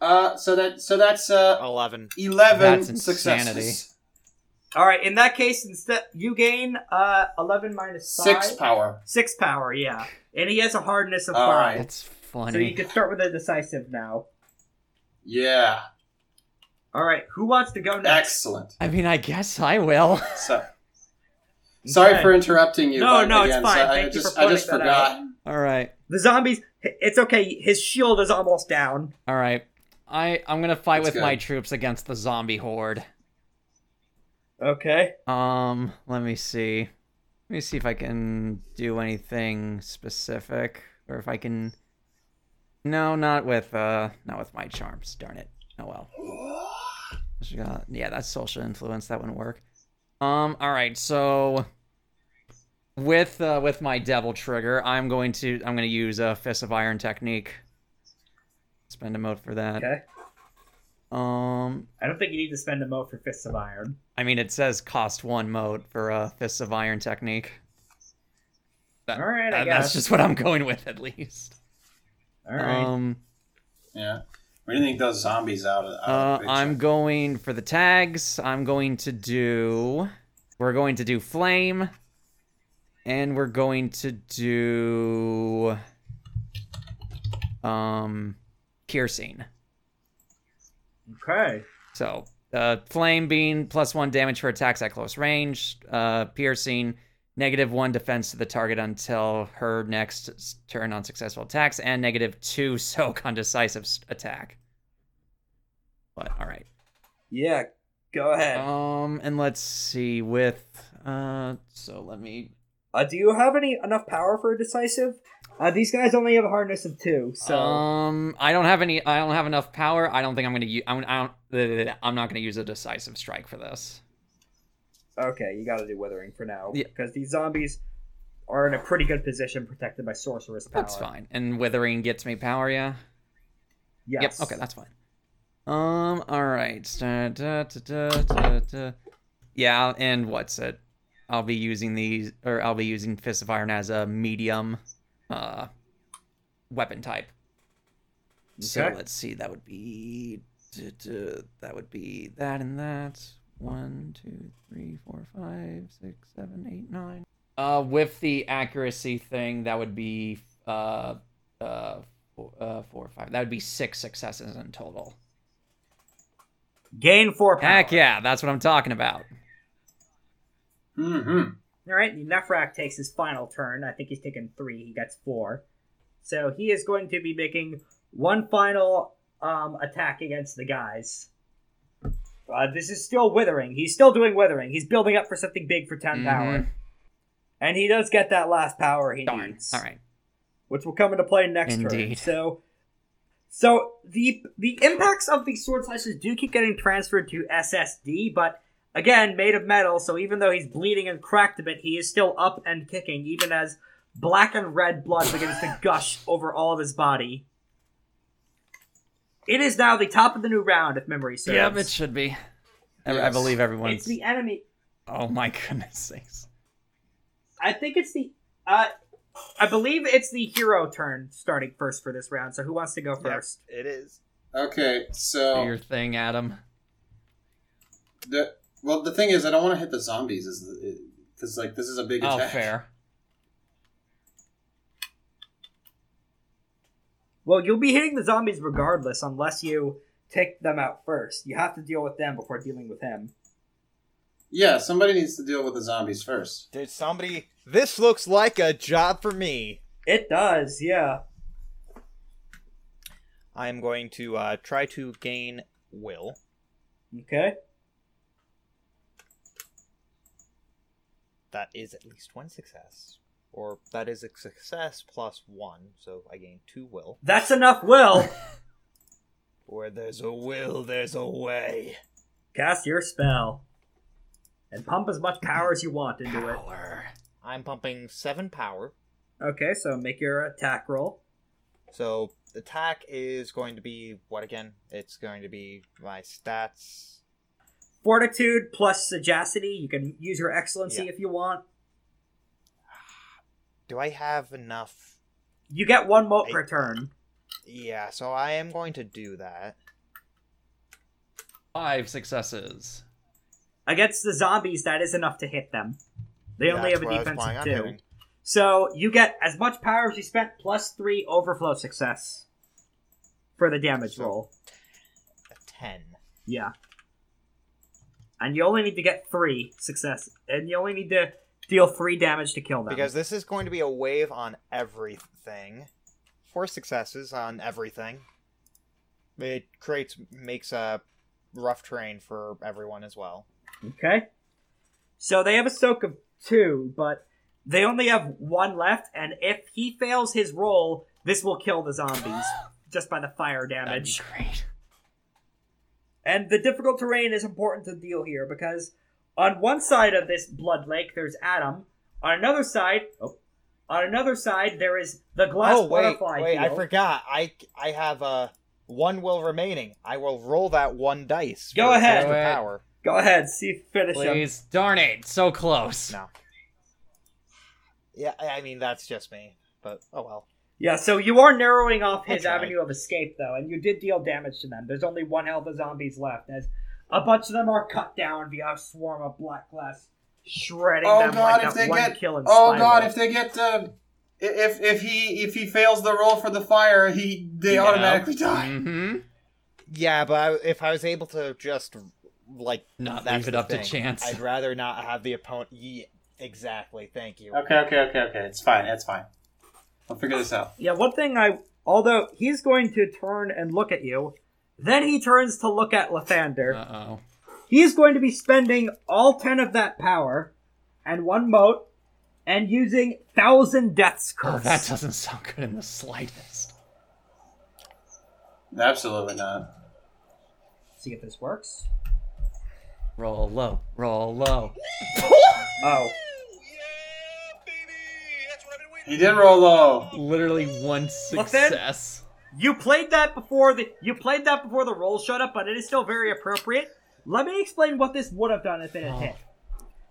[SPEAKER 2] Uh, so that so that's uh
[SPEAKER 5] Eleven.
[SPEAKER 2] eleven
[SPEAKER 3] Oh, That's insanity.
[SPEAKER 2] successes.
[SPEAKER 1] All right. In that case, instead you gain uh eleven minus five.
[SPEAKER 2] Six power.
[SPEAKER 1] Six power. Yeah, and he has a hardness of
[SPEAKER 2] All
[SPEAKER 1] five,
[SPEAKER 2] right.
[SPEAKER 3] That's funny.
[SPEAKER 1] so you can start with a decisive now.
[SPEAKER 2] Yeah,
[SPEAKER 1] All right. Who wants to go next?
[SPEAKER 2] excellent.
[SPEAKER 3] I mean, I guess I will. [LAUGHS]
[SPEAKER 2] So. Sorry
[SPEAKER 1] Okay.
[SPEAKER 2] for interrupting you.
[SPEAKER 1] No,
[SPEAKER 2] but
[SPEAKER 1] no, it's
[SPEAKER 2] again,
[SPEAKER 1] fine.
[SPEAKER 2] So I
[SPEAKER 1] Thank you
[SPEAKER 2] just,
[SPEAKER 1] for
[SPEAKER 2] I just
[SPEAKER 1] pointing that
[SPEAKER 2] forgot.
[SPEAKER 3] All right,
[SPEAKER 1] The zombies. It's okay. His shield is almost down.
[SPEAKER 3] all right. I I'm gonna fight
[SPEAKER 2] That's
[SPEAKER 3] with my
[SPEAKER 2] good.
[SPEAKER 3] troops against the zombie horde.
[SPEAKER 1] Okay.
[SPEAKER 3] Um, let me see. Let me see if I can do anything specific, or if I can. No, not with uh, not with my charms. Darn it. Oh well. She got- Yeah, that's social influence. That wouldn't work. Um. All right. So with uh, with my devil trigger, I'm going to I'm going to use a fist of iron technique. Spend a mode for that.
[SPEAKER 1] Okay.
[SPEAKER 3] Um.
[SPEAKER 1] I don't think you need to spend a mo for fists of iron.
[SPEAKER 3] I mean, it says cost one mode for a fist of iron technique.
[SPEAKER 1] All right. I
[SPEAKER 3] And
[SPEAKER 1] guess.
[SPEAKER 3] that's just what I'm going with, at least.
[SPEAKER 1] All right.
[SPEAKER 3] Um,
[SPEAKER 2] Yeah. We didn't think those zombies out of, out
[SPEAKER 3] uh,
[SPEAKER 2] of the picture.
[SPEAKER 3] I'm going for the tags. I'm going to do. We're going to do flame, and we're going to do. Um, piercing.
[SPEAKER 1] okay.
[SPEAKER 3] So, uh, flame being plus one damage for attacks at close range. Uh, piercing, negative one defense to the target until her next s- turn on successful attacks, and negative two [LAUGHS] soak on decisive s- attack. But all right.
[SPEAKER 1] Yeah. Go ahead.
[SPEAKER 3] Um, and let's see with uh. So let me.
[SPEAKER 1] Uh, do you have any enough power for a decisive? Uh, these guys only have a hardness of two, so
[SPEAKER 3] Um, I don't have any. I don't have enough power. I don't think I'm gonna use. I'm. I don't. [LAUGHS] I'm not gonna use a decisive strike for this.
[SPEAKER 1] Okay, you gotta do withering for now.
[SPEAKER 3] Yeah.
[SPEAKER 1] Because these zombies are in a pretty good position protected by sorceress power.
[SPEAKER 3] That's fine. And withering gets me power. Yeah.
[SPEAKER 1] Yes.
[SPEAKER 3] Yep. Okay, that's fine. Um. All right. Da, da, da, da, da, da. Yeah. And what's it? I'll be using these, or I'll be using Fist of Iron as a medium, uh, weapon type. So
[SPEAKER 1] Okay.
[SPEAKER 3] let's see. That would be. da, da, That would be that and that. One, two, three, four, five, six, seven, eight, nine. Uh, with the accuracy thing, that would be uh, uh, four, uh, four, five. That would be six successes in total.
[SPEAKER 1] Gain four power.
[SPEAKER 3] Heck yeah, that's what I'm talking about.
[SPEAKER 2] Mm-hmm.
[SPEAKER 1] Alright, the Nephrak takes his final turn. I think he's taken three, he gets four. So he is going to be making one final um attack against the guys. Uh, this is still withering. He's still doing withering. He's building up for something big for
[SPEAKER 3] Mm-hmm.
[SPEAKER 1] 10 power. And he does get that last power he
[SPEAKER 3] Darn.
[SPEAKER 1] needs.
[SPEAKER 3] All right.
[SPEAKER 1] Which will come into play next turn.
[SPEAKER 3] Indeed.
[SPEAKER 1] So so the the impacts of these sword slashes do keep getting transferred to SSD, but again, made of metal, so even though he's bleeding and cracked a bit, he is still up and kicking, even as black and red blood begins to gush over all of his body. It is now the top of the new round, if memory serves.
[SPEAKER 3] Yep, it should be. I- I
[SPEAKER 2] Yes.
[SPEAKER 3] believe
[SPEAKER 1] it's
[SPEAKER 3] everyone's.
[SPEAKER 1] the enemy.
[SPEAKER 3] Oh my goodness sakes.
[SPEAKER 1] I think it's the. Uh, I believe it's the hero turn starting first for this round. So who wants to go first?
[SPEAKER 4] It is.
[SPEAKER 2] Okay,
[SPEAKER 3] Do
[SPEAKER 2] so
[SPEAKER 3] your thing, Adam.
[SPEAKER 2] the well, the thing is, I don't want to hit the zombies, is because like this is a big
[SPEAKER 3] Oh,
[SPEAKER 2] attack.
[SPEAKER 3] fair.
[SPEAKER 1] Well, you'll be hitting the zombies regardless, unless you take them out first. You have to deal with them before dealing with him.
[SPEAKER 2] Yeah, somebody needs to deal with the zombies first.
[SPEAKER 4] Did somebody? This looks like a job for me.
[SPEAKER 1] It does, yeah.
[SPEAKER 4] I'm going to uh, try to gain will.
[SPEAKER 1] Okay.
[SPEAKER 4] That is at least one success, or that is a success plus one, so I gain two will.
[SPEAKER 1] That's enough
[SPEAKER 4] [LAUGHS]
[SPEAKER 1] will.
[SPEAKER 4] Where there's a will, there's a way.
[SPEAKER 1] Cast your spell. And pump as much power as you want into it.
[SPEAKER 3] Power.
[SPEAKER 4] I'm pumping seven power,
[SPEAKER 1] Okay, so make your attack roll.
[SPEAKER 4] so attack is going to be what again? It's going to be my stats.
[SPEAKER 1] Fortitude plus sagacity. You can use your excellency
[SPEAKER 4] Yeah.
[SPEAKER 1] if you want.
[SPEAKER 4] Do I have enough?
[SPEAKER 1] You get one mote
[SPEAKER 4] I-
[SPEAKER 1] per turn.
[SPEAKER 4] Yeah, so I am going to do that.
[SPEAKER 3] Five successes.
[SPEAKER 1] Against the zombies, that is enough to hit them. They only have
[SPEAKER 4] That's
[SPEAKER 1] a
[SPEAKER 4] what I was
[SPEAKER 1] defense
[SPEAKER 4] planning
[SPEAKER 1] of
[SPEAKER 4] on
[SPEAKER 1] two.
[SPEAKER 4] doing.
[SPEAKER 1] So you get as much power as you spent plus three overflow success for the damage
[SPEAKER 4] So-
[SPEAKER 1] roll.
[SPEAKER 4] A ten.
[SPEAKER 1] Yeah. And you only need to get three success. And you only need to deal three damage to kill them.
[SPEAKER 4] Because this is going to be a wave on everything. Four successes on everything. It creates makes a rough terrain for everyone as well.
[SPEAKER 1] Okay. So they have a soak of two, but they only have one left, and if he fails his roll, this will kill the
[SPEAKER 4] [GASPS]
[SPEAKER 1] zombies just by the fire
[SPEAKER 3] That'd be
[SPEAKER 1] damage.
[SPEAKER 3] great.
[SPEAKER 1] And the difficult terrain is important to deal here because on one side of this blood lake there's Adam. On another side, oh, on another side there is the glass
[SPEAKER 4] oh wait,
[SPEAKER 1] butterfly.
[SPEAKER 4] wait! I
[SPEAKER 1] field.
[SPEAKER 4] forgot. I I have uh, one will remaining. I will roll that one dice.
[SPEAKER 1] Go
[SPEAKER 4] for
[SPEAKER 1] ahead.
[SPEAKER 4] extra
[SPEAKER 3] Do it.
[SPEAKER 4] Power.
[SPEAKER 1] Go ahead, see finish him.
[SPEAKER 3] Please. Darn it. So close.
[SPEAKER 4] No. Yeah, I I mean that's just me, but oh well.
[SPEAKER 1] Yeah, so you are narrowing off
[SPEAKER 4] I
[SPEAKER 1] his
[SPEAKER 4] tried.
[SPEAKER 1] avenue of escape though, and you did deal damage to them. There's only one health of zombies left, as a bunch of them are cut down via a swarm of black glass shredding
[SPEAKER 2] Oh
[SPEAKER 1] them
[SPEAKER 2] god,
[SPEAKER 1] like
[SPEAKER 2] if
[SPEAKER 1] that
[SPEAKER 2] they
[SPEAKER 1] one
[SPEAKER 2] get
[SPEAKER 1] kill in
[SPEAKER 2] Oh
[SPEAKER 1] Spyro.
[SPEAKER 2] god, if they get uh, if if he if he fails the roll for the fire, he they automatically die.
[SPEAKER 3] Mm-hmm.
[SPEAKER 4] Yeah, but I, if I was able to just like
[SPEAKER 3] Not
[SPEAKER 4] that's
[SPEAKER 3] leave it
[SPEAKER 4] the
[SPEAKER 3] up to
[SPEAKER 4] thing.
[SPEAKER 3] chance.
[SPEAKER 4] I'd rather not have the opponent. Ye exactly. Thank you.
[SPEAKER 2] Okay, okay, okay, okay. It's fine. It's fine. I'll figure this out.
[SPEAKER 1] Yeah, one thing I. Although he's going to turn and look at you, then he turns to look at Lathander.
[SPEAKER 3] Uh oh.
[SPEAKER 1] He is going to be spending all 10 of that power and one moat and using Thousand Deaths
[SPEAKER 3] Oh,
[SPEAKER 1] Curse.
[SPEAKER 3] that doesn't sound good in the slightest.
[SPEAKER 2] Absolutely not.
[SPEAKER 1] See if this works.
[SPEAKER 3] Roll low. Roll low.
[SPEAKER 1] Oh.
[SPEAKER 2] He did roll low.
[SPEAKER 3] Literally one
[SPEAKER 1] Look, then-
[SPEAKER 3] success.
[SPEAKER 1] You played that before the you played that before the roll showed up, but it is still very appropriate. Let me explain what this would have done if
[SPEAKER 3] Oh.
[SPEAKER 1] it had hit.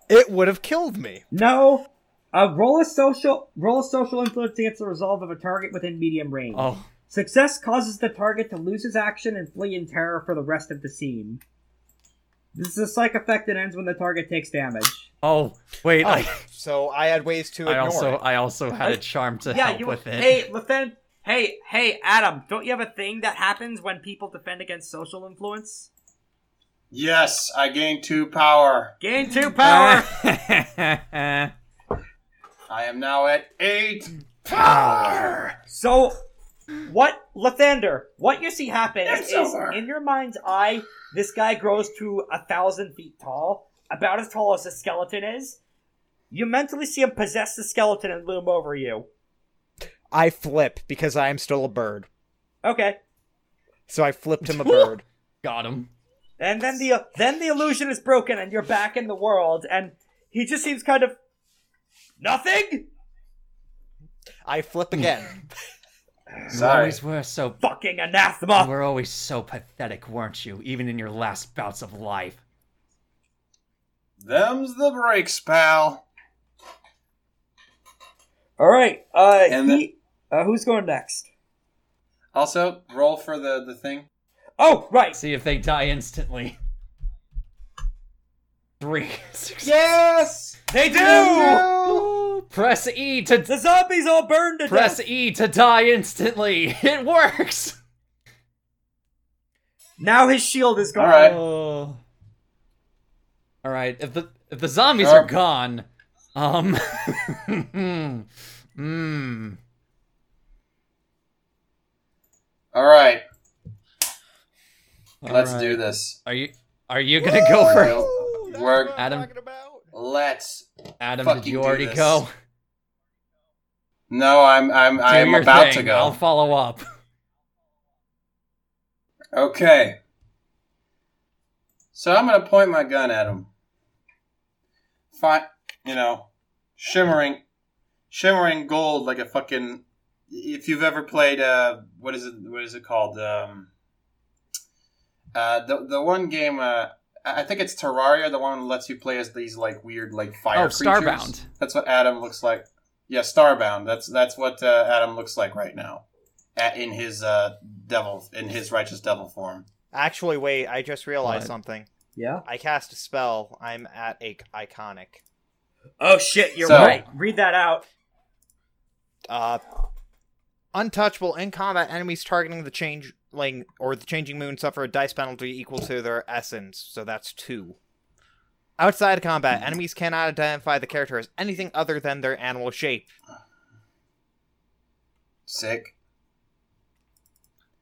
[SPEAKER 4] It would have killed me.
[SPEAKER 1] No. Uh, roll a social roll a social influence against the resolve of a target within medium range.
[SPEAKER 3] Oh.
[SPEAKER 1] Success causes the target to lose his action and flee in terror for the rest of the scene. This is a psych effect that ends when the target takes damage.
[SPEAKER 3] Oh. Wait. I,
[SPEAKER 4] So I had ways to ignore
[SPEAKER 3] I also
[SPEAKER 4] it.
[SPEAKER 3] I also had
[SPEAKER 1] I-
[SPEAKER 3] a charm to help with it. [LAUGHS]
[SPEAKER 1] Hey, Lathan. Hey, hey, Adam. Don't you have a thing that happens when people defend against social influence?
[SPEAKER 2] Yes, I gained two power.
[SPEAKER 1] Gain
[SPEAKER 3] [LAUGHS]
[SPEAKER 1] two power.
[SPEAKER 3] Power. Ah.
[SPEAKER 2] I am now at eight power.
[SPEAKER 1] so, What Lathander? What you see happen
[SPEAKER 2] They're
[SPEAKER 1] is
[SPEAKER 2] silver.
[SPEAKER 1] in your mind's eye, this guy grows to a thousand feet tall, about as tall as the skeleton is. You mentally see him possess the skeleton and loom over you.
[SPEAKER 4] I flip because I am still a bird.
[SPEAKER 1] Okay,
[SPEAKER 4] So I flipped [LAUGHS] him a bird.
[SPEAKER 3] Got him.
[SPEAKER 1] and then the then the illusion is broken, and you're back in the world, and he just seems kind of nothing.
[SPEAKER 4] I flip again.
[SPEAKER 3] You
[SPEAKER 2] Sorry.
[SPEAKER 3] always were so.
[SPEAKER 1] Fucking
[SPEAKER 3] You
[SPEAKER 1] anathema.
[SPEAKER 3] were always so pathetic, weren't you? Even in your last bouts of life.
[SPEAKER 2] Them's the breaks, pal.
[SPEAKER 1] All right, uh,
[SPEAKER 2] And
[SPEAKER 1] he- uh, who's going next?
[SPEAKER 2] Also, roll for the, the thing.
[SPEAKER 1] Oh, right.
[SPEAKER 3] See if they die instantly. Three.
[SPEAKER 2] Yes!
[SPEAKER 1] They do!
[SPEAKER 3] Press E to
[SPEAKER 1] The zombies all burned to
[SPEAKER 3] press
[SPEAKER 1] death.
[SPEAKER 3] E to die instantly. It works.
[SPEAKER 1] Now his shield is gone.
[SPEAKER 2] All right.
[SPEAKER 3] Oh. All right. If the if the zombies
[SPEAKER 2] Sure.
[SPEAKER 3] are gone, um, [LAUGHS] hmm.
[SPEAKER 2] All right,
[SPEAKER 3] All
[SPEAKER 2] let's
[SPEAKER 3] right.
[SPEAKER 2] do this.
[SPEAKER 3] Are you are you gonna go first,
[SPEAKER 2] Work.
[SPEAKER 3] Adam?
[SPEAKER 2] Let's.
[SPEAKER 3] Adam, did
[SPEAKER 2] fucking
[SPEAKER 3] you
[SPEAKER 2] do
[SPEAKER 3] already
[SPEAKER 2] this.
[SPEAKER 3] go?
[SPEAKER 2] No, I'm I'm
[SPEAKER 3] Do
[SPEAKER 2] I'm
[SPEAKER 3] your
[SPEAKER 2] about
[SPEAKER 3] thing.
[SPEAKER 2] to go.
[SPEAKER 3] I'll follow up.
[SPEAKER 2] Okay. So I'm gonna point my gun at him. Fine, you know, shimmering, shimmering gold like a fucking. If you've ever played, uh, what is it? What is it called? Um, uh, the the one game. Uh, I I think it's Terraria, the one that lets you play as these like weird like fire.
[SPEAKER 3] Oh,
[SPEAKER 2] creatures.
[SPEAKER 3] Starbound.
[SPEAKER 2] That's what Adam looks like. Yeah, Starbound. That's that's what uh, Adam looks like right now, at, in his uh, devil in his righteous devil form.
[SPEAKER 5] Actually, wait. I just realized
[SPEAKER 3] What?
[SPEAKER 5] something.
[SPEAKER 1] Yeah.
[SPEAKER 5] I cast a spell. I'm at a iconic.
[SPEAKER 1] Oh shit, you're
[SPEAKER 2] So-
[SPEAKER 1] right. Read that out. [LAUGHS]
[SPEAKER 5] Uh, untouchable in combat enemies targeting the changeling or the changing moon suffer a dice penalty equal to their essence, so that's two. Outside of
[SPEAKER 3] Hmm.
[SPEAKER 5] combat, enemies cannot identify the character as anything other than their animal shape.
[SPEAKER 2] Sick.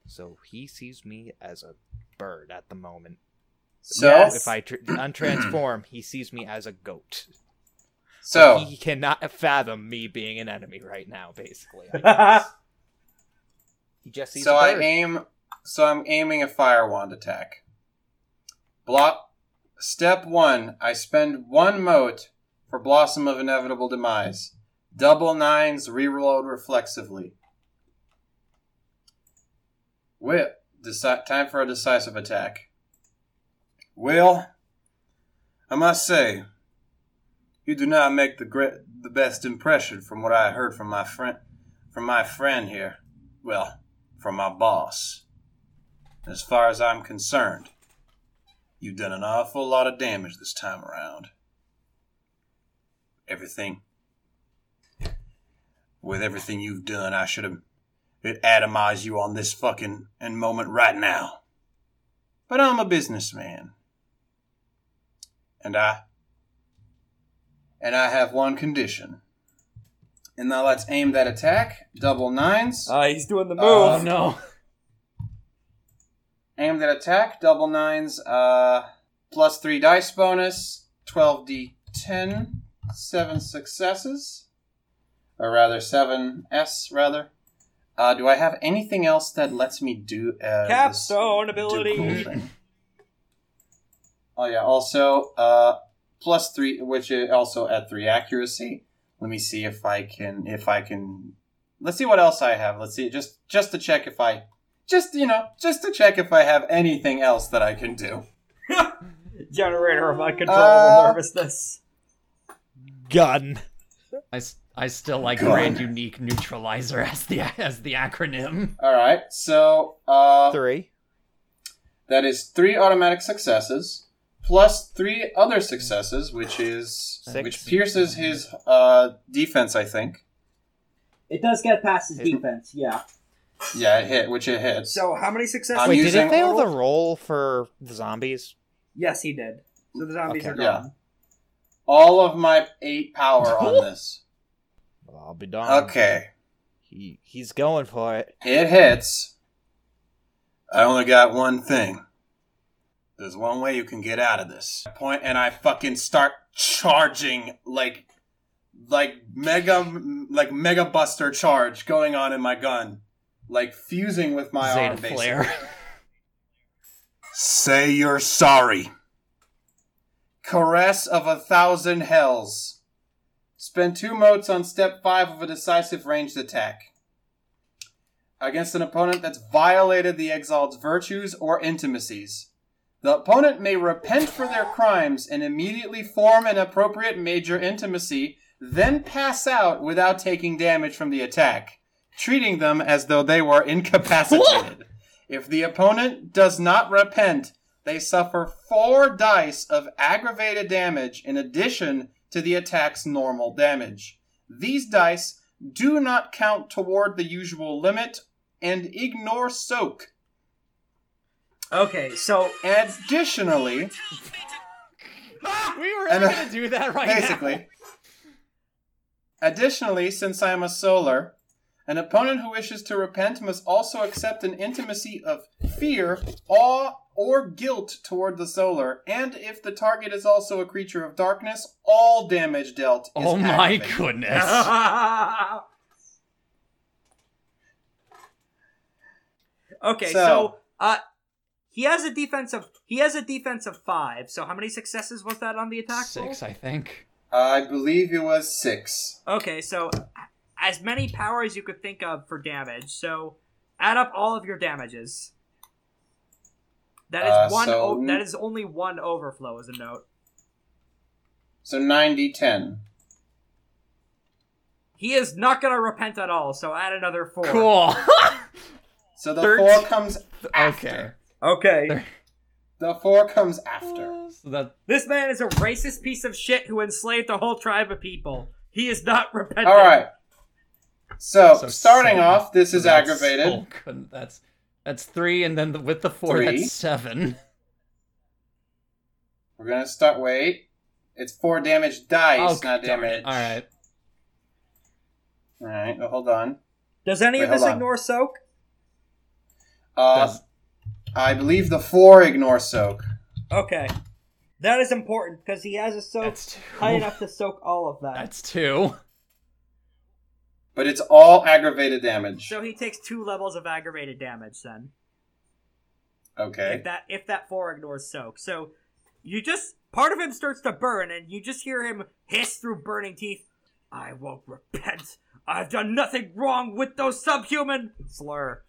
[SPEAKER 5] So he sees me as a bird at the moment.
[SPEAKER 2] So
[SPEAKER 1] Yes.
[SPEAKER 5] If I tr- [CLEARS THROAT] untransform, he sees me as a goat.
[SPEAKER 2] so
[SPEAKER 5] he cannot fathom me being an enemy right now.
[SPEAKER 2] [LAUGHS]
[SPEAKER 5] Basically,
[SPEAKER 1] Uh,
[SPEAKER 5] he just sees.
[SPEAKER 2] so
[SPEAKER 5] a
[SPEAKER 2] I
[SPEAKER 5] bird.
[SPEAKER 2] aim. So I'm aiming a fire wand attack. Block. Step one. I spend one mote for Blossom of Inevitable Demise. Double nines. Reload reflexively. Whip. Deci- time for a decisive attack. Will. I must say, you do not make the gre- the best impression from what I heard from my friend from my friend here. Well, from my boss. As far as I'm concerned, you've done an awful lot of damage this time around. Everything. With everything you've done, I should have atomized you on this fucking and moment right now. But I'm a businessman. And I. And I have one condition. And now let's aim that attack. Double nines.
[SPEAKER 1] uh, he's doing the move.
[SPEAKER 3] Oh no.
[SPEAKER 2] Aim that attack, double nines, uh, plus three dice bonus, 12d10, seven successes, or rather, seven S, rather. Uh, do I have anything else that lets me do uh, this-
[SPEAKER 1] Capstone
[SPEAKER 2] do
[SPEAKER 1] ability.
[SPEAKER 2] thing? oh yeah, also uh, plus three, which is also at three accuracy. Let me see if I can if I can. Let's see what else I have. Let's see just just to check if I just you know just to check if I have anything else that I can do.
[SPEAKER 1] Generator of uncontrollable
[SPEAKER 2] Uh,
[SPEAKER 1] nervousness.
[SPEAKER 4] Gun.
[SPEAKER 3] I, s- I still like
[SPEAKER 2] God.
[SPEAKER 3] brand unique neutralizer as the as the acronym.
[SPEAKER 2] All right, so uh,
[SPEAKER 5] three.
[SPEAKER 2] That is three automatic successes plus three other successes, which is
[SPEAKER 5] Six.
[SPEAKER 2] which pierces his uh, defense, I think.
[SPEAKER 1] It does get past his
[SPEAKER 5] Hit.
[SPEAKER 1] defense, yeah.
[SPEAKER 2] Yeah, it hit, which it hits.
[SPEAKER 1] So how many successes?
[SPEAKER 2] I'm
[SPEAKER 5] Wait, did
[SPEAKER 2] using-
[SPEAKER 5] it fail the roll for the zombies?
[SPEAKER 1] Yes, he did. So the zombies
[SPEAKER 5] Okay.
[SPEAKER 1] are gone.
[SPEAKER 2] All of my eight power on this.
[SPEAKER 5] Well, I'll be done.
[SPEAKER 2] Okay,
[SPEAKER 4] He, he's going for it.
[SPEAKER 2] It hits. I only got one thing. There's one way you can get out of this. Point and I fucking start charging like like mega like mega buster charge going on in my gun. Like fusing with my arm
[SPEAKER 3] Zeta
[SPEAKER 2] basically.
[SPEAKER 3] Flare.
[SPEAKER 2] Say you're sorry. Caress of a thousand hells. Spend two motes on step five of a decisive ranged attack. Against an opponent that's violated the exalt's virtues or intimacies. The opponent may repent for their crimes and immediately form an appropriate major intimacy, then pass out without taking damage from the attack, treating them as though they were incapacitated. If the opponent does not repent, they suffer four dice of aggravated damage in addition to the attack's normal damage. These dice do not count toward the usual limit and ignore soak.
[SPEAKER 1] Okay, so
[SPEAKER 2] Additionally,
[SPEAKER 3] [LAUGHS] we were
[SPEAKER 2] And, uh,
[SPEAKER 3] gonna do that [LAUGHS] right now.
[SPEAKER 2] basically. Additionally, since I am a solar, an opponent who wishes to repent must also accept an intimacy of fear, awe, or guilt toward the solar, and if the target is also a creature of darkness, all damage dealt is
[SPEAKER 3] Oh my
[SPEAKER 2] aggravated.
[SPEAKER 3] goodness.
[SPEAKER 1] [LAUGHS]
[SPEAKER 3] [LAUGHS]
[SPEAKER 1] okay, so,
[SPEAKER 2] So-
[SPEAKER 1] uh, he has a defense of he has a defense of five. So how many successes was that on the attack? roll?
[SPEAKER 3] Six, I think.
[SPEAKER 2] I believe it was six.
[SPEAKER 1] Okay, so as many power as you could think of for damage. So add up all of your damages. That is
[SPEAKER 2] Uh,
[SPEAKER 1] one.
[SPEAKER 2] so-
[SPEAKER 1] O- that is only one overflow as a note.
[SPEAKER 2] So 90 10.
[SPEAKER 1] He is not going to repent at all. So add another four.
[SPEAKER 3] Cool. [LAUGHS]
[SPEAKER 2] So the
[SPEAKER 3] Thirteen.
[SPEAKER 2] four comes
[SPEAKER 3] okay.
[SPEAKER 1] Okay.
[SPEAKER 2] the four comes after.
[SPEAKER 3] So that
[SPEAKER 1] This man is a racist piece of shit who enslaved a whole tribe of people. He is not [LAUGHS] repentant.
[SPEAKER 2] All right. So,
[SPEAKER 3] Uh, So
[SPEAKER 2] Oh, starting
[SPEAKER 3] seven.
[SPEAKER 2] off, this
[SPEAKER 3] so
[SPEAKER 2] is
[SPEAKER 3] that's-
[SPEAKER 2] aggravated.
[SPEAKER 3] Oh, goodness, that's that's three, and then the, with the four,
[SPEAKER 2] Three.
[SPEAKER 3] that's seven.
[SPEAKER 2] We're gonna start. Wait, it's four damage dice,
[SPEAKER 3] oh,
[SPEAKER 2] not
[SPEAKER 3] darn it.
[SPEAKER 2] damage.
[SPEAKER 3] All right.
[SPEAKER 2] all right. Well, hold on.
[SPEAKER 1] Does any
[SPEAKER 2] Wait,
[SPEAKER 1] of this
[SPEAKER 2] hold on.
[SPEAKER 1] ignore soak?
[SPEAKER 2] Uh,
[SPEAKER 3] Does-
[SPEAKER 2] I believe the four ignore soak.
[SPEAKER 1] Okay. That is important because he has a soak
[SPEAKER 3] That's two.
[SPEAKER 1] high enough to soak all of that.
[SPEAKER 3] That's two.
[SPEAKER 2] But it's all aggravated damage.
[SPEAKER 1] So he takes two levels of aggravated damage then.
[SPEAKER 2] Okay.
[SPEAKER 1] If that if that four ignores soak. So you just part of him starts to burn and you just hear him hiss through burning teeth. I won't repent. I've done nothing wrong with those subhuman slur.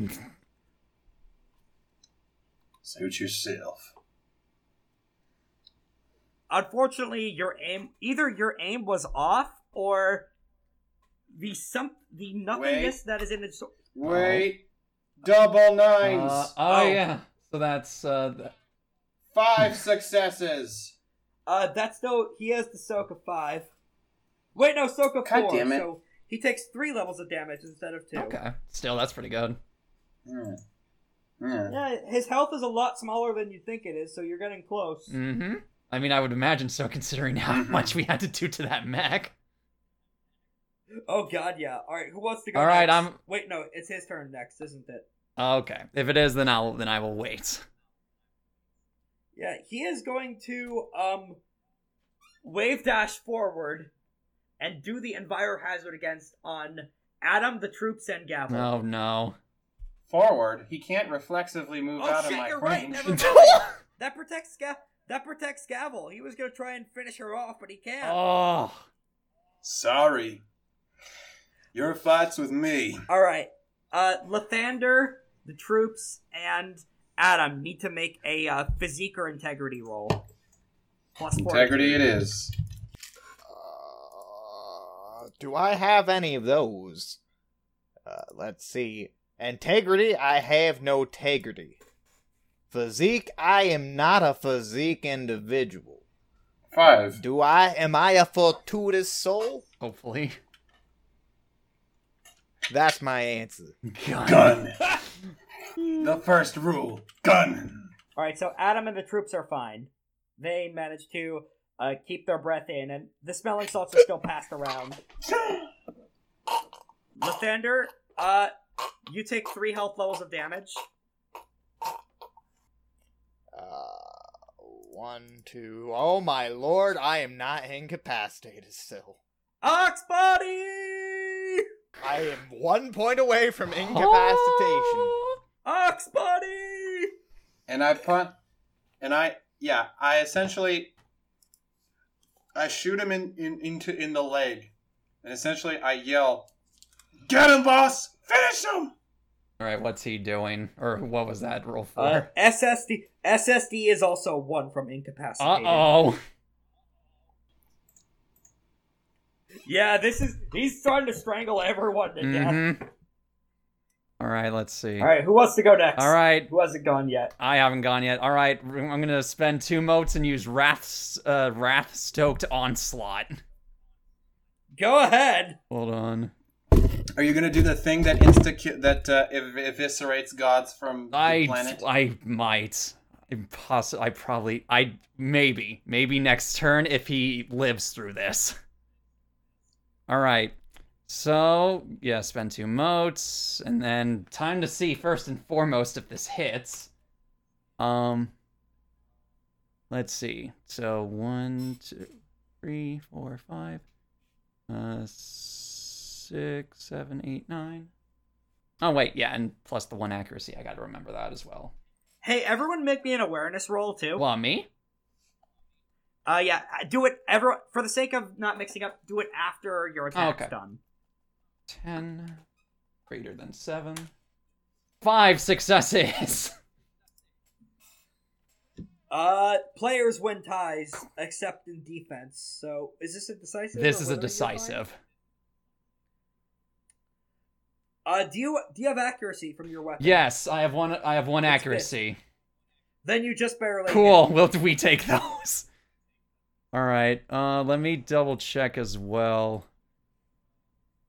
[SPEAKER 2] Suit yourself.
[SPEAKER 3] Oh.
[SPEAKER 1] unfortunately your aim either your aim was off or the some the nothingness that is in its
[SPEAKER 2] Wait. Double nines.
[SPEAKER 3] Uh, oh,
[SPEAKER 1] Oh.
[SPEAKER 3] yeah. So that's uh, th-
[SPEAKER 2] Five successes.
[SPEAKER 1] uh that's no he has the soak of five wait no soak of
[SPEAKER 2] God
[SPEAKER 1] four
[SPEAKER 2] damn it.
[SPEAKER 1] so he takes three levels of damage instead of two
[SPEAKER 3] okay. Still, that's pretty good.
[SPEAKER 2] Hmm. Hmm.
[SPEAKER 1] yeah his health is a lot smaller than you think it is so you're getting close
[SPEAKER 3] Mm-hmm. I mean, I would imagine so, [LAUGHS] considering how
[SPEAKER 1] Mm-hmm.
[SPEAKER 2] Mhm.
[SPEAKER 3] much we had to do to that Mac.
[SPEAKER 1] oh god yeah all right who wants to go
[SPEAKER 3] All right,
[SPEAKER 1] next?
[SPEAKER 3] I'm-
[SPEAKER 1] wait no it's his turn next isn't it
[SPEAKER 3] Okay. If it is, then I'll then I will wait.
[SPEAKER 1] Yeah, he is going to um wave dash forward and do the enviro hazard against on Adam the troops and Gavel.
[SPEAKER 3] Oh no.
[SPEAKER 2] Forward. He can't reflexively move
[SPEAKER 1] Oh,
[SPEAKER 2] out
[SPEAKER 1] shit,
[SPEAKER 2] of my
[SPEAKER 1] you're right,
[SPEAKER 2] range.
[SPEAKER 3] [LAUGHS]
[SPEAKER 1] never- That protects Ga- that protects Gavel. He was gonna try and finish her off, but he can't.
[SPEAKER 3] oh.
[SPEAKER 2] Sorry. Your fight's with me.
[SPEAKER 1] All right, uh, Lathander, the troops, and Adam need to make a uh, physique or integrity roll. Plus four.
[SPEAKER 2] Integrity it is.
[SPEAKER 4] Uh, do I have any of those? Uh, let's see. Integrity, I have no integrity. Physique, I am not a physique individual.
[SPEAKER 2] Five.
[SPEAKER 4] Do I? Am I a fortuitous soul?
[SPEAKER 3] Hopefully.
[SPEAKER 4] That's my answer.
[SPEAKER 3] God.
[SPEAKER 2] Gun. the first rule. Gun.
[SPEAKER 1] All right, so Adam and the troops are fine. They manage to uh, keep their breath in, and the smelling salts are still passed around. Lathander, Uh, you take three health levels of damage.
[SPEAKER 6] Uh, one, two. Oh my lord, I am not incapacitated still.
[SPEAKER 1] Ox body.
[SPEAKER 6] I am one point away from incapacitation.
[SPEAKER 3] Oh.
[SPEAKER 1] Ox body.
[SPEAKER 2] and I punt, and I yeah, I essentially I shoot him in, in into in the leg, and essentially I yell, "Get him, boss! Finish him!"
[SPEAKER 3] All right, what's he doing? Or what was that roll
[SPEAKER 1] Uh,
[SPEAKER 3] for?
[SPEAKER 1] SSD SSD is also one from
[SPEAKER 3] Uh
[SPEAKER 1] incapacitated. [LAUGHS]
[SPEAKER 3] oh.
[SPEAKER 1] Yeah, this is he's starting to strangle everyone to death.
[SPEAKER 3] Mhm. All right, let's see.
[SPEAKER 1] All right, who wants to go next?
[SPEAKER 3] All right,
[SPEAKER 1] who hasn't gone yet?
[SPEAKER 3] I haven't gone yet. All right, r- I'm gonna spend two motes and use wrath, uh, wrath stoked onslaught.
[SPEAKER 1] Go ahead.
[SPEAKER 3] Hold on.
[SPEAKER 2] Are you gonna do the thing that insta ki- that uh, ev- eviscerates gods from the
[SPEAKER 3] I,
[SPEAKER 2] planet?
[SPEAKER 3] I might. Impossible. I probably. I maybe. Maybe next turn if he lives through this. All right. So yeah, spend two motes, and then time to see first and foremost if this hits. Um. Let's see. So one, two, three, four, five, uh, six, seven, eight, nine. Oh wait, yeah, and plus the one accuracy. I got to remember that as well.
[SPEAKER 1] Hey, everyone, make me an awareness roll too.
[SPEAKER 3] Well, me?
[SPEAKER 1] Uh, yeah, do it ever for the sake of not mixing up. Do it after your attack's
[SPEAKER 3] Oh, okay.
[SPEAKER 1] done.
[SPEAKER 3] Ten greater than seven.
[SPEAKER 1] [LAUGHS]
[SPEAKER 3] Five successes. [LAUGHS]
[SPEAKER 1] Uh, players win ties except in defense. So is this a decisive?
[SPEAKER 3] this
[SPEAKER 1] or
[SPEAKER 3] is a
[SPEAKER 1] whether you find?
[SPEAKER 3] decisive.
[SPEAKER 1] Uh, do you do you have accuracy from your weapon?
[SPEAKER 3] Yes, I have one. I have one
[SPEAKER 1] It's
[SPEAKER 3] accuracy.
[SPEAKER 1] Then you just barely.
[SPEAKER 3] Cool. Will we take those? [LAUGHS] All right. Uh, let me double check as well.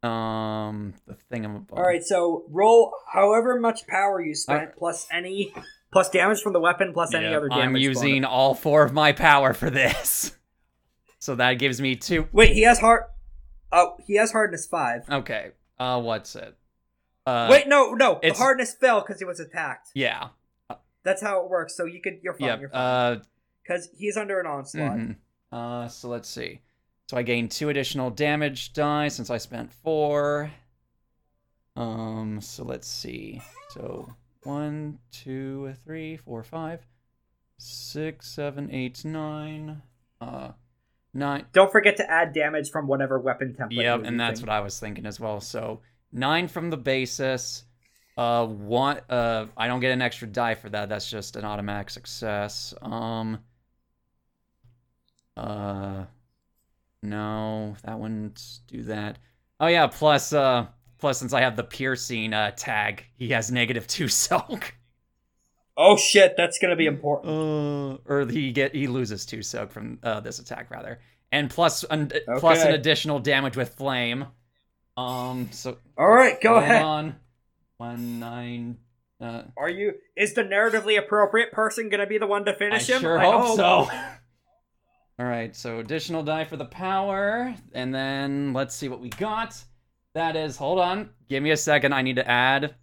[SPEAKER 3] Um, the thing I'm above.
[SPEAKER 1] All right, so roll however much power you spent plus any plus damage from the weapon plus any
[SPEAKER 3] Uh, Yeah,
[SPEAKER 1] other damage.
[SPEAKER 3] I'm using
[SPEAKER 1] bonus.
[SPEAKER 3] all four of my power for this, [LAUGHS] so that gives me two.
[SPEAKER 1] Wait, he has hard. Oh, he has hardness five.
[SPEAKER 3] Okay. Uh, what's it? Uh,
[SPEAKER 1] Wait, no, no. The
[SPEAKER 3] it's-
[SPEAKER 1] hardness fell because he was attacked.
[SPEAKER 3] Yeah.
[SPEAKER 1] That's how it works. So you could you're fine.
[SPEAKER 3] Yep.
[SPEAKER 1] You're fine.
[SPEAKER 3] Uh,
[SPEAKER 1] Because he's under an onslaught.
[SPEAKER 3] mhm. uh, so let's see. So I gain two additional damage die since I spent four. Um. So let's see. So one, two, three, four, five, six, seven, eight, nine. Uh, nine.
[SPEAKER 1] Don't forget to add damage from whatever weapon template.
[SPEAKER 3] Yep, and that's what I was thinking as well. So nine from the basis. Uh, one. Uh, I don't get an extra die for that. That's just an automatic success. Um. Uh, no, that wouldn't do that. Oh yeah, plus uh, plus since I have the piercing uh tag, he has negative [LAUGHS] two soak.
[SPEAKER 1] Oh shit, that's gonna be important.
[SPEAKER 3] Uh, or he get he loses two soak from uh, this attack rather, and plus an, plus an
[SPEAKER 1] Okay.
[SPEAKER 3] additional damage with flame. Um, so
[SPEAKER 1] All right, go
[SPEAKER 3] hold
[SPEAKER 1] ahead.
[SPEAKER 3] on. One nine. Uh,
[SPEAKER 1] Are you? Is the narratively appropriate person gonna be the one to
[SPEAKER 3] I
[SPEAKER 1] finish him? oh.
[SPEAKER 3] sure
[SPEAKER 1] I [LAUGHS]
[SPEAKER 3] hope, so. All right, so additional die for the power, and then let's see what we got. That is, hold on, give me a second. I need to add.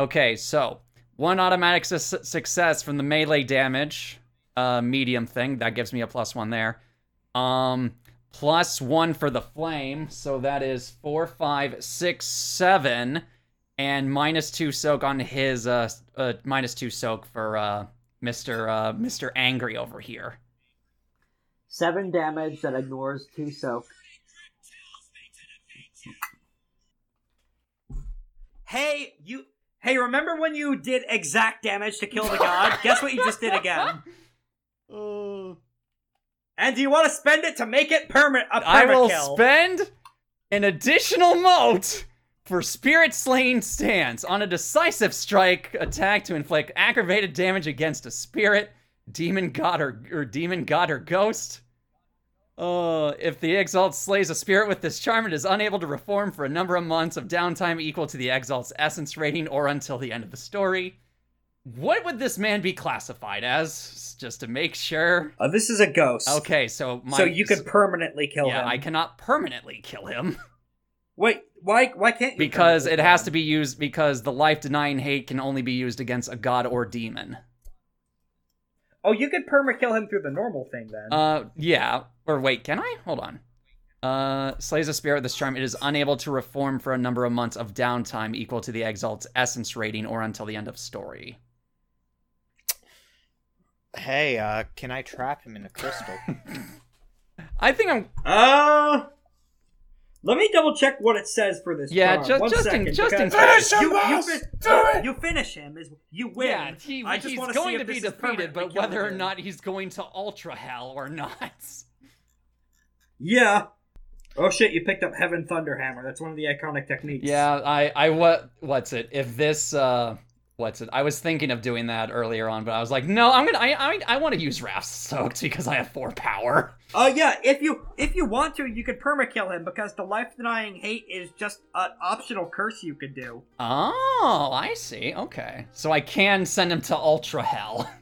[SPEAKER 3] Okay, so one automatic su- success from the melee damage, uh, medium thing that gives me a plus one there. Um, plus one for the flame, so that is four, five, six, seven, and minus two soak on his uh, s- uh minus two soak for uh Mister uh Mister Angry over here.
[SPEAKER 1] Seven damage that ignores two soak. Hey, you. Hey, remember when you did exact damage to kill the
[SPEAKER 3] [LAUGHS]
[SPEAKER 1] god? Guess what you just did again. And do you want to spend it to make it permanent? A perma
[SPEAKER 3] I will
[SPEAKER 1] kill?
[SPEAKER 3] spend an additional mote for Spirit Slain Stance on a decisive strike attack to inflict aggravated damage against a spirit, demon god, or, or demon god or ghost. Uh, if the Exalt slays a spirit with this charm, it is unable to reform for a number of months of downtime equal to the Exalt's essence rating or until the end of the story. What would this man be classified as? Just to make sure.
[SPEAKER 1] Uh, this is a ghost.
[SPEAKER 3] Okay, so my
[SPEAKER 1] so you could permanently kill
[SPEAKER 3] yeah,
[SPEAKER 1] him.
[SPEAKER 3] I cannot permanently kill him. [LAUGHS]
[SPEAKER 1] Wait, Why? Why can't you?
[SPEAKER 3] Because it has to be used because the life denying hate can only be used against a god or demon.
[SPEAKER 1] Oh, you could perma kill him through the normal thing then.
[SPEAKER 3] Uh, yeah. Or wait, can I? Hold on. Uh, slays a spirit with this charm. It is unable to reform for a number of months of downtime equal to the exalt's essence rating or until the end of story.
[SPEAKER 6] [LAUGHS] Hey, uh, can I trap him in a crystal?
[SPEAKER 3] I think I'm.
[SPEAKER 1] Uh, let me double check what it says for this.
[SPEAKER 3] Yeah,
[SPEAKER 1] charm.
[SPEAKER 3] just-
[SPEAKER 1] One
[SPEAKER 3] just in-
[SPEAKER 1] second,
[SPEAKER 3] just in
[SPEAKER 1] because-
[SPEAKER 2] Finish him,
[SPEAKER 1] You, you,
[SPEAKER 2] boss!
[SPEAKER 1] fin-
[SPEAKER 2] Do it!
[SPEAKER 1] you finish him is you win.
[SPEAKER 3] Yeah, he,
[SPEAKER 1] I just
[SPEAKER 3] he's
[SPEAKER 1] wanna see
[SPEAKER 3] going
[SPEAKER 1] if
[SPEAKER 3] to be
[SPEAKER 1] this is
[SPEAKER 3] defeated,
[SPEAKER 1] permanently
[SPEAKER 3] but whether
[SPEAKER 1] killing
[SPEAKER 3] or
[SPEAKER 1] him.
[SPEAKER 3] not he's going to ultra hell or [LAUGHS] not.
[SPEAKER 1] Yeah. Oh shit! You picked up Heaven Thunderhammer. That's one of the iconic techniques.
[SPEAKER 3] Yeah, I, I what what's it? If this uh what's it? I was thinking of doing that earlier on, but I was like, no, I'm gonna I I, I wanna use Raph's soaked [LAUGHS] because I have four power.
[SPEAKER 1] Uh, yeah. If you if you want to, you could perma kill him because the life denying hate is just an optional curse you could do.
[SPEAKER 3] Oh, I see. Okay. So I can send him to ultra hell. [LAUGHS]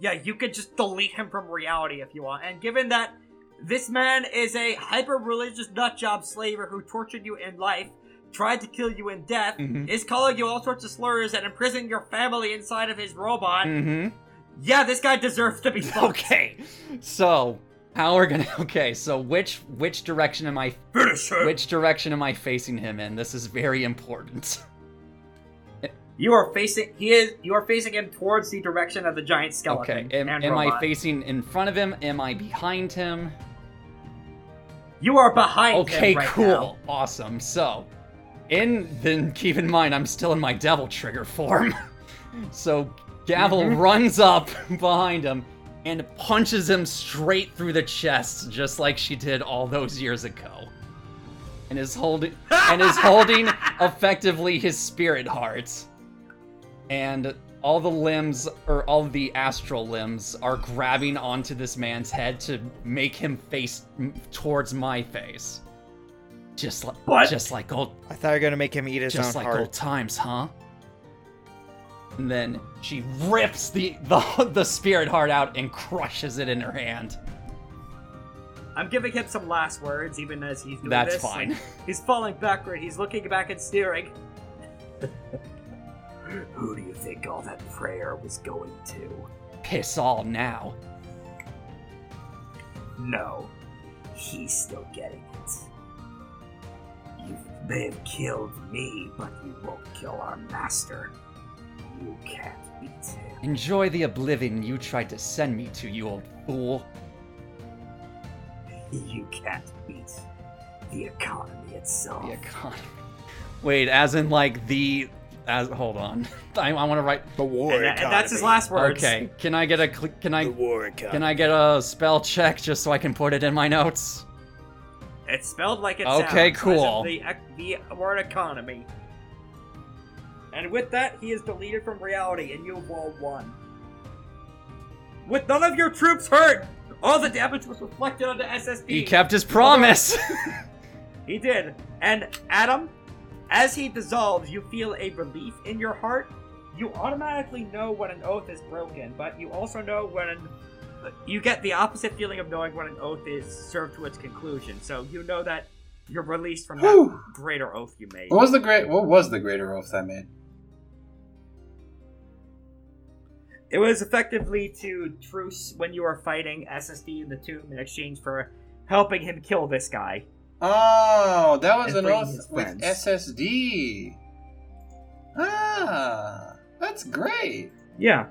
[SPEAKER 1] Yeah, you could just delete him from reality if you want. And given that this man is a hyper religious nutjob slaver who tortured you in life, tried to kill you in death,
[SPEAKER 3] Mhm.
[SPEAKER 1] is calling you all sorts of slurs and imprisoning your family inside of his robot,
[SPEAKER 3] Mm-hmm.
[SPEAKER 1] yeah, this guy deserves
[SPEAKER 3] [LAUGHS]
[SPEAKER 1] to be fucked.
[SPEAKER 3] Okay. So how we're gonna [LAUGHS] Okay, so which which direction am I
[SPEAKER 1] Finish him.
[SPEAKER 3] which direction am I facing him in? This is very important.
[SPEAKER 1] You are facing he is you are facing him towards the direction of the giant skeleton.
[SPEAKER 3] Okay. Am,
[SPEAKER 1] and
[SPEAKER 3] am I
[SPEAKER 1] robot.
[SPEAKER 3] facing in front of him? Am I behind him?
[SPEAKER 1] You are behind
[SPEAKER 3] Okay,
[SPEAKER 1] him right
[SPEAKER 3] cool.
[SPEAKER 1] now.
[SPEAKER 3] Awesome. So, in then keep in mind I'm still in my devil trigger form. [LAUGHS] so Gavel
[SPEAKER 1] Mm-hmm.
[SPEAKER 3] runs up [LAUGHS] behind him and punches him straight through the chest just like she did all those years ago. And is holding
[SPEAKER 1] [LAUGHS]
[SPEAKER 3] and is holding effectively his spirit heart. And all the limbs or all the astral limbs are grabbing onto this man's head to make him face m- towards my face. Just like
[SPEAKER 1] What?
[SPEAKER 3] just like old
[SPEAKER 6] [LAUGHS] I thought you were gonna make him eat his
[SPEAKER 3] just
[SPEAKER 6] own
[SPEAKER 3] like old
[SPEAKER 6] heart.
[SPEAKER 3] times, huh? And then she rips the, [LAUGHS] the the spirit heart out and crushes it in her hand.
[SPEAKER 1] I'm giving him some last words even as he's doing
[SPEAKER 3] That's
[SPEAKER 1] this.
[SPEAKER 3] fine.
[SPEAKER 1] He's falling backward. He's looking back and staring. [LAUGHS] Who do you think all that prayer was going to?
[SPEAKER 3] Piss all now.
[SPEAKER 1] No, he's still getting it. You may have killed me, but you won't kill our master. You can't beat him.
[SPEAKER 3] Enjoy the oblivion you tried to send me to, you old fool.
[SPEAKER 1] You can't beat the economy itself.
[SPEAKER 3] The economy. Oh. Wait, as in like the as hold on. [LAUGHS] I, I want to write.
[SPEAKER 6] The war
[SPEAKER 1] and, that- and that's his last words.
[SPEAKER 3] Okay, can I get a cl- can I
[SPEAKER 6] war
[SPEAKER 3] can I get a spell check just so I can put it in my notes?
[SPEAKER 1] It's spelled like it sounds.
[SPEAKER 3] Okay,
[SPEAKER 1] as if
[SPEAKER 3] cool.
[SPEAKER 1] The, ec- the word economy. And with that, he is deleted from reality, and you have all won. With none of your troops hurt, all the damage was reflected onto SSP.
[SPEAKER 3] He kept his promise.
[SPEAKER 1] He did. And Adam, as he dissolves, you feel a relief in your heart. You automatically know when an oath is broken, but you also know when an, you get the opposite feeling of knowing when an oath is served to its conclusion. So you know that you're released from that
[SPEAKER 2] Whew. Oh.
[SPEAKER 1] greater oath you made.
[SPEAKER 2] What was the great? What was the greater oath I made?
[SPEAKER 1] It was effectively to truce when you were fighting SSD in the tomb in exchange for helping him kill this guy.
[SPEAKER 2] Oh, that was
[SPEAKER 1] And
[SPEAKER 2] an
[SPEAKER 1] bring
[SPEAKER 2] oath
[SPEAKER 1] his
[SPEAKER 2] with
[SPEAKER 1] friends.
[SPEAKER 2] SSD. Ah, that's great.
[SPEAKER 1] Yeah.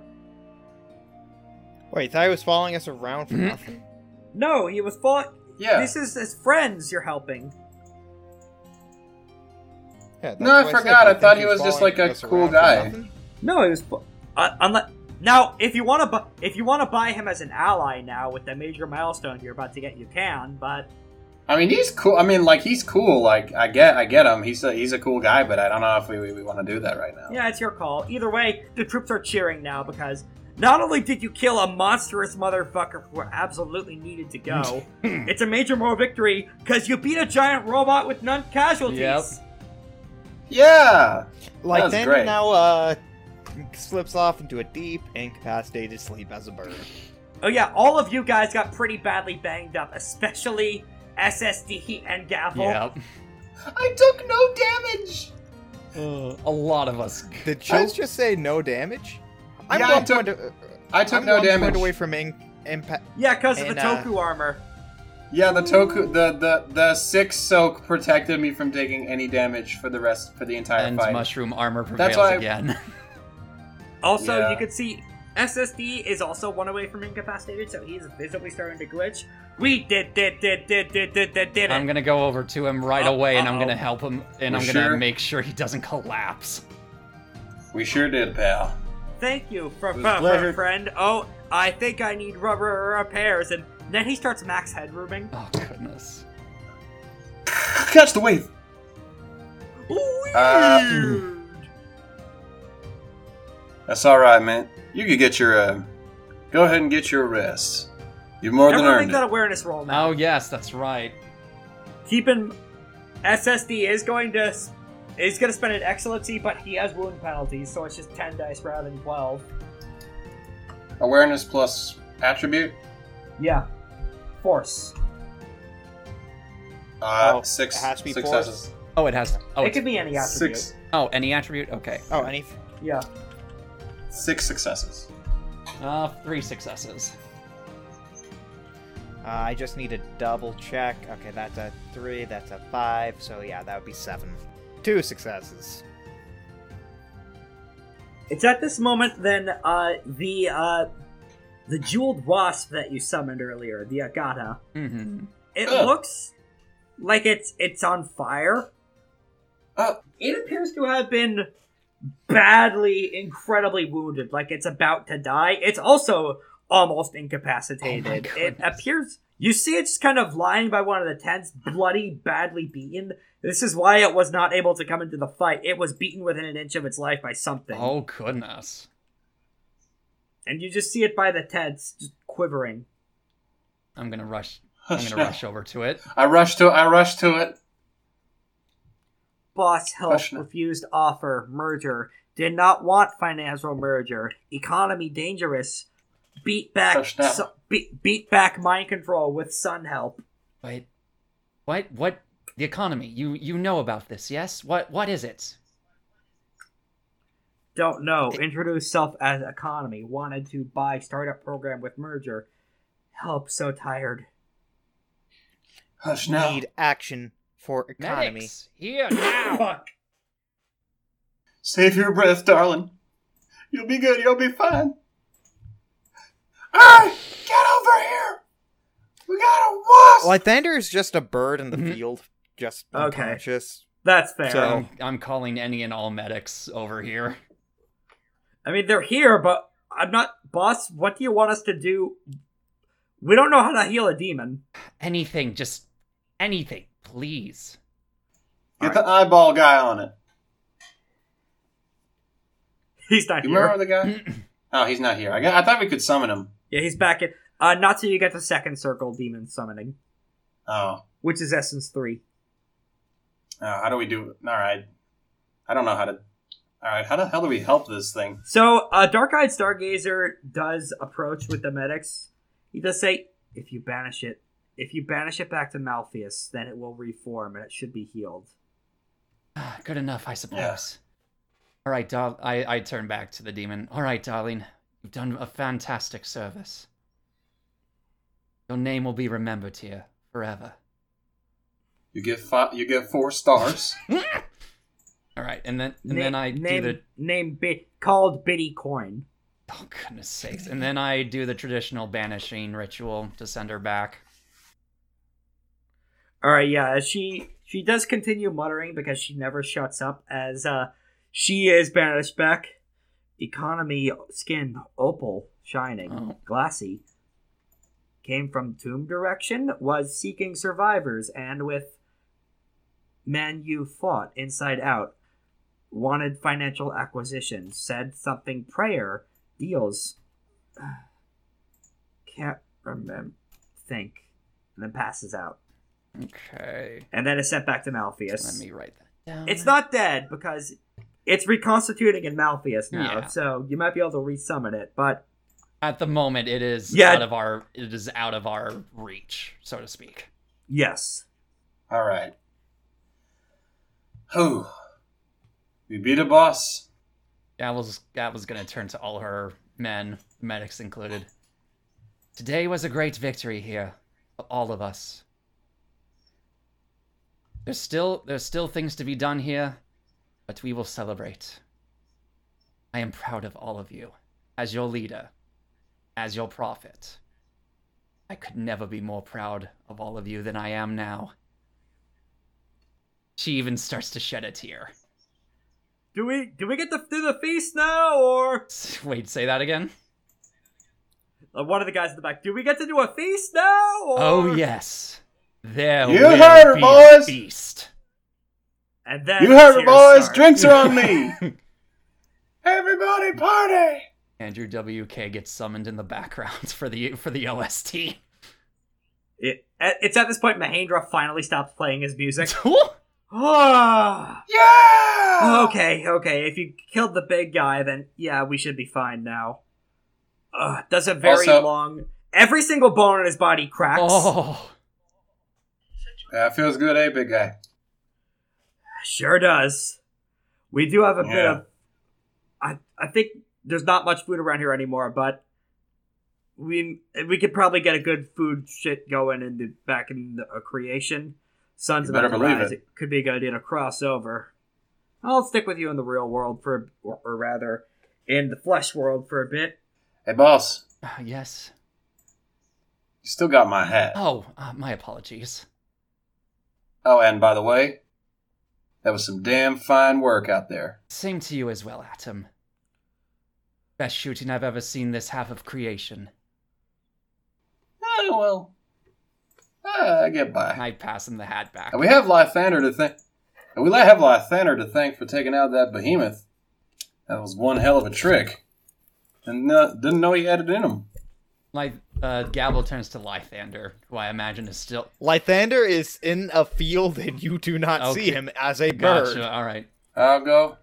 [SPEAKER 6] Wait, you thought he was following us around for
[SPEAKER 2] Mm-hmm.
[SPEAKER 3] Mhm.
[SPEAKER 6] nothing?
[SPEAKER 1] No, he was fought.
[SPEAKER 2] Yeah.
[SPEAKER 1] This is his friends you're helping.
[SPEAKER 6] Yeah,
[SPEAKER 2] No, I
[SPEAKER 6] that's what said.
[SPEAKER 2] forgot.
[SPEAKER 6] Do you
[SPEAKER 2] I
[SPEAKER 6] think
[SPEAKER 2] thought he
[SPEAKER 6] he's
[SPEAKER 2] was just
[SPEAKER 6] following
[SPEAKER 2] like a
[SPEAKER 6] us
[SPEAKER 2] cool
[SPEAKER 6] around for
[SPEAKER 2] guy.
[SPEAKER 6] nothing?
[SPEAKER 1] No, it was. Fu- uh, unless now, if you want to, bu- if you want to buy him as an ally now with the major milestone you're about to get, you can. But
[SPEAKER 2] I mean, he's cool. I mean, like he's cool. Like I get, I get him. He's a he's a cool guy, but I don't know if we, we, we want to do that right now.
[SPEAKER 1] yeah, it's your call. Either way, the troops are cheering now because not only did you kill a monstrous motherfucker who absolutely needed to go, it's a major moral victory because you beat a giant robot with none casualties.
[SPEAKER 3] Yep.
[SPEAKER 2] Yeah.
[SPEAKER 6] Like
[SPEAKER 2] was
[SPEAKER 6] then
[SPEAKER 2] great.
[SPEAKER 6] now uh slips off into a deep incapacitated sleep as a bird.
[SPEAKER 1] Oh yeah, all of you Oh. guys got pretty badly banged up, especially SSD and Gavel.
[SPEAKER 3] yep.
[SPEAKER 2] I took no damage.
[SPEAKER 3] Ugh, a lot of us.
[SPEAKER 6] Did Chills just say no damage? I'm
[SPEAKER 2] Yeah, I
[SPEAKER 6] one
[SPEAKER 2] took-
[SPEAKER 6] point. a-
[SPEAKER 2] I took
[SPEAKER 6] I'm
[SPEAKER 2] no
[SPEAKER 6] one
[SPEAKER 2] damage.
[SPEAKER 6] point away from in- impact.
[SPEAKER 1] Yeah, because of the
[SPEAKER 6] And, uh,
[SPEAKER 1] Toku armor.
[SPEAKER 2] Yeah, the toku, the the the six soak protected me from taking any damage for the rest for the entire
[SPEAKER 3] And
[SPEAKER 2] fight.
[SPEAKER 3] mushroom armor prevails
[SPEAKER 2] That's why I-
[SPEAKER 3] again.
[SPEAKER 1] Also,
[SPEAKER 2] Yeah.
[SPEAKER 1] you can see SSD is also one away from incapacitated, so he's visibly starting to glitch. We did did did did did did did did
[SPEAKER 3] I'm
[SPEAKER 1] it.
[SPEAKER 3] gonna go over to him right
[SPEAKER 1] Uh,
[SPEAKER 3] away, and I'm
[SPEAKER 1] uh-oh.
[SPEAKER 3] gonna help him, and
[SPEAKER 2] You
[SPEAKER 3] I'm gonna
[SPEAKER 2] sure?
[SPEAKER 3] make sure he doesn't collapse.
[SPEAKER 2] We sure did, pal. [LAUGHS]
[SPEAKER 1] Thank you, fr-
[SPEAKER 2] It
[SPEAKER 1] fr-
[SPEAKER 2] was a
[SPEAKER 1] fr-
[SPEAKER 2] pleasure.
[SPEAKER 1] friend. Oh, I think I need rubber repairs, and then he starts max headrooming.
[SPEAKER 3] Oh goodness.
[SPEAKER 2] Catch the wave. Uh, That's all right, man. You could get your. Uh, go ahead and get your rest. You more than
[SPEAKER 1] Everyone make
[SPEAKER 2] earned
[SPEAKER 1] that
[SPEAKER 2] it.
[SPEAKER 1] awareness roll now.
[SPEAKER 3] Oh yes, that's right. Uh,
[SPEAKER 1] Keep in SSD is going to s- is going to spend an excellency, but he has wound penalties, so it's just ten dice rather than twelve.
[SPEAKER 2] Awareness plus attribute.
[SPEAKER 1] Yeah, force.
[SPEAKER 2] Uh,
[SPEAKER 6] Oh,
[SPEAKER 2] six
[SPEAKER 6] it has to be
[SPEAKER 2] successes.
[SPEAKER 3] Oh, it has. Oh,
[SPEAKER 1] it
[SPEAKER 3] it's,
[SPEAKER 1] could be any attribute.
[SPEAKER 2] Six
[SPEAKER 3] oh, any attribute. Okay.
[SPEAKER 6] Oh, any.
[SPEAKER 1] Yeah.
[SPEAKER 2] six successes.
[SPEAKER 3] Uh, three successes.
[SPEAKER 6] Uh, I just need to double check. Okay, that's a three. That's a five. So yeah, that would be seven. Two successes.
[SPEAKER 1] It's at this moment then uh, the uh, the jeweled wasp that you summoned earlier, the Agata.
[SPEAKER 3] Mm-hmm.
[SPEAKER 1] It
[SPEAKER 2] Ugh.
[SPEAKER 1] looks like it's it's on fire.
[SPEAKER 2] Oh,
[SPEAKER 1] It appears to have been badly, incredibly wounded, like it's about to die. It's also almost incapacitated.
[SPEAKER 3] Oh my
[SPEAKER 1] it
[SPEAKER 3] goodness.
[SPEAKER 1] appears you see it's kind of lying by one of the tents, bloody, badly beaten. This is why it was not able to come into the fight. It was beaten within an inch of its life by something.
[SPEAKER 3] Oh goodness.
[SPEAKER 1] and you just see it by the tents, just quivering.
[SPEAKER 3] I'm gonna rush. I'm gonna rush over to it.
[SPEAKER 2] I rushed to. I rushed to it.
[SPEAKER 1] Boss help
[SPEAKER 2] Question.
[SPEAKER 1] refused offer merger. Did not want financial merger. Economy dangerous. Beat back
[SPEAKER 2] Question.
[SPEAKER 1] su- beat, beat back mind control with sun help.
[SPEAKER 3] Wait. What? What? The economy. You you know about this? Yes. What? What is it?
[SPEAKER 1] Don't know. Introduce self as economy. Wanted to buy startup program with merger. Help so tired.
[SPEAKER 2] Hush now.
[SPEAKER 6] Need action for economy.
[SPEAKER 3] Medics here now.
[SPEAKER 1] Fuck.
[SPEAKER 2] Save your breath, darling. You'll be good. You'll be fine. Hey, get over here. We got a wasp.
[SPEAKER 6] Lythander is just a bird in the
[SPEAKER 3] Mhm.
[SPEAKER 6] field, just
[SPEAKER 1] Okay.
[SPEAKER 6] unconscious.
[SPEAKER 1] That's fair.
[SPEAKER 6] So-
[SPEAKER 3] I'm, I'm calling any and all medics over here.
[SPEAKER 1] I mean, they're here, but I'm not. Boss, what do you want us to do? We don't know how to heal a demon. [LAUGHS]
[SPEAKER 3] Anything. Just anything, please.
[SPEAKER 2] Get the eyeball guy on it.
[SPEAKER 1] He's not
[SPEAKER 2] You
[SPEAKER 1] here.
[SPEAKER 2] remember the
[SPEAKER 6] [CLEARS THROAT]
[SPEAKER 2] guy? oh, he's not here. I, got, I thought we could summon him.
[SPEAKER 1] Yeah, he's back in. Uh, not till you get the second circle demon summoning,
[SPEAKER 2] Oh,
[SPEAKER 1] which is essence three.
[SPEAKER 2] oh how do we do? All right. I don't know how to. All right, how the hell do we help this thing?
[SPEAKER 1] So, uh, Dark Eyed Stargazer does approach with the medics. He does say, "If you banish it, if you banish it back to Malpheus, then it will reform and it should be healed."
[SPEAKER 3] Ah, Good enough, I suppose. All right, dar- I I turn back to the demon. All right, darling, you've done a fantastic service. Your name will be remembered here forever.
[SPEAKER 2] You get five. You get four [LAUGHS] stars.
[SPEAKER 3] All right, and then and
[SPEAKER 1] Na-
[SPEAKER 3] then I
[SPEAKER 1] name,
[SPEAKER 3] do the
[SPEAKER 1] name bi- called Biddy Coin.
[SPEAKER 3] oh goodness sakes, and then I do the traditional banishing ritual to send her back.
[SPEAKER 1] All right, yeah, she she does continue muttering because she never shuts up as uh she is banished back. Economy skin opal shining
[SPEAKER 3] Oh.
[SPEAKER 1] glassy came from tomb direction was seeking survivors and with men you fought inside out wanted financial acquisition said something prayer deals [SIGHS] can't remember think and then passes out
[SPEAKER 3] Okay,
[SPEAKER 1] and then it's sent back to Malpheus.
[SPEAKER 3] let me write that down.
[SPEAKER 1] It's not dead because it's reconstituting in Malpheus now,
[SPEAKER 3] Yeah.
[SPEAKER 1] so you might be able to resummon it. But
[SPEAKER 3] at the moment. It is
[SPEAKER 1] Yeah.
[SPEAKER 3] out of our it is out of our reach, so to speak.
[SPEAKER 1] yes,
[SPEAKER 2] all right. Oh, we beat a boss.
[SPEAKER 3] That was that was gonna turn to all her men, medics included. Today was a great victory here, for all of us. There's still there's still things to be done here, but we will celebrate. I am proud of all of you, as your leader, as your prophet. I could never be more proud of all of you than I am now. She even starts to shed a tear. [LAUGHS]
[SPEAKER 1] Do we do we get to do the feast now, or
[SPEAKER 3] Wait, say that again?
[SPEAKER 1] uh, one of the guys in the back? Do we get to do a feast now? Or...
[SPEAKER 3] Oh yes. There
[SPEAKER 2] You
[SPEAKER 3] will
[SPEAKER 2] heard her,
[SPEAKER 3] be
[SPEAKER 2] boys!
[SPEAKER 3] a feast.
[SPEAKER 1] And then
[SPEAKER 2] You heard
[SPEAKER 1] tears
[SPEAKER 2] it, boys.
[SPEAKER 1] start.
[SPEAKER 2] Drinks are on me. Everybody party.
[SPEAKER 3] Andrew WK gets summoned in the background [LAUGHS] for the for the OST.
[SPEAKER 1] It, at- it's at this point Mahendra finally stops playing his music.
[SPEAKER 3] [LAUGHS] Woo!
[SPEAKER 1] Ah.
[SPEAKER 2] Yeah.
[SPEAKER 1] okay, okay. If you killed the big guy, then yeah, we should be fine now. Uh, does a very
[SPEAKER 2] Also-
[SPEAKER 1] long. Every single bone in his body cracks.
[SPEAKER 3] oh,
[SPEAKER 2] That feels good, eh, big guy?
[SPEAKER 1] Sure does. We do have a bit
[SPEAKER 2] Yeah.
[SPEAKER 1] of. I I think there's not much food around here anymore, but we we could probably get a good food shit going in the back in the uh, creation. Sun's
[SPEAKER 2] You
[SPEAKER 1] about
[SPEAKER 2] better
[SPEAKER 1] to
[SPEAKER 2] believe
[SPEAKER 1] rise.
[SPEAKER 2] it.
[SPEAKER 1] It could be a good idea to cross over. I'll stick with you in the real world for, or, or rather, in the flesh world for a bit.
[SPEAKER 2] Hey, boss.
[SPEAKER 3] Ah, yes.
[SPEAKER 2] You still got my hat.
[SPEAKER 3] Oh, uh, my apologies.
[SPEAKER 2] Oh, and by the way, that was some damn fine work out there.
[SPEAKER 3] Same to you as well, Atom. Best shooting I've ever seen this half of creation.
[SPEAKER 2] Oh, well. Ah, I get by.
[SPEAKER 3] I pass him the hat back.
[SPEAKER 2] And we have Lythander to thank. And we have Lythander to thank for taking out that behemoth. That was one hell of a trick. And uh, didn't know he had it in him.
[SPEAKER 3] Like, uh, Gavel turns to Lythander, who I imagine is still.
[SPEAKER 5] Lythander is in a field and you do not see
[SPEAKER 3] Okay.
[SPEAKER 5] him as a bird.
[SPEAKER 3] Gotcha. Uh, All right.
[SPEAKER 2] I'll go.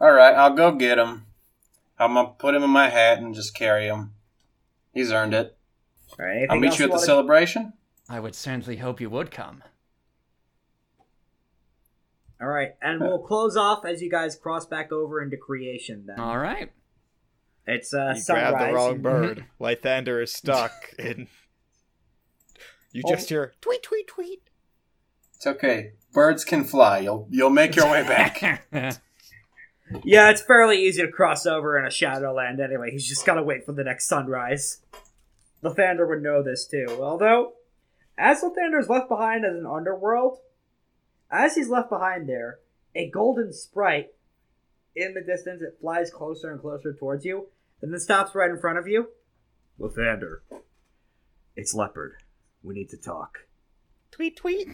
[SPEAKER 2] All right, I'll go get him. I'm gonna put him in my hat and just carry him. He's earned it.
[SPEAKER 1] All right, anything
[SPEAKER 2] I'll meet
[SPEAKER 1] else
[SPEAKER 2] you at the
[SPEAKER 1] wanna-
[SPEAKER 2] celebration.
[SPEAKER 3] I would certainly hope you would come.
[SPEAKER 1] All right, and we'll close off as you guys cross back over into creation. Then
[SPEAKER 2] Uh,
[SPEAKER 3] All right.
[SPEAKER 1] it's uh,
[SPEAKER 5] you
[SPEAKER 1] sunrise.
[SPEAKER 5] grabbed the wrong bird. Lythander is stuck and you just hear tweet tweet tweet.
[SPEAKER 2] It's okay. Birds can fly. You'll you'll make your
[SPEAKER 1] [LAUGHS]
[SPEAKER 2] way back. [LAUGHS]
[SPEAKER 1] Yeah, it's fairly easy to cross over in a Shadowland anyway. He's just gotta wait for the next sunrise. Lathander would know this too. Although, as Lathander is left behind as an underworld, as he's left behind there, a golden sprite in the distance, it flies closer and closer towards you, and then stops right in front of you. Lathander, it's Leopard. We need to talk.
[SPEAKER 6] Tweet, tweet.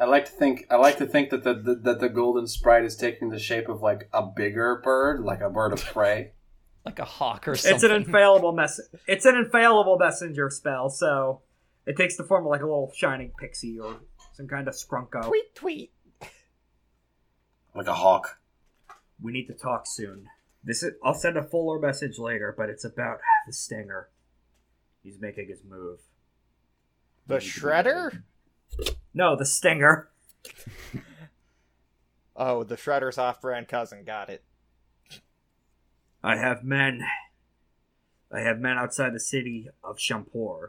[SPEAKER 2] I like to think I like to think that the, the that the golden sprite is taking the shape of like a bigger bird, like a bird of prey.
[SPEAKER 3] [LAUGHS] like a hawk or something.
[SPEAKER 1] It's an infallible mess. It's an infallible messenger spell, so it takes the form of like a little shining pixie or some kind of scrunko.
[SPEAKER 6] Tweet, tweet.
[SPEAKER 2] Like a hawk.
[SPEAKER 1] We need to talk soon. This is, I'll send a fuller message later, but it's about the stinger. He's making his move.
[SPEAKER 5] The shredder?
[SPEAKER 1] No, the stinger.
[SPEAKER 5] Oh, the shredder's off brand cousin, got it.
[SPEAKER 1] I have men. I have men outside the city of Shampur.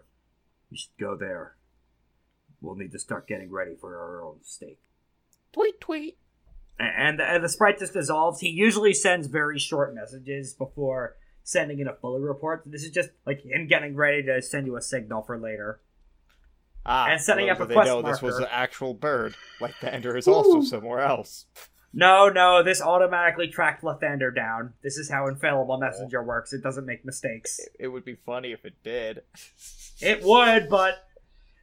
[SPEAKER 1] We should go there. We'll need to start getting ready for our own stake.
[SPEAKER 6] Tweet, tweet.
[SPEAKER 1] A- and, and the sprite just dissolves. He usually sends very short messages before sending in a fuller report. This is just like him getting ready to send you a signal for later.
[SPEAKER 5] Ah,
[SPEAKER 1] And setting
[SPEAKER 5] well,
[SPEAKER 1] up a
[SPEAKER 5] they
[SPEAKER 1] quest
[SPEAKER 5] know this was an
[SPEAKER 1] marker.
[SPEAKER 5] actual bird. Lythander is also somewhere else. [LAUGHS]
[SPEAKER 1] No, no, this automatically tracked Lathander down. This is how Infallible Messenger works. It doesn't make mistakes.
[SPEAKER 5] It would be funny if it did.
[SPEAKER 1] It would, but.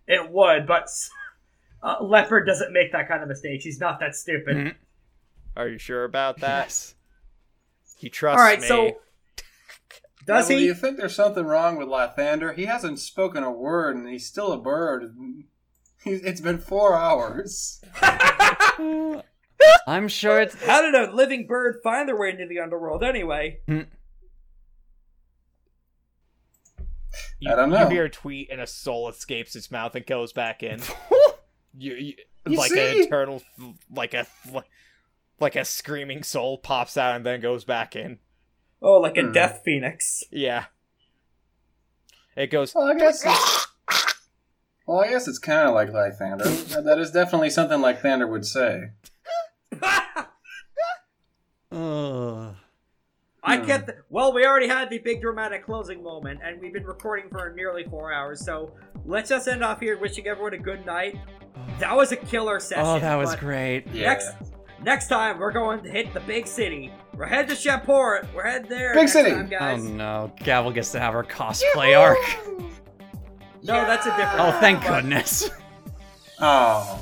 [SPEAKER 1] It would, but. [LAUGHS] Uh, Leopard doesn't make that kind of mistakes. He's not that stupid.
[SPEAKER 3] Mhm.
[SPEAKER 5] Are you sure about that?
[SPEAKER 3] Yes.
[SPEAKER 5] He trusts
[SPEAKER 1] All right,
[SPEAKER 5] me.
[SPEAKER 1] so. Does
[SPEAKER 2] Yeah, well,
[SPEAKER 1] he?
[SPEAKER 2] You think there's something wrong with Lathander? He hasn't spoken a word, and he's still a bird. He's- It's been four hours.
[SPEAKER 3] I'm sure it's.
[SPEAKER 1] How did a living bird find their way into the underworld anyway?
[SPEAKER 5] you,
[SPEAKER 2] I don't
[SPEAKER 5] You
[SPEAKER 2] know. [LAUGHS]
[SPEAKER 5] hear a tweet and a soul escapes its mouth and goes back in.
[SPEAKER 6] you, you,
[SPEAKER 2] You
[SPEAKER 6] like an
[SPEAKER 2] see?
[SPEAKER 6] eternal, like a like a screaming soul pops out and then goes back in.
[SPEAKER 1] Oh, like a
[SPEAKER 2] Hmm.
[SPEAKER 1] death phoenix.
[SPEAKER 6] Yeah, it goes.
[SPEAKER 2] Well, I guess. It's... Well, I guess it's kind of like Lythander. That- that is definitely something like Thander would say.
[SPEAKER 3] Ugh.
[SPEAKER 1] [LAUGHS] I
[SPEAKER 2] Hmm.
[SPEAKER 1] get the, well. We already had the big dramatic closing moment, and we've been recording for nearly four hours. So let's just end off here, wishing everyone a good night. That was a killer session.
[SPEAKER 3] Oh, that was
[SPEAKER 1] but
[SPEAKER 3] great.
[SPEAKER 2] Yeah.
[SPEAKER 1] Next, next time we're going to hit the big city. We're headed to Shapport. We're headed there.
[SPEAKER 2] Big
[SPEAKER 1] next
[SPEAKER 2] city.
[SPEAKER 1] time,
[SPEAKER 3] Oh
[SPEAKER 1] guys.
[SPEAKER 3] no, Gavel gets to have her cosplay arc.
[SPEAKER 1] No, that's a different.
[SPEAKER 3] Oh, thank
[SPEAKER 1] one.
[SPEAKER 3] goodness.
[SPEAKER 2] Oh.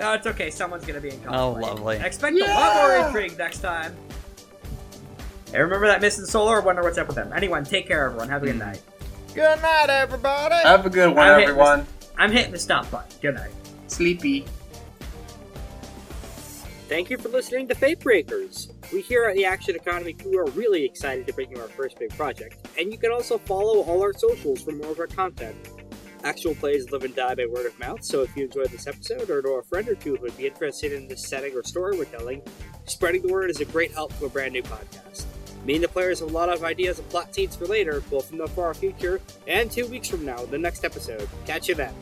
[SPEAKER 1] Oh, it's okay. Someone's gonna be in cosplay.
[SPEAKER 3] Oh, lovely.
[SPEAKER 1] Expect a lot more intrigue next time. Hey, remember that missing solar? I wonder what's up with them. Anyone, take care, everyone. Have a good
[SPEAKER 3] Hmm.
[SPEAKER 1] night.
[SPEAKER 6] Good night, everybody.
[SPEAKER 2] Have a good one,
[SPEAKER 1] I'm hitting this-
[SPEAKER 2] everyone.
[SPEAKER 1] I'm hitting the stop button. Good night.
[SPEAKER 2] Sleepy.
[SPEAKER 7] Thank you for listening to Fate Breakers. We here at the Action Economy Crew are really excited to bring you our first big project, and you can also follow all our socials for more of our content. Actual plays live and die by word of mouth, so if you enjoyed this episode or know a friend or two who would be interested in this setting or story we're telling, spreading the word is a great help to a brand new podcast. Me and the players have a lot of ideas and plot seeds for later, both in the far future and two weeks from now, the next episode. Catch you then.